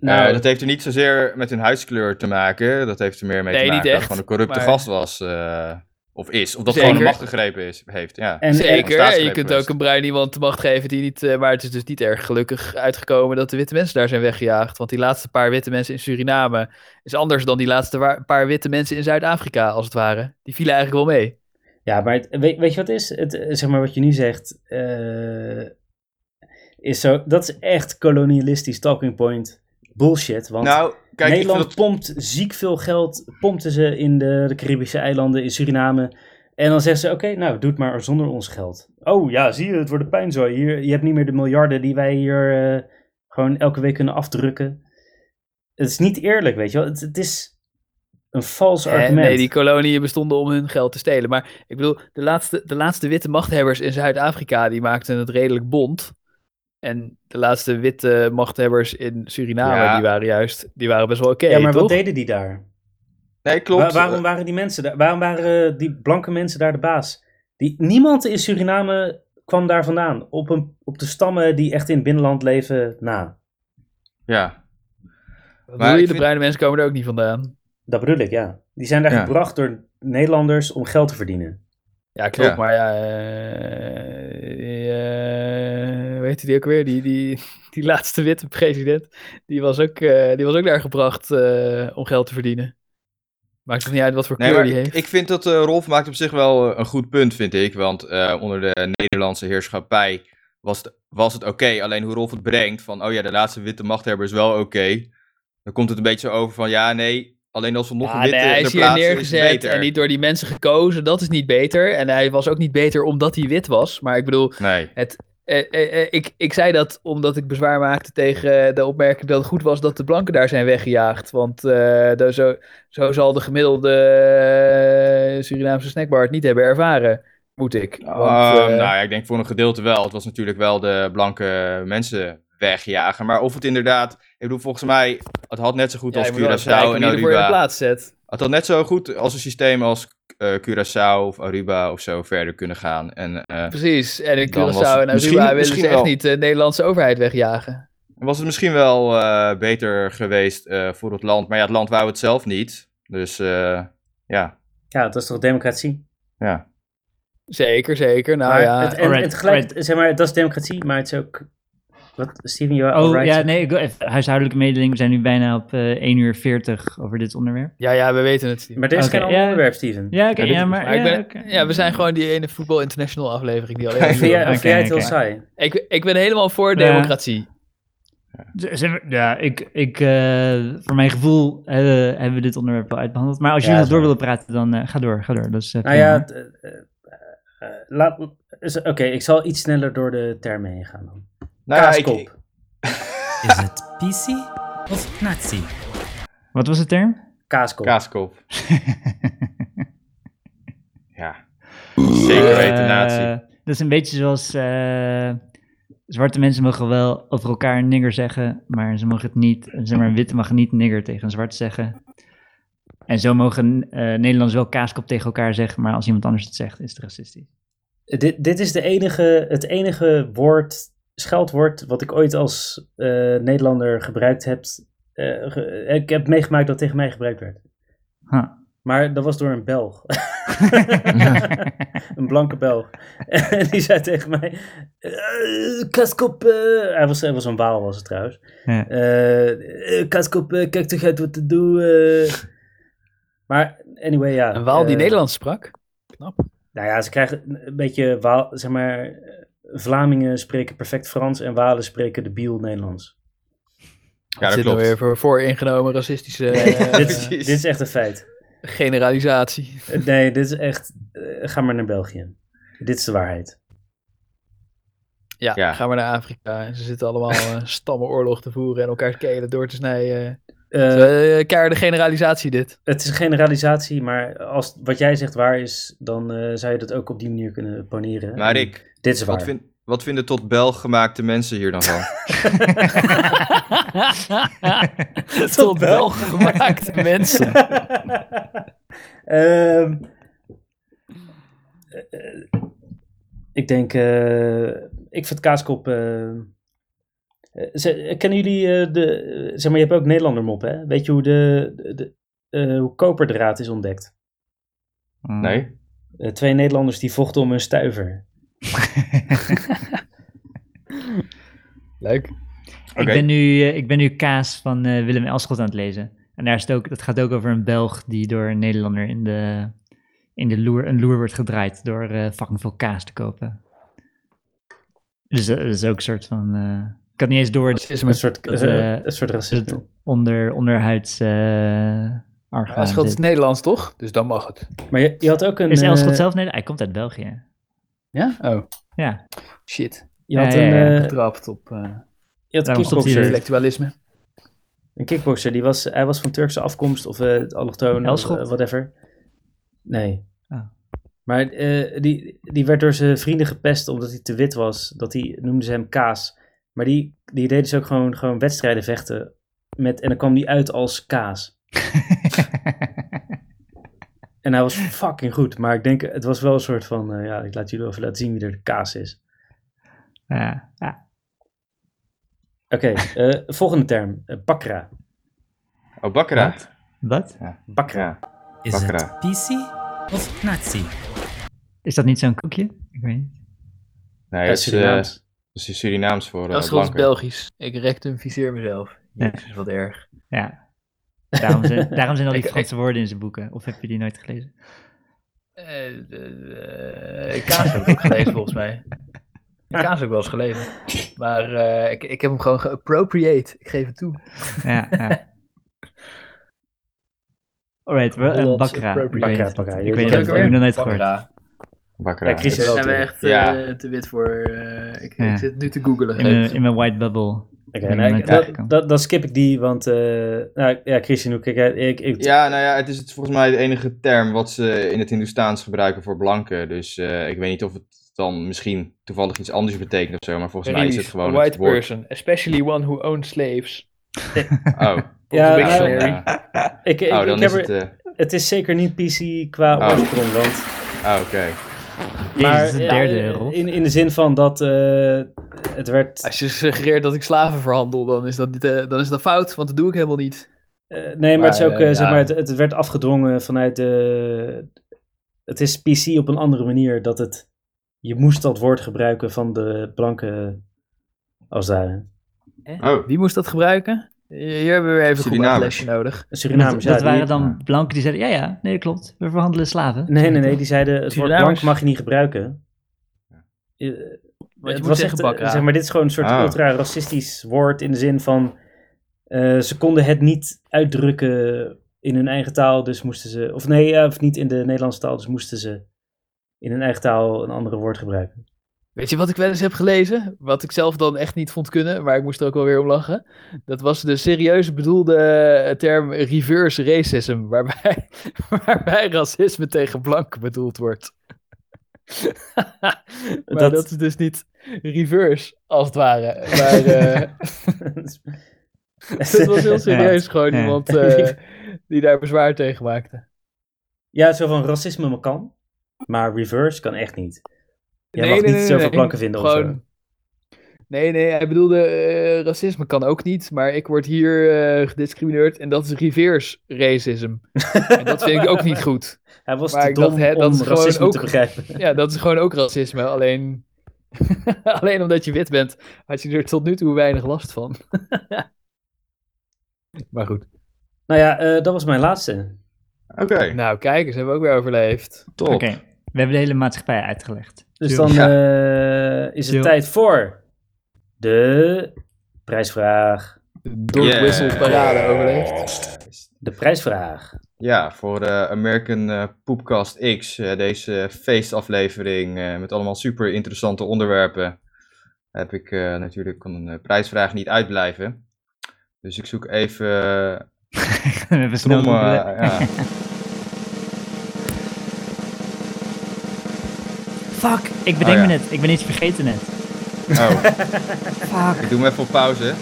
S1: Nou,
S4: Eh, dat heeft er niet zozeer met hun huidskleur te maken. Dat heeft er meer mee
S3: Nee,
S4: te maken
S3: niet
S4: dat
S3: echt,
S4: gewoon een corrupte
S3: maar-
S4: gast was. eh, of is. Of dat
S3: Zeker.
S4: gewoon de macht gegrepen is, heeft. Ja.
S1: en, en-
S3: Zeker,
S4: staatsgreep
S3: je kunt
S4: geweest.
S3: ook een bruin iemand de macht geven die niet... eh, maar het is dus niet erg gelukkig uitgekomen dat de witte mensen daar zijn weggejaagd. Want die laatste paar witte mensen in Suriname is anders dan die laatste wa- paar witte mensen in Zuid-Afrika, als het ware. Die vielen eigenlijk wel mee.
S1: Ja, maar het- weet, weet je wat is? Het, eh, zeg maar wat je nu zegt. eh, is zo, dat is echt kolonialistisch talking point bullshit. Want
S4: nou, kijk,
S1: Nederland
S4: ik vind
S1: pompt ziek veel geld. Pompten ze in de, de Caribische eilanden, in Suriname. En dan zeggen ze: Oké, nou, doe het maar zonder ons geld. Oh ja, zie je, het wordt een pijnzooi. Hier, je hebt niet meer de miljarden die wij hier eh, gewoon elke week kunnen afdrukken. Het is niet eerlijk, weet je wel. Het, het is een vals
S3: Eh,
S1: argument.
S3: Nee, die koloniën bestonden om hun geld te stelen. Maar ik bedoel, de laatste, de laatste witte machthebbers in Zuid-Afrika, die maakten het redelijk bond. En de laatste witte machthebbers in Suriname,
S4: Ja.
S3: die waren juist, die waren best wel oké,
S1: ja, maar
S3: toch?
S1: wat deden die daar?
S4: dat- Nee, klopt.
S1: Wa- waarom waren die mensen daar? Waarom waren eh, die blanke mensen daar de baas? Die, niemand in Suriname kwam daar vandaan. Op, een, op de stammen die echt in het binnenland leven, na.
S4: Eh, Ja.
S3: Wat
S4: Maar
S3: bedoel je,
S4: ik
S3: de
S4: vind-
S3: bruine mensen komen er ook niet vandaan.
S1: Dat bedoel ik, ja. Die zijn daar
S4: Ja.
S1: gebracht door Nederlanders om geld te verdienen.
S3: Ja, klopt,
S4: Ja.
S3: maar ja... eh, die, eh, hoe heet die ook weer? Die, die, die laatste witte president, die was ook, eh, die was ook daar gebracht eh, om geld te verdienen. Maakt toch niet uit wat voor
S4: Nee,
S3: kleur
S4: maar
S3: die heeft.
S4: ik ik vind dat eh, Rolf maakt op zich wel eh, een goed punt, vind ik. Want eh, onder de Nederlandse heerschappij was het, was het oké. Alleen hoe Rolf het brengt van, oh ja, de laatste witte machthebber is wel oké. Dan komt het een beetje zo over van, ja, nee, alleen als we nog
S3: Ah,
S4: een witte
S3: nee, hij is
S4: ter
S3: hier
S4: plaatse is het
S3: neergezet
S4: beter.
S3: en niet door die mensen gekozen. Dat is niet beter. En hij was ook niet beter omdat hij wit was. Maar ik bedoel,
S4: Nee.
S3: eh, eh, eh, ik, ik zei dat omdat ik bezwaar maakte tegen eh, de opmerking dat het goed was dat de blanken daar zijn weggejaagd. Want eh, daar zo, zo zal de gemiddelde eh, Surinaamse snackbar het niet hebben ervaren. Moet ik. Want,
S4: Ehm,
S3: eh,
S4: nou ja, ik denk voor een gedeelte wel. Het was natuurlijk wel de blanke mensen wegjagen. Maar of het inderdaad... Ik bedoel, volgens mij, het had net zo goed
S3: ja,
S4: als
S3: je moet wel kijken
S4: Curaçao en
S3: wanneer je ervoor in de
S4: Aruba.
S3: plaats zet.
S4: Het had net zo goed als een systeem als eh, Curaçao of Aruba of zo verder kunnen gaan. En eh,
S3: Precies. En in
S4: Dan was
S3: Curaçao
S4: het-
S3: en Aruba
S4: misschien-
S3: willen
S4: misschien
S3: ze echt
S4: wel.
S3: niet de Nederlandse overheid wegjagen.
S4: was het misschien wel eh, beter geweest eh, voor het land. Maar ja, het land wou het zelf niet. Dus eh, ja.
S1: Ja, Ja, dat is toch democratie?
S4: Ja.
S3: Zeker, zeker. Nou
S1: Maar
S3: ja,
S1: het, en,
S2: alright,
S1: en tegelijk,
S2: alright.
S1: zeg maar, dat is democratie, maar het is ook... Wat, Steven, je wou-
S2: Oh
S1: alright.
S2: ja, nee, ik wil even huishoudelijke mededeling. We zijn nu bijna op eh 1 uur 40 over dit onderwerp.
S3: ja, ja, we weten het. Steven.
S1: Maar er is
S2: Oké,
S1: geen ander
S2: ja.
S1: onderwerp, Steven.
S2: Ja, oké,
S3: Ja, dit-
S2: ja, maar...
S3: maar ik
S2: ja,
S3: ben-
S2: oké.
S3: Ja, we zijn gewoon die ene Voetbal International aflevering die
S1: Of
S3: alleen.
S1: vind jij, of
S2: Oké,
S1: vind jij het heel
S2: oké.
S1: saai?
S3: Ik, ik ben helemaal voor
S2: Ja.
S3: democratie.
S2: Z- zijn we- Ja, ik, ik, eh, voor mijn gevoel eh, hebben we dit onderwerp wel uitbehandeld. Maar als jullie
S1: Ja,
S2: nog door willen praten, dan eh, ga door, ga door. Dat is, eh,
S1: Nou
S2: prima.
S4: Mhm.
S1: ja, het, eh, eh, eh, laat... is- Oké, ik zal iets sneller door de termen heen gaan dan.
S4: Nou ja, ik-
S1: Kaaskop.
S4: ik-
S7: Is het PC of Nazi?
S2: Wat was de term?
S1: Kaaskop.
S4: kaaskop. ja. Zeker weten,
S2: Eh,
S4: natie.
S2: dat is een beetje zoals... eh, zwarte mensen mogen wel over elkaar nigger zeggen, maar ze mogen het niet... Zeg maar, een witte mag niet nigger tegen een zwart zeggen. En zo mogen eh, Nederlanders wel kaaskop tegen elkaar zeggen, maar als iemand anders het zegt, is het racistisch.
S1: Dit, dit is de enige, het enige woord, scheldwoord, wat ik ooit als eh, Nederlander gebruikt heb. Eh, ge- ik heb meegemaakt dat tegen mij gebruikt werd.
S2: Huh.
S1: Maar dat was door een Belg. een blanke Belg. En die zei tegen mij... eh, Kaskop... eh," hij, was, hij was een Waal was het trouwens.
S2: Ja.
S1: Eh, eh, Kaskop, eh, kijk toch uit wat te doen. eh." Maar anyway, ja.
S3: Een Waal die
S1: eh,
S3: Nederlands sprak.
S1: nou ja, ze krijgen een een beetje, Waal, zeg maar, eh, Vlamingen spreken perfect Frans en Walen spreken debiel Nederlands.
S4: Ja, dat
S3: zit
S4: klopt.
S3: nou weer voor vooringenomen racistische eh,
S1: dit, is-
S4: precies.
S1: dit is echt een feit.
S3: generalisatie.
S1: Eh, Nee, dit is echt, eh, ga maar naar België. Dit is de waarheid.
S3: Ja,
S4: Ja.
S3: gaan we naar Afrika. En ze zitten allemaal eh, stammenoorlog te voeren en elkaar kelen door te snijden.
S1: Eh,
S3: Eh keiharde generalisatie dit.
S1: het is een generalisatie, maar als wat jij zegt waar is, dan eh, zou je dat ook op die manier kunnen poneren.
S4: Maar
S1: En
S4: Rick,
S1: Dit is waar.
S4: wat, vind, wat vinden tot Belg gemaakte mensen hier dan van?
S3: Tot wel gemaakte mensen.
S1: Ehm, eh, eh, ik denk, eh, ik vind kaaskop. eh, eh, ze- kennen jullie eh, de. eh, Zeg maar, je hebt ook Nederlander mop, hè? Weet je hoe de. de, de- eh, hoe koperdraad is ontdekt?
S2: Mm.
S4: Nee?
S1: Eh, twee Nederlanders die vochten om hun stuiver.
S3: Leuk.
S2: Ik,
S4: Oké.
S2: ben nu, eh, ik ben nu Kaas van eh, Willem Elschot aan het lezen. En daar is het ook, dat gaat ook over een Belg die door een Nederlander in de, in de loer, een loer wordt gedraaid door eh fucking veel kaas te kopen. Dus dat is ook een soort van... eh, ik had niet eens door dat
S1: Een soort,
S2: Dat,
S1: eh,
S2: eh,
S1: een soort
S2: het
S1: racisme.
S2: onder, onderhuids eh
S3: Ja,
S2: argwaan
S3: schuld is
S2: zit.
S3: Nederlands toch? Dus dan mag het.
S1: Maar je, je had ook een.
S2: Is Elschot
S1: eh,
S2: zelf Nederlander? Hij komt uit België.
S3: Ja? Oh,
S2: Ja,
S3: shit.
S1: Je had
S2: Ja,
S1: een,
S2: ja, ja.
S1: eh,
S3: Getrapt op eh,
S1: je had een
S2: Daarom stopt hij
S1: kickboxer.
S2: er.
S3: intellectualisme.
S1: Een kickboxer, die was, hij was van Turkse afkomst of eh allochtoon of
S2: Elschot?
S1: eh, whatever. Nee.
S2: Ah.
S1: Maar eh, die, die werd door zijn vrienden gepest omdat hij te wit was. Dat die, noemden ze hem Kaas. Maar die, die deden dus ook gewoon, gewoon wedstrijden vechten. Met, en dan kwam die uit als Kaas. En hij was fucking goed. Maar ik denk, het was wel een soort van, eh, ja, ik laat jullie even laten zien wie er de Kaas is.
S2: ja, Ah, ja.
S1: Oké, eh, volgende term. eh, bakra.
S4: Oh, Bakkera.
S2: Wat?
S1: Bakra.
S4: Ja.
S7: Is het
S4: Wakker.
S7: PC of Nazi?
S2: Is dat niet zo'n koekje? Ik weet niet.
S4: Nee,
S1: Uit
S4: dat is, eh,
S1: Surinaams.
S4: dat is Surinaams voor
S3: Dat
S4: eh
S3: is volgens
S4: blanken.
S3: Belgisch. Ik rectumficeer mezelf.
S2: Ja.
S3: Jezus, wat erg.
S2: Ja. Daarom zijn, daarom zijn al die
S3: Ik- ik-
S2: Franse woorden in zijn boeken. Of heb je die nooit gelezen?
S3: Eh, eh, eh, kaas heb ik ook gelezen volgens mij. Kaas heb ik wel eens gelezen. Maar eh, ik, ik heb hem gewoon geappropriate. Ik geef het toe.
S2: Ja, ja. Alright, wel een
S3: Hollandse
S2: eh, bakra. Ik
S3: appropriate.
S2: weet het.
S1: Bakra, bakra.
S2: Ik weet
S1: Ja,
S2: het,
S1: dat
S2: ik heb hem nog nooit gehoord.
S3: Bakra.
S4: Bakkera.
S1: Ja, Chris-
S3: Daar zijn we
S1: Ja.
S3: echt eh,
S4: Ja.
S3: te wit voor. eh, ik, ik
S2: Ja.
S3: zit nu te googelen.
S2: In mijn, in mijn white bubble.
S1: Oké,
S2: Ik ben
S1: nou,
S2: er
S1: ik-
S2: nooit
S1: dat,
S2: uitgekomen.
S1: dat, dan skip ik die, want... eh, nou, ja, Christian Hoek, ik, ik, ik,
S4: Ja, nou ja, het is het, volgens mij de enige term wat ze in het Hindoestaans gebruiken voor blanken. Dus eh, ik weet niet of het dan misschien toevallig iets anders betekent of zo, maar volgens mij is het gewoon
S3: a white
S4: het woord.
S3: person, especially one who owns slaves.
S4: Oh,
S1: Ja,
S3: Big
S1: nou,
S3: Short.
S4: ja.
S1: ik, ik,
S4: oh
S1: ik
S4: dan
S1: heb
S4: is
S1: er,
S4: het...
S1: het,
S4: eh,
S1: is zeker niet PC qua
S4: Oh.
S1: oorsprong, want...
S4: oh, oké.
S1: Maar,
S2: Jezus, de
S1: eh,
S2: derde rol.
S1: in, in de zin van dat eh, het werd...
S3: Als je suggereert dat ik slaven verhandel, dan is dat, niet, eh, dan is dat fout, want dat doe ik helemaal niet.
S1: eh, nee, maar, het is
S3: maar,
S1: ook,
S3: eh,
S1: eh, zeg
S3: ja.
S1: maar, het, het werd afgedwongen vanuit de, het is PC op een andere manier dat het. Je moest dat woord gebruiken van de blanke. Als daar.
S4: Oh,
S3: Wie moest dat gebruiken? Hier hebben we weer even een goed
S4: Surinamers.
S3: uitlegje nodig.
S1: Surinamers.
S2: dat
S1: ja,
S2: dat
S1: die-
S2: waren dan blanken die zeiden, ja, ja, nee, klopt. We verhandelen slaven.
S1: Nee, nee, nee. Die zeiden het woord
S3: Surinamers.
S1: blank mag je niet gebruiken. Eh,
S3: Want je
S1: het
S3: moet
S1: was
S3: zeggen
S1: echt, eh,
S3: bakra.
S1: zeg maar, dit is gewoon een soort
S4: Ah.
S1: ultra-racistisch woord in de zin van eh, ze konden het niet uitdrukken in hun eigen taal, dus moesten ze, of nee, ja, of niet in de Nederlandse taal, dus moesten ze in hun eigen taal een andere woord gebruiken.
S3: Weet je wat ik wel eens heb gelezen? Wat ik zelf dan echt niet vond kunnen, maar ik moest er ook wel weer om lachen. Dat was de serieus bedoelde eh, term reverse racism, waarbij, waarbij racisme tegen blanken bedoeld wordt. maar
S1: Dat-
S3: dat... is dus niet reverse, als het ware. Maar eh, dat was heel serieus gewoon
S2: Ja.
S3: iemand eh, die daar bezwaar tegen maakte.
S1: ja, zo van racisme maar kan, maar reverse kan echt niet. Jij mag niet zoveel blanken vinden of zo.
S3: Nee, nee, hij bedoelde eh, racisme kan ook niet, maar ik word hier eh, gediscrimineerd en dat is reverse racism. en dat vind ik ook niet goed.
S1: Hij was
S3: Maar
S1: te
S3: ik dacht,
S1: dom
S3: hè, dat
S1: om
S3: is gewoon
S1: racisme te
S3: ook-
S1: begrijpen.
S3: Ja, dat is gewoon ook racisme, alleen, alleen omdat je wit bent had je er tot nu toe weinig last van. maar goed.
S1: Nou ja, eh, dat was mijn laatste.
S4: oké.
S3: Nou, kijk eens, hebben we ook weer overleefd.
S4: Top.
S2: Oké, we hebben de hele maatschappij uitgelegd.
S1: Dus
S2: Chill.
S1: dan
S4: Ja.
S1: eh, is het
S2: Chill.
S1: tijd voor de prijsvraag.
S3: Door
S4: Yeah.
S3: de wissel parade overleefd.
S1: De prijsvraag.
S4: Ja, voor eh, American eh, Poepcast X, eh, deze feestaflevering eh, met allemaal super interessante onderwerpen, heb ik eh, natuurlijk kon een eh, prijsvraag niet uitblijven. Dus ik zoek even eh,
S2: we hebben snel
S4: Trommen,
S2: moeten-
S4: eh, ja.
S2: Fuck, ik bedenk
S4: Oh, ja.
S2: me net. Ik ben iets vergeten net.
S4: Oh. Ik doe hem even op pauze.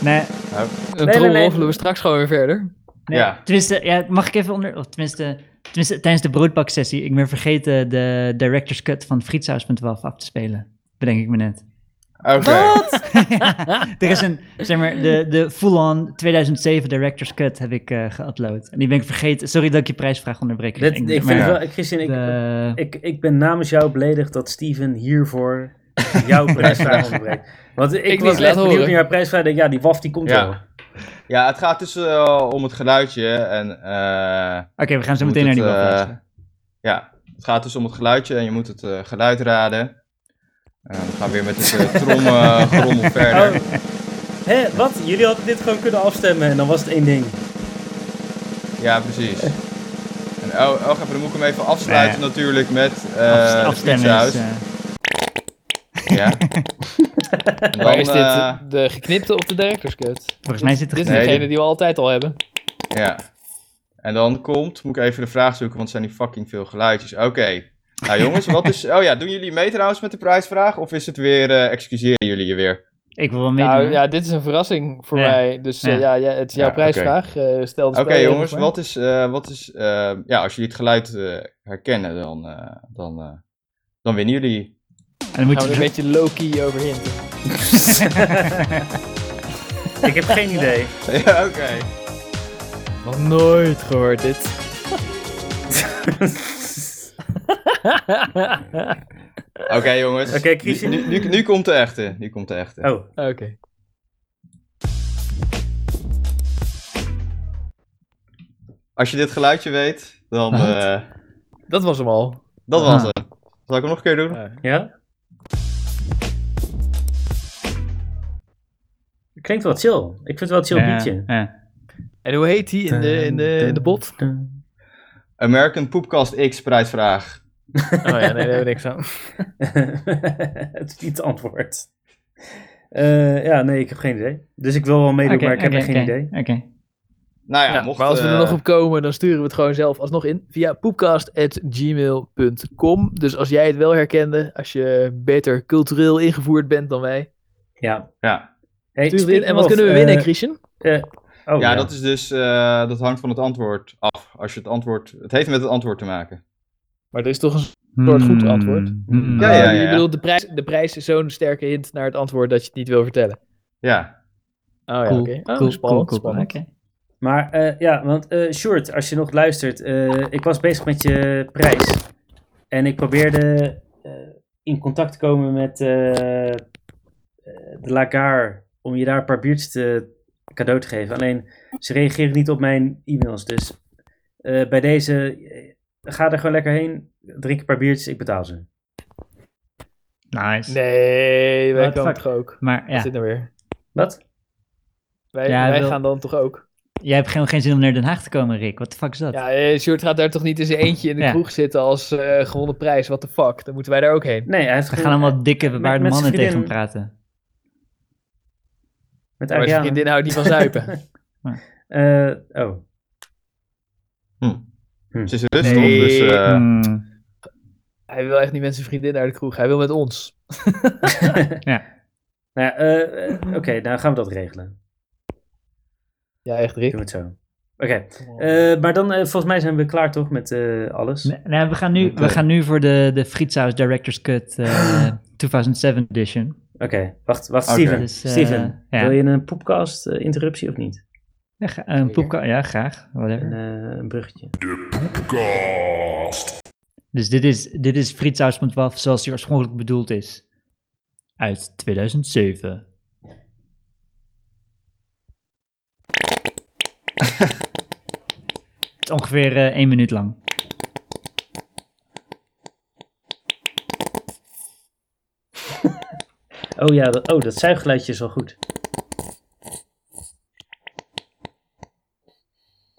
S2: Nee,
S4: Oh.
S3: Dan
S1: nee, nee.
S3: tromroffelen we straks gewoon weer verder.
S2: nee.
S4: Ja.
S2: Tenminste, ja, mag ik even onder... Of tenminste, tenminste, tijdens de broodbaksessie, ik ben vergeten de director's cut van frietsaus.12 af te spelen. Bedenk ik me net.
S4: Oké.
S2: er is een, zeg maar, de, de full-on 2007 director's cut heb ik eh geüpload. En die ben ik vergeten. Sorry dat ik je prijsvraag onderbreek.
S1: Dit- ik vind
S2: maar
S1: het wel, Christian, ik,
S2: de-
S1: ik, ik ben namens jou beledigd dat Steven hiervoor jouw prijsvraag onderbreekt. Want ik,
S3: Ik
S1: was
S3: niet,
S1: echt
S3: laat
S1: benieuwd
S3: horen.
S1: naar jouw prijsvraag. Ik denk, Ja, die waf die komt
S4: Ja.
S1: wel.
S4: Ja, het gaat dus eh, om het geluidje en... eh,
S2: Oké, we gaan zo
S4: je moet
S2: meteen naar die
S4: het,
S2: wafel
S4: eh,
S2: luisteren.
S4: Ja, het gaat dus om het geluidje en je moet het eh, geluid raden. Eh, we gaan weer met het eh, trom, eh, gerommel verder.
S1: Oh. Hé, wat? Jullie hadden dit gewoon kunnen afstemmen en dan was het één ding.
S4: Ja, precies. En, oh, oh, even, dan moet ik hem even afsluiten
S2: Nee.
S4: natuurlijk met eh
S2: Afst-
S4: de
S2: afstemmen
S4: pizzahuis.
S2: is, eh,
S4: Ja. En dan,
S3: Maar is
S4: eh,
S3: dit de geknipte op de director's cut?
S2: volgens mij zit
S3: Dit
S2: het
S3: is
S4: Nee,
S3: degene
S4: dit-
S3: die we altijd al hebben.
S4: ja. En dan komt, moet ik even de vraag zoeken, want er zijn die fucking veel geluidjes. Oké. Nou jongens, wat is... Oh ja, doen jullie mee trouwens met de prijsvraag? Of is het weer, eh excuseren jullie je weer?
S2: Ik wil wel meedoen.
S3: Nou
S2: hoor.
S3: ja, dit is een verrassing voor
S2: Ja.
S3: mij. Dus eh,
S2: Ja.
S3: ja. ja, het is jouw
S4: Ja, oké.
S3: prijsvraag. Eh, stel de
S4: Oké
S3: spel-
S4: jongens, wat is, eh, wat is eh, ja, als jullie het geluid eh, herkennen, dan, eh, dan, eh, dan winnen jullie.
S2: en dan moet
S3: Gaan
S2: je
S3: we een beetje low-key overheen.
S1: Ik heb geen idee.
S4: ja, oké.
S3: Nog nooit gehoord dit.
S4: Oké jongens,
S1: Oké, Christian.
S4: nu, nu, nu, nu komt de echte, nu komt de echte.
S1: Oh,
S3: Oké.
S4: Als je dit geluidje weet, dan, eh,
S3: Dat was hem al.
S4: dat was
S2: Ah.
S4: het. Zal ik hem nog een keer doen?
S1: ja? Klinkt wel chill. Ik vind het wel een chill
S2: Ja,
S1: liedje.
S2: ja.
S3: En hoe heet die in de, in de, in de bot?
S4: American Poepcast X prijsvraag.
S3: Oh ja, nee, daar hebben we niks aan.
S1: het is niet het antwoord. Eh, ja, nee, ik heb geen idee. Dus ik wil wel meedoen,
S2: Oké,
S1: maar ik heb
S2: oké,
S1: echt geen
S2: oké,
S1: idee.
S2: Oké.
S4: Nou ja,
S3: Ja,
S4: mocht...
S3: maar als we er
S4: eh,
S3: nog op komen, dan sturen we het gewoon zelf alsnog in. Via poepcast.gmail.com. Dus als jij het wel herkende, als je beter cultureel ingevoerd bent dan wij.
S1: Ja.
S4: Ja,
S1: Hey,
S3: Stuur het in. En wat
S1: speaking
S3: kunnen we
S1: of,
S3: winnen,
S1: eh,
S3: Christian?
S1: eh, oh,
S4: ja, dat is dus, eh, dat hangt van het antwoord af. Als je het antwoord, het heeft met het antwoord te maken.
S3: Maar er is toch een soort goed antwoord.
S2: Hmm.
S4: Ja, ja, ja.
S3: Je bedoelt, de prijs, de prijs is zo'n sterke hint naar het antwoord dat je het niet wil vertellen.
S4: Ja,
S3: Oh ja,
S2: Cool,
S3: oké. Oh,
S2: cool,
S3: spannend,
S2: cool, cool, cool.
S3: spannend.
S2: Oké.
S1: Maar eh, ja, want eh Short, als je nog luistert, eh, ik was bezig met je prijs. En ik probeerde eh, in contact te komen met eh, eh, de Lagar om je daar een paar biertjes te, cadeau te geven. Alleen ze reageren niet op mijn e-mails. Dus eh, bij deze, eh, ga er gewoon lekker heen, drink een paar biertjes, ik betaal ze.
S2: Nice.
S3: Nee, wij
S1: What the
S3: komen
S1: fuck?
S3: toch ook.
S2: Maar
S3: Wat
S2: ja,
S3: is dit nou weer?
S1: Wat?
S3: Wij,
S2: Ja, hij
S3: wij
S2: wil-
S3: gaan dan toch ook.
S2: jij hebt gewoon geen zin om naar Den Haag te komen, Rick. Wat de fuck is dat?
S3: Ja, eh, Sjoerd gaat daar toch niet in zijn eentje in de
S2: Ja.
S3: kroeg zitten als eh, gewonnen prijs. What the fuck? Dan moeten wij daar ook heen.
S1: Nee, hij heeft
S2: We
S1: gewoon-
S2: gaan
S3: eh,
S2: allemaal dikke bebaarde
S1: met zijn
S2: mannen tegen hem
S1: vriendin.
S2: praten.
S1: met
S3: Maar zijn
S1: Ariane.
S3: vriendin houdt niet van zuipen.
S1: Eh, oh,
S4: Het is rustig,
S3: Nee.
S4: dus... eh,
S2: Hmm,
S3: hij wil echt niet met zijn vriendin naar de kroeg. Hij wil met ons.
S1: nou ja, eh, eh, oké, nou gaan we dat regelen.
S3: Ja, echt Rick.
S1: Doen we het zo. Oké, eh, maar dan eh, volgens mij zijn we klaar toch met eh, alles?
S2: nee, nee, we, gaan nu, we gaan nu voor de, de Frietsaus Director's Cut
S1: Ah.
S2: eh, 2007 edition.
S1: Oké, wacht, wacht,
S4: Oké.
S1: Steven.
S2: Dus, eh,
S1: Steven,
S2: ja.
S1: wil je een poepcast eh, interruptie of niet?
S2: Ja, ga- een poepka- ja graag.
S1: Een,
S2: Whatever.
S1: eh, een bruggetje.
S2: Dus dit is, dit is Frietsaus van 12 zoals die oorspronkelijk bedoeld is. Uit 2007. Het is ongeveer eh, één minuut lang.
S1: Oh ja, dat, oh, dat zuiggeluidje is wel goed.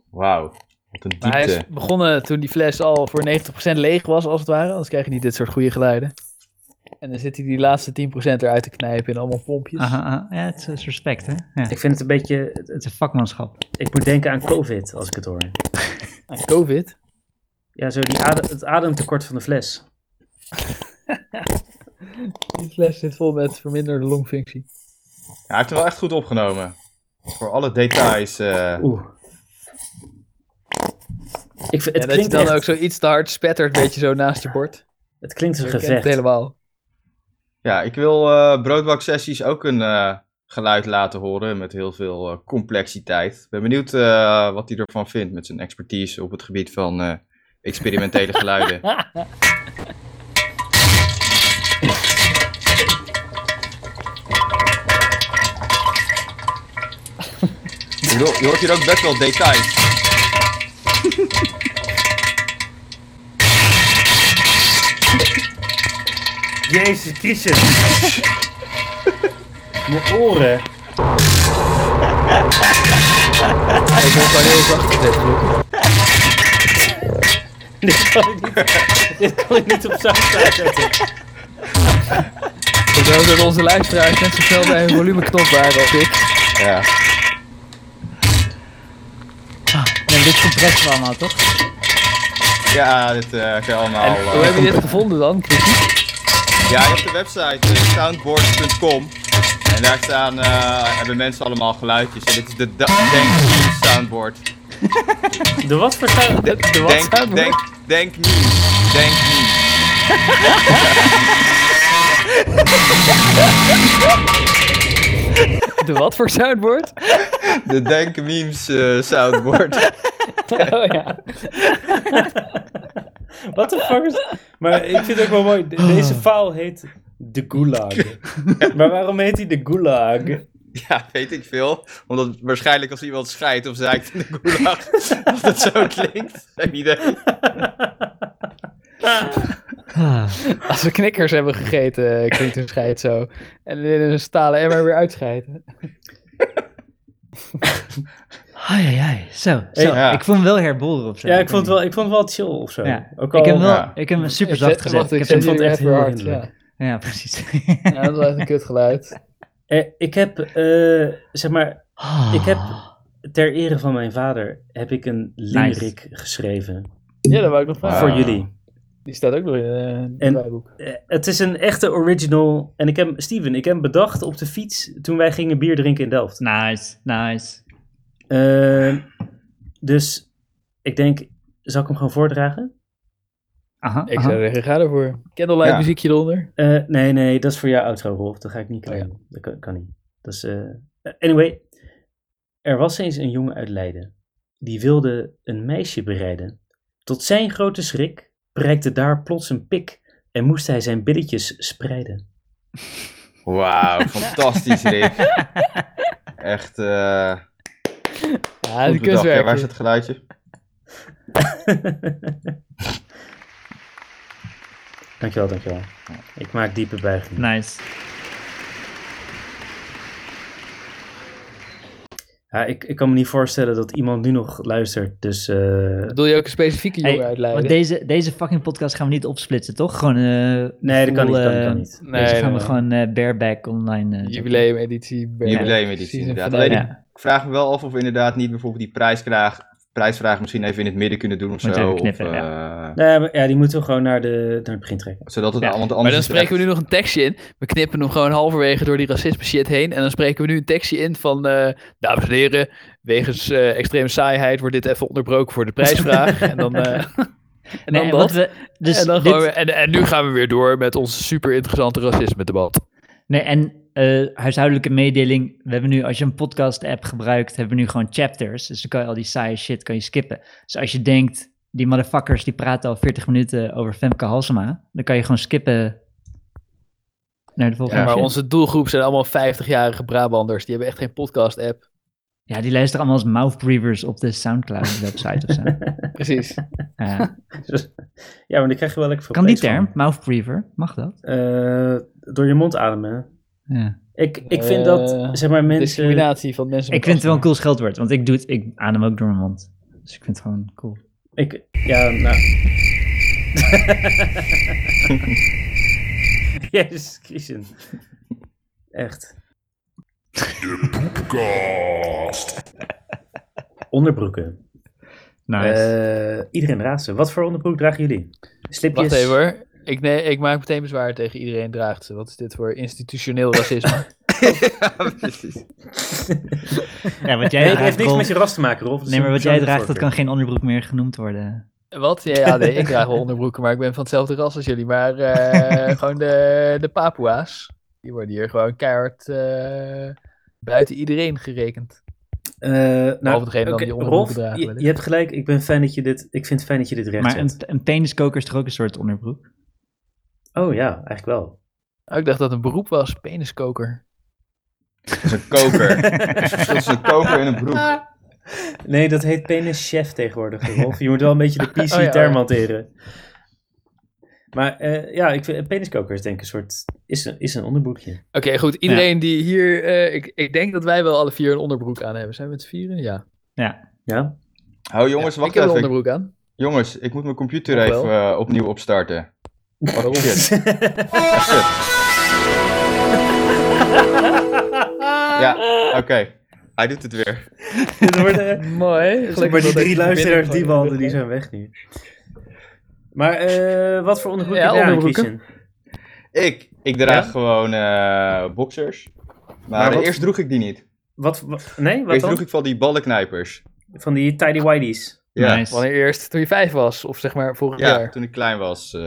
S4: Wauw, wat een
S3: Maar hij
S4: diepte.
S3: is begonnen toen die fles al voor 90% leeg was, als het ware. Anders krijg je niet dit soort goede geluiden. En dan zit hij die laatste 10% eruit te knijpen in allemaal pompjes.
S2: Aha, aha. Ja, het is- het is respect, hè? Ja.
S1: Dus- Ik vind het een beetje, het-
S2: Het
S1: het-
S2: is een vakmanschap.
S1: ik moet denken aan COVID als ik het hoor.
S3: Aan COVID.
S1: Ja, zo die adem, het ademtekort van de fles.
S3: Die fles zit vol met verminderde longfunctie.
S4: Hij heeft het wel echt goed opgenomen. Voor alle details. eh,
S1: Oeh. Ik, vind-
S3: En
S1: het,
S3: dat je
S1: klinkt
S3: dan
S1: echt-
S3: ook zo iets te hard spettert, beetje zo naast je bord.
S1: het klinkt een
S3: Je herkent het
S1: gevecht.
S3: helemaal.
S4: Ja, ik wil eh broodbaksessies ook een eh, geluid laten horen met heel veel eh, complexiteit. Ik ben benieuwd eh, wat hij ervan vindt met zijn expertise op het gebied van eh, experimentele geluiden. Ik bedoel, Je hoort hier ook best wel details.
S1: Jezus Christus. Mijn oren.
S3: Ik ben gewoon heel zacht gezet, joh.
S1: Dit kan ik niet, dit kan ik niet op soundtrack zetten.
S3: Ik hoop dat onze luisteraars net zo snel bij hun volumeknop waren als ik.
S4: Ja.
S2: Ja, dit compressen we allemaal, toch?
S4: Ja, dit eh kan je allemaal.
S3: En
S4: eh,
S3: hoe hebben we dit gevonden dan? Kritiek?
S4: Ja, je hebt de website eh, soundboard.com. En daar staan, eh, hebben mensen allemaal geluidjes. En dit is de Da- Denk Me Soundboard.
S1: De wat voor sound?
S4: De-
S3: wat
S4: denk,
S3: soundboard?
S4: denk, denk Me. Denk Me.
S3: De wat voor soundboard?
S4: De Denk Memes eh, Soundboard.
S3: Oh ja.
S1: What the fuck is... Maar ik vind het ook wel mooi. De-
S2: Oh.
S1: deze faal heet de gulag. Maar waarom heet hij de gulag?
S4: ja, weet ik veel. Omdat waarschijnlijk als iemand scheidt of zeikt in de gulag, of dat zo klinkt. Geen idee.
S2: Ah,
S3: Als we knikkers hebben gegeten, eh, klinkt een scheid zo. En in een stalen emmer weer uitscheiden.
S2: ai, ai, ai. Zo, zo.
S4: Ja.
S2: Ik vond hem wel herboren of zo.
S1: Ja, ik vond het wel, ik vond het wel chill of zo.
S2: Ja.
S1: Ook al...
S2: Ik heb hem wel
S4: Ja.
S2: ik heb hem super zacht gezet.
S3: Wacht, ik
S2: heb
S3: zet
S1: vond het
S3: het echt
S1: echt
S3: weer
S1: heel
S3: hard. Ja.
S1: hinderlijk.
S2: hem- ja, precies.
S3: ja, dat was echt een kut geluid.
S1: Eh, ik heb, eh, zeg maar,
S2: Ah.
S1: ik heb ter ere van mijn vader, heb ik een
S2: Nice.
S1: lyric geschreven.
S3: Ja, dat wou ik nog
S4: Wauw.
S3: vragen.
S1: Voor jullie.
S3: Die staat ook nog in eh, het
S1: En-
S3: draaiboek.
S1: Eh, het is een echte original. En ik heb, Steven, ik heb hem bedacht op de fiets toen wij gingen bier drinken in Delft.
S2: Nice, nice.
S1: Eh, dus ik denk, zal ik hem gewoon voordragen?
S2: Aha,
S3: Ik
S2: aha.
S3: zou zeggen, ga ervoor. Candlelight
S4: Ja.
S3: muziekje eronder.
S1: Eh, nee, nee, dat is voor jouw outro, Rolf. Dat ga ik niet
S3: Oh,
S1: claimen. Dat kan, kan niet. Dat is, eh, anyway, Er was eens een jongen uit Leiden. Die wilde een meisje bereiden. Tot zijn grote schrik bereikte daar plots een pik en moest hij zijn billetjes spreiden.
S4: Wauw, fantastisch Rick. Echt eh
S3: Ja,
S4: goed
S3: die
S4: bedacht. Ja, waar
S3: kunstwerk. eh.
S4: is het geluidje?
S1: dankjewel, dankjewel. Ik maak diepe buigingen.
S2: Nice.
S1: Ja, ik, ik kan me niet voorstellen dat iemand nu nog luistert, dus... eh,
S3: Bedoel je ook een specifieke
S2: Hey,
S3: jongen uit Leiden?
S2: Maar deze, deze fucking podcast gaan we niet opsplitsen, toch? Gewoon. eh,
S1: nee, dat kan niet,
S2: full,
S1: kan niet, kan
S2: eh,
S1: niet.
S3: Nee,
S2: deze
S3: nee,
S2: gaan we
S3: nee.
S2: gewoon eh, bareback online. eh,
S3: Jubileumeditie. Bert.
S4: Jubileumeditie
S3: Season
S4: inderdaad.
S3: finale.
S4: Alleen
S2: Ja.
S4: ik vraag me wel af of we inderdaad niet bijvoorbeeld die prijsvraag, prijsvraag misschien even in het midden kunnen doen of
S2: Moet je
S4: zo.
S2: even knippen,
S4: of, eh,
S1: Nee, maar- ja, die moeten we gewoon naar, de, naar het begin trekken.
S4: Zodat het
S2: Ja.
S4: nou, want anders
S3: Maar dan
S4: is het
S3: spreken we nu
S4: echt-
S3: nog een tekstje in. We knippen hem gewoon halverwege door die racisme shit heen. En dan spreken we nu een tekstje in van... eh, Dames en heren, wegens eh, extreme saaiheid wordt dit even onderbroken voor de prijsvraag. en dan, eh, en
S2: nee,
S3: dan
S2: wat
S3: dat.
S2: we, dus
S3: en, dan
S2: dit-
S3: gaan we, en, en nu gaan we weer door met ons super interessante racisme debat.
S2: Nee, en eh, huishoudelijke mededeling. We hebben nu, als je een podcast-app gebruikt, hebben we nu gewoon chapters. Dus dan kan je al die saaie shit kan je skippen. Dus als je denkt, die motherfuckers die praten al 40 minuten over Femke Halsema, dan kan je gewoon skippen naar de volgende.
S4: Ja,
S3: maar
S2: shit.
S3: onze doelgroep zijn allemaal 50-jarige Brabanders. Die hebben echt geen podcast-app.
S2: Ja, die luisteren allemaal als mouth breathers op de Soundcloud-website of zo.
S3: Precies.
S2: Ja.
S1: Ja, maar dan krijg je wel lekker veel
S2: kan die
S1: plays
S2: term,
S1: van.
S2: mouth breather, mag dat?
S1: Eh, door je mond ademen.
S2: Ja.
S1: Ik, ik vind dat,
S3: Eh,
S1: zeg maar, mensen...
S3: Discriminatie van mensen.
S2: eh, Ik
S3: met
S2: vind het wel een
S3: astma.
S2: cool scheldwoord, want ik, doe het, ik adem ook door mijn mond. Dus ik vind het gewoon cool.
S1: Ik, ja, nou. Jezus, Christen. Echt. Onderbroeken.
S2: Nice.
S1: Eh, iedereen raadt ze. Wat voor onderbroek dragen jullie? Slipjes?
S3: Wacht even hoor. Ik, nee, ik maak meteen bezwaar tegen iedereen draagt ze. Wat is dit voor institutioneel racisme?
S4: Ja, precies.
S1: Nee,
S2: ja, wat jij
S1: het
S2: draagt,
S1: heeft niks
S2: Rolf.
S1: met je ras te maken, Rolf. Dat is
S2: Nee, maar
S1: een
S2: wat jij
S1: persoonlijke
S2: draagt, dat kan geen onderbroek meer genoemd worden.
S3: Wat? Ja, ja, nee, ik draag wel onderbroeken, maar ik ben van hetzelfde ras als jullie. Maar eh, gewoon de, de Papua's. Die worden hier gewoon keihard eh, buiten iedereen gerekend.
S1: voorkeur. Eh, nou,
S3: Behalve degene dan
S1: oké,
S3: die onderbroeken
S1: Rolf,
S3: dragen,
S1: je,
S3: wellicht.
S1: je hebt gelijk. Ik, ben fijn dat je dit, ik vind het fijn dat je dit recht
S2: Maar een,
S1: zet.
S2: een peniskoker is toch ook een soort onderbroek?
S1: Oh ja, eigenlijk wel.
S3: Oh, ik dacht dat het een beroep was, peniskoker.
S4: Dat is een koker. Dat is een koker in een
S2: Ah.
S4: broek.
S1: Nee, dat heet penischef tegenwoordig, Rolf. Je moet wel een beetje de
S3: Oh ja,
S1: PC-term
S3: oh ja.
S1: hanteren. Maar eh, ja, ik vind, een peniskoker is denk ik een soort... Is een, is een onderbroekje.
S3: Oké, goed. Iedereen die hier... eh, ik, ik denk dat wij wel alle vier een onderbroek aan hebben. Zijn we met z'n vieren? Ja.
S2: Ja.
S1: Ja?
S4: Hou jongens,
S3: ik
S4: wacht
S3: heb een
S4: even.
S3: onderbroek aan.
S4: Jongens, ik moet mijn computer
S3: Nog wel.
S4: even eh, opnieuw opstarten. Oh,
S3: Waarom?
S4: shit. Oh, shit.
S2: Ah.
S4: Ja, oké. Hij doet het weer.
S1: Dit wordt, eh,
S3: Mooi.
S1: zeg maar die drie luisteraars, die wanden, die zijn weg nu. Maar eh, wat voor onderbroek
S3: Ja,
S1: heb jij aan,
S3: onderbroeken.
S1: Christian?
S4: Ik, ik draag gewoon eh boxers. Maar, eh,
S1: wat-
S4: eerst droeg ik die niet.
S1: Wat, wat- nee, wat
S4: eerst
S1: dan?
S4: droeg ik van die ballenknijpers.
S1: Van die tidy whities.
S4: Ja,
S2: Nice.
S3: Wanneer eerst, toen je vijf was, of zeg maar vorig
S4: ja
S3: jaar.
S4: toen ik klein was. eh,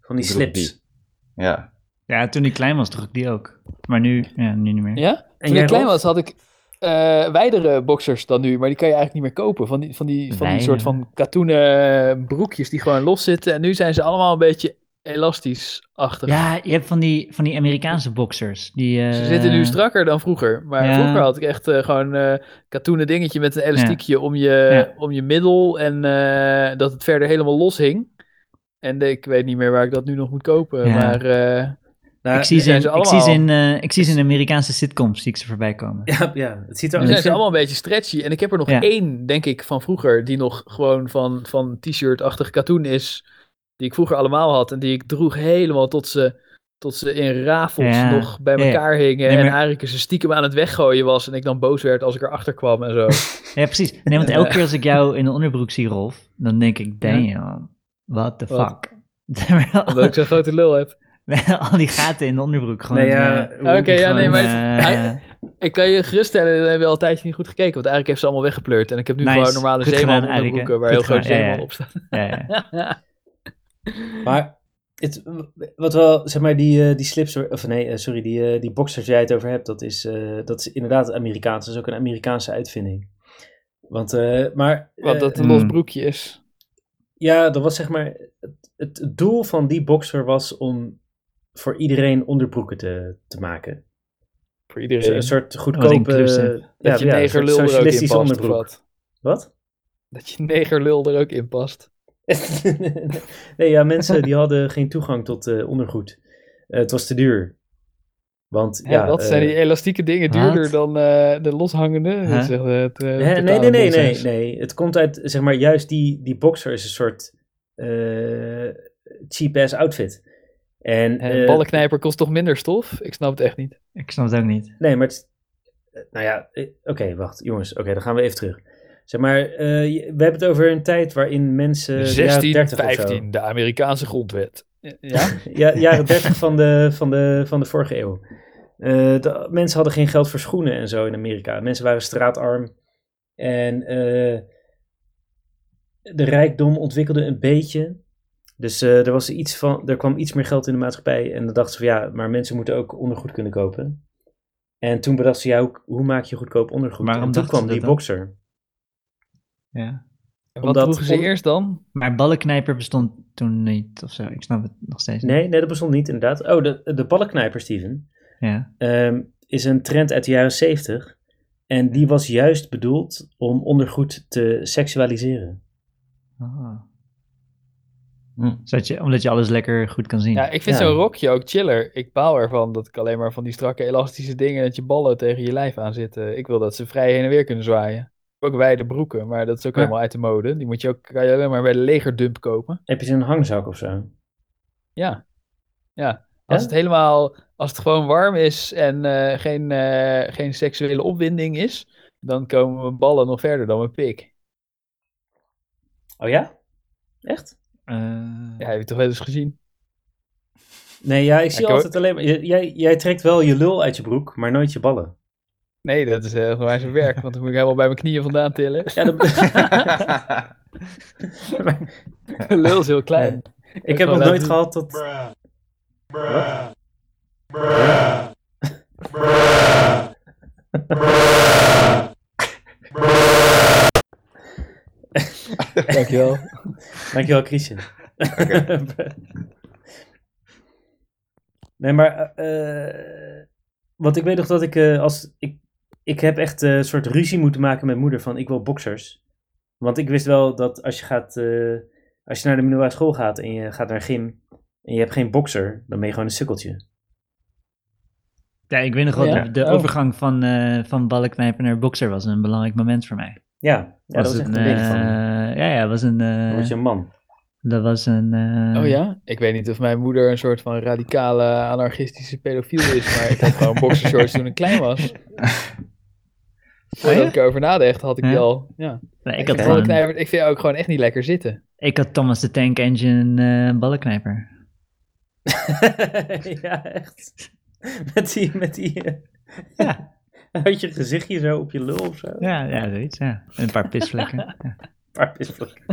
S1: Van die
S4: Ik droeg
S1: slips.
S4: ja.
S2: Ja, toen ik klein was droeg ik die ook. Maar nu, ja, nu niet meer.
S3: Ja?
S1: En
S3: Toen
S1: jij,
S3: ik klein
S1: Rolf?
S3: was, had ik eh wijdere boxers dan nu, maar die kan je eigenlijk niet meer kopen. Van die, van die, van die
S2: Wijder.
S3: soort van katoenen eh, broekjes die gewoon los zitten. En nu zijn ze allemaal een beetje elastisch-achtig.
S2: Ja, je hebt van die, van die Amerikaanse boxers. Die, eh,
S3: Ze zitten nu strakker dan vroeger. Maar
S2: ja.
S3: vroeger had ik echt eh, gewoon eh katoenen dingetje met een elastiekje om, je,
S2: Ja.
S3: om je middel. En eh, dat het verder helemaal los hing. En eh, ik weet niet meer waar ik dat nu nog moet kopen.
S2: Ja.
S3: Maar eh,
S1: Nou,
S2: Ik zie ze
S3: zijn
S2: in,
S3: ze
S2: ik zie ze in,
S3: allemaal.
S2: eh, ik zie ze in Amerikaanse sitcoms, zie ik ze voorbij komen.
S1: ja, ja, het ziet er
S2: Ja,
S3: Nu
S1: ik
S3: zijn ze
S1: vind-
S3: Dus allemaal een beetje stretchy. En ik heb er nog
S2: Ja.
S3: één, denk ik, van vroeger, die nog gewoon van, van t-shirt-achtig katoen is. Die ik vroeger allemaal had. En die ik droeg helemaal tot ze, tot ze in rafels
S2: Ja.
S3: nog bij
S2: Ja, ja.
S3: elkaar hingen.
S2: Nee,
S3: En
S2: maar-
S3: Arikus ze stiekem aan het weggooien was. En ik dan boos werd als ik erachter kwam en zo.
S2: Ja, precies. Nee, want elke keer als ik jou in een onderbroek zie, Rolf, dan denk ik, damn, what the
S3: Wat?
S2: fuck.
S3: Omdat ik zo'n grote lul heb.
S2: Al die gaten in de onderbroek. Gewoon,
S1: Nee, ja,
S2: eh,
S1: Rolf-
S3: Oké, ja, nee,
S2: gewoon,
S3: maar
S2: eh,
S3: hij- Ik kan je geruststellen, we hebben al een tijdje niet goed gekeken. Want eigenlijk heeft ze allemaal weggepleurd. En ik heb nu
S2: Nice.
S3: gewoon normale
S2: Goed
S3: zeeman
S2: gedaan, Arike.
S3: onderbroeken waar
S2: Goed
S3: heel groot
S2: gedaan, ja,
S3: zeeman
S2: ja.
S3: op staat.
S2: ja, ja.
S1: Maar het, wat wel, zeg maar, die, eh, die slips, of nee, eh, sorry, die, eh, die boxers waar jij het over hebt, dat is, eh, dat is inderdaad Amerikaans. Dat is ook een Amerikaanse uitvinding. Want, eh, maar...
S3: Want
S1: eh,
S3: dat een los
S2: Mm.
S3: broekje is.
S1: Ja, dat was zeg maar. Het, het doel van die boxer was om voor iedereen onderbroeken te, te maken.
S3: Voor
S1: Dus een
S3: iedereen.
S1: soort
S2: Wat
S1: goedkope. eh,
S2: inclusive.
S3: dat je
S1: ja, een soort
S3: negerlul er ook in
S1: socialistische
S3: past. of
S1: onderbroek.
S3: wat.
S1: Wat?
S3: Dat je negerlul er ook in past.
S1: nee, ja, mensen die hadden geen toegang tot eh, ondergoed. Eh, het was te duur. Want
S3: Hè,
S1: ja.
S3: wat
S1: eh,
S3: zijn die elastieke dingen
S2: wat?
S3: duurder dan eh, de loshangende? Dat
S2: Hè?
S3: is echt, eh, het, eh,
S1: hè, nee,
S3: totale
S1: nee, nee, nee,
S3: nonsens.
S1: nee. Het komt uit, zeg maar, juist die, die boxer is een soort eh, cheap-ass outfit. En
S3: Hè, Een
S1: eh,
S3: ballenknijper kost toch minder stof? Ik snap het echt niet.
S2: Ik snap het ook niet.
S1: Nee, maar het is- eh, Nou ja, eh, oké, wacht, jongens. Oké, dan gaan we even terug. Zeg maar, eh, je- we hebben het over een tijd waarin mensen... de jaren
S3: 16,
S1: 30 Eh, of zo.
S3: 15, de Amerikaanse grondwet. Ja?
S1: Ja, jaren 30 van de, van de, van de vorige eeuw. Eh, de- mensen hadden geen geld voor schoenen en zo in Amerika. Mensen waren straatarm. En eh, de rijkdom ontwikkelde een beetje. Dus eh, er, was iets van, er kwam iets meer geld in de maatschappij. En dan dachten ze van ja, maar mensen moeten ook ondergoed kunnen kopen. En toen bedacht ze ja, hoe, hoe maak je goedkoop ondergoed?
S2: Waarom
S1: en toen
S2: dachten
S1: kwam
S2: ze
S1: die
S2: dat dan?
S1: boxer.
S2: Ja.
S3: En wat
S1: Omdat-
S3: droegen ze
S1: om-
S3: eerst dan?
S2: Maar ballenknijper bestond toen niet of zo. Ik snap het nog steeds
S1: Nee, nee, dat bestond niet inderdaad. Oh, de, de ballenknijper, Steven.
S2: niet. Ja.
S1: ehm, is een trend uit de jaren 70. En die was juist bedoeld om ondergoed te seksualiseren.
S2: Ah.
S4: Hm.
S2: Zodat je, omdat je alles lekker goed kan zien.
S3: Ja, ik vind
S1: Ja.
S3: zo'n rokje ook chiller. Ik baal ervan dat ik alleen maar van die strakke elastische dingen... dat je ballen tegen je lijf aan zitten. Ik wil dat ze vrij heen en weer kunnen zwaaien. Ook wijde broeken, maar dat is ook
S1: Ja.
S3: helemaal uit de mode. Die moet je ook, kan je alleen maar bij de legerdump kopen.
S1: Heb je zo'n hangzak of zo?
S3: Ja. Ja. Als
S1: Ja?
S3: het helemaal... Als het gewoon warm is en eh, geen, eh, geen seksuele opwinding is... dan komen mijn ballen nog verder dan mijn pik.
S1: Oh ja? Echt?
S2: Eh,
S3: Ja, heb je toch wel eens gezien?
S1: Nee, ja, ik zie
S3: ik hoor-
S1: altijd alleen maar... j- Jij, jij trekt wel je lul uit je broek, maar nooit je ballen.
S3: Nee, dat is eh, gewoon zijn werk, want dan moet ik helemaal bij mijn knieën vandaan tillen.
S1: Ja, dat... Maar
S3: De lul is heel klein.
S1: ik heb
S3: wel
S1: nog
S3: laten
S1: nooit
S3: zien.
S1: gehad dat...
S3: Dankjewel.
S1: Dankjewel, Christian.
S4: Oké.
S1: nee, maar eh, want ik weet nog dat ik eh, als ik, ik heb echt eh, een soort ruzie moeten maken met moeder van ik wil boxers. Want ik wist wel dat als je gaat eh, als je naar de middelbare school gaat en je gaat naar een gym en je hebt geen boxer, dan ben je gewoon een sukkeltje.
S2: ja, ik weet nog wel,
S3: Ja?
S2: de, de
S3: Oh.
S2: overgang van, eh van ballenknijper naar boxer was een belangrijk moment voor mij.
S1: Ja, ja dat was echt een beetje van.
S2: eh, Ja, ja, was een... eh,
S1: Dan word je een man.
S2: Dat was een... eh,
S3: Oh ja? Ik weet niet of mijn moeder een soort van radicale anarchistische pedofiel is, maar ik had gewoon boxershorts toen ik klein was. Voordat ik erover nadacht, had ik
S2: Ja.
S3: die al. Ja.
S2: nee, nou, ik, had
S3: Ik, vind
S2: gewoon-
S3: ballenknijpers- ik vind ook gewoon echt niet lekker zitten.
S2: ik had Thomas de Tank Engine eh ballenknijper.
S1: eh, ja, echt. Met die, met die. eh,
S2: Ja.
S1: Had je gezichtje zo op je lul of zo?
S2: Ja, ja, zoiets, ja. Een paar pisvlekken. ja.
S1: paar pisvlakken.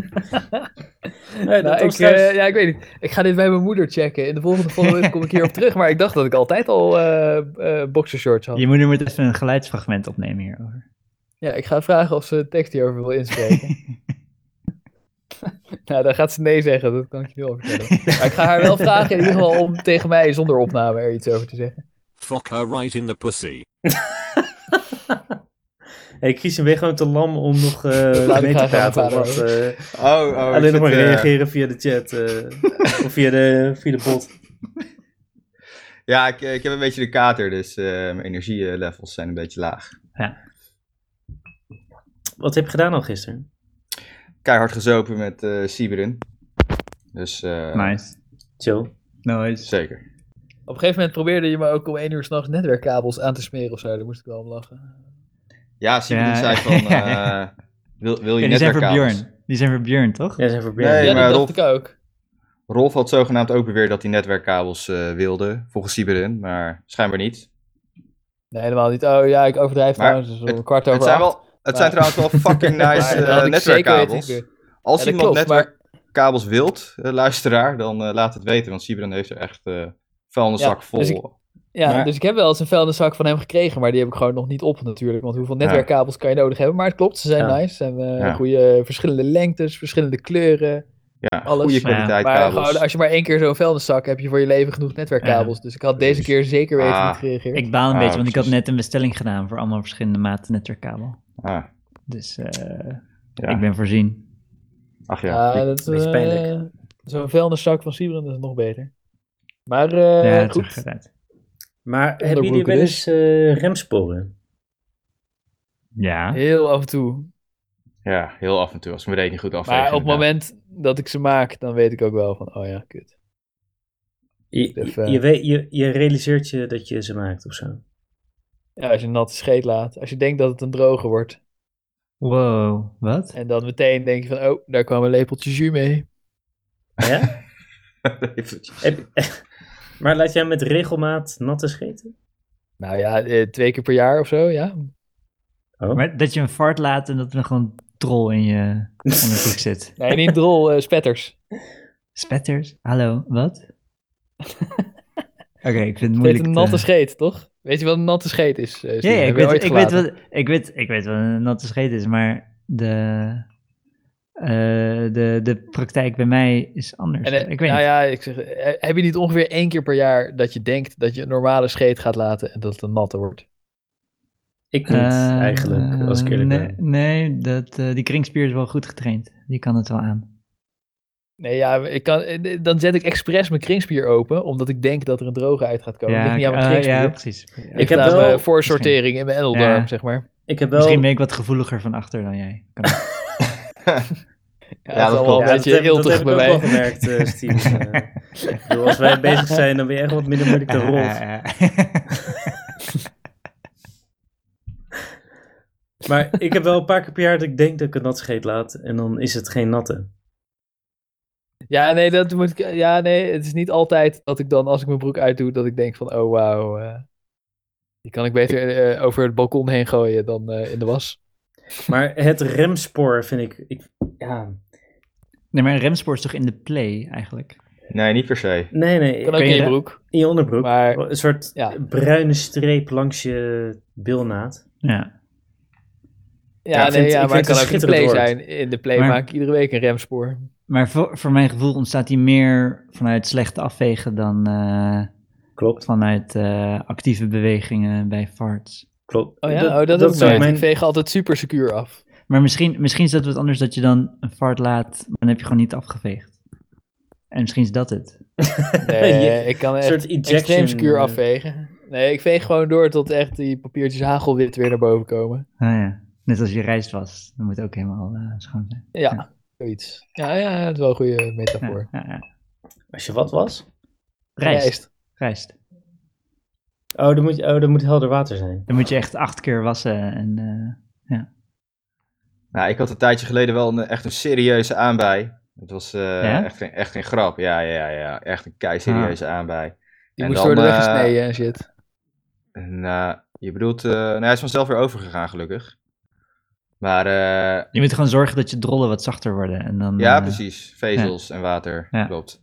S1: nee, dat
S3: Nou, ik,
S1: was trouwens-
S3: eh, ja, ik weet niet. Ik ga dit bij mijn moeder checken. In de volgende volgende kom ik hierop terug, maar ik dacht dat ik altijd al eh eh, boxershorts had.
S2: Je moeder moet even een geluidsfragment opnemen hierover.
S3: Ja, ik ga vragen of ze een tekst hierover wil inspreken. nou, dan gaat ze nee zeggen, dat kan ik je nu al vertellen. Maar ik ga haar wel vragen in ieder geval om tegen mij zonder opname er iets over te zeggen.
S6: Fuck her right in the pussy.
S1: Hey Christian, ben je gewoon te lam om nog eh,
S3: ik
S1: mee te
S3: gaan
S1: praten? of
S3: praten.
S1: wat, eh,
S4: Oh, oh, ik
S1: alleen nog
S4: zit,
S1: maar
S4: eh,
S1: reageren via de chat eh, of via de, via de bot.
S4: Ja, ik, ik heb een beetje de kater, dus eh, mijn energielevels zijn een beetje laag.
S1: Wat heb je gedaan al gisteren?
S4: Keihard gezopen met eh Sieberen. Dus eh,
S2: Nice.
S1: Chill.
S2: Nice.
S4: zeker.
S3: Op een gegeven moment probeerde je me ook om één uur s'nachts netwerkkabels aan te smeren of zo. Daar moest ik wel om lachen.
S4: Ja, Sieberen
S2: Ja.
S4: zei van, eh,
S2: Ja.
S4: wil, wil je
S2: Ja, die zijn voor
S4: netwerkkabels?
S2: Björn. Die zijn voor Björn, toch?
S1: Ja, zijn verbeerd.
S4: Nee,
S3: ja,
S4: maar
S3: dat
S4: Rolf-
S3: dacht ik ook.
S4: Rolf had zogenaamd ook beweerd dat hij netwerkkabels eh, wilde, volgens Sieberen, maar schijnbaar niet.
S3: Nee, helemaal niet. Oh ja, ik overdrijf
S4: Maar
S3: trouwens. Dus om een kwart over
S4: het zijn,
S3: acht.
S4: wel, het zijn
S3: Maar-
S4: trouwens wel fucking
S3: Maar
S4: nice
S3: dat
S4: eh,
S3: had ik zeker weten.
S4: netwerkkabels.
S3: Ik-
S4: Als
S3: Ja, dat klopt,
S4: iemand
S3: maar-
S4: netwerkkabels kabels wilt, eh, luisteraar, dan eh, laat het weten. Want Sibran heeft er echt eh vuilniszak
S3: Ja,
S4: vol.
S3: dus ik- Ja,
S4: Maar-
S3: dus ik heb wel eens een vuilniszak van hem gekregen, maar die heb ik gewoon nog niet op natuurlijk. Want hoeveel netwerkkabels kan je nodig hebben? Maar het klopt, ze zijn
S4: Ja.
S3: nice. Ze hebben eh,
S4: Ja.
S3: goede verschillende lengtes, verschillende kleuren.
S4: ja,
S3: alles.
S4: goede
S2: Ja,
S4: kwaliteit
S3: Maar
S4: kabels.
S3: gewoon, als je maar één keer zo'n vuilniszak hebt, heb je voor je leven genoeg netwerkkabels. Dus ik had deze
S4: Precies.
S3: keer zeker weten
S4: Ah,
S3: niet gereageerd.
S2: Ik baal een
S4: Ah,
S2: beetje, want ik had
S4: precies.
S2: net een bestelling gedaan voor allemaal verschillende maten netwerkkabel.
S4: Ah,
S2: Dus eh,
S4: ja.
S2: ik ben voorzien.
S4: Ach ja.
S3: ja, dat is
S1: beetje
S3: eh,
S1: pijnlijk.
S3: Zo'n vuilniszak van Sibren dat is nog beter. Maar eh,
S2: ja, het zag
S3: goed,
S2: eruit.
S1: Maar hebben jullie
S3: Onderbroeken
S1: wel eens eh, remsporen?
S2: Ja.
S3: heel af en toe.
S4: ja, heel af en toe. Als mijn rekening goed afweegt.
S3: Maar op het
S4: inderdaad.
S3: moment dat ik ze maak, dan weet ik ook wel van, oh ja, kut.
S1: Je,
S3: Of,
S1: je,
S3: eh,
S1: je, weet- je, je realiseert je dat je ze maakt of zo.
S3: Ja, als je een natte scheet laat. Als je denkt dat het een droge wordt.
S2: Wow, wat?
S3: En dan meteen denk je van, oh, daar kwam een lepeltje jus mee.
S1: Ja?
S4: Eventjes.
S1: Heb- maar laat jij met regelmaat natte scheten?
S3: Nou ja, eh, twee keer per jaar of zo, ja.
S1: Oh.
S2: Maar dat je een fart laat en dat er gewoon trol in je onderbroek zit.
S3: Nee, niet drol, eh, spetters.
S2: Spetters? Hallo, wat? Oké, ik vind het
S3: Het
S2: moeilijk
S3: heet een
S2: te-
S3: natte scheet, toch? Weet je wat een natte scheet is? eh,
S2: Ja,
S3: Steven?
S2: ja, ik,
S3: Heb je
S2: weet,
S3: ooit
S2: ik, weet
S3: gelaten?
S2: wat, ik, weet, ik weet wat een natte scheet is, maar de, eh, de, de praktijk bij mij is anders.
S3: En, eh,
S2: ik weet
S3: nou
S2: niet.
S3: ja, ik zeg, eh, heb je niet ongeveer één keer per jaar dat je denkt dat je een normale scheet gaat laten en dat het een natte wordt?
S1: Ik niet,
S2: Eh,
S1: eigenlijk, als ik eerlijk
S2: nee,
S1: ben.
S2: Nee, dat, eh, die kringspier is wel goed getraind. Die kan het wel aan.
S3: Nee, ja, ik kan, eh, dan zet ik expres mijn kringspier open, omdat ik denk dat er een droge uit gaat komen. ligt niet aan mijn
S2: eh,
S3: kringspier.
S2: ja
S3: ik
S2: precies.
S1: Ik
S3: heb
S1: heb
S3: daar
S1: wel-
S3: wel voorsortering in mijn endeldarm,
S2: Ja.
S3: zeg maar.
S1: Ik heb wel...
S2: Misschien ben ik wat gevoeliger van achter dan jij. Kan ook.
S3: Ja,
S4: dat
S3: dat is wel
S4: klopt.
S3: een
S1: Ja, dat
S3: beetje
S1: heb, dat
S3: iltig
S1: heb ik
S3: bij
S1: ook wel
S3: mij.
S1: gemerkt, eh, Steve. Eh, ik bedoel, als wij bezig zijn, dan ben je echt wat minder moeilijk te
S2: Eh,
S1: rond. Maar ik heb wel een paar keer per jaar dat ik denk dat ik een nat scheet laat. En dan is het geen natte.
S3: Ja, nee, dat moet ik, ja, nee, het is niet altijd dat ik dan, als ik mijn broek uitdoe, dat ik denk van, oh wauw, eh, die kan ik beter eh, over het balkon heen gooien dan eh, in de was.
S1: Maar het remspoor vind ik... ik ja.
S2: nee, maar een remspoor is toch in de play eigenlijk?
S4: Nee, niet per se.
S1: Nee, nee.
S3: Kan ook in
S2: je
S3: je
S2: dat-
S3: broek.
S1: In je onderbroek.
S3: Maar-
S1: een soort
S3: ja.
S1: bruine streep langs je bilnaad.
S2: Ja.
S3: Ja,
S1: ik
S3: nee,
S1: vind-
S3: ja,
S1: ik
S3: maar het
S1: vind het een
S3: kan ook in de
S1: schitterend
S3: play
S1: woord.
S3: zijn. In de play
S2: Maar-
S3: maak ik iedere week een remspoor.
S2: Maar voor, voor mijn gevoel ontstaat die meer vanuit slecht afvegen dan eh,
S1: Klopt.
S2: vanuit eh, actieve bewegingen bij farts.
S1: Klopt.
S3: Oh ja, oh, dat, is
S1: zou
S3: nooit.
S1: mijn-
S3: Ik veeg altijd super secuur af.
S2: Maar misschien, misschien is dat wat anders dat je dan een fart laat, maar dan heb je gewoon niet afgeveegd. En misschien is dat het.
S3: Nee, eh,
S1: Je-
S3: ik kan
S1: een
S3: echt
S1: soort
S3: extreem
S1: ejection.
S3: secuur
S1: eh,
S3: afvegen. Nee, ik veeg gewoon door tot echt die papiertjes hagelwit weer naar boven komen.
S2: Ah ja, net als je rijst was. Dat moet ook helemaal eh, schoon zijn.
S3: Ja, zoiets. Ja, ja, dat is wel een goede
S2: Ja,
S3: metafoor.
S2: ja, ja.
S1: Als je wat was?
S2: Rijst,
S3: Rijst.
S2: rijst.
S1: Oh, dan moet, je- oh, dan moet helder water zijn.
S2: Dan moet je echt acht keer wassen. En, eh,
S4: Nou, ik had een tijdje geleden wel een, echt een serieuze aanbij. Het was eh,
S2: Ja? Ah.
S4: echt, geen, echt geen grap. Ja, ja, ja. Echt een kei serieuze aanbij.
S3: Die
S4: En
S3: moest
S4: dan,
S3: worden
S4: eh,
S3: weggesneden en shit.
S4: Nou, je bedoelt... eh nou, hij is vanzelf weer overgegaan, gelukkig. Maar eh,
S2: je moet gewoon zorgen dat je drollen wat zachter worden. En dan,
S4: ja,
S2: eh,
S4: precies. Vezels en water,
S2: Ja.
S4: klopt.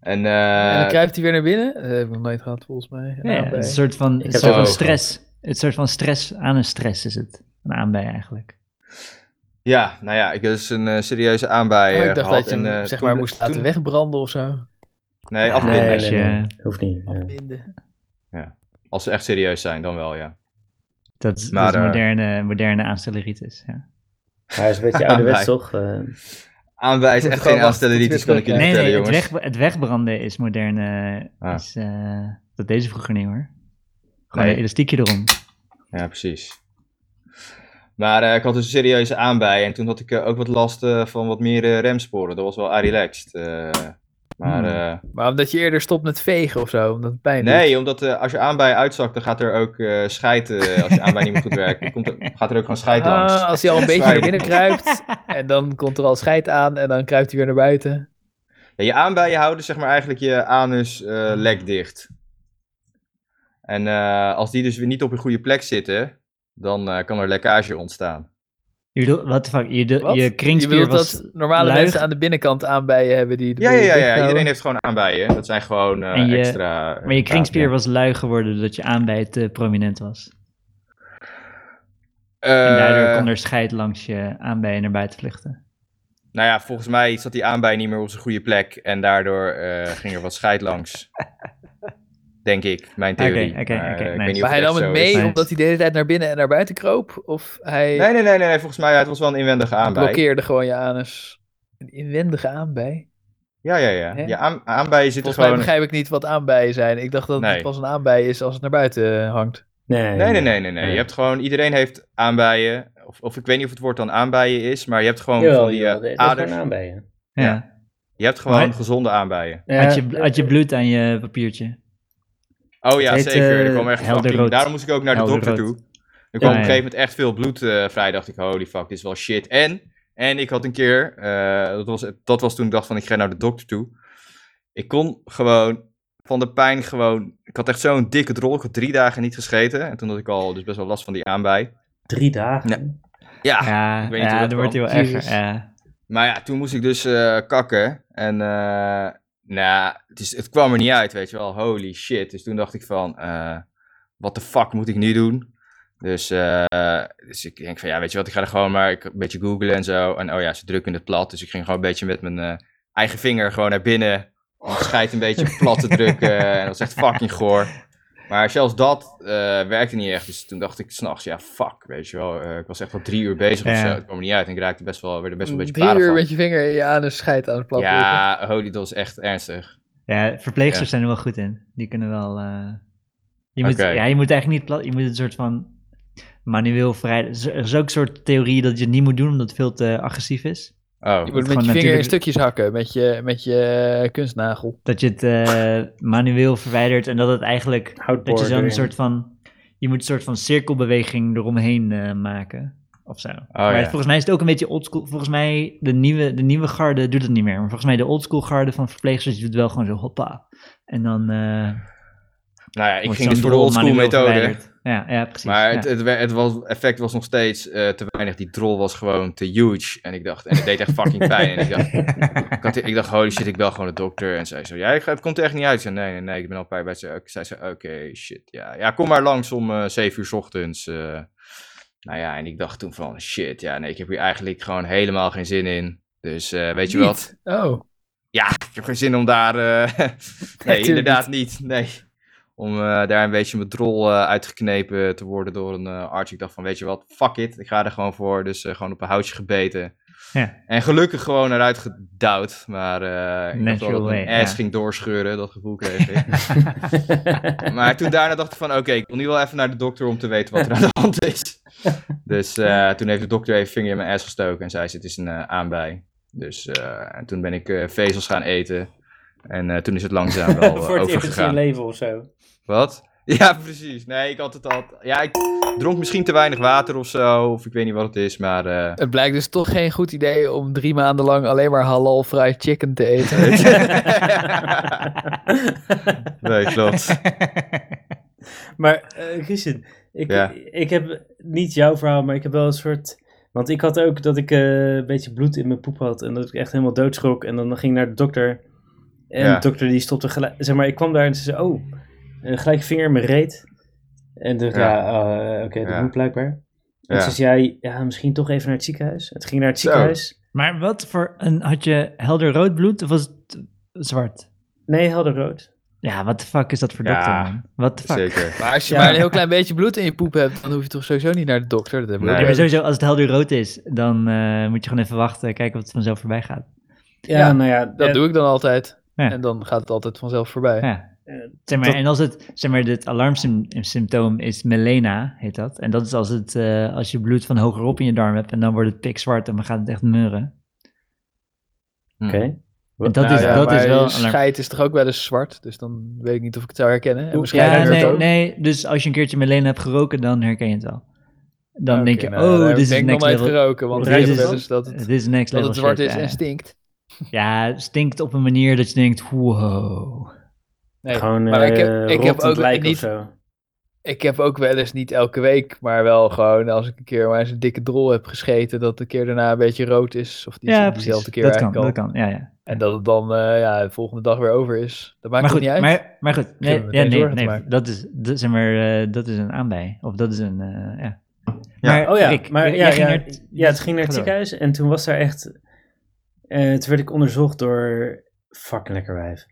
S4: En,
S3: en dan
S4: eh
S3: kruipt hij weer naar binnen. Dat heb ik nog nooit gehad, volgens mij. Nou, Een
S2: Ja, ja,
S3: aanbij.
S2: een soort van, een
S1: heb
S2: soort van
S4: het ook
S2: stress. Een soort van stress aan een stress is het. Een aanbij eigenlijk.
S4: ja, nou ja, ik heb dus een eh, serieuze aanbij
S3: Oh,
S4: eh,
S3: ik dacht
S4: gehad.
S3: dat je
S4: en,
S3: hem,
S4: eh,
S3: zeg
S4: toen-
S3: maar, moest laten
S4: toen-
S3: wegbranden of zo.
S4: Nee, afbinden.
S2: Nee,
S1: Nee,
S2: als
S1: nee, nee,
S2: je-
S1: Hoeft niet. ja.
S3: Binden.
S4: Als ze echt serieus zijn, dan wel, ja.
S2: Dat, is-
S4: Maar,
S2: dat is
S4: eh,
S2: moderne, moderne aanstelleritis. Ja.
S1: Hij is een
S3: Ah,
S1: beetje ouderwets,
S4: Nee.
S1: toch? Eh,
S4: Aanbij is
S3: Moet
S4: echt
S3: gewoon wachten
S4: geen
S3: tot
S4: aanstelleritis,
S3: weer
S4: kan ik
S3: terug
S4: jullie
S2: Nee,
S4: vertellen,
S2: nee, het,
S4: jongens.
S2: weg, het wegbranden is moderne.
S4: Ah.
S2: Is, eh, dat deze vroeger niet hoor. Gewoon
S4: Nee.
S2: een elastiekje erom.
S4: Ja, precies. Maar eh, ik had dus een serieuze aanbij en toen had ik eh, ook wat last eh, van wat meer eh, remsporen. Dat was wel ah, relaxed. eh.
S3: Hmm.
S4: maar eh,
S3: Maar omdat je eerder stopt met vegen of zo, omdat het pijn doet.
S4: nee, omdat eh, als je aanbij uitzakt, dan gaat er ook eh scheid, eh, als je aanbij niet meer goed werkt, dan komt er- gaat er ook gewoon scheid langs.
S3: Ah, als hij al een beetje naar
S4: Zwaar.
S3: binnen kruipt. En dan komt er al scheid aan. En dan kruipt hij weer naar buiten.
S4: Ja, je aanbijen houden zeg maar eigenlijk je anus eh,
S2: Hmm.
S4: lek dicht. En eh, als die dus weer niet op een goede plek zitten, dan eh, kan er lekkage ontstaan.
S2: Je bedoelt, what the fuck, je, de-
S3: Wat?
S2: je
S3: Je
S2: kringspier
S3: bedoelt
S2: was...
S3: dat normale
S2: luig?
S3: mensen aan de binnenkant aanbijen hebben die de
S4: Ja,
S3: boel
S4: ja, ja, ja.
S3: dichthouden?
S4: iedereen heeft gewoon aanbijen. Dat zijn gewoon eh,
S2: En je-
S4: extra...
S2: Maar je kringspier
S4: Ja.
S2: was lui geworden doordat je aanbijt te prominent was.
S4: Eh,
S2: En daardoor kon er scheid langs je aanbijen naar buiten vluchten.
S4: Nou ja, volgens mij zat die aanbij niet meer op zijn goede plek. En daardoor eh, ging er wat scheid langs. Denk ik, mijn theorie.
S2: Oké, oké,
S4: Maar,
S2: oké,
S4: eh, ik
S2: nice.
S4: weet niet of
S3: Maar hij
S4: echt
S3: nam het
S4: zo
S3: mee
S4: is.
S2: Nee.
S3: omdat hij de hele tijd naar binnen en naar buiten kroop? Of hij
S4: Nee, nee, nee, nee, nee, volgens mij ja, het was wel een inwendige aanbij.
S3: blokkeerde gewoon je anus? Een inwendige aanbij?
S4: Ja, ja, ja.
S3: Hè?
S4: Je aan, aanbijen zitten
S3: Volgens mij
S4: gewoon...
S3: begrijp ik niet wat aanbijen zijn. Ik dacht dat
S4: Nee.
S3: het pas een aanbij is als het naar buiten hangt.
S1: Nee,
S4: Nee, nee, nee, nee, nee.
S2: eh,
S1: Nee.
S4: Je hebt gewoon, iedereen heeft aanbijen. Of, of ik weet niet of het woord dan aanbijen is, maar je hebt gewoon
S1: Jawel,
S4: van die eh,
S1: jawel, dat is
S4: aders.
S1: gewoon aanbijen.
S2: Ja.
S4: Ja. Je hebt gewoon
S2: Maar-
S4: gezonde aanbijen.
S2: Had,
S1: Eh,
S2: je, had je bloed aan je papiertje.
S4: Oh ja,
S2: heet,
S4: zeker.
S2: eh,
S4: Er kwam echt
S2: helder
S4: fucking-
S2: rood.
S4: Daarom moest ik ook naar de
S2: Helder
S4: dokter
S2: rood.
S4: toe. Er kwam
S2: Ja,
S4: op een
S2: ja.
S4: gegeven moment echt veel bloed eh vrij. Dacht ik, holy fuck, dit is wel shit. En, en ik had een keer, eh, dat, was, dat was toen ik dacht van ik ga naar de dokter toe. Ik kon gewoon van de pijn gewoon... Ik had echt zo'n dikke drol. Ik had drie dagen niet gescheten. En toen had ik al dus best wel last van die aanbij.
S1: Drie dagen.
S4: Ja. Ja,
S2: ja,
S4: ah, ik weet niet hoe
S2: ja
S4: dat
S2: dan wordt hij
S4: kwam.
S2: wel erger.
S3: Jezus.
S2: Ja.
S4: Maar ja, toen moest ik dus eh, kakken. En eh, nou, het, is- het kwam er niet uit, weet je wel. Holy shit. Dus toen dacht ik van, eh wat de fuck moet ik nu doen? Dus, eh, dus ik denk van, ja, weet je wat, ik ga er gewoon maar ik, een beetje googlen en zo. En oh ja, ze drukken het plat. Dus ik ging gewoon een beetje met mijn eh, eigen vinger gewoon naar binnen. Om het scheid een beetje plat te drukken. En dat was echt fucking goor. Maar zelfs dat eh, werkte niet echt. Dus toen dacht ik s'nachts, ja, fuck, weet je wel. eh, ik was echt wel drie uur bezig of
S2: Ja.
S4: zo. Het kwam er niet uit. En ik raakte best wel, werd er best wel een beetje
S3: Drie
S4: para
S3: uur
S4: van.
S3: met je vinger in je anus scheidt aan het plat. liggen.
S4: Ja, holy, dat is echt ernstig.
S2: ja, verpleegsters
S4: Ja.
S2: zijn er wel goed in. Die kunnen wel... eh, je, moet,
S4: Oké.
S2: ja, je moet eigenlijk niet plat... Je moet een soort van manueel vrij... Er is- er is ook een soort theorie dat je het niet moet doen omdat het veel te agressief is.
S4: Oh,
S3: Je
S2: het
S3: moet met je
S2: gewoon
S3: vinger in
S2: natuurlijk-
S3: stukjes hakken met je, met je eh, kunstnagel.
S2: Dat je het eh, manueel verwijdert en dat het eigenlijk...
S1: Houtboor
S2: Dat je zo'n
S1: erin.
S2: soort van... Je moet een soort van cirkelbeweging eromheen eh, maken. Of zo. maar
S4: Oh, ja.
S2: volgens mij is het ook een beetje oldschool. Volgens mij, de nieuwe, de nieuwe garde doet het niet meer. Maar volgens mij de oldschool garde van verpleegsters doet wel gewoon zo hoppa. En dan eh
S4: nou ja, ik
S2: wordt
S4: ging
S2: zo'n
S4: dus voor de
S2: rol
S4: oldschool
S2: manueel
S4: methode.
S2: verwijderd. Ja, ja, precies.
S4: Maar het,
S2: ja.
S4: het, wer- het was, effect was nog steeds eh, te weinig. Die troll was gewoon te huge. En ik dacht, en het deed echt fucking pijn. En ik dacht, ik, had- ik dacht, holy shit, ik bel gewoon de dokter. En zij zo, ja, ik ga- het komt er echt niet uit. Ik zei, nee, nee, nee, ik ben al een paar bij. Zij zij zei, oké, shit, ja. Ja, kom maar langs om eh 7 uur 's ochtends. eh. nou ja, en ik dacht toen van, shit, ja, nee, ik heb hier eigenlijk gewoon helemaal geen zin in. Dus eh, weet je
S3: Niet?
S4: wat?
S3: Oh,
S4: ja, ik heb geen zin om daar. eh, nee,
S3: tuurlijk
S4: inderdaad niet. Nee. Om eh, daar een beetje mijn drol eh, uitgeknepen te worden door een eh, arts. Ik dacht van, weet je wat, fuck it. Ik ga er gewoon voor. Dus eh, gewoon op een houtje gebeten.
S2: Ja.
S4: En gelukkig gewoon eruit gedouwd. Maar eh ik dacht wel dat
S2: Natural
S4: mijn
S2: way,
S4: ass
S2: ja.
S4: ging doorscheuren. Dat gevoel kreeg ik. maar toen daarna dacht ik van, oké, ik wil nu wel even naar de dokter om te weten wat er aan de hand is. Dus eh, toen heeft de dokter even vinger in mijn ass gestoken en zei ze, het is een eh, aanbij. Dus eh, en toen ben ik eh, vezels gaan eten. En eh, toen is het langzaam wel eh,
S1: Voor het eerst in je
S4: overgegaan.
S1: leven of zo.
S4: Wat? Ja, precies. Nee, ik had het al... Ja, ik dronk misschien te weinig water of zo. Of ik weet niet wat het is, maar... eh,
S3: het blijkt dus toch geen goed idee om drie maanden lang alleen maar halal fried chicken te eten.
S4: nee, klopt.
S1: Maar eh Christian, ik,
S4: Ja.
S1: ik heb niet jouw verhaal, maar ik heb wel een soort... Want ik had ook dat ik eh, een beetje bloed in mijn poep had en dat ik echt helemaal doodschrok. En dan ging ik naar de dokter. En
S4: Ja.
S1: de dokter die stopte gelijk... Zeg maar, ik kwam daar en ze zei, oh, eh, gelijk vinger in mijn reet. En toen dacht ik,
S4: Ja.
S1: ja, eh, oké, dat
S4: Ja.
S1: moet blijkbaar. En
S4: Ja.
S1: toen zei jij, ja, misschien toch even naar het ziekenhuis. Het ging naar het
S4: Zo.
S1: ziekenhuis.
S2: Maar wat voor een... Had je helder rood bloed of was het zwart?
S1: Nee, helder rood.
S2: Ja, wat de fuck is dat voor
S4: Ja,
S2: dokter, man? Wat de fuck?
S4: Zeker.
S3: Maar als je
S1: Ja.
S3: maar een heel klein beetje bloed in je poep hebt, dan hoef je toch sowieso niet naar de dokter. Dat hebben we
S4: Nee.
S2: Ja,
S3: ook
S2: maar
S3: niet.
S2: sowieso, als het helder rood is, dan eh, moet je gewoon even wachten. Kijken of het vanzelf voorbij gaat.
S1: Ja,
S3: Ja,
S1: nou ja.
S3: Dat
S1: eh,
S3: doe ik dan altijd.
S2: Ja.
S3: En dan gaat het altijd vanzelf voorbij.
S2: Ja. Zeg maar,
S1: dat-
S2: En als het, zeg maar, het alarmsymptoom is melena, heet dat. En dat is als, het, eh, als je bloed van hogerop in je darm hebt en dan wordt het pikzwart en dan gaat het echt meuren.
S1: Oké.
S2: En dat
S3: Nou
S2: is,
S3: ja,
S2: dat
S3: maar
S2: is wel...
S3: je
S2: alarm-
S3: Scheid is toch ook wel eens zwart, dus dan weet ik niet of ik het zou herkennen. En
S1: Oeh,
S3: misschien
S2: Ja,
S3: herken ik
S2: Eh, nee,
S3: het ook.
S2: nee, dus als je een keertje melena hebt geroken, dan herken je het wel. Dan
S3: Oké,
S2: denk je,
S3: nou, daar
S2: oh,
S3: heb
S2: dit
S3: ik
S2: is
S3: denk nog
S2: next
S3: nooit
S2: level.
S3: geroken, want
S1: Dit
S3: ik
S1: is-
S3: weet dus dat het,
S2: Dit is next
S3: dat
S2: level
S3: het zwart
S2: shit,
S3: is
S2: ja.
S3: en stinkt.
S2: Ja, het stinkt op een manier dat je denkt, wow.
S3: Nee.
S1: Gewoon
S3: maar ik heb,
S1: eh,
S3: ik heb
S1: rottend
S3: ook
S1: lijk of
S3: niet
S1: zo.
S3: Ik heb ook wel eens niet elke week, maar wel gewoon als ik een keer maar eens een dikke drol heb gescheten, dat de keer daarna een beetje rood is. Of die is
S2: ja,
S3: op
S2: precies.
S3: dezelfde keer
S2: dat kan,
S3: eigenlijk
S2: dat
S3: al.
S2: kan. Ja, ja.
S3: En dat het dan eh, ja, de volgende dag weer over is. Dat
S2: maar
S3: maakt het
S2: goed,
S3: niet uit.
S2: maar, maar goed, nee,
S3: me
S2: ja,
S3: meteen
S2: nee,
S3: zorgen te
S2: nee
S3: maken.
S2: dat, is, dat, zeg maar, eh, dat is een aanbij. Of dat is een, eh, ja.
S4: Ja.
S2: Maar,
S1: Oh ja,
S2: Eh, Rick,
S1: maar
S2: jij
S1: ja,
S2: ging
S1: ja,
S2: naar het-
S1: ja, het ging naar
S2: Ga
S1: het
S2: door.
S1: ziekenhuis en toen was daar echt... eh, toen werd ik onderzocht door... Fucking lekker wijf.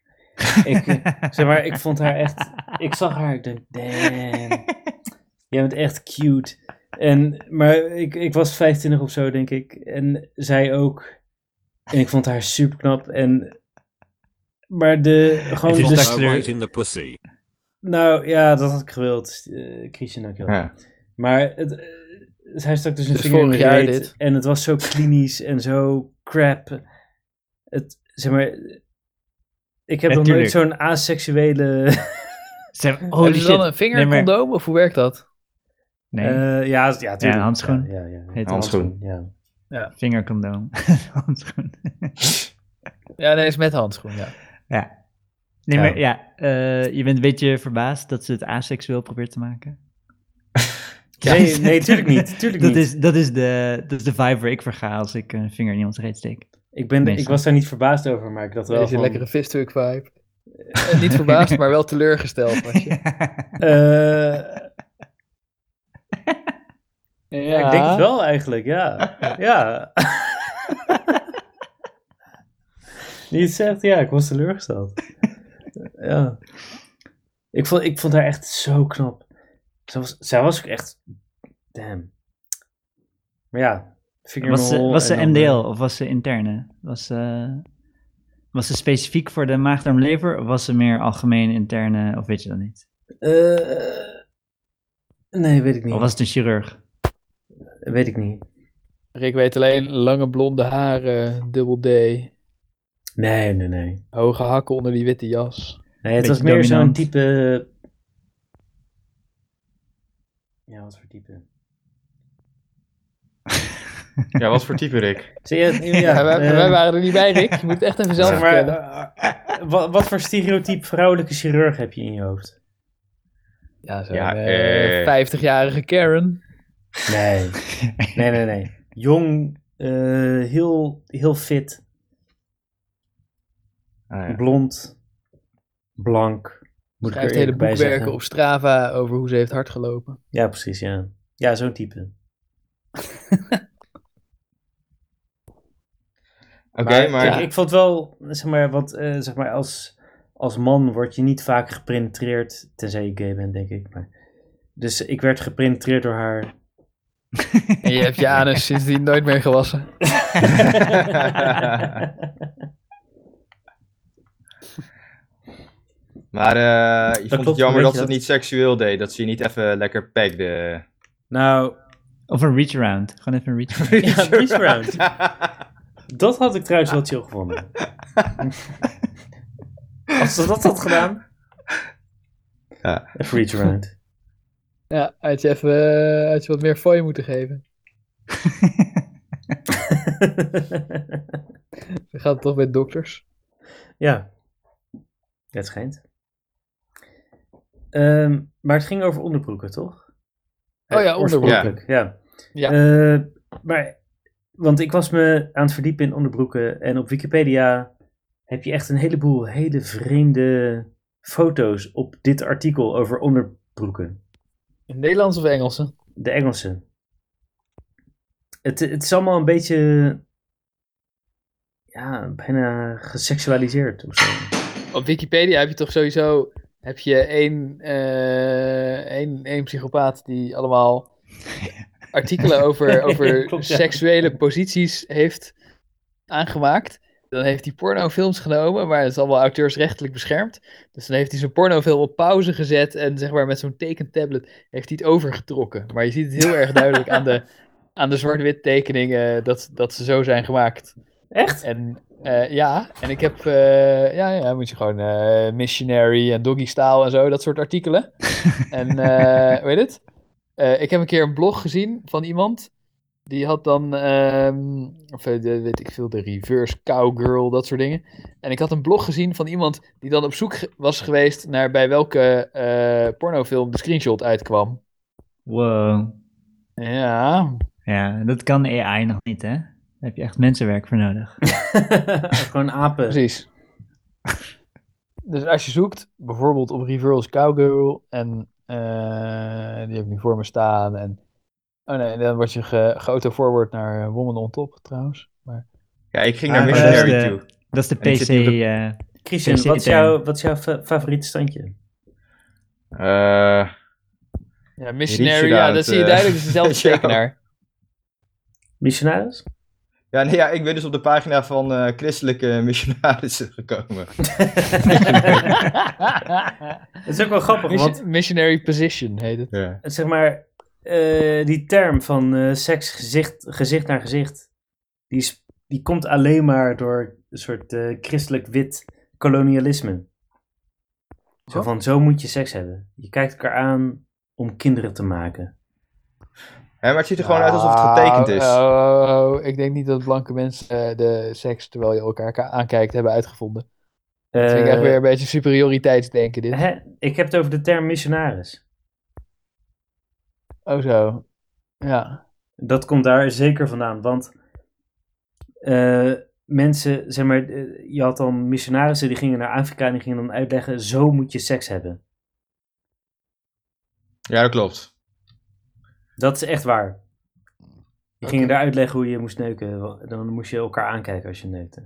S1: ik, eh, zeg maar, ik vond haar echt... Ik zag haar, ik dacht, damn. Jij bent echt cute. En, maar ik, ik was 25 of zo, denk ik. En zij ook. En ik vond haar super knap. En, maar de... Gewoon,
S2: Het is
S1: de-
S2: dus-
S6: Her right in the pussy.
S1: nou ja, dat had ik gewild. eh Christian, dankjewel.
S4: Ja.
S1: Maar het, eh, hij stak dus een
S3: Dus
S1: vinger in
S3: vorig
S1: mijn
S3: jaar
S1: reet
S3: dit.
S1: En het was zo klinisch en zo crap. Het, zeg maar, ik heb
S2: Ja,
S1: nog nooit
S2: tuurlijk.
S1: zo'n asexuele...
S2: Zeg,
S3: Hebben
S2: holy
S3: ze dan
S2: shit.
S3: een
S2: Nee, maar-
S3: vingercondoom of hoe werkt dat?
S2: Nee,
S1: eh ja, ja, tuurlijk.
S2: Ja, een handschoen.
S1: Ja, ja, ja.
S2: Heet
S4: handschoen.
S1: ja.
S2: vingercondoom. Handschoen.
S3: Ja, nee, is met handschoen. Ja.
S2: ja. Nee,
S4: Ja.
S2: maar ja, eh, je bent een beetje verbaasd dat ze het aseksueel probeert te maken.
S1: Nee, nee, tuurlijk niet. Tuurlijk
S2: dat,
S1: niet.
S2: Is, dat, is de, dat is de vibe waar ik voor ga als ik een vinger in iemands reet steek.
S1: Ik, ben, ik
S2: Meestal.
S1: was daar niet verbaasd over, maar ik dacht wel
S3: Deze
S1: van...
S3: lekkere fistfuck vibe. Eh, niet verbaasd, maar wel teleurgesteld. weet je.
S1: eh,
S3: Ja,
S1: ja, ik denk het wel eigenlijk, ja. ja. Die het zegt, ja, ik was teleurgesteld. ja. Ik vond, ik vond haar echt zo knap. Zij was, zij was ook echt... Damn. Maar ja,
S2: Was ze,
S1: vingermol...
S2: was ze
S1: en dan,
S4: eh,
S2: MDL of was ze interne? Was, ze- was ze specifiek voor de maagdarmlever of was ze meer algemeen interne of weet je dat niet?
S1: eh, eh, nee, weet ik niet.
S2: Of was het een chirurg?
S1: Weet ik niet.
S3: Rick weet alleen lange blonde haren, dubbel D,
S1: Nee, nee, nee.
S3: hoge hakken onder die witte jas.
S1: Nee, het
S2: Beetje
S1: was meer zo'n
S2: dominant.
S1: type. Ja, wat voor type?
S4: ja, wat voor type Rick?
S1: Zie je het nu? Ja,
S3: Ja, wij,
S1: eh,
S3: wij waren er niet bij, Rick. Je moet het echt even zelf
S1: zeg maar,
S3: vertellen.
S1: eh, wat, wat voor stereotype vrouwelijke chirurg heb je in je hoofd?
S3: Ja, zo'n
S4: Ja,
S3: eh,
S4: eh.
S3: 50-jarige Karen.
S1: Nee, nee, nee, nee. Jong, eh, heel, heel fit,
S4: Ah, ja.
S1: blond, blank. Moet ik er
S3: Schrijft hele
S1: eerlijk bij
S3: boekwerken
S1: zeggen.
S3: op Strava over hoe ze heeft hardgelopen.
S1: Ja, precies, ja. Ja, zo'n type.
S4: Oké,
S1: Maar,
S4: maar...
S1: ik, ik vond wel, zeg maar, want eh, zeg maar als, als man word je niet vaak gepenetreerd, tenzij je gay bent, denk ik. Maar, dus ik werd gepenetreerd door haar.
S3: En je hebt je anus sindsdien nooit meer gewassen.
S4: Maar eh, je vond
S1: klopt,
S4: het
S1: weet
S4: jammer
S1: je
S4: dat ze het
S1: dat?
S4: niet seksueel deed. Dat ze je niet even lekker pegde.
S1: nou,
S2: Of een reach around. Gewoon even een reach around.
S1: ja, Breeze Round. Dat had ik trouwens wel chill gevonden. als ze dat had gedaan.
S4: Ja.
S1: Even reach around.
S3: Ja, had je even eh, had je wat meer fooi moeten geven. Dan gaat het toch bij dokters.
S1: ja. Het schijnt. Ehm, maar het ging over onderbroeken, toch?
S3: Oh ja, onderbroeken.
S1: Oorspronkelijk, Ja.
S3: Ja.
S1: Eh, maar, want ik was me aan het verdiepen in onderbroeken. En op Wikipedia heb je echt een heleboel hele vreemde foto's op dit artikel over onderbroeken.
S3: In Nederlands of Engelse?
S1: De Engelse. Het, het is allemaal een beetje. Ja, bijna geseksualiseerd of zo.
S3: Op Wikipedia heb je toch sowieso heb je één, eh, één, één psychopaat die allemaal artikelen over, over
S1: Klopt, ja.
S3: seksuele posities heeft aangemaakt. Dan heeft hij pornofilms genomen, maar het is allemaal auteursrechtelijk beschermd. Dus dan heeft hij zijn pornofilm op pauze gezet en zeg maar met zo'n tekentablet heeft hij het overgetrokken. Maar je ziet het heel erg duidelijk aan de, aan de zwart-wit tekeningen dat, dat ze zo zijn gemaakt.
S1: Echt?
S3: En eh, ja, en ik heb, eh, ja, ja, moet je gewoon eh, missionary en doggy style en zo, dat soort artikelen. en eh, hoe weet het? Eh, ik heb een keer een blog gezien van iemand Die had dan, ehm, of eh, de- weet ik veel, de reverse cowgirl, dat soort dingen. En ik had een blog gezien van iemand die dan op zoek ge- was geweest naar bij welke eh, pornofilm de screenshot uitkwam.
S2: Wow.
S3: Ja,
S2: Ja, dat kan AI nog niet, hè? Daar heb je echt mensenwerk voor nodig.
S1: Oh, Gewoon apen.
S3: precies. dus als je zoekt, bijvoorbeeld op reverse cowgirl, en eh, die heb ik nu voor me staan. En, oh nee, dan word je ge- geauto-forward naar eh, Woman on Top, trouwens. Maar
S4: Ja, ik ging naar
S1: Ah, dat is
S4: Missionary
S2: de-
S4: toe.
S2: Dat is de
S4: En ik
S2: PC.
S4: zit nu op de-
S2: eh,
S1: Christian,
S2: Precies,
S1: wat is,
S2: eh.
S1: jouw, wat is jouw fa- favoriet standje?
S4: Eh,
S3: ja,
S4: Reach
S3: Missionary,
S4: it
S3: ja,
S4: out,
S3: dat zie je
S4: eh.
S3: duidelijk, dat is dezelfde
S4: Ja.
S3: tekenaar.
S1: Missionaris?
S4: ja, nee, ja, ik ben dus op de pagina van eh, christelijke missionarissen gekomen.
S1: Het is ook wel grappig, want eh,
S3: Mission- missionary position heet het.
S4: Ja.
S1: zeg maar, eh, die term van eh, seks gezicht, gezicht naar gezicht, die, is, die komt alleen maar door een soort eh, christelijk wit kolonialisme.
S3: Oh.
S1: Zo van, zo moet je seks hebben. Je kijkt elkaar aan om kinderen te maken.
S4: Hè, maar het ziet er gewoon uit alsof het getekend is.
S3: Nou, oh, oh, ik denk niet dat blanke mensen eh, de seks terwijl je elkaar ka- aankijkt hebben uitgevonden. Dat vind ik echt
S1: Eh,
S3: weer een beetje superioriteitsdenken dit.
S1: hè? Ik heb het over de term missionaris.
S3: Oh zo. Ja.
S1: Dat komt daar zeker vandaan, want eh, mensen, zeg maar, eh, je had dan missionarissen die gingen naar Afrika en die gingen dan uitleggen, zo moet je seks hebben.
S4: Ja, dat klopt.
S1: Dat is echt waar. Die gingen
S3: Oké.
S1: daar uitleggen hoe je moest neuken. wa- Dan moest je elkaar aankijken als je neukte.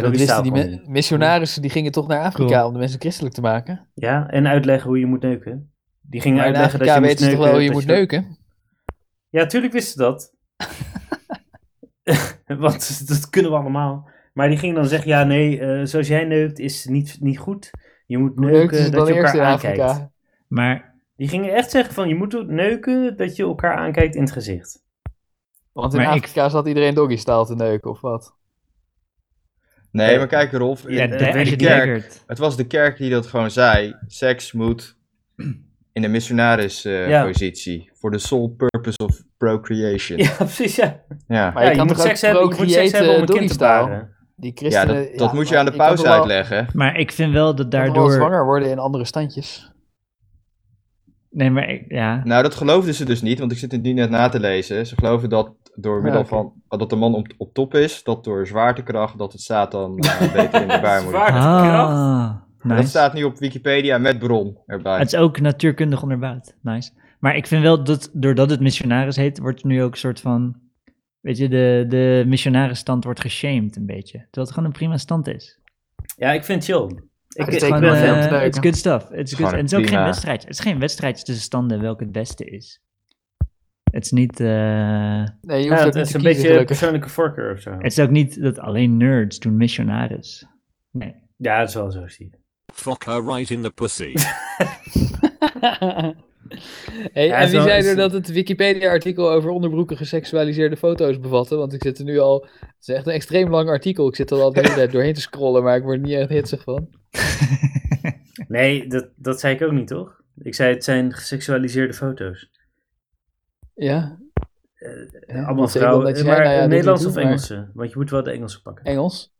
S1: Door
S3: dat
S1: die
S3: wisten
S1: staal
S3: die
S1: kwam
S3: me-
S1: die.
S3: missionarissen, die gingen toch naar Afrika
S2: Cool.
S3: om de mensen christelijk te maken.
S1: Ja, en uitleggen hoe je moet neuken. Die gingen
S3: Maar in
S1: uitleggen dat
S3: Afrika
S1: je moest
S3: weten ze
S1: neuken.
S3: toch wel hoe je
S1: dat
S3: moet neuken?
S1: Ja, tuurlijk wisten ze dat. Want dat kunnen we allemaal. Maar die gingen dan zeggen, ja nee, eh, zoals jij neukt is niet, niet goed. Je moet
S3: Neuken
S1: neuken
S3: ze
S1: dat
S3: dan
S1: je
S3: eerst in
S1: elkaar aankijkt.
S3: Afrika.
S2: maar
S1: Die gingen echt zeggen van, je moet neuken dat je elkaar aankijkt in het gezicht.
S3: Want in
S2: Maar ik-
S3: Afrika zat iedereen doggystaal te neuken of wat?
S4: Nee,
S1: Ja.
S4: maar kijk, Rolf.
S1: Ja,
S2: ja,
S4: in-
S1: eh,
S2: de-
S1: bij
S2: als
S4: de
S2: je
S4: kerk.
S2: dekkert.
S4: Het was de kerk die dat gewoon zei. Seks moet in de
S1: Ja.
S4: missionaris-positie. eh, Voor de sole purpose of procreation. Ja,
S1: Ja, precies ja.
S4: ja.
S3: Maar
S1: Ja,
S3: je kan toch ook
S1: hebben, je moet seks
S3: procreëten
S1: hebben om een kind te
S3: doggystaal?
S1: baren.
S3: Die christenen...
S4: dat, dat moet je
S3: maar
S4: aan de
S3: kan
S4: paus
S3: toch wel-
S4: uitleggen.
S2: Maar ik vind wel dat
S3: kan toch wel
S2: daardoor.
S3: zwanger worden in andere standjes.
S2: Nee, maar ik- ja.
S4: Nou, dat geloofden ze dus niet, want ik zit het nu net na te lezen. Ze geloven dat door middel
S3: oké.
S4: van dat de man op, op top is, dat door zwaartekracht dat het Satan eh, beter in de baarmoeder.
S1: Zwaar-
S2: Ah, nice.
S4: Dat staat nu op Wikipedia met bron erbij.
S2: Het is ook natuurkundig onderbouwd. Nice. Maar ik vind wel dat doordat het missionaris heet, wordt het nu ook een soort van. Weet je, de, de missionarisstand wordt geshamed een beetje. Terwijl het gewoon een prima stand is.
S1: Ja, ik vind het chill. Ik,
S3: Het is
S1: ik
S2: Gewoon,
S1: ben
S3: gewoon, eh,
S1: fan.
S3: het
S2: eh,
S3: leuk,
S2: it's
S3: hè?
S2: good stuff. It's good.
S4: Gewoon
S2: En
S4: een
S2: het is ook geen
S4: prima-
S2: wedstrijd. Het is geen wedstrijd tussen standen welke het beste is. Het is niet. eh,
S3: Nee, je
S1: Ja,
S3: hoeft
S1: het is
S3: ook niet te
S1: een
S3: kiezen,
S1: beetje
S3: gelukkig.
S1: persoonlijke voorkeur of zo.
S2: het is ook niet dat alleen nerds doen missionaris. Nee.
S1: Ja, dat is wel zo, zie je.
S6: Fuck her right in the pussy.
S3: Hey,
S1: Ja,
S3: en
S1: zo
S3: wie zei
S1: is-
S3: er dat het Wikipedia-artikel over onderbroeken geseksualiseerde foto's bevatte? Want ik zit er nu al... Het is echt een extreem lang artikel. Ik zit er al de hele tijd doorheen te scrollen, maar ik word er niet echt hitsig van.
S1: Nee, dat, dat zei ik ook niet, toch? Ik zei, het zijn geseksualiseerde foto's.
S3: Ja. Ja,
S1: Eh, Allemaal
S3: want ik wil
S1: vrouwen,
S3: net
S1: eh,
S3: zeggen,
S1: maar
S3: nou ja, doe
S1: Nederlands
S3: niet
S1: of
S3: toe, maar-
S1: Engelse? Want je moet wel de Engelse pakken.
S3: Engels?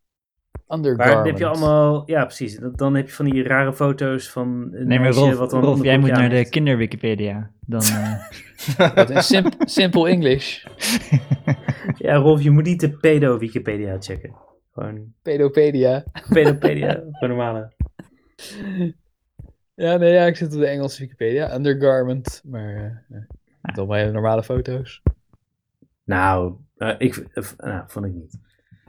S1: Maar
S3: Undergarment.
S1: dan heb je allemaal, ja precies, Dat- dan heb je van die rare foto's van een
S2: Nee, maar
S1: meisje
S2: Rolf,
S1: wat dan
S2: Rolf, jij
S1: onderbroekje
S2: moet
S1: aan
S2: naar de
S1: heeft.
S2: kinderwikipedia. Dan, eh,
S3: Wat in sim- simple English.
S1: Ja, Rolf, je moet niet de pedo-wikipedia checken. Gewoon
S3: Pedopedia.
S1: pedopedia, gewoon normale.
S3: Ja, nee, ja, ik zit op de Engelse Wikipedia. Undergarment. Maar eh, ja, met allemaal hele normale foto's.
S1: Nou, eh, ik, eh, nou, vond ik niet.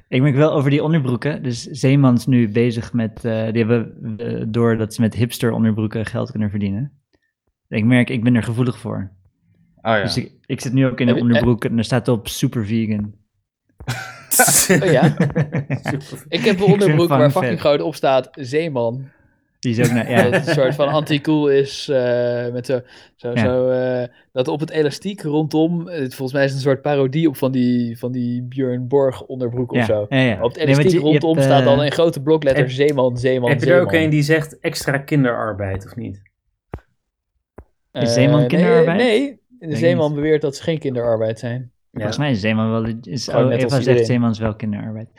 S2: ik merk wel over die onderbroeken. Dus Zeeman is nu bezig met. eh, die hebben eh, door dat ze met hipster onderbroeken geld kunnen verdienen. Ik merk, ik ben er gevoelig voor.
S4: Oh ja.
S2: Dus ik, ik zit nu ook in
S3: Heb
S2: een
S3: je-
S2: onderbroek en er staat op super vegan.
S3: Oh ja.
S1: Super.
S3: Ik heb een
S2: Ik vind
S3: onderbroek
S2: van
S3: waar
S2: vet.
S3: fucking groot op staat. Zeeman.
S2: Die is ook naar.
S3: Dat
S2: Ja,
S3: het een soort van anti-cool is. eh, met zo, zo,
S2: Ja.
S3: zo, eh, dat op het elastiek rondom. eh, volgens mij is het een soort parodie op van die, van die Björn Borg onderbroek
S2: ja,
S3: of zo.
S2: Ja, ja. Nee,
S3: Op het
S2: want
S3: elastiek
S2: je- je hebt,
S3: rondom staat dan
S2: eh,
S3: in grote blokletters
S1: heb-
S3: Zeeman, Zeeman,
S1: Heb je er
S3: Zeeman.
S1: ook een die zegt extra kinderarbeid, of niet?
S3: Eh,
S2: Is Zeeman
S3: nee,
S2: kinderarbeid?
S3: Eh, Nee, de
S2: Denk
S3: Zeeman
S2: niet.
S3: beweert dat ze geen kinderarbeid zijn.
S2: Volgens mij is Zeeman wel... Is,
S3: Gewoon
S2: oh,
S3: net
S2: Eva
S3: als
S2: zegt
S3: iedereen.
S2: Zeeman is wel kinderarbeid.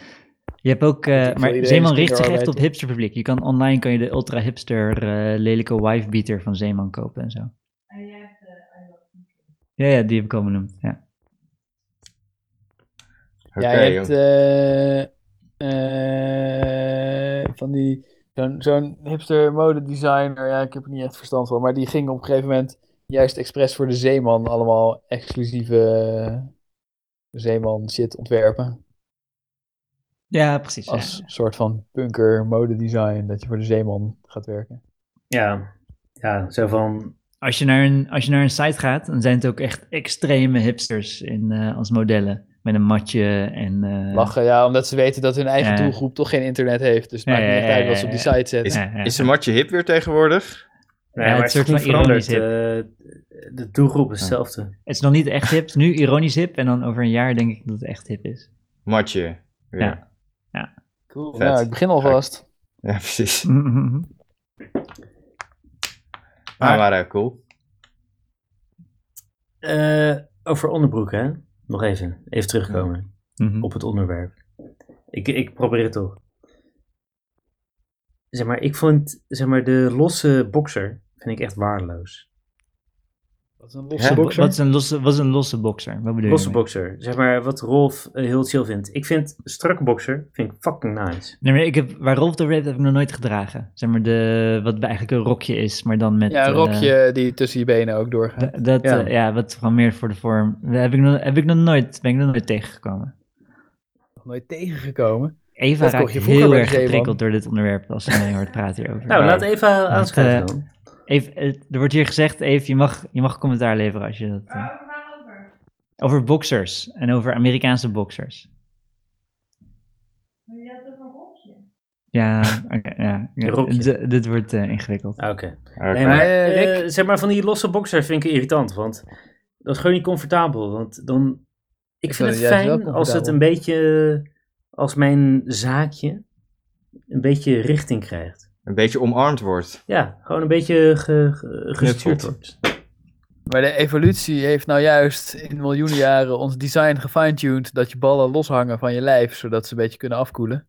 S2: Je hebt ook... eh,
S3: veel,
S2: maar
S3: iedereen
S2: Zeeman
S3: is
S2: richt zich echt
S3: kinderarbeid,
S2: op
S3: toch?
S2: hipster publiek. Je kan online kan je de ultra hipster eh, lelijke wifebeater van Zeeman kopen en zo. Ja, ja, die heb ik al benoemd. Ja.
S4: Oké,
S3: ja, je hebt
S4: joh.
S3: eh, eh, van die zo'n zo'n hipster modedesigner. Ja, ik heb er niet echt verstand van, maar die ging op een gegeven moment juist expres voor de Zeeman allemaal exclusieve eh, Zeeman shit ontwerpen
S2: ja, precies. ja.
S3: als soort van punker modedesign dat je voor de Zeeman gaat werken.
S1: Ja. ja, zo van...
S2: Als je, naar een, als je naar een site gaat, dan zijn het ook echt extreme hipsters in, eh, als modellen. Met een matje en... eh,
S3: Lachen, ja, omdat ze weten dat hun eigen
S2: Ja.
S3: doelgroep toch geen internet heeft, dus het
S2: Ja,
S3: maakt niet
S2: ja,
S3: echt
S2: ja,
S3: uit wat ze op
S2: ja,
S3: die
S2: ja.
S3: site zetten.
S4: Is,
S2: Ja, ja.
S4: is een matje hip weer tegenwoordig?
S2: Ja,
S1: maar
S2: het
S1: het
S2: soort
S1: is goed
S2: van ironisch
S1: veranderd. eh, de doelgroep is hetzelfde.
S2: Het is nog niet echt hip, nu ironisch hip. En dan over een jaar denk ik dat het echt hip is.
S4: Matje. Weer.
S2: Ja.
S3: Cool.
S4: Vet.
S3: Nou, ik begin alvast.
S4: Ja, precies.
S2: Mhm.
S4: Maar, maar eh, cool.
S1: Eh, over onderbroeken, hè? Nog even. Even terugkomen
S2: Mhm.
S1: op het onderwerp. Ik, ik probeer het toch. Zeg maar, ik vond zeg maar, de losse boxer vind ik echt waardeloos.
S3: Wat is een losse
S4: Hè?
S2: Wat wat is een losse, wat is een losse boxer? Wat bedoel
S1: Losse
S2: je? daarmee?
S1: boxer. Zeg maar wat Rolf eh, heel chill vindt. Ik vind strakke boxer vind ik fucking nice.
S2: Nee, maar ik heb, waar Rolf de Red heb ik nog nooit gedragen. Zeg maar de, wat eigenlijk een rokje is, maar dan met...
S3: Ja,
S2: eh,
S3: een rokje die tussen je benen ook doorgaat.
S2: d- dat,
S1: Ja.
S2: ja. ja, wat gewoon meer voor de vorm. Daar Heb ik nog, heb ik nog nooit, ben ik nog nooit tegengekomen.
S3: Nog nooit tegengekomen.
S2: Eva
S3: Dat kocht
S2: raakt
S3: je vroeger
S2: heel
S3: bij de
S2: erg
S3: Zeeman.
S2: geprikkeld door dit onderwerp als ze mij hoort praten hierover.
S1: Nou,
S4: Ja.
S1: laat even aanschuiven
S2: eh,
S1: dan.
S2: Even, eh, er wordt hier gezegd, Eve, je mag, je mag commentaar leveren als je dat... eh, Over boxers en over Amerikaanse boxers. Ja, oké, ja. ja.
S1: rokje.
S2: D- dit wordt eh, ingewikkeld.
S1: Ah, Oké.
S4: Oké.
S1: Nee, maar
S3: Eh, Rick?
S1: eh, zeg maar van die losse boxer vind ik irritant. Want dat is gewoon niet comfortabel. Want dan. Ik,
S3: Ik
S1: vind
S3: vind
S1: het
S3: het juist wel
S1: fijn als het
S3: comfortabel.
S1: een beetje. Als mijn zaakje. Een beetje richting krijgt.
S4: Een beetje omarmd wordt.
S1: Ja, gewoon een beetje ge, ge- gestuurd
S4: Knuffeld.
S1: wordt.
S3: Maar de evolutie heeft nou juist in miljoenen jaren ons design gefine-tuned dat je ballen loshangen van je lijf, zodat ze een beetje kunnen afkoelen.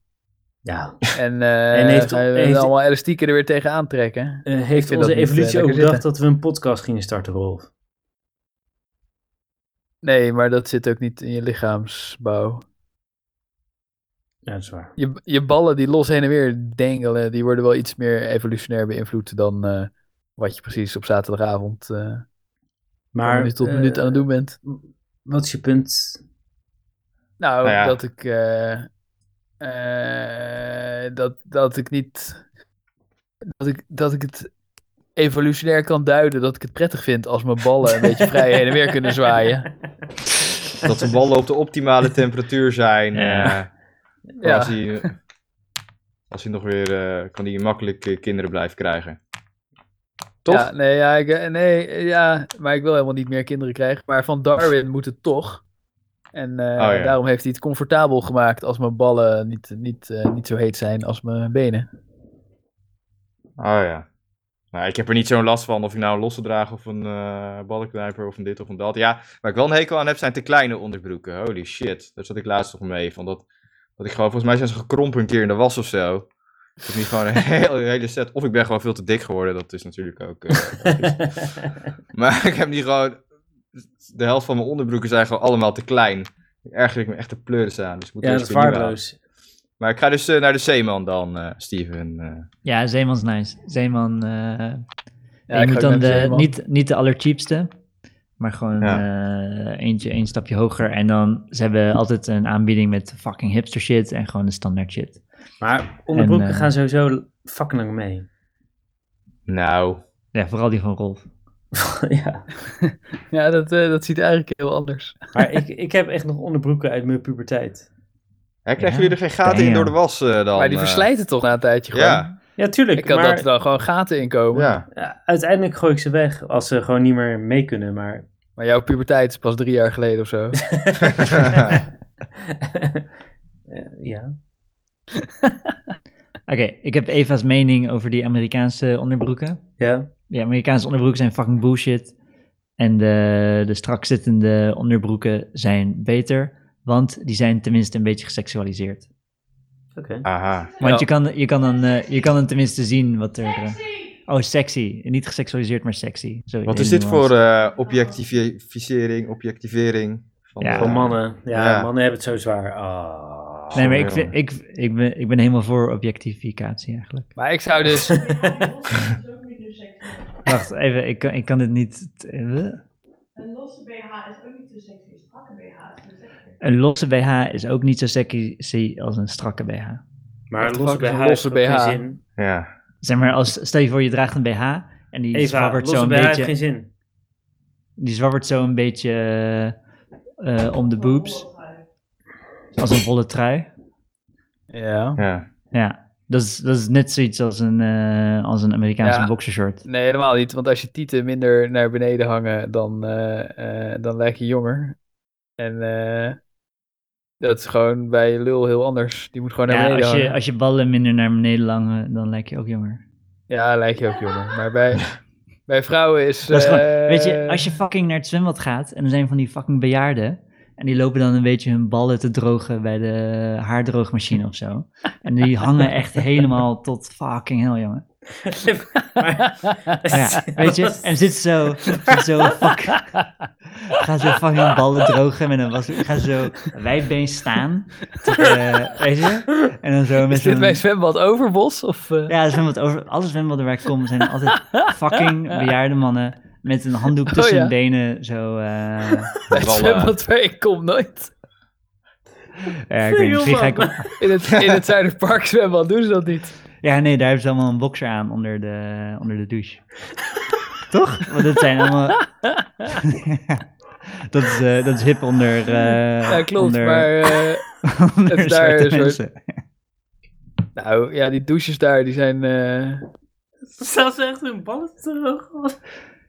S1: Ja.
S3: En, eh
S1: En
S3: en
S1: heeft-
S3: heeft, we
S1: heeft-
S3: allemaal elastieken er weer tegen aantrekken.
S1: Eh, heeft
S3: vind
S1: onze
S3: dat niet, eh,
S1: evolutie ook
S3: lekker
S1: bedacht
S3: zitten.
S1: dat we een podcast gingen starten, Rolf?
S3: Nee, maar dat zit ook niet in je lichaamsbouw.
S1: Ja, dat is waar.
S3: Je, je ballen die los heen en weer dengelen, die worden wel iets meer evolutionair beïnvloed dan eh, wat je precies op zaterdagavond eh, van
S1: Maar.
S3: minuut tot
S1: eh,
S3: minuut aan het doen bent.
S1: Wat is je punt?
S3: Nou,
S4: Nou ja.
S3: dat ik. eh, eh, dat, dat ik niet. Dat ik, dat ik het evolutionair kan duiden. Dat ik het prettig vind als mijn ballen een beetje vrij heen en weer kunnen zwaaien.
S4: Dat de ballen op de optimale temperatuur zijn.
S2: Ja.
S4: eh, dan
S3: Ja.
S4: Als, hij, als hij nog weer... eh, kan hij makkelijk eh, kinderen blijven krijgen. Toch?
S3: Ja, nee, ja, ik, eh, nee, eh, ja, maar ik wil helemaal niet meer kinderen krijgen. Maar van Darwin moet het toch. En eh,
S4: Oh, ja.
S3: daarom heeft hij het comfortabel gemaakt als mijn ballen niet, niet, eh, niet zo heet zijn als mijn benen.
S4: Oh ja. Nou, ik heb er niet zo'n last van of ik nou een losse draag of een eh ballenknijper of een dit of een dat. Ja, waar ik wel een hekel aan heb zijn te kleine onderbroeken. Holy shit, daar zat ik laatst nog mee. Van dat, dat ik gewoon, volgens mij zijn ze gekrompen een keer in de was of zo. Ik heb niet gewoon een hele, hele set. Of ik ben gewoon veel te dik geworden, dat is natuurlijk ook. eh, maar ik heb niet gewoon. De helft van mijn onderbroeken zijn gewoon allemaal te klein. Daar erger ik me echt de pleuris aan. Dus ik moet
S1: Ja, dat
S4: eerst
S1: is
S4: weer nieuwe
S1: waardeloos.
S4: halen. Maar ik ga dus eh, naar de zeeman dan, eh, Steven. eh.
S2: Ja, Zeeman is nice. Zeeman, eh,
S3: Ja,
S2: je
S3: ik ga
S2: moet
S3: ook
S2: dan
S3: met
S2: de,
S3: Zeeman.
S2: Niet, niet de allercheapste, maar gewoon
S4: Ja.
S2: eh, eentje, één stapje hoger. En dan, ze hebben altijd een aanbieding met fucking hipster shit en gewoon de standaard shit.
S1: Maar onderbroeken
S2: eh,
S1: gaan sowieso fucking lang mee.
S4: nou.
S2: Ja, vooral die van Rolf.
S1: ja.
S3: Ja, dat, eh, dat ziet eigenlijk heel anders.
S1: Maar ik, ik heb echt nog onderbroeken uit mijn puberteit.
S4: Hè, krijgen
S2: Ja.
S4: jullie er geen gaten in
S2: Damn.
S4: door de was eh, dan?
S3: maar die
S4: eh?
S3: verslijten toch na een tijdje gewoon.
S4: ja.
S1: Ja, tuurlijk.
S3: Ik kan
S1: maar
S3: dat er dan gewoon gaten in komen.
S4: Ja.
S1: ja, uiteindelijk gooi ik ze weg als ze gewoon niet meer mee kunnen. Maar
S3: Maar jouw puberteit is pas drie jaar geleden of zo.
S1: Eh, ja.
S2: Oké, ik heb Eva's mening over die Amerikaanse onderbroeken.
S1: ja.
S2: Die Amerikaanse onderbroeken zijn fucking bullshit. En de, de strak zittende onderbroeken zijn beter, want die zijn tenminste een beetje geseksualiseerd.
S9: Oké.
S4: Aha.
S2: Want je, kan, je, kan dan, eh, je kan dan tenminste zien wat er... eh, oh, sexy. Niet geseksualiseerd, maar sexy. Zo,
S4: Wat
S2: één
S4: is dit
S2: nuance.
S4: voor eh, objectificering, objectivering van,
S2: Ja.
S4: eh,
S1: Van mannen. Ja,
S4: Ja.
S1: mannen hebben het zo zwaar. Ah.
S2: Nee, maar ik,
S4: Jongen.
S2: vind- ik, ik, ben, ik ben helemaal voor objectificatie eigenlijk.
S3: Maar ik zou dus...
S10: dus,
S2: Wacht, even. Ik kan, ik kan dit niet... eh,
S10: Een losse BH is ook niet zo sexy. Een strakke BH is zo sexy.
S2: Een losse BH is ook niet zo sexy als een strakke BH.
S1: maar
S3: What
S1: een
S3: the
S1: losse
S3: fuck is
S1: BH
S3: een
S1: heeft ook
S3: losse
S1: geen
S3: BH?
S1: zin.
S4: Ja.
S2: Zeg maar, als, stel je voor je draagt een BH en die
S1: Eva,
S2: zwabbert zo
S1: losse
S2: een
S1: BH heeft
S2: beetje...
S1: geen zin.
S2: Die zwabbert zo een beetje eh, eh, om de boobs. Als een volle trui.
S3: Ja.
S4: ja.
S2: Ja, dat is, dat is net zoiets als een, eh, als een Amerikaanse
S3: Ja.
S2: boxershort.
S3: Nee, helemaal niet. Want als je tieten minder naar beneden hangen, dan, eh, eh, dan lijk je jonger. En eh, dat is gewoon bij je lul heel anders. Die moet gewoon naar
S2: Ja,
S3: beneden
S2: als je,
S3: hangen.
S2: als je ballen minder naar beneden langen, dan lijk je ook jonger.
S3: Ja, lijk je ook jonger. Maar bij, bij vrouwen is...
S2: Dat is gewoon,
S3: eh,
S2: weet je, als je fucking naar het zwembad gaat en er zijn van die fucking bejaarden. En die lopen dan een beetje hun ballen te drogen bij de haardroogmachine of zo. En die hangen echt helemaal tot fucking hell, jongen. Maar ja, weet je, en zit zo, zit zo fuck, Ga zo fucking ballen drogen met een was. Ga zo wijdbeen staan. Eh, weet je? En dan zo met
S3: Is dit
S2: zo'n-
S3: bij zwembad Overbos? Of, eh?
S2: Ja, zwembad over, alle zwembaden waar ik kom zijn altijd fucking bejaarde mannen. Met een handdoek tussen
S3: Oh, ja.
S2: hun benen. Zo. eh,
S3: Bij het
S4: Wel, eh,
S3: zwembad waar ik kom nooit.
S2: ja, ik weet niet, misschien ga ik op-
S3: In het, in het Zuiderpark zwembad doen ze dat niet.
S2: ja, nee, daar hebben ze allemaal een boxer aan onder de, onder de douche. Toch? Want dat zijn allemaal. dat, is, eh, dat is hip onder. eh,
S3: Ja, klopt,
S2: onder,
S3: maar... eh,
S2: onder
S3: het is daar
S2: zwarte
S3: een soort-
S2: mensen.
S3: nou, ja, die douches daar, die zijn... eh,
S1: Zelfs echt hun ballen terug.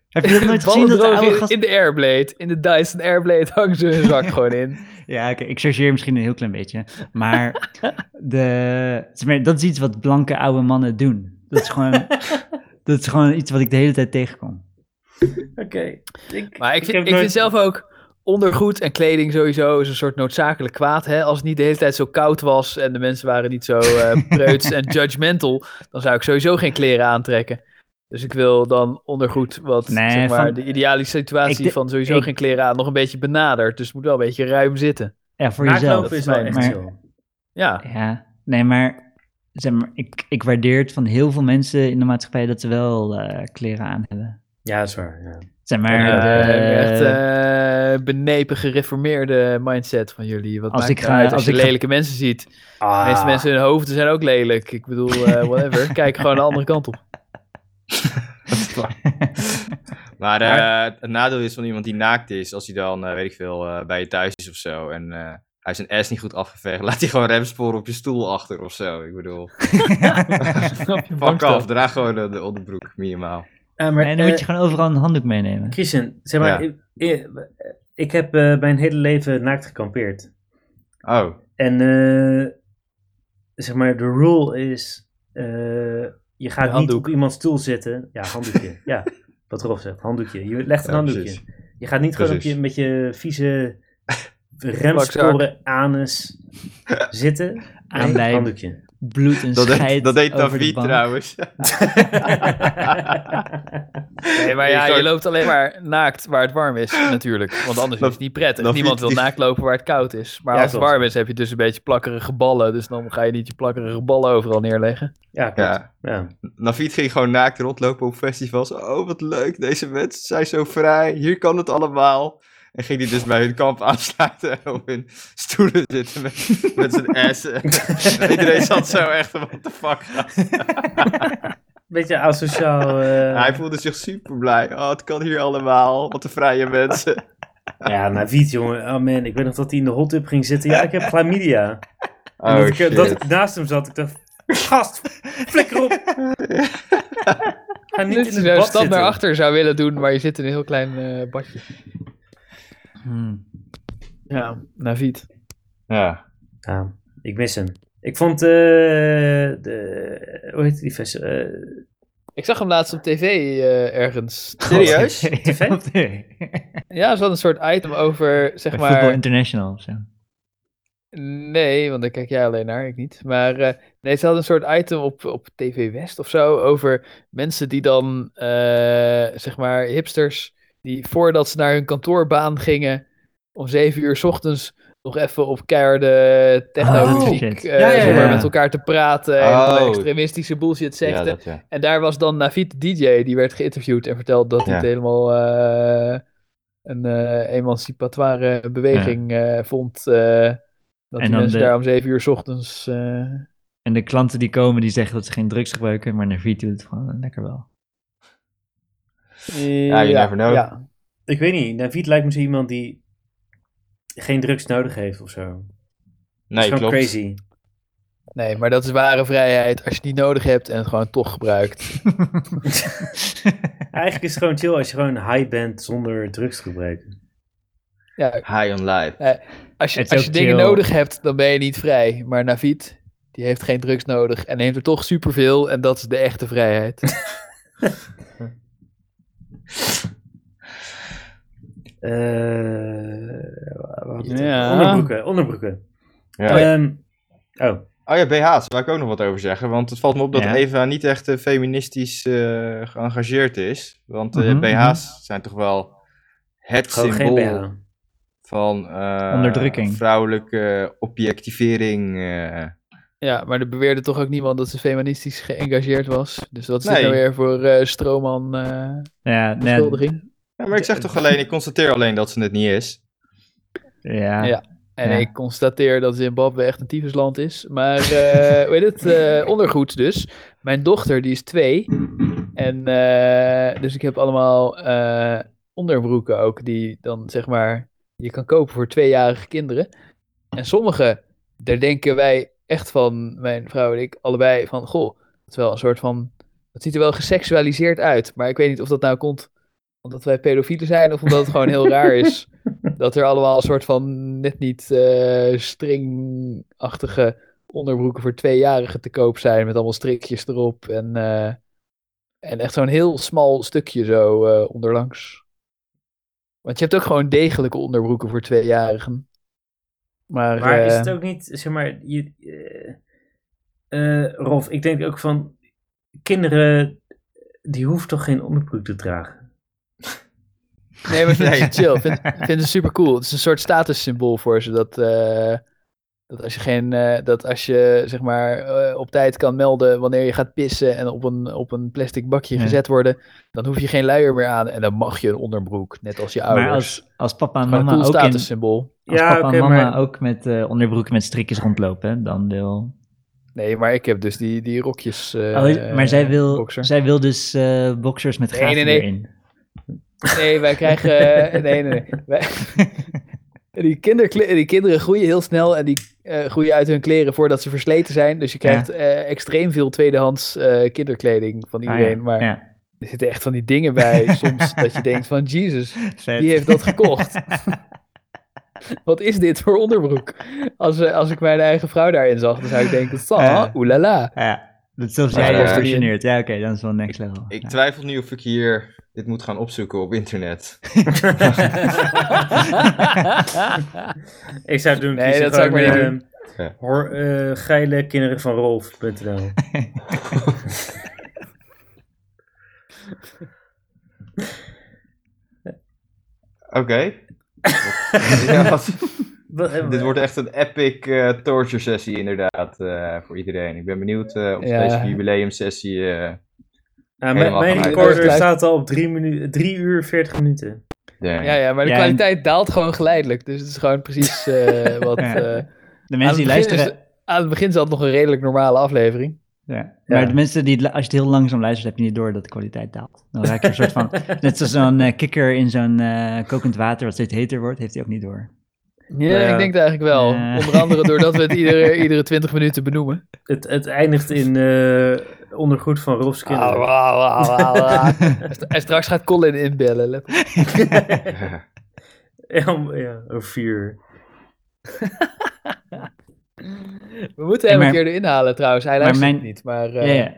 S2: Heb je dat nooit gezien dat de
S3: Ballen droog
S2: oude
S3: in,
S2: gast...
S3: in de Airblade. In de Dyson Airblade hangen ze hun zak gewoon in.
S2: Ja, oké, ik chargeer misschien een heel klein beetje. Maar, de... zeg maar dat is iets wat blanke oude mannen doen. Dat is gewoon, dat is gewoon iets wat ik de hele tijd tegenkom.
S1: Oké. Ik,
S3: Maar ik vind,
S1: heb
S3: ik
S1: nooit-
S3: vind zelf ook ondergoed en kleding sowieso is een soort noodzakelijk kwaad. Hè? Als het niet de hele tijd zo koud was en de mensen waren niet zo eh, preuts en judgmental, dan zou ik sowieso geen kleren aantrekken. Dus ik wil dan ondergoed wat,
S2: Nee,
S3: zeg maar,
S2: van-
S3: de ideale
S2: Ik
S3: situatie
S2: de-
S3: van sowieso
S2: ik-
S3: geen kleren aan nog een beetje benaderd. Dus het moet wel een beetje ruim zitten.
S2: Ja, voor jezelf.
S1: Naaklopen is wel echt
S2: maar-
S1: chill.
S3: Ja,
S2: Ja, nee, maar, zeg maar ik, ik waardeer het van heel veel mensen in de maatschappij dat ze wel eh, kleren aan hebben.
S1: Ja, dat is waar. Ja.
S2: Zeg maar,
S3: Ja,
S2: eh,
S3: echt eh, benepen gereformeerde mindset van jullie. Wat
S2: Als
S3: maakt
S2: ik
S3: het
S2: ga-
S3: uit als,
S2: als
S3: je
S2: ik ga-
S3: lelijke mensen ziet? De
S1: Ah.
S3: meeste mensen hun hoofden zijn ook lelijk. Ik bedoel, eh, whatever. Kijk gewoon de andere kant op.
S4: Maar eh, het nadeel is van iemand die naakt is, als hij dan, eh, weet ik veel, eh, bij je thuis is of zo. En eh, hij is zijn ass niet goed afgeveegd. Laat hij gewoon remsporen op je stoel achter of zo. Ik bedoel,
S3: Op je bank
S4: fuck af.
S3: dan.
S4: Draag gewoon eh, de onderbroek, minimaal.
S1: Ja, maar,
S2: nee, dan
S1: eh,
S2: moet je gewoon overal een handdoek meenemen.
S1: Christian, zeg maar,
S4: Ja.
S1: ik, ik- ik heb eh, mijn hele leven naakt gekampeerd.
S4: Oh,
S1: En eh, zeg maar, de rule is: eh, je gaat niet
S3: handdoek.
S1: op iemands stoel zitten. Ja, handdoekje. ja, wat Rolf zegt, handdoekje. Je legt een
S4: Ja,
S1: handdoekje.
S4: precies.
S1: Je gaat niet gewoon op
S4: Precies.
S1: je, met je vieze remsporen anus zitten.
S2: Aan bij-
S1: handdoekje.
S2: Bloed en
S4: dat
S2: scheid
S4: deed, dat deed
S2: over de
S4: David
S2: bank.
S4: trouwens.
S3: Nee, maar
S4: Nee,
S3: ja,
S4: sorry.
S3: je loopt alleen maar naakt waar het warm is, natuurlijk. Want anders
S4: Dan-
S3: is het niet prettig.
S4: dan
S3: Niemand
S4: vind-
S3: wil naakt lopen waar het koud is. Maar
S1: Ja,
S3: als het
S1: klopt.
S3: warm is, heb je dus een beetje plakkerige ballen. Dus dan ga je niet je plakkerige ballen overal neerleggen.
S1: ja, klopt. Ja.
S4: Ja. Navid ging gewoon naakt rondlopen op festivals. Oh, wat leuk, deze mensen zijn zo vrij. Hier kan het allemaal. En ging hij dus bij hun kamp aansluiten en op hun stoelen zitten met, met zijn ass. En Iedereen zat zo echt, what the fuck.
S1: Beetje asociaal. eh,
S4: Hij voelde zich super blij. Oh, het kan hier allemaal. Wat een vrije mensen.
S1: Ja, Navid, jongen. Oh man, ik weet nog dat hij in de hot tub ging zitten. Ja, ik heb chlamydia. En
S4: Oh,
S1: dat, ik, eh,
S4: shit.
S1: dat ik naast hem zat, ik dacht, gast, flikker op. Ga niet
S3: Als
S1: in
S3: je
S1: het bad
S3: zo'n stap
S1: zitten.
S3: naar achter zou willen doen, maar je zit in een heel klein eh, badje.
S2: Hmm.
S3: Ja, Navid.
S4: Ja.
S1: Ja, ik mis hem. Ik vond, eh de, hoe heet die festival?
S3: Ik zag hem laatst op tv eh, ergens.
S4: Serieus?
S1: TV?
S2: Op tv.
S3: Ja, ze hadden een soort item over, zeg
S2: Bij Football
S3: maar...
S2: International of zo.
S3: Nee, want daar kijk jij alleen naar, ik niet. Maar eh, nee, ze hadden een soort item op, op TV West of zo over mensen die dan, eh, zeg maar, hipsters, die voordat ze naar hun kantoorbaan gingen, om zeven uur 's ochtends nog even op keiharde techno-muziek,
S2: Oh, shit.
S3: eh,
S1: Ja, ja,
S3: zeg maar,
S2: ja.
S3: met elkaar te praten en allerlei
S4: Oh.
S3: extremistische bullshit
S4: Ja,
S1: eh,
S3: zegden.
S4: dat, ja.
S3: En daar was dan Navid de DJ, die werd geïnterviewd en vertelde dat hij
S4: Ja.
S3: het helemaal eh, een eh, emancipatoire beweging eh, vond. eh, dat
S2: En
S3: die
S2: dan
S3: mensen
S2: de-
S3: daar om zeven uur 's ochtends... eh,
S2: En de klanten die komen, die zeggen dat ze geen drugs gebruiken, maar Navid doet het gewoon eh, lekker wel.
S4: Ja, you never know.
S3: Ja.
S1: Ik weet niet. Navid lijkt me zo iemand die geen drugs nodig heeft of zo. Nee,
S4: Nee,
S1: gewoon
S4: klopt.
S1: crazy.
S3: Nee, maar dat is ware vrijheid als je het niet nodig hebt en het gewoon toch gebruikt.
S1: Eigenlijk is het gewoon chill als je gewoon high bent zonder drugs te gebruiken.
S3: Ja,
S4: High on life.
S3: als je,
S2: Het is
S3: als
S2: ook
S3: je dingen
S2: chill.
S3: nodig hebt, dan ben je niet vrij. Maar Navid, die heeft geen drugs nodig en neemt er toch superveel en dat is de echte vrijheid.
S1: Eh, wat hadden we het
S3: Ja.
S1: over? Onderbroeken, onderbroeken.
S4: Ja.
S1: Ehm, oh,
S4: Oh ja, BH's, daar wil ik ook nog wat over zeggen. Want het valt me op dat
S2: Ja.
S4: Eva niet echt eh, feministisch eh, geëngageerd is. Want eh,
S2: Mhm,
S4: BH's zijn toch wel het
S1: gewoon geen
S4: symbool
S1: BH.
S4: van eh,
S2: Onderdrukking.
S4: vrouwelijke objectivering. eh.
S3: Ja, maar er beweerde toch ook niemand dat ze feministisch geëngageerd was. Dus wat is
S4: Nee.
S3: dit nou weer voor eh Stroman eh
S2: ja, nee,
S3: beschuldiging?
S4: Ja, maar ik zeg toch alleen, ik constateer alleen dat ze het niet is.
S2: ja,
S3: Ja. En
S2: Ja.
S3: ik constateer dat Zimbabwe echt een tyfusland is. Maar eh weet het, eh ondergoed dus. Mijn dochter, die is twee. En eh, dus ik heb allemaal eh, onderbroeken ook, die dan zeg maar, je kan kopen voor tweejarige kinderen. En sommige, daar denken wij echt van, mijn vrouw en ik, allebei van, goh, dat is wel een soort van, het ziet er wel geseksualiseerd uit. Maar ik weet niet of dat nou komt omdat wij pedofielen zijn of omdat het gewoon heel raar is dat er allemaal een soort van net niet eh, stringachtige onderbroeken voor tweejarigen te koop zijn met allemaal strikjes erop en, eh, en echt zo'n heel smal stukje zo eh, onderlangs. Want je hebt ook gewoon degelijke onderbroeken voor tweejarigen. Maar,
S1: Maar is
S3: eh,
S1: het ook niet, zeg maar, je, eh, eh, Rolf, ik denk ook van, kinderen, die hoeven toch geen onderbroek te dragen?
S3: Nee, maar vinden ze
S4: Nee.
S3: chill. Vind, vinden ze super cool. Het is een soort statussymbool voor ze. Dat, eh, dat als je geen. eh, dat als je zeg maar eh, op tijd kan melden wanneer je gaat pissen en op een, op een plastic bakje
S2: Ja.
S3: gezet worden, dan hoef je geen luier meer aan en dan mag je een onderbroek. Net als je ouders.
S2: maar als, als papa en
S3: Gewoon een
S2: mama
S3: cool
S2: ook in,
S3: statussymbool.
S2: als
S1: Ja,
S2: papa
S1: oké,
S2: en mama
S1: maar-
S2: ook met eh, onderbroeken met strikjes rondlopen, hè, dan wil...
S3: Nee, maar ik heb dus die, die rokjes. eh,
S2: Oh, maar zij wil,
S3: boxer.
S2: zij wil dus eh boxers met
S3: Nee,
S2: gaten
S3: nee, nee.
S2: erin.
S3: Nee, wij krijgen. eh, nee, nee, nee. Wij- die, kinderkle- die kinderen groeien heel snel en die eh, groeien uit hun kleren voordat ze versleten zijn. Dus je krijgt eh, extreem veel tweedehands eh, kinderkleding van
S2: Ah,
S3: iedereen.
S2: ja.
S3: Maar
S2: Ja.
S3: er zitten echt van die dingen bij soms dat je denkt van Jesus,
S2: Vet.
S3: wie heeft dat gekocht? Wat is dit voor onderbroek? Als, eh, als ik mijn eigen vrouw daarin zag, dan zou ik denken,
S2: Ja.
S3: ah, oelala.
S2: Ja, dat is
S3: Ah,
S2: zelfs
S4: Maar
S2: jij
S4: dat
S2: is
S4: kost er
S3: niet in.
S2: gegeneerd. Ja, oké, dan is het wel next level.
S4: Ik
S2: Ja.
S4: twijfel nu of ik hier dit moet gaan opzoeken op internet.
S1: Ik zou doen,
S3: Nee,
S1: kies
S3: dat zou
S1: gewoon,
S3: ik maar
S1: eh,
S3: niet
S4: Ja.
S1: hoor, eh, geile kinderen van Rolf.nl.
S4: Oké. ja, wat-
S1: Wat- eh,
S4: Dit wordt echt een epic eh, torture sessie inderdaad eh, voor iedereen. Ik ben benieuwd eh, of
S3: Ja.
S4: deze jubileum sessie... eh,
S1: Ah, mijn,
S4: helemaal
S1: mijn
S4: gelijk.
S1: recorder
S3: Blijf-
S1: staat al op 3 minu- drie uur 40 minuten.
S4: ja.
S3: Ja, ja, maar de
S2: Ja, en-
S3: kwaliteit daalt gewoon geleidelijk. Dus het is gewoon precies eh, wat...
S2: Ja.
S3: eh,
S2: De mensen die
S3: Aan het begin
S2: luisteren...
S3: is- Aan het begin zat nog een redelijk normale aflevering.
S2: Ja. Maar de mensen die, het lu- als je het heel langzaam luistert, heb je niet door dat de kwaliteit daalt. Dan raak je een soort van, net zoals zo'n eh, kikker in zo'n eh, kokend water wat steeds heter wordt, heeft hij ook niet door.
S3: Ja,
S1: Ja.
S3: ik denk het eigenlijk wel.
S2: Ja.
S3: Onder andere doordat we het iedere, iedere 20 minuten benoemen.
S1: Het, het eindigt in eh, ondergoed van Rolfs kinderen.
S3: Ah, wauw, wauw, wauw, wauw. En st- en straks gaat Colin inbellen. let op.
S1: Ja, om- ja, over vier uur.
S3: We moeten
S2: Ja,
S3: hem
S2: maar-
S3: een keer erin halen trouwens. Hij luistert
S2: mijn-
S3: niet, maar...
S2: Ja,
S3: eh,
S2: ja.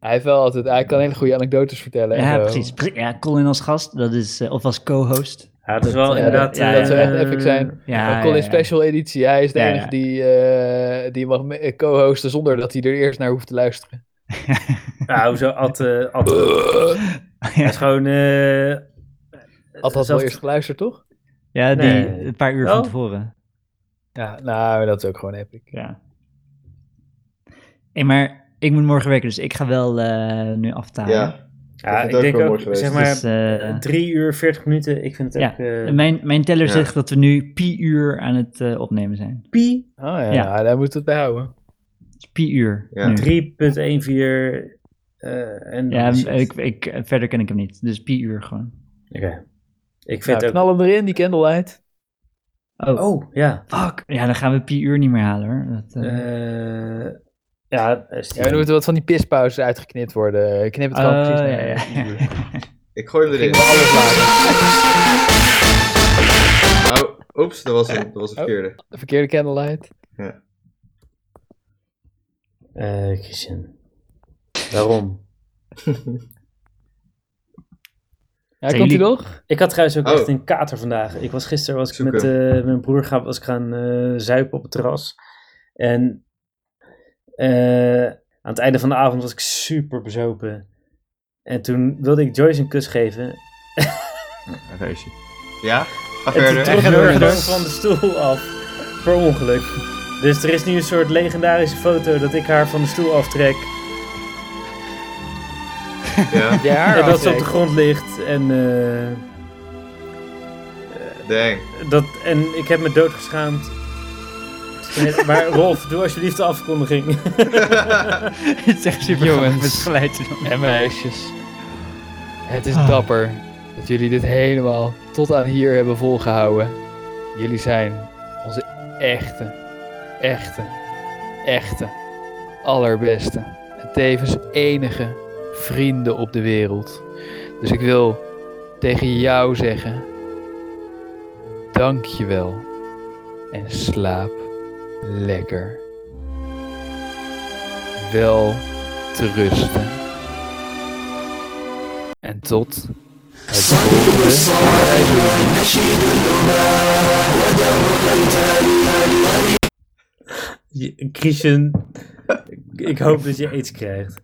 S3: Hij heeft wel altijd, hij kan hele goede anekdotes vertellen. en
S2: Ja,
S3: zo.
S2: precies. Pre- Ja, Colin als gast, dat is, eh, of als co-host.
S1: Ja, dat is wel
S3: Ja,
S1: inderdaad...
S3: dat- dat zou echt
S1: eh,
S3: epic zijn.
S2: Ja,
S3: Maar Oh, Colin
S2: ja, ja.
S3: Special editie, hij is de
S2: Ja, ja.
S3: enige die, eh, die mag me- co-hosten zonder dat hij er eerst naar hoeft te luisteren.
S1: Nou, zo at... eh, at Hij is gewoon... eh,
S3: Had dat wel
S1: zelfs-
S3: eerst geluisterd, toch?
S2: Ja, die
S1: Nee.
S2: een paar uur
S1: Oh.
S2: van tevoren.
S3: Ja, nou, dat is ook gewoon epic.
S2: Ja. Hey, maar ik moet morgen werken, dus ik ga wel eh, nu aftalen.
S4: Ja.
S1: Ja,
S4: vind
S1: ik
S4: het ook
S1: denk
S4: wel
S1: ook,
S4: mooi geweest.
S1: zeg
S2: Dus,
S1: maar,
S2: eh,
S1: drie uur, 40 minuten. Ik vind het
S2: Ja.
S1: ook... eh,
S2: mijn, mijn teller
S4: Ja.
S2: zegt dat we nu pi uur aan het eh, opnemen zijn.
S1: Pi
S3: Oh ja,
S2: Ja.
S3: nou, daar moet het bij houden.
S2: Het is pi uur.
S4: Ja.
S2: nu.
S1: 3.14... eh, en
S2: Ja,
S1: dan is het.
S2: ik, ik, verder ken ik hem niet. Dus pi uur gewoon.
S1: Oké. Ik
S3: Nou,
S1: vind het ook...
S3: knal hem erin, die candlelight.
S2: Oh,
S1: Oh, ja.
S2: fuck. Ja, dan gaan we pi uur niet meer halen hoor. Dat, eh,
S1: Eh, ja, eh,
S3: Ja, er
S1: Steven.
S3: moeten wat van die pispauzes uitgeknipt worden. Knip het gewoon
S2: oh,
S3: precies.
S2: ja,
S3: naar
S2: ja,
S3: een uur.
S4: Ik gooi hem erin.
S3: Alles laten.
S4: Oh, oeps, dat was een, dat was een
S3: Oh.
S4: verkeerde.
S3: De verkeerde candlelight.
S1: Eh, Christian. Waarom?
S3: Ja,
S2: Zijn
S3: komt hij
S2: jullie-
S3: nog?
S1: Ik had trouwens ook
S4: Oh.
S1: echt een kater vandaag. Ik was gisteren was ik
S4: Zoeken.
S1: met eh, mijn broer gaan, was ik gaan eh, zuipen op het terras. En eh, aan het einde van de avond was ik super bezopen. En toen wilde ik Joyce een kus geven.
S4: Reisje. Ja? Ga
S1: En toen
S4: verder.
S1: trok ik
S2: Echt
S1: haar
S2: waar?
S1: gewoon van de stoel af. Per ongeluk. Dus er is nu een soort legendarische foto dat ik haar van de stoel aftrek.
S4: Ja,
S3: Ja,
S1: En dat ze op de grond ligt. En, eh,
S4: dang.
S1: dat, en ik heb me doodgeschaamd. Maar Rolf, doe alsjeblieft de afkondiging.
S2: Het is echt super
S3: Jongens.
S2: grappig met geluidjes.
S3: En meisjes. Het is
S2: Ah.
S3: dapper dat jullie dit helemaal tot aan hier hebben volgehouden. Jullie zijn onze echte, echte, echte, allerbeste en tevens enige vrienden op de wereld. Dus ik wil tegen jou zeggen: dank je wel en slaap lekker. Wel te rusten. En tot het volgende seizoen.
S1: Je- Christian, ik- ik hoop dat je aids krijgt.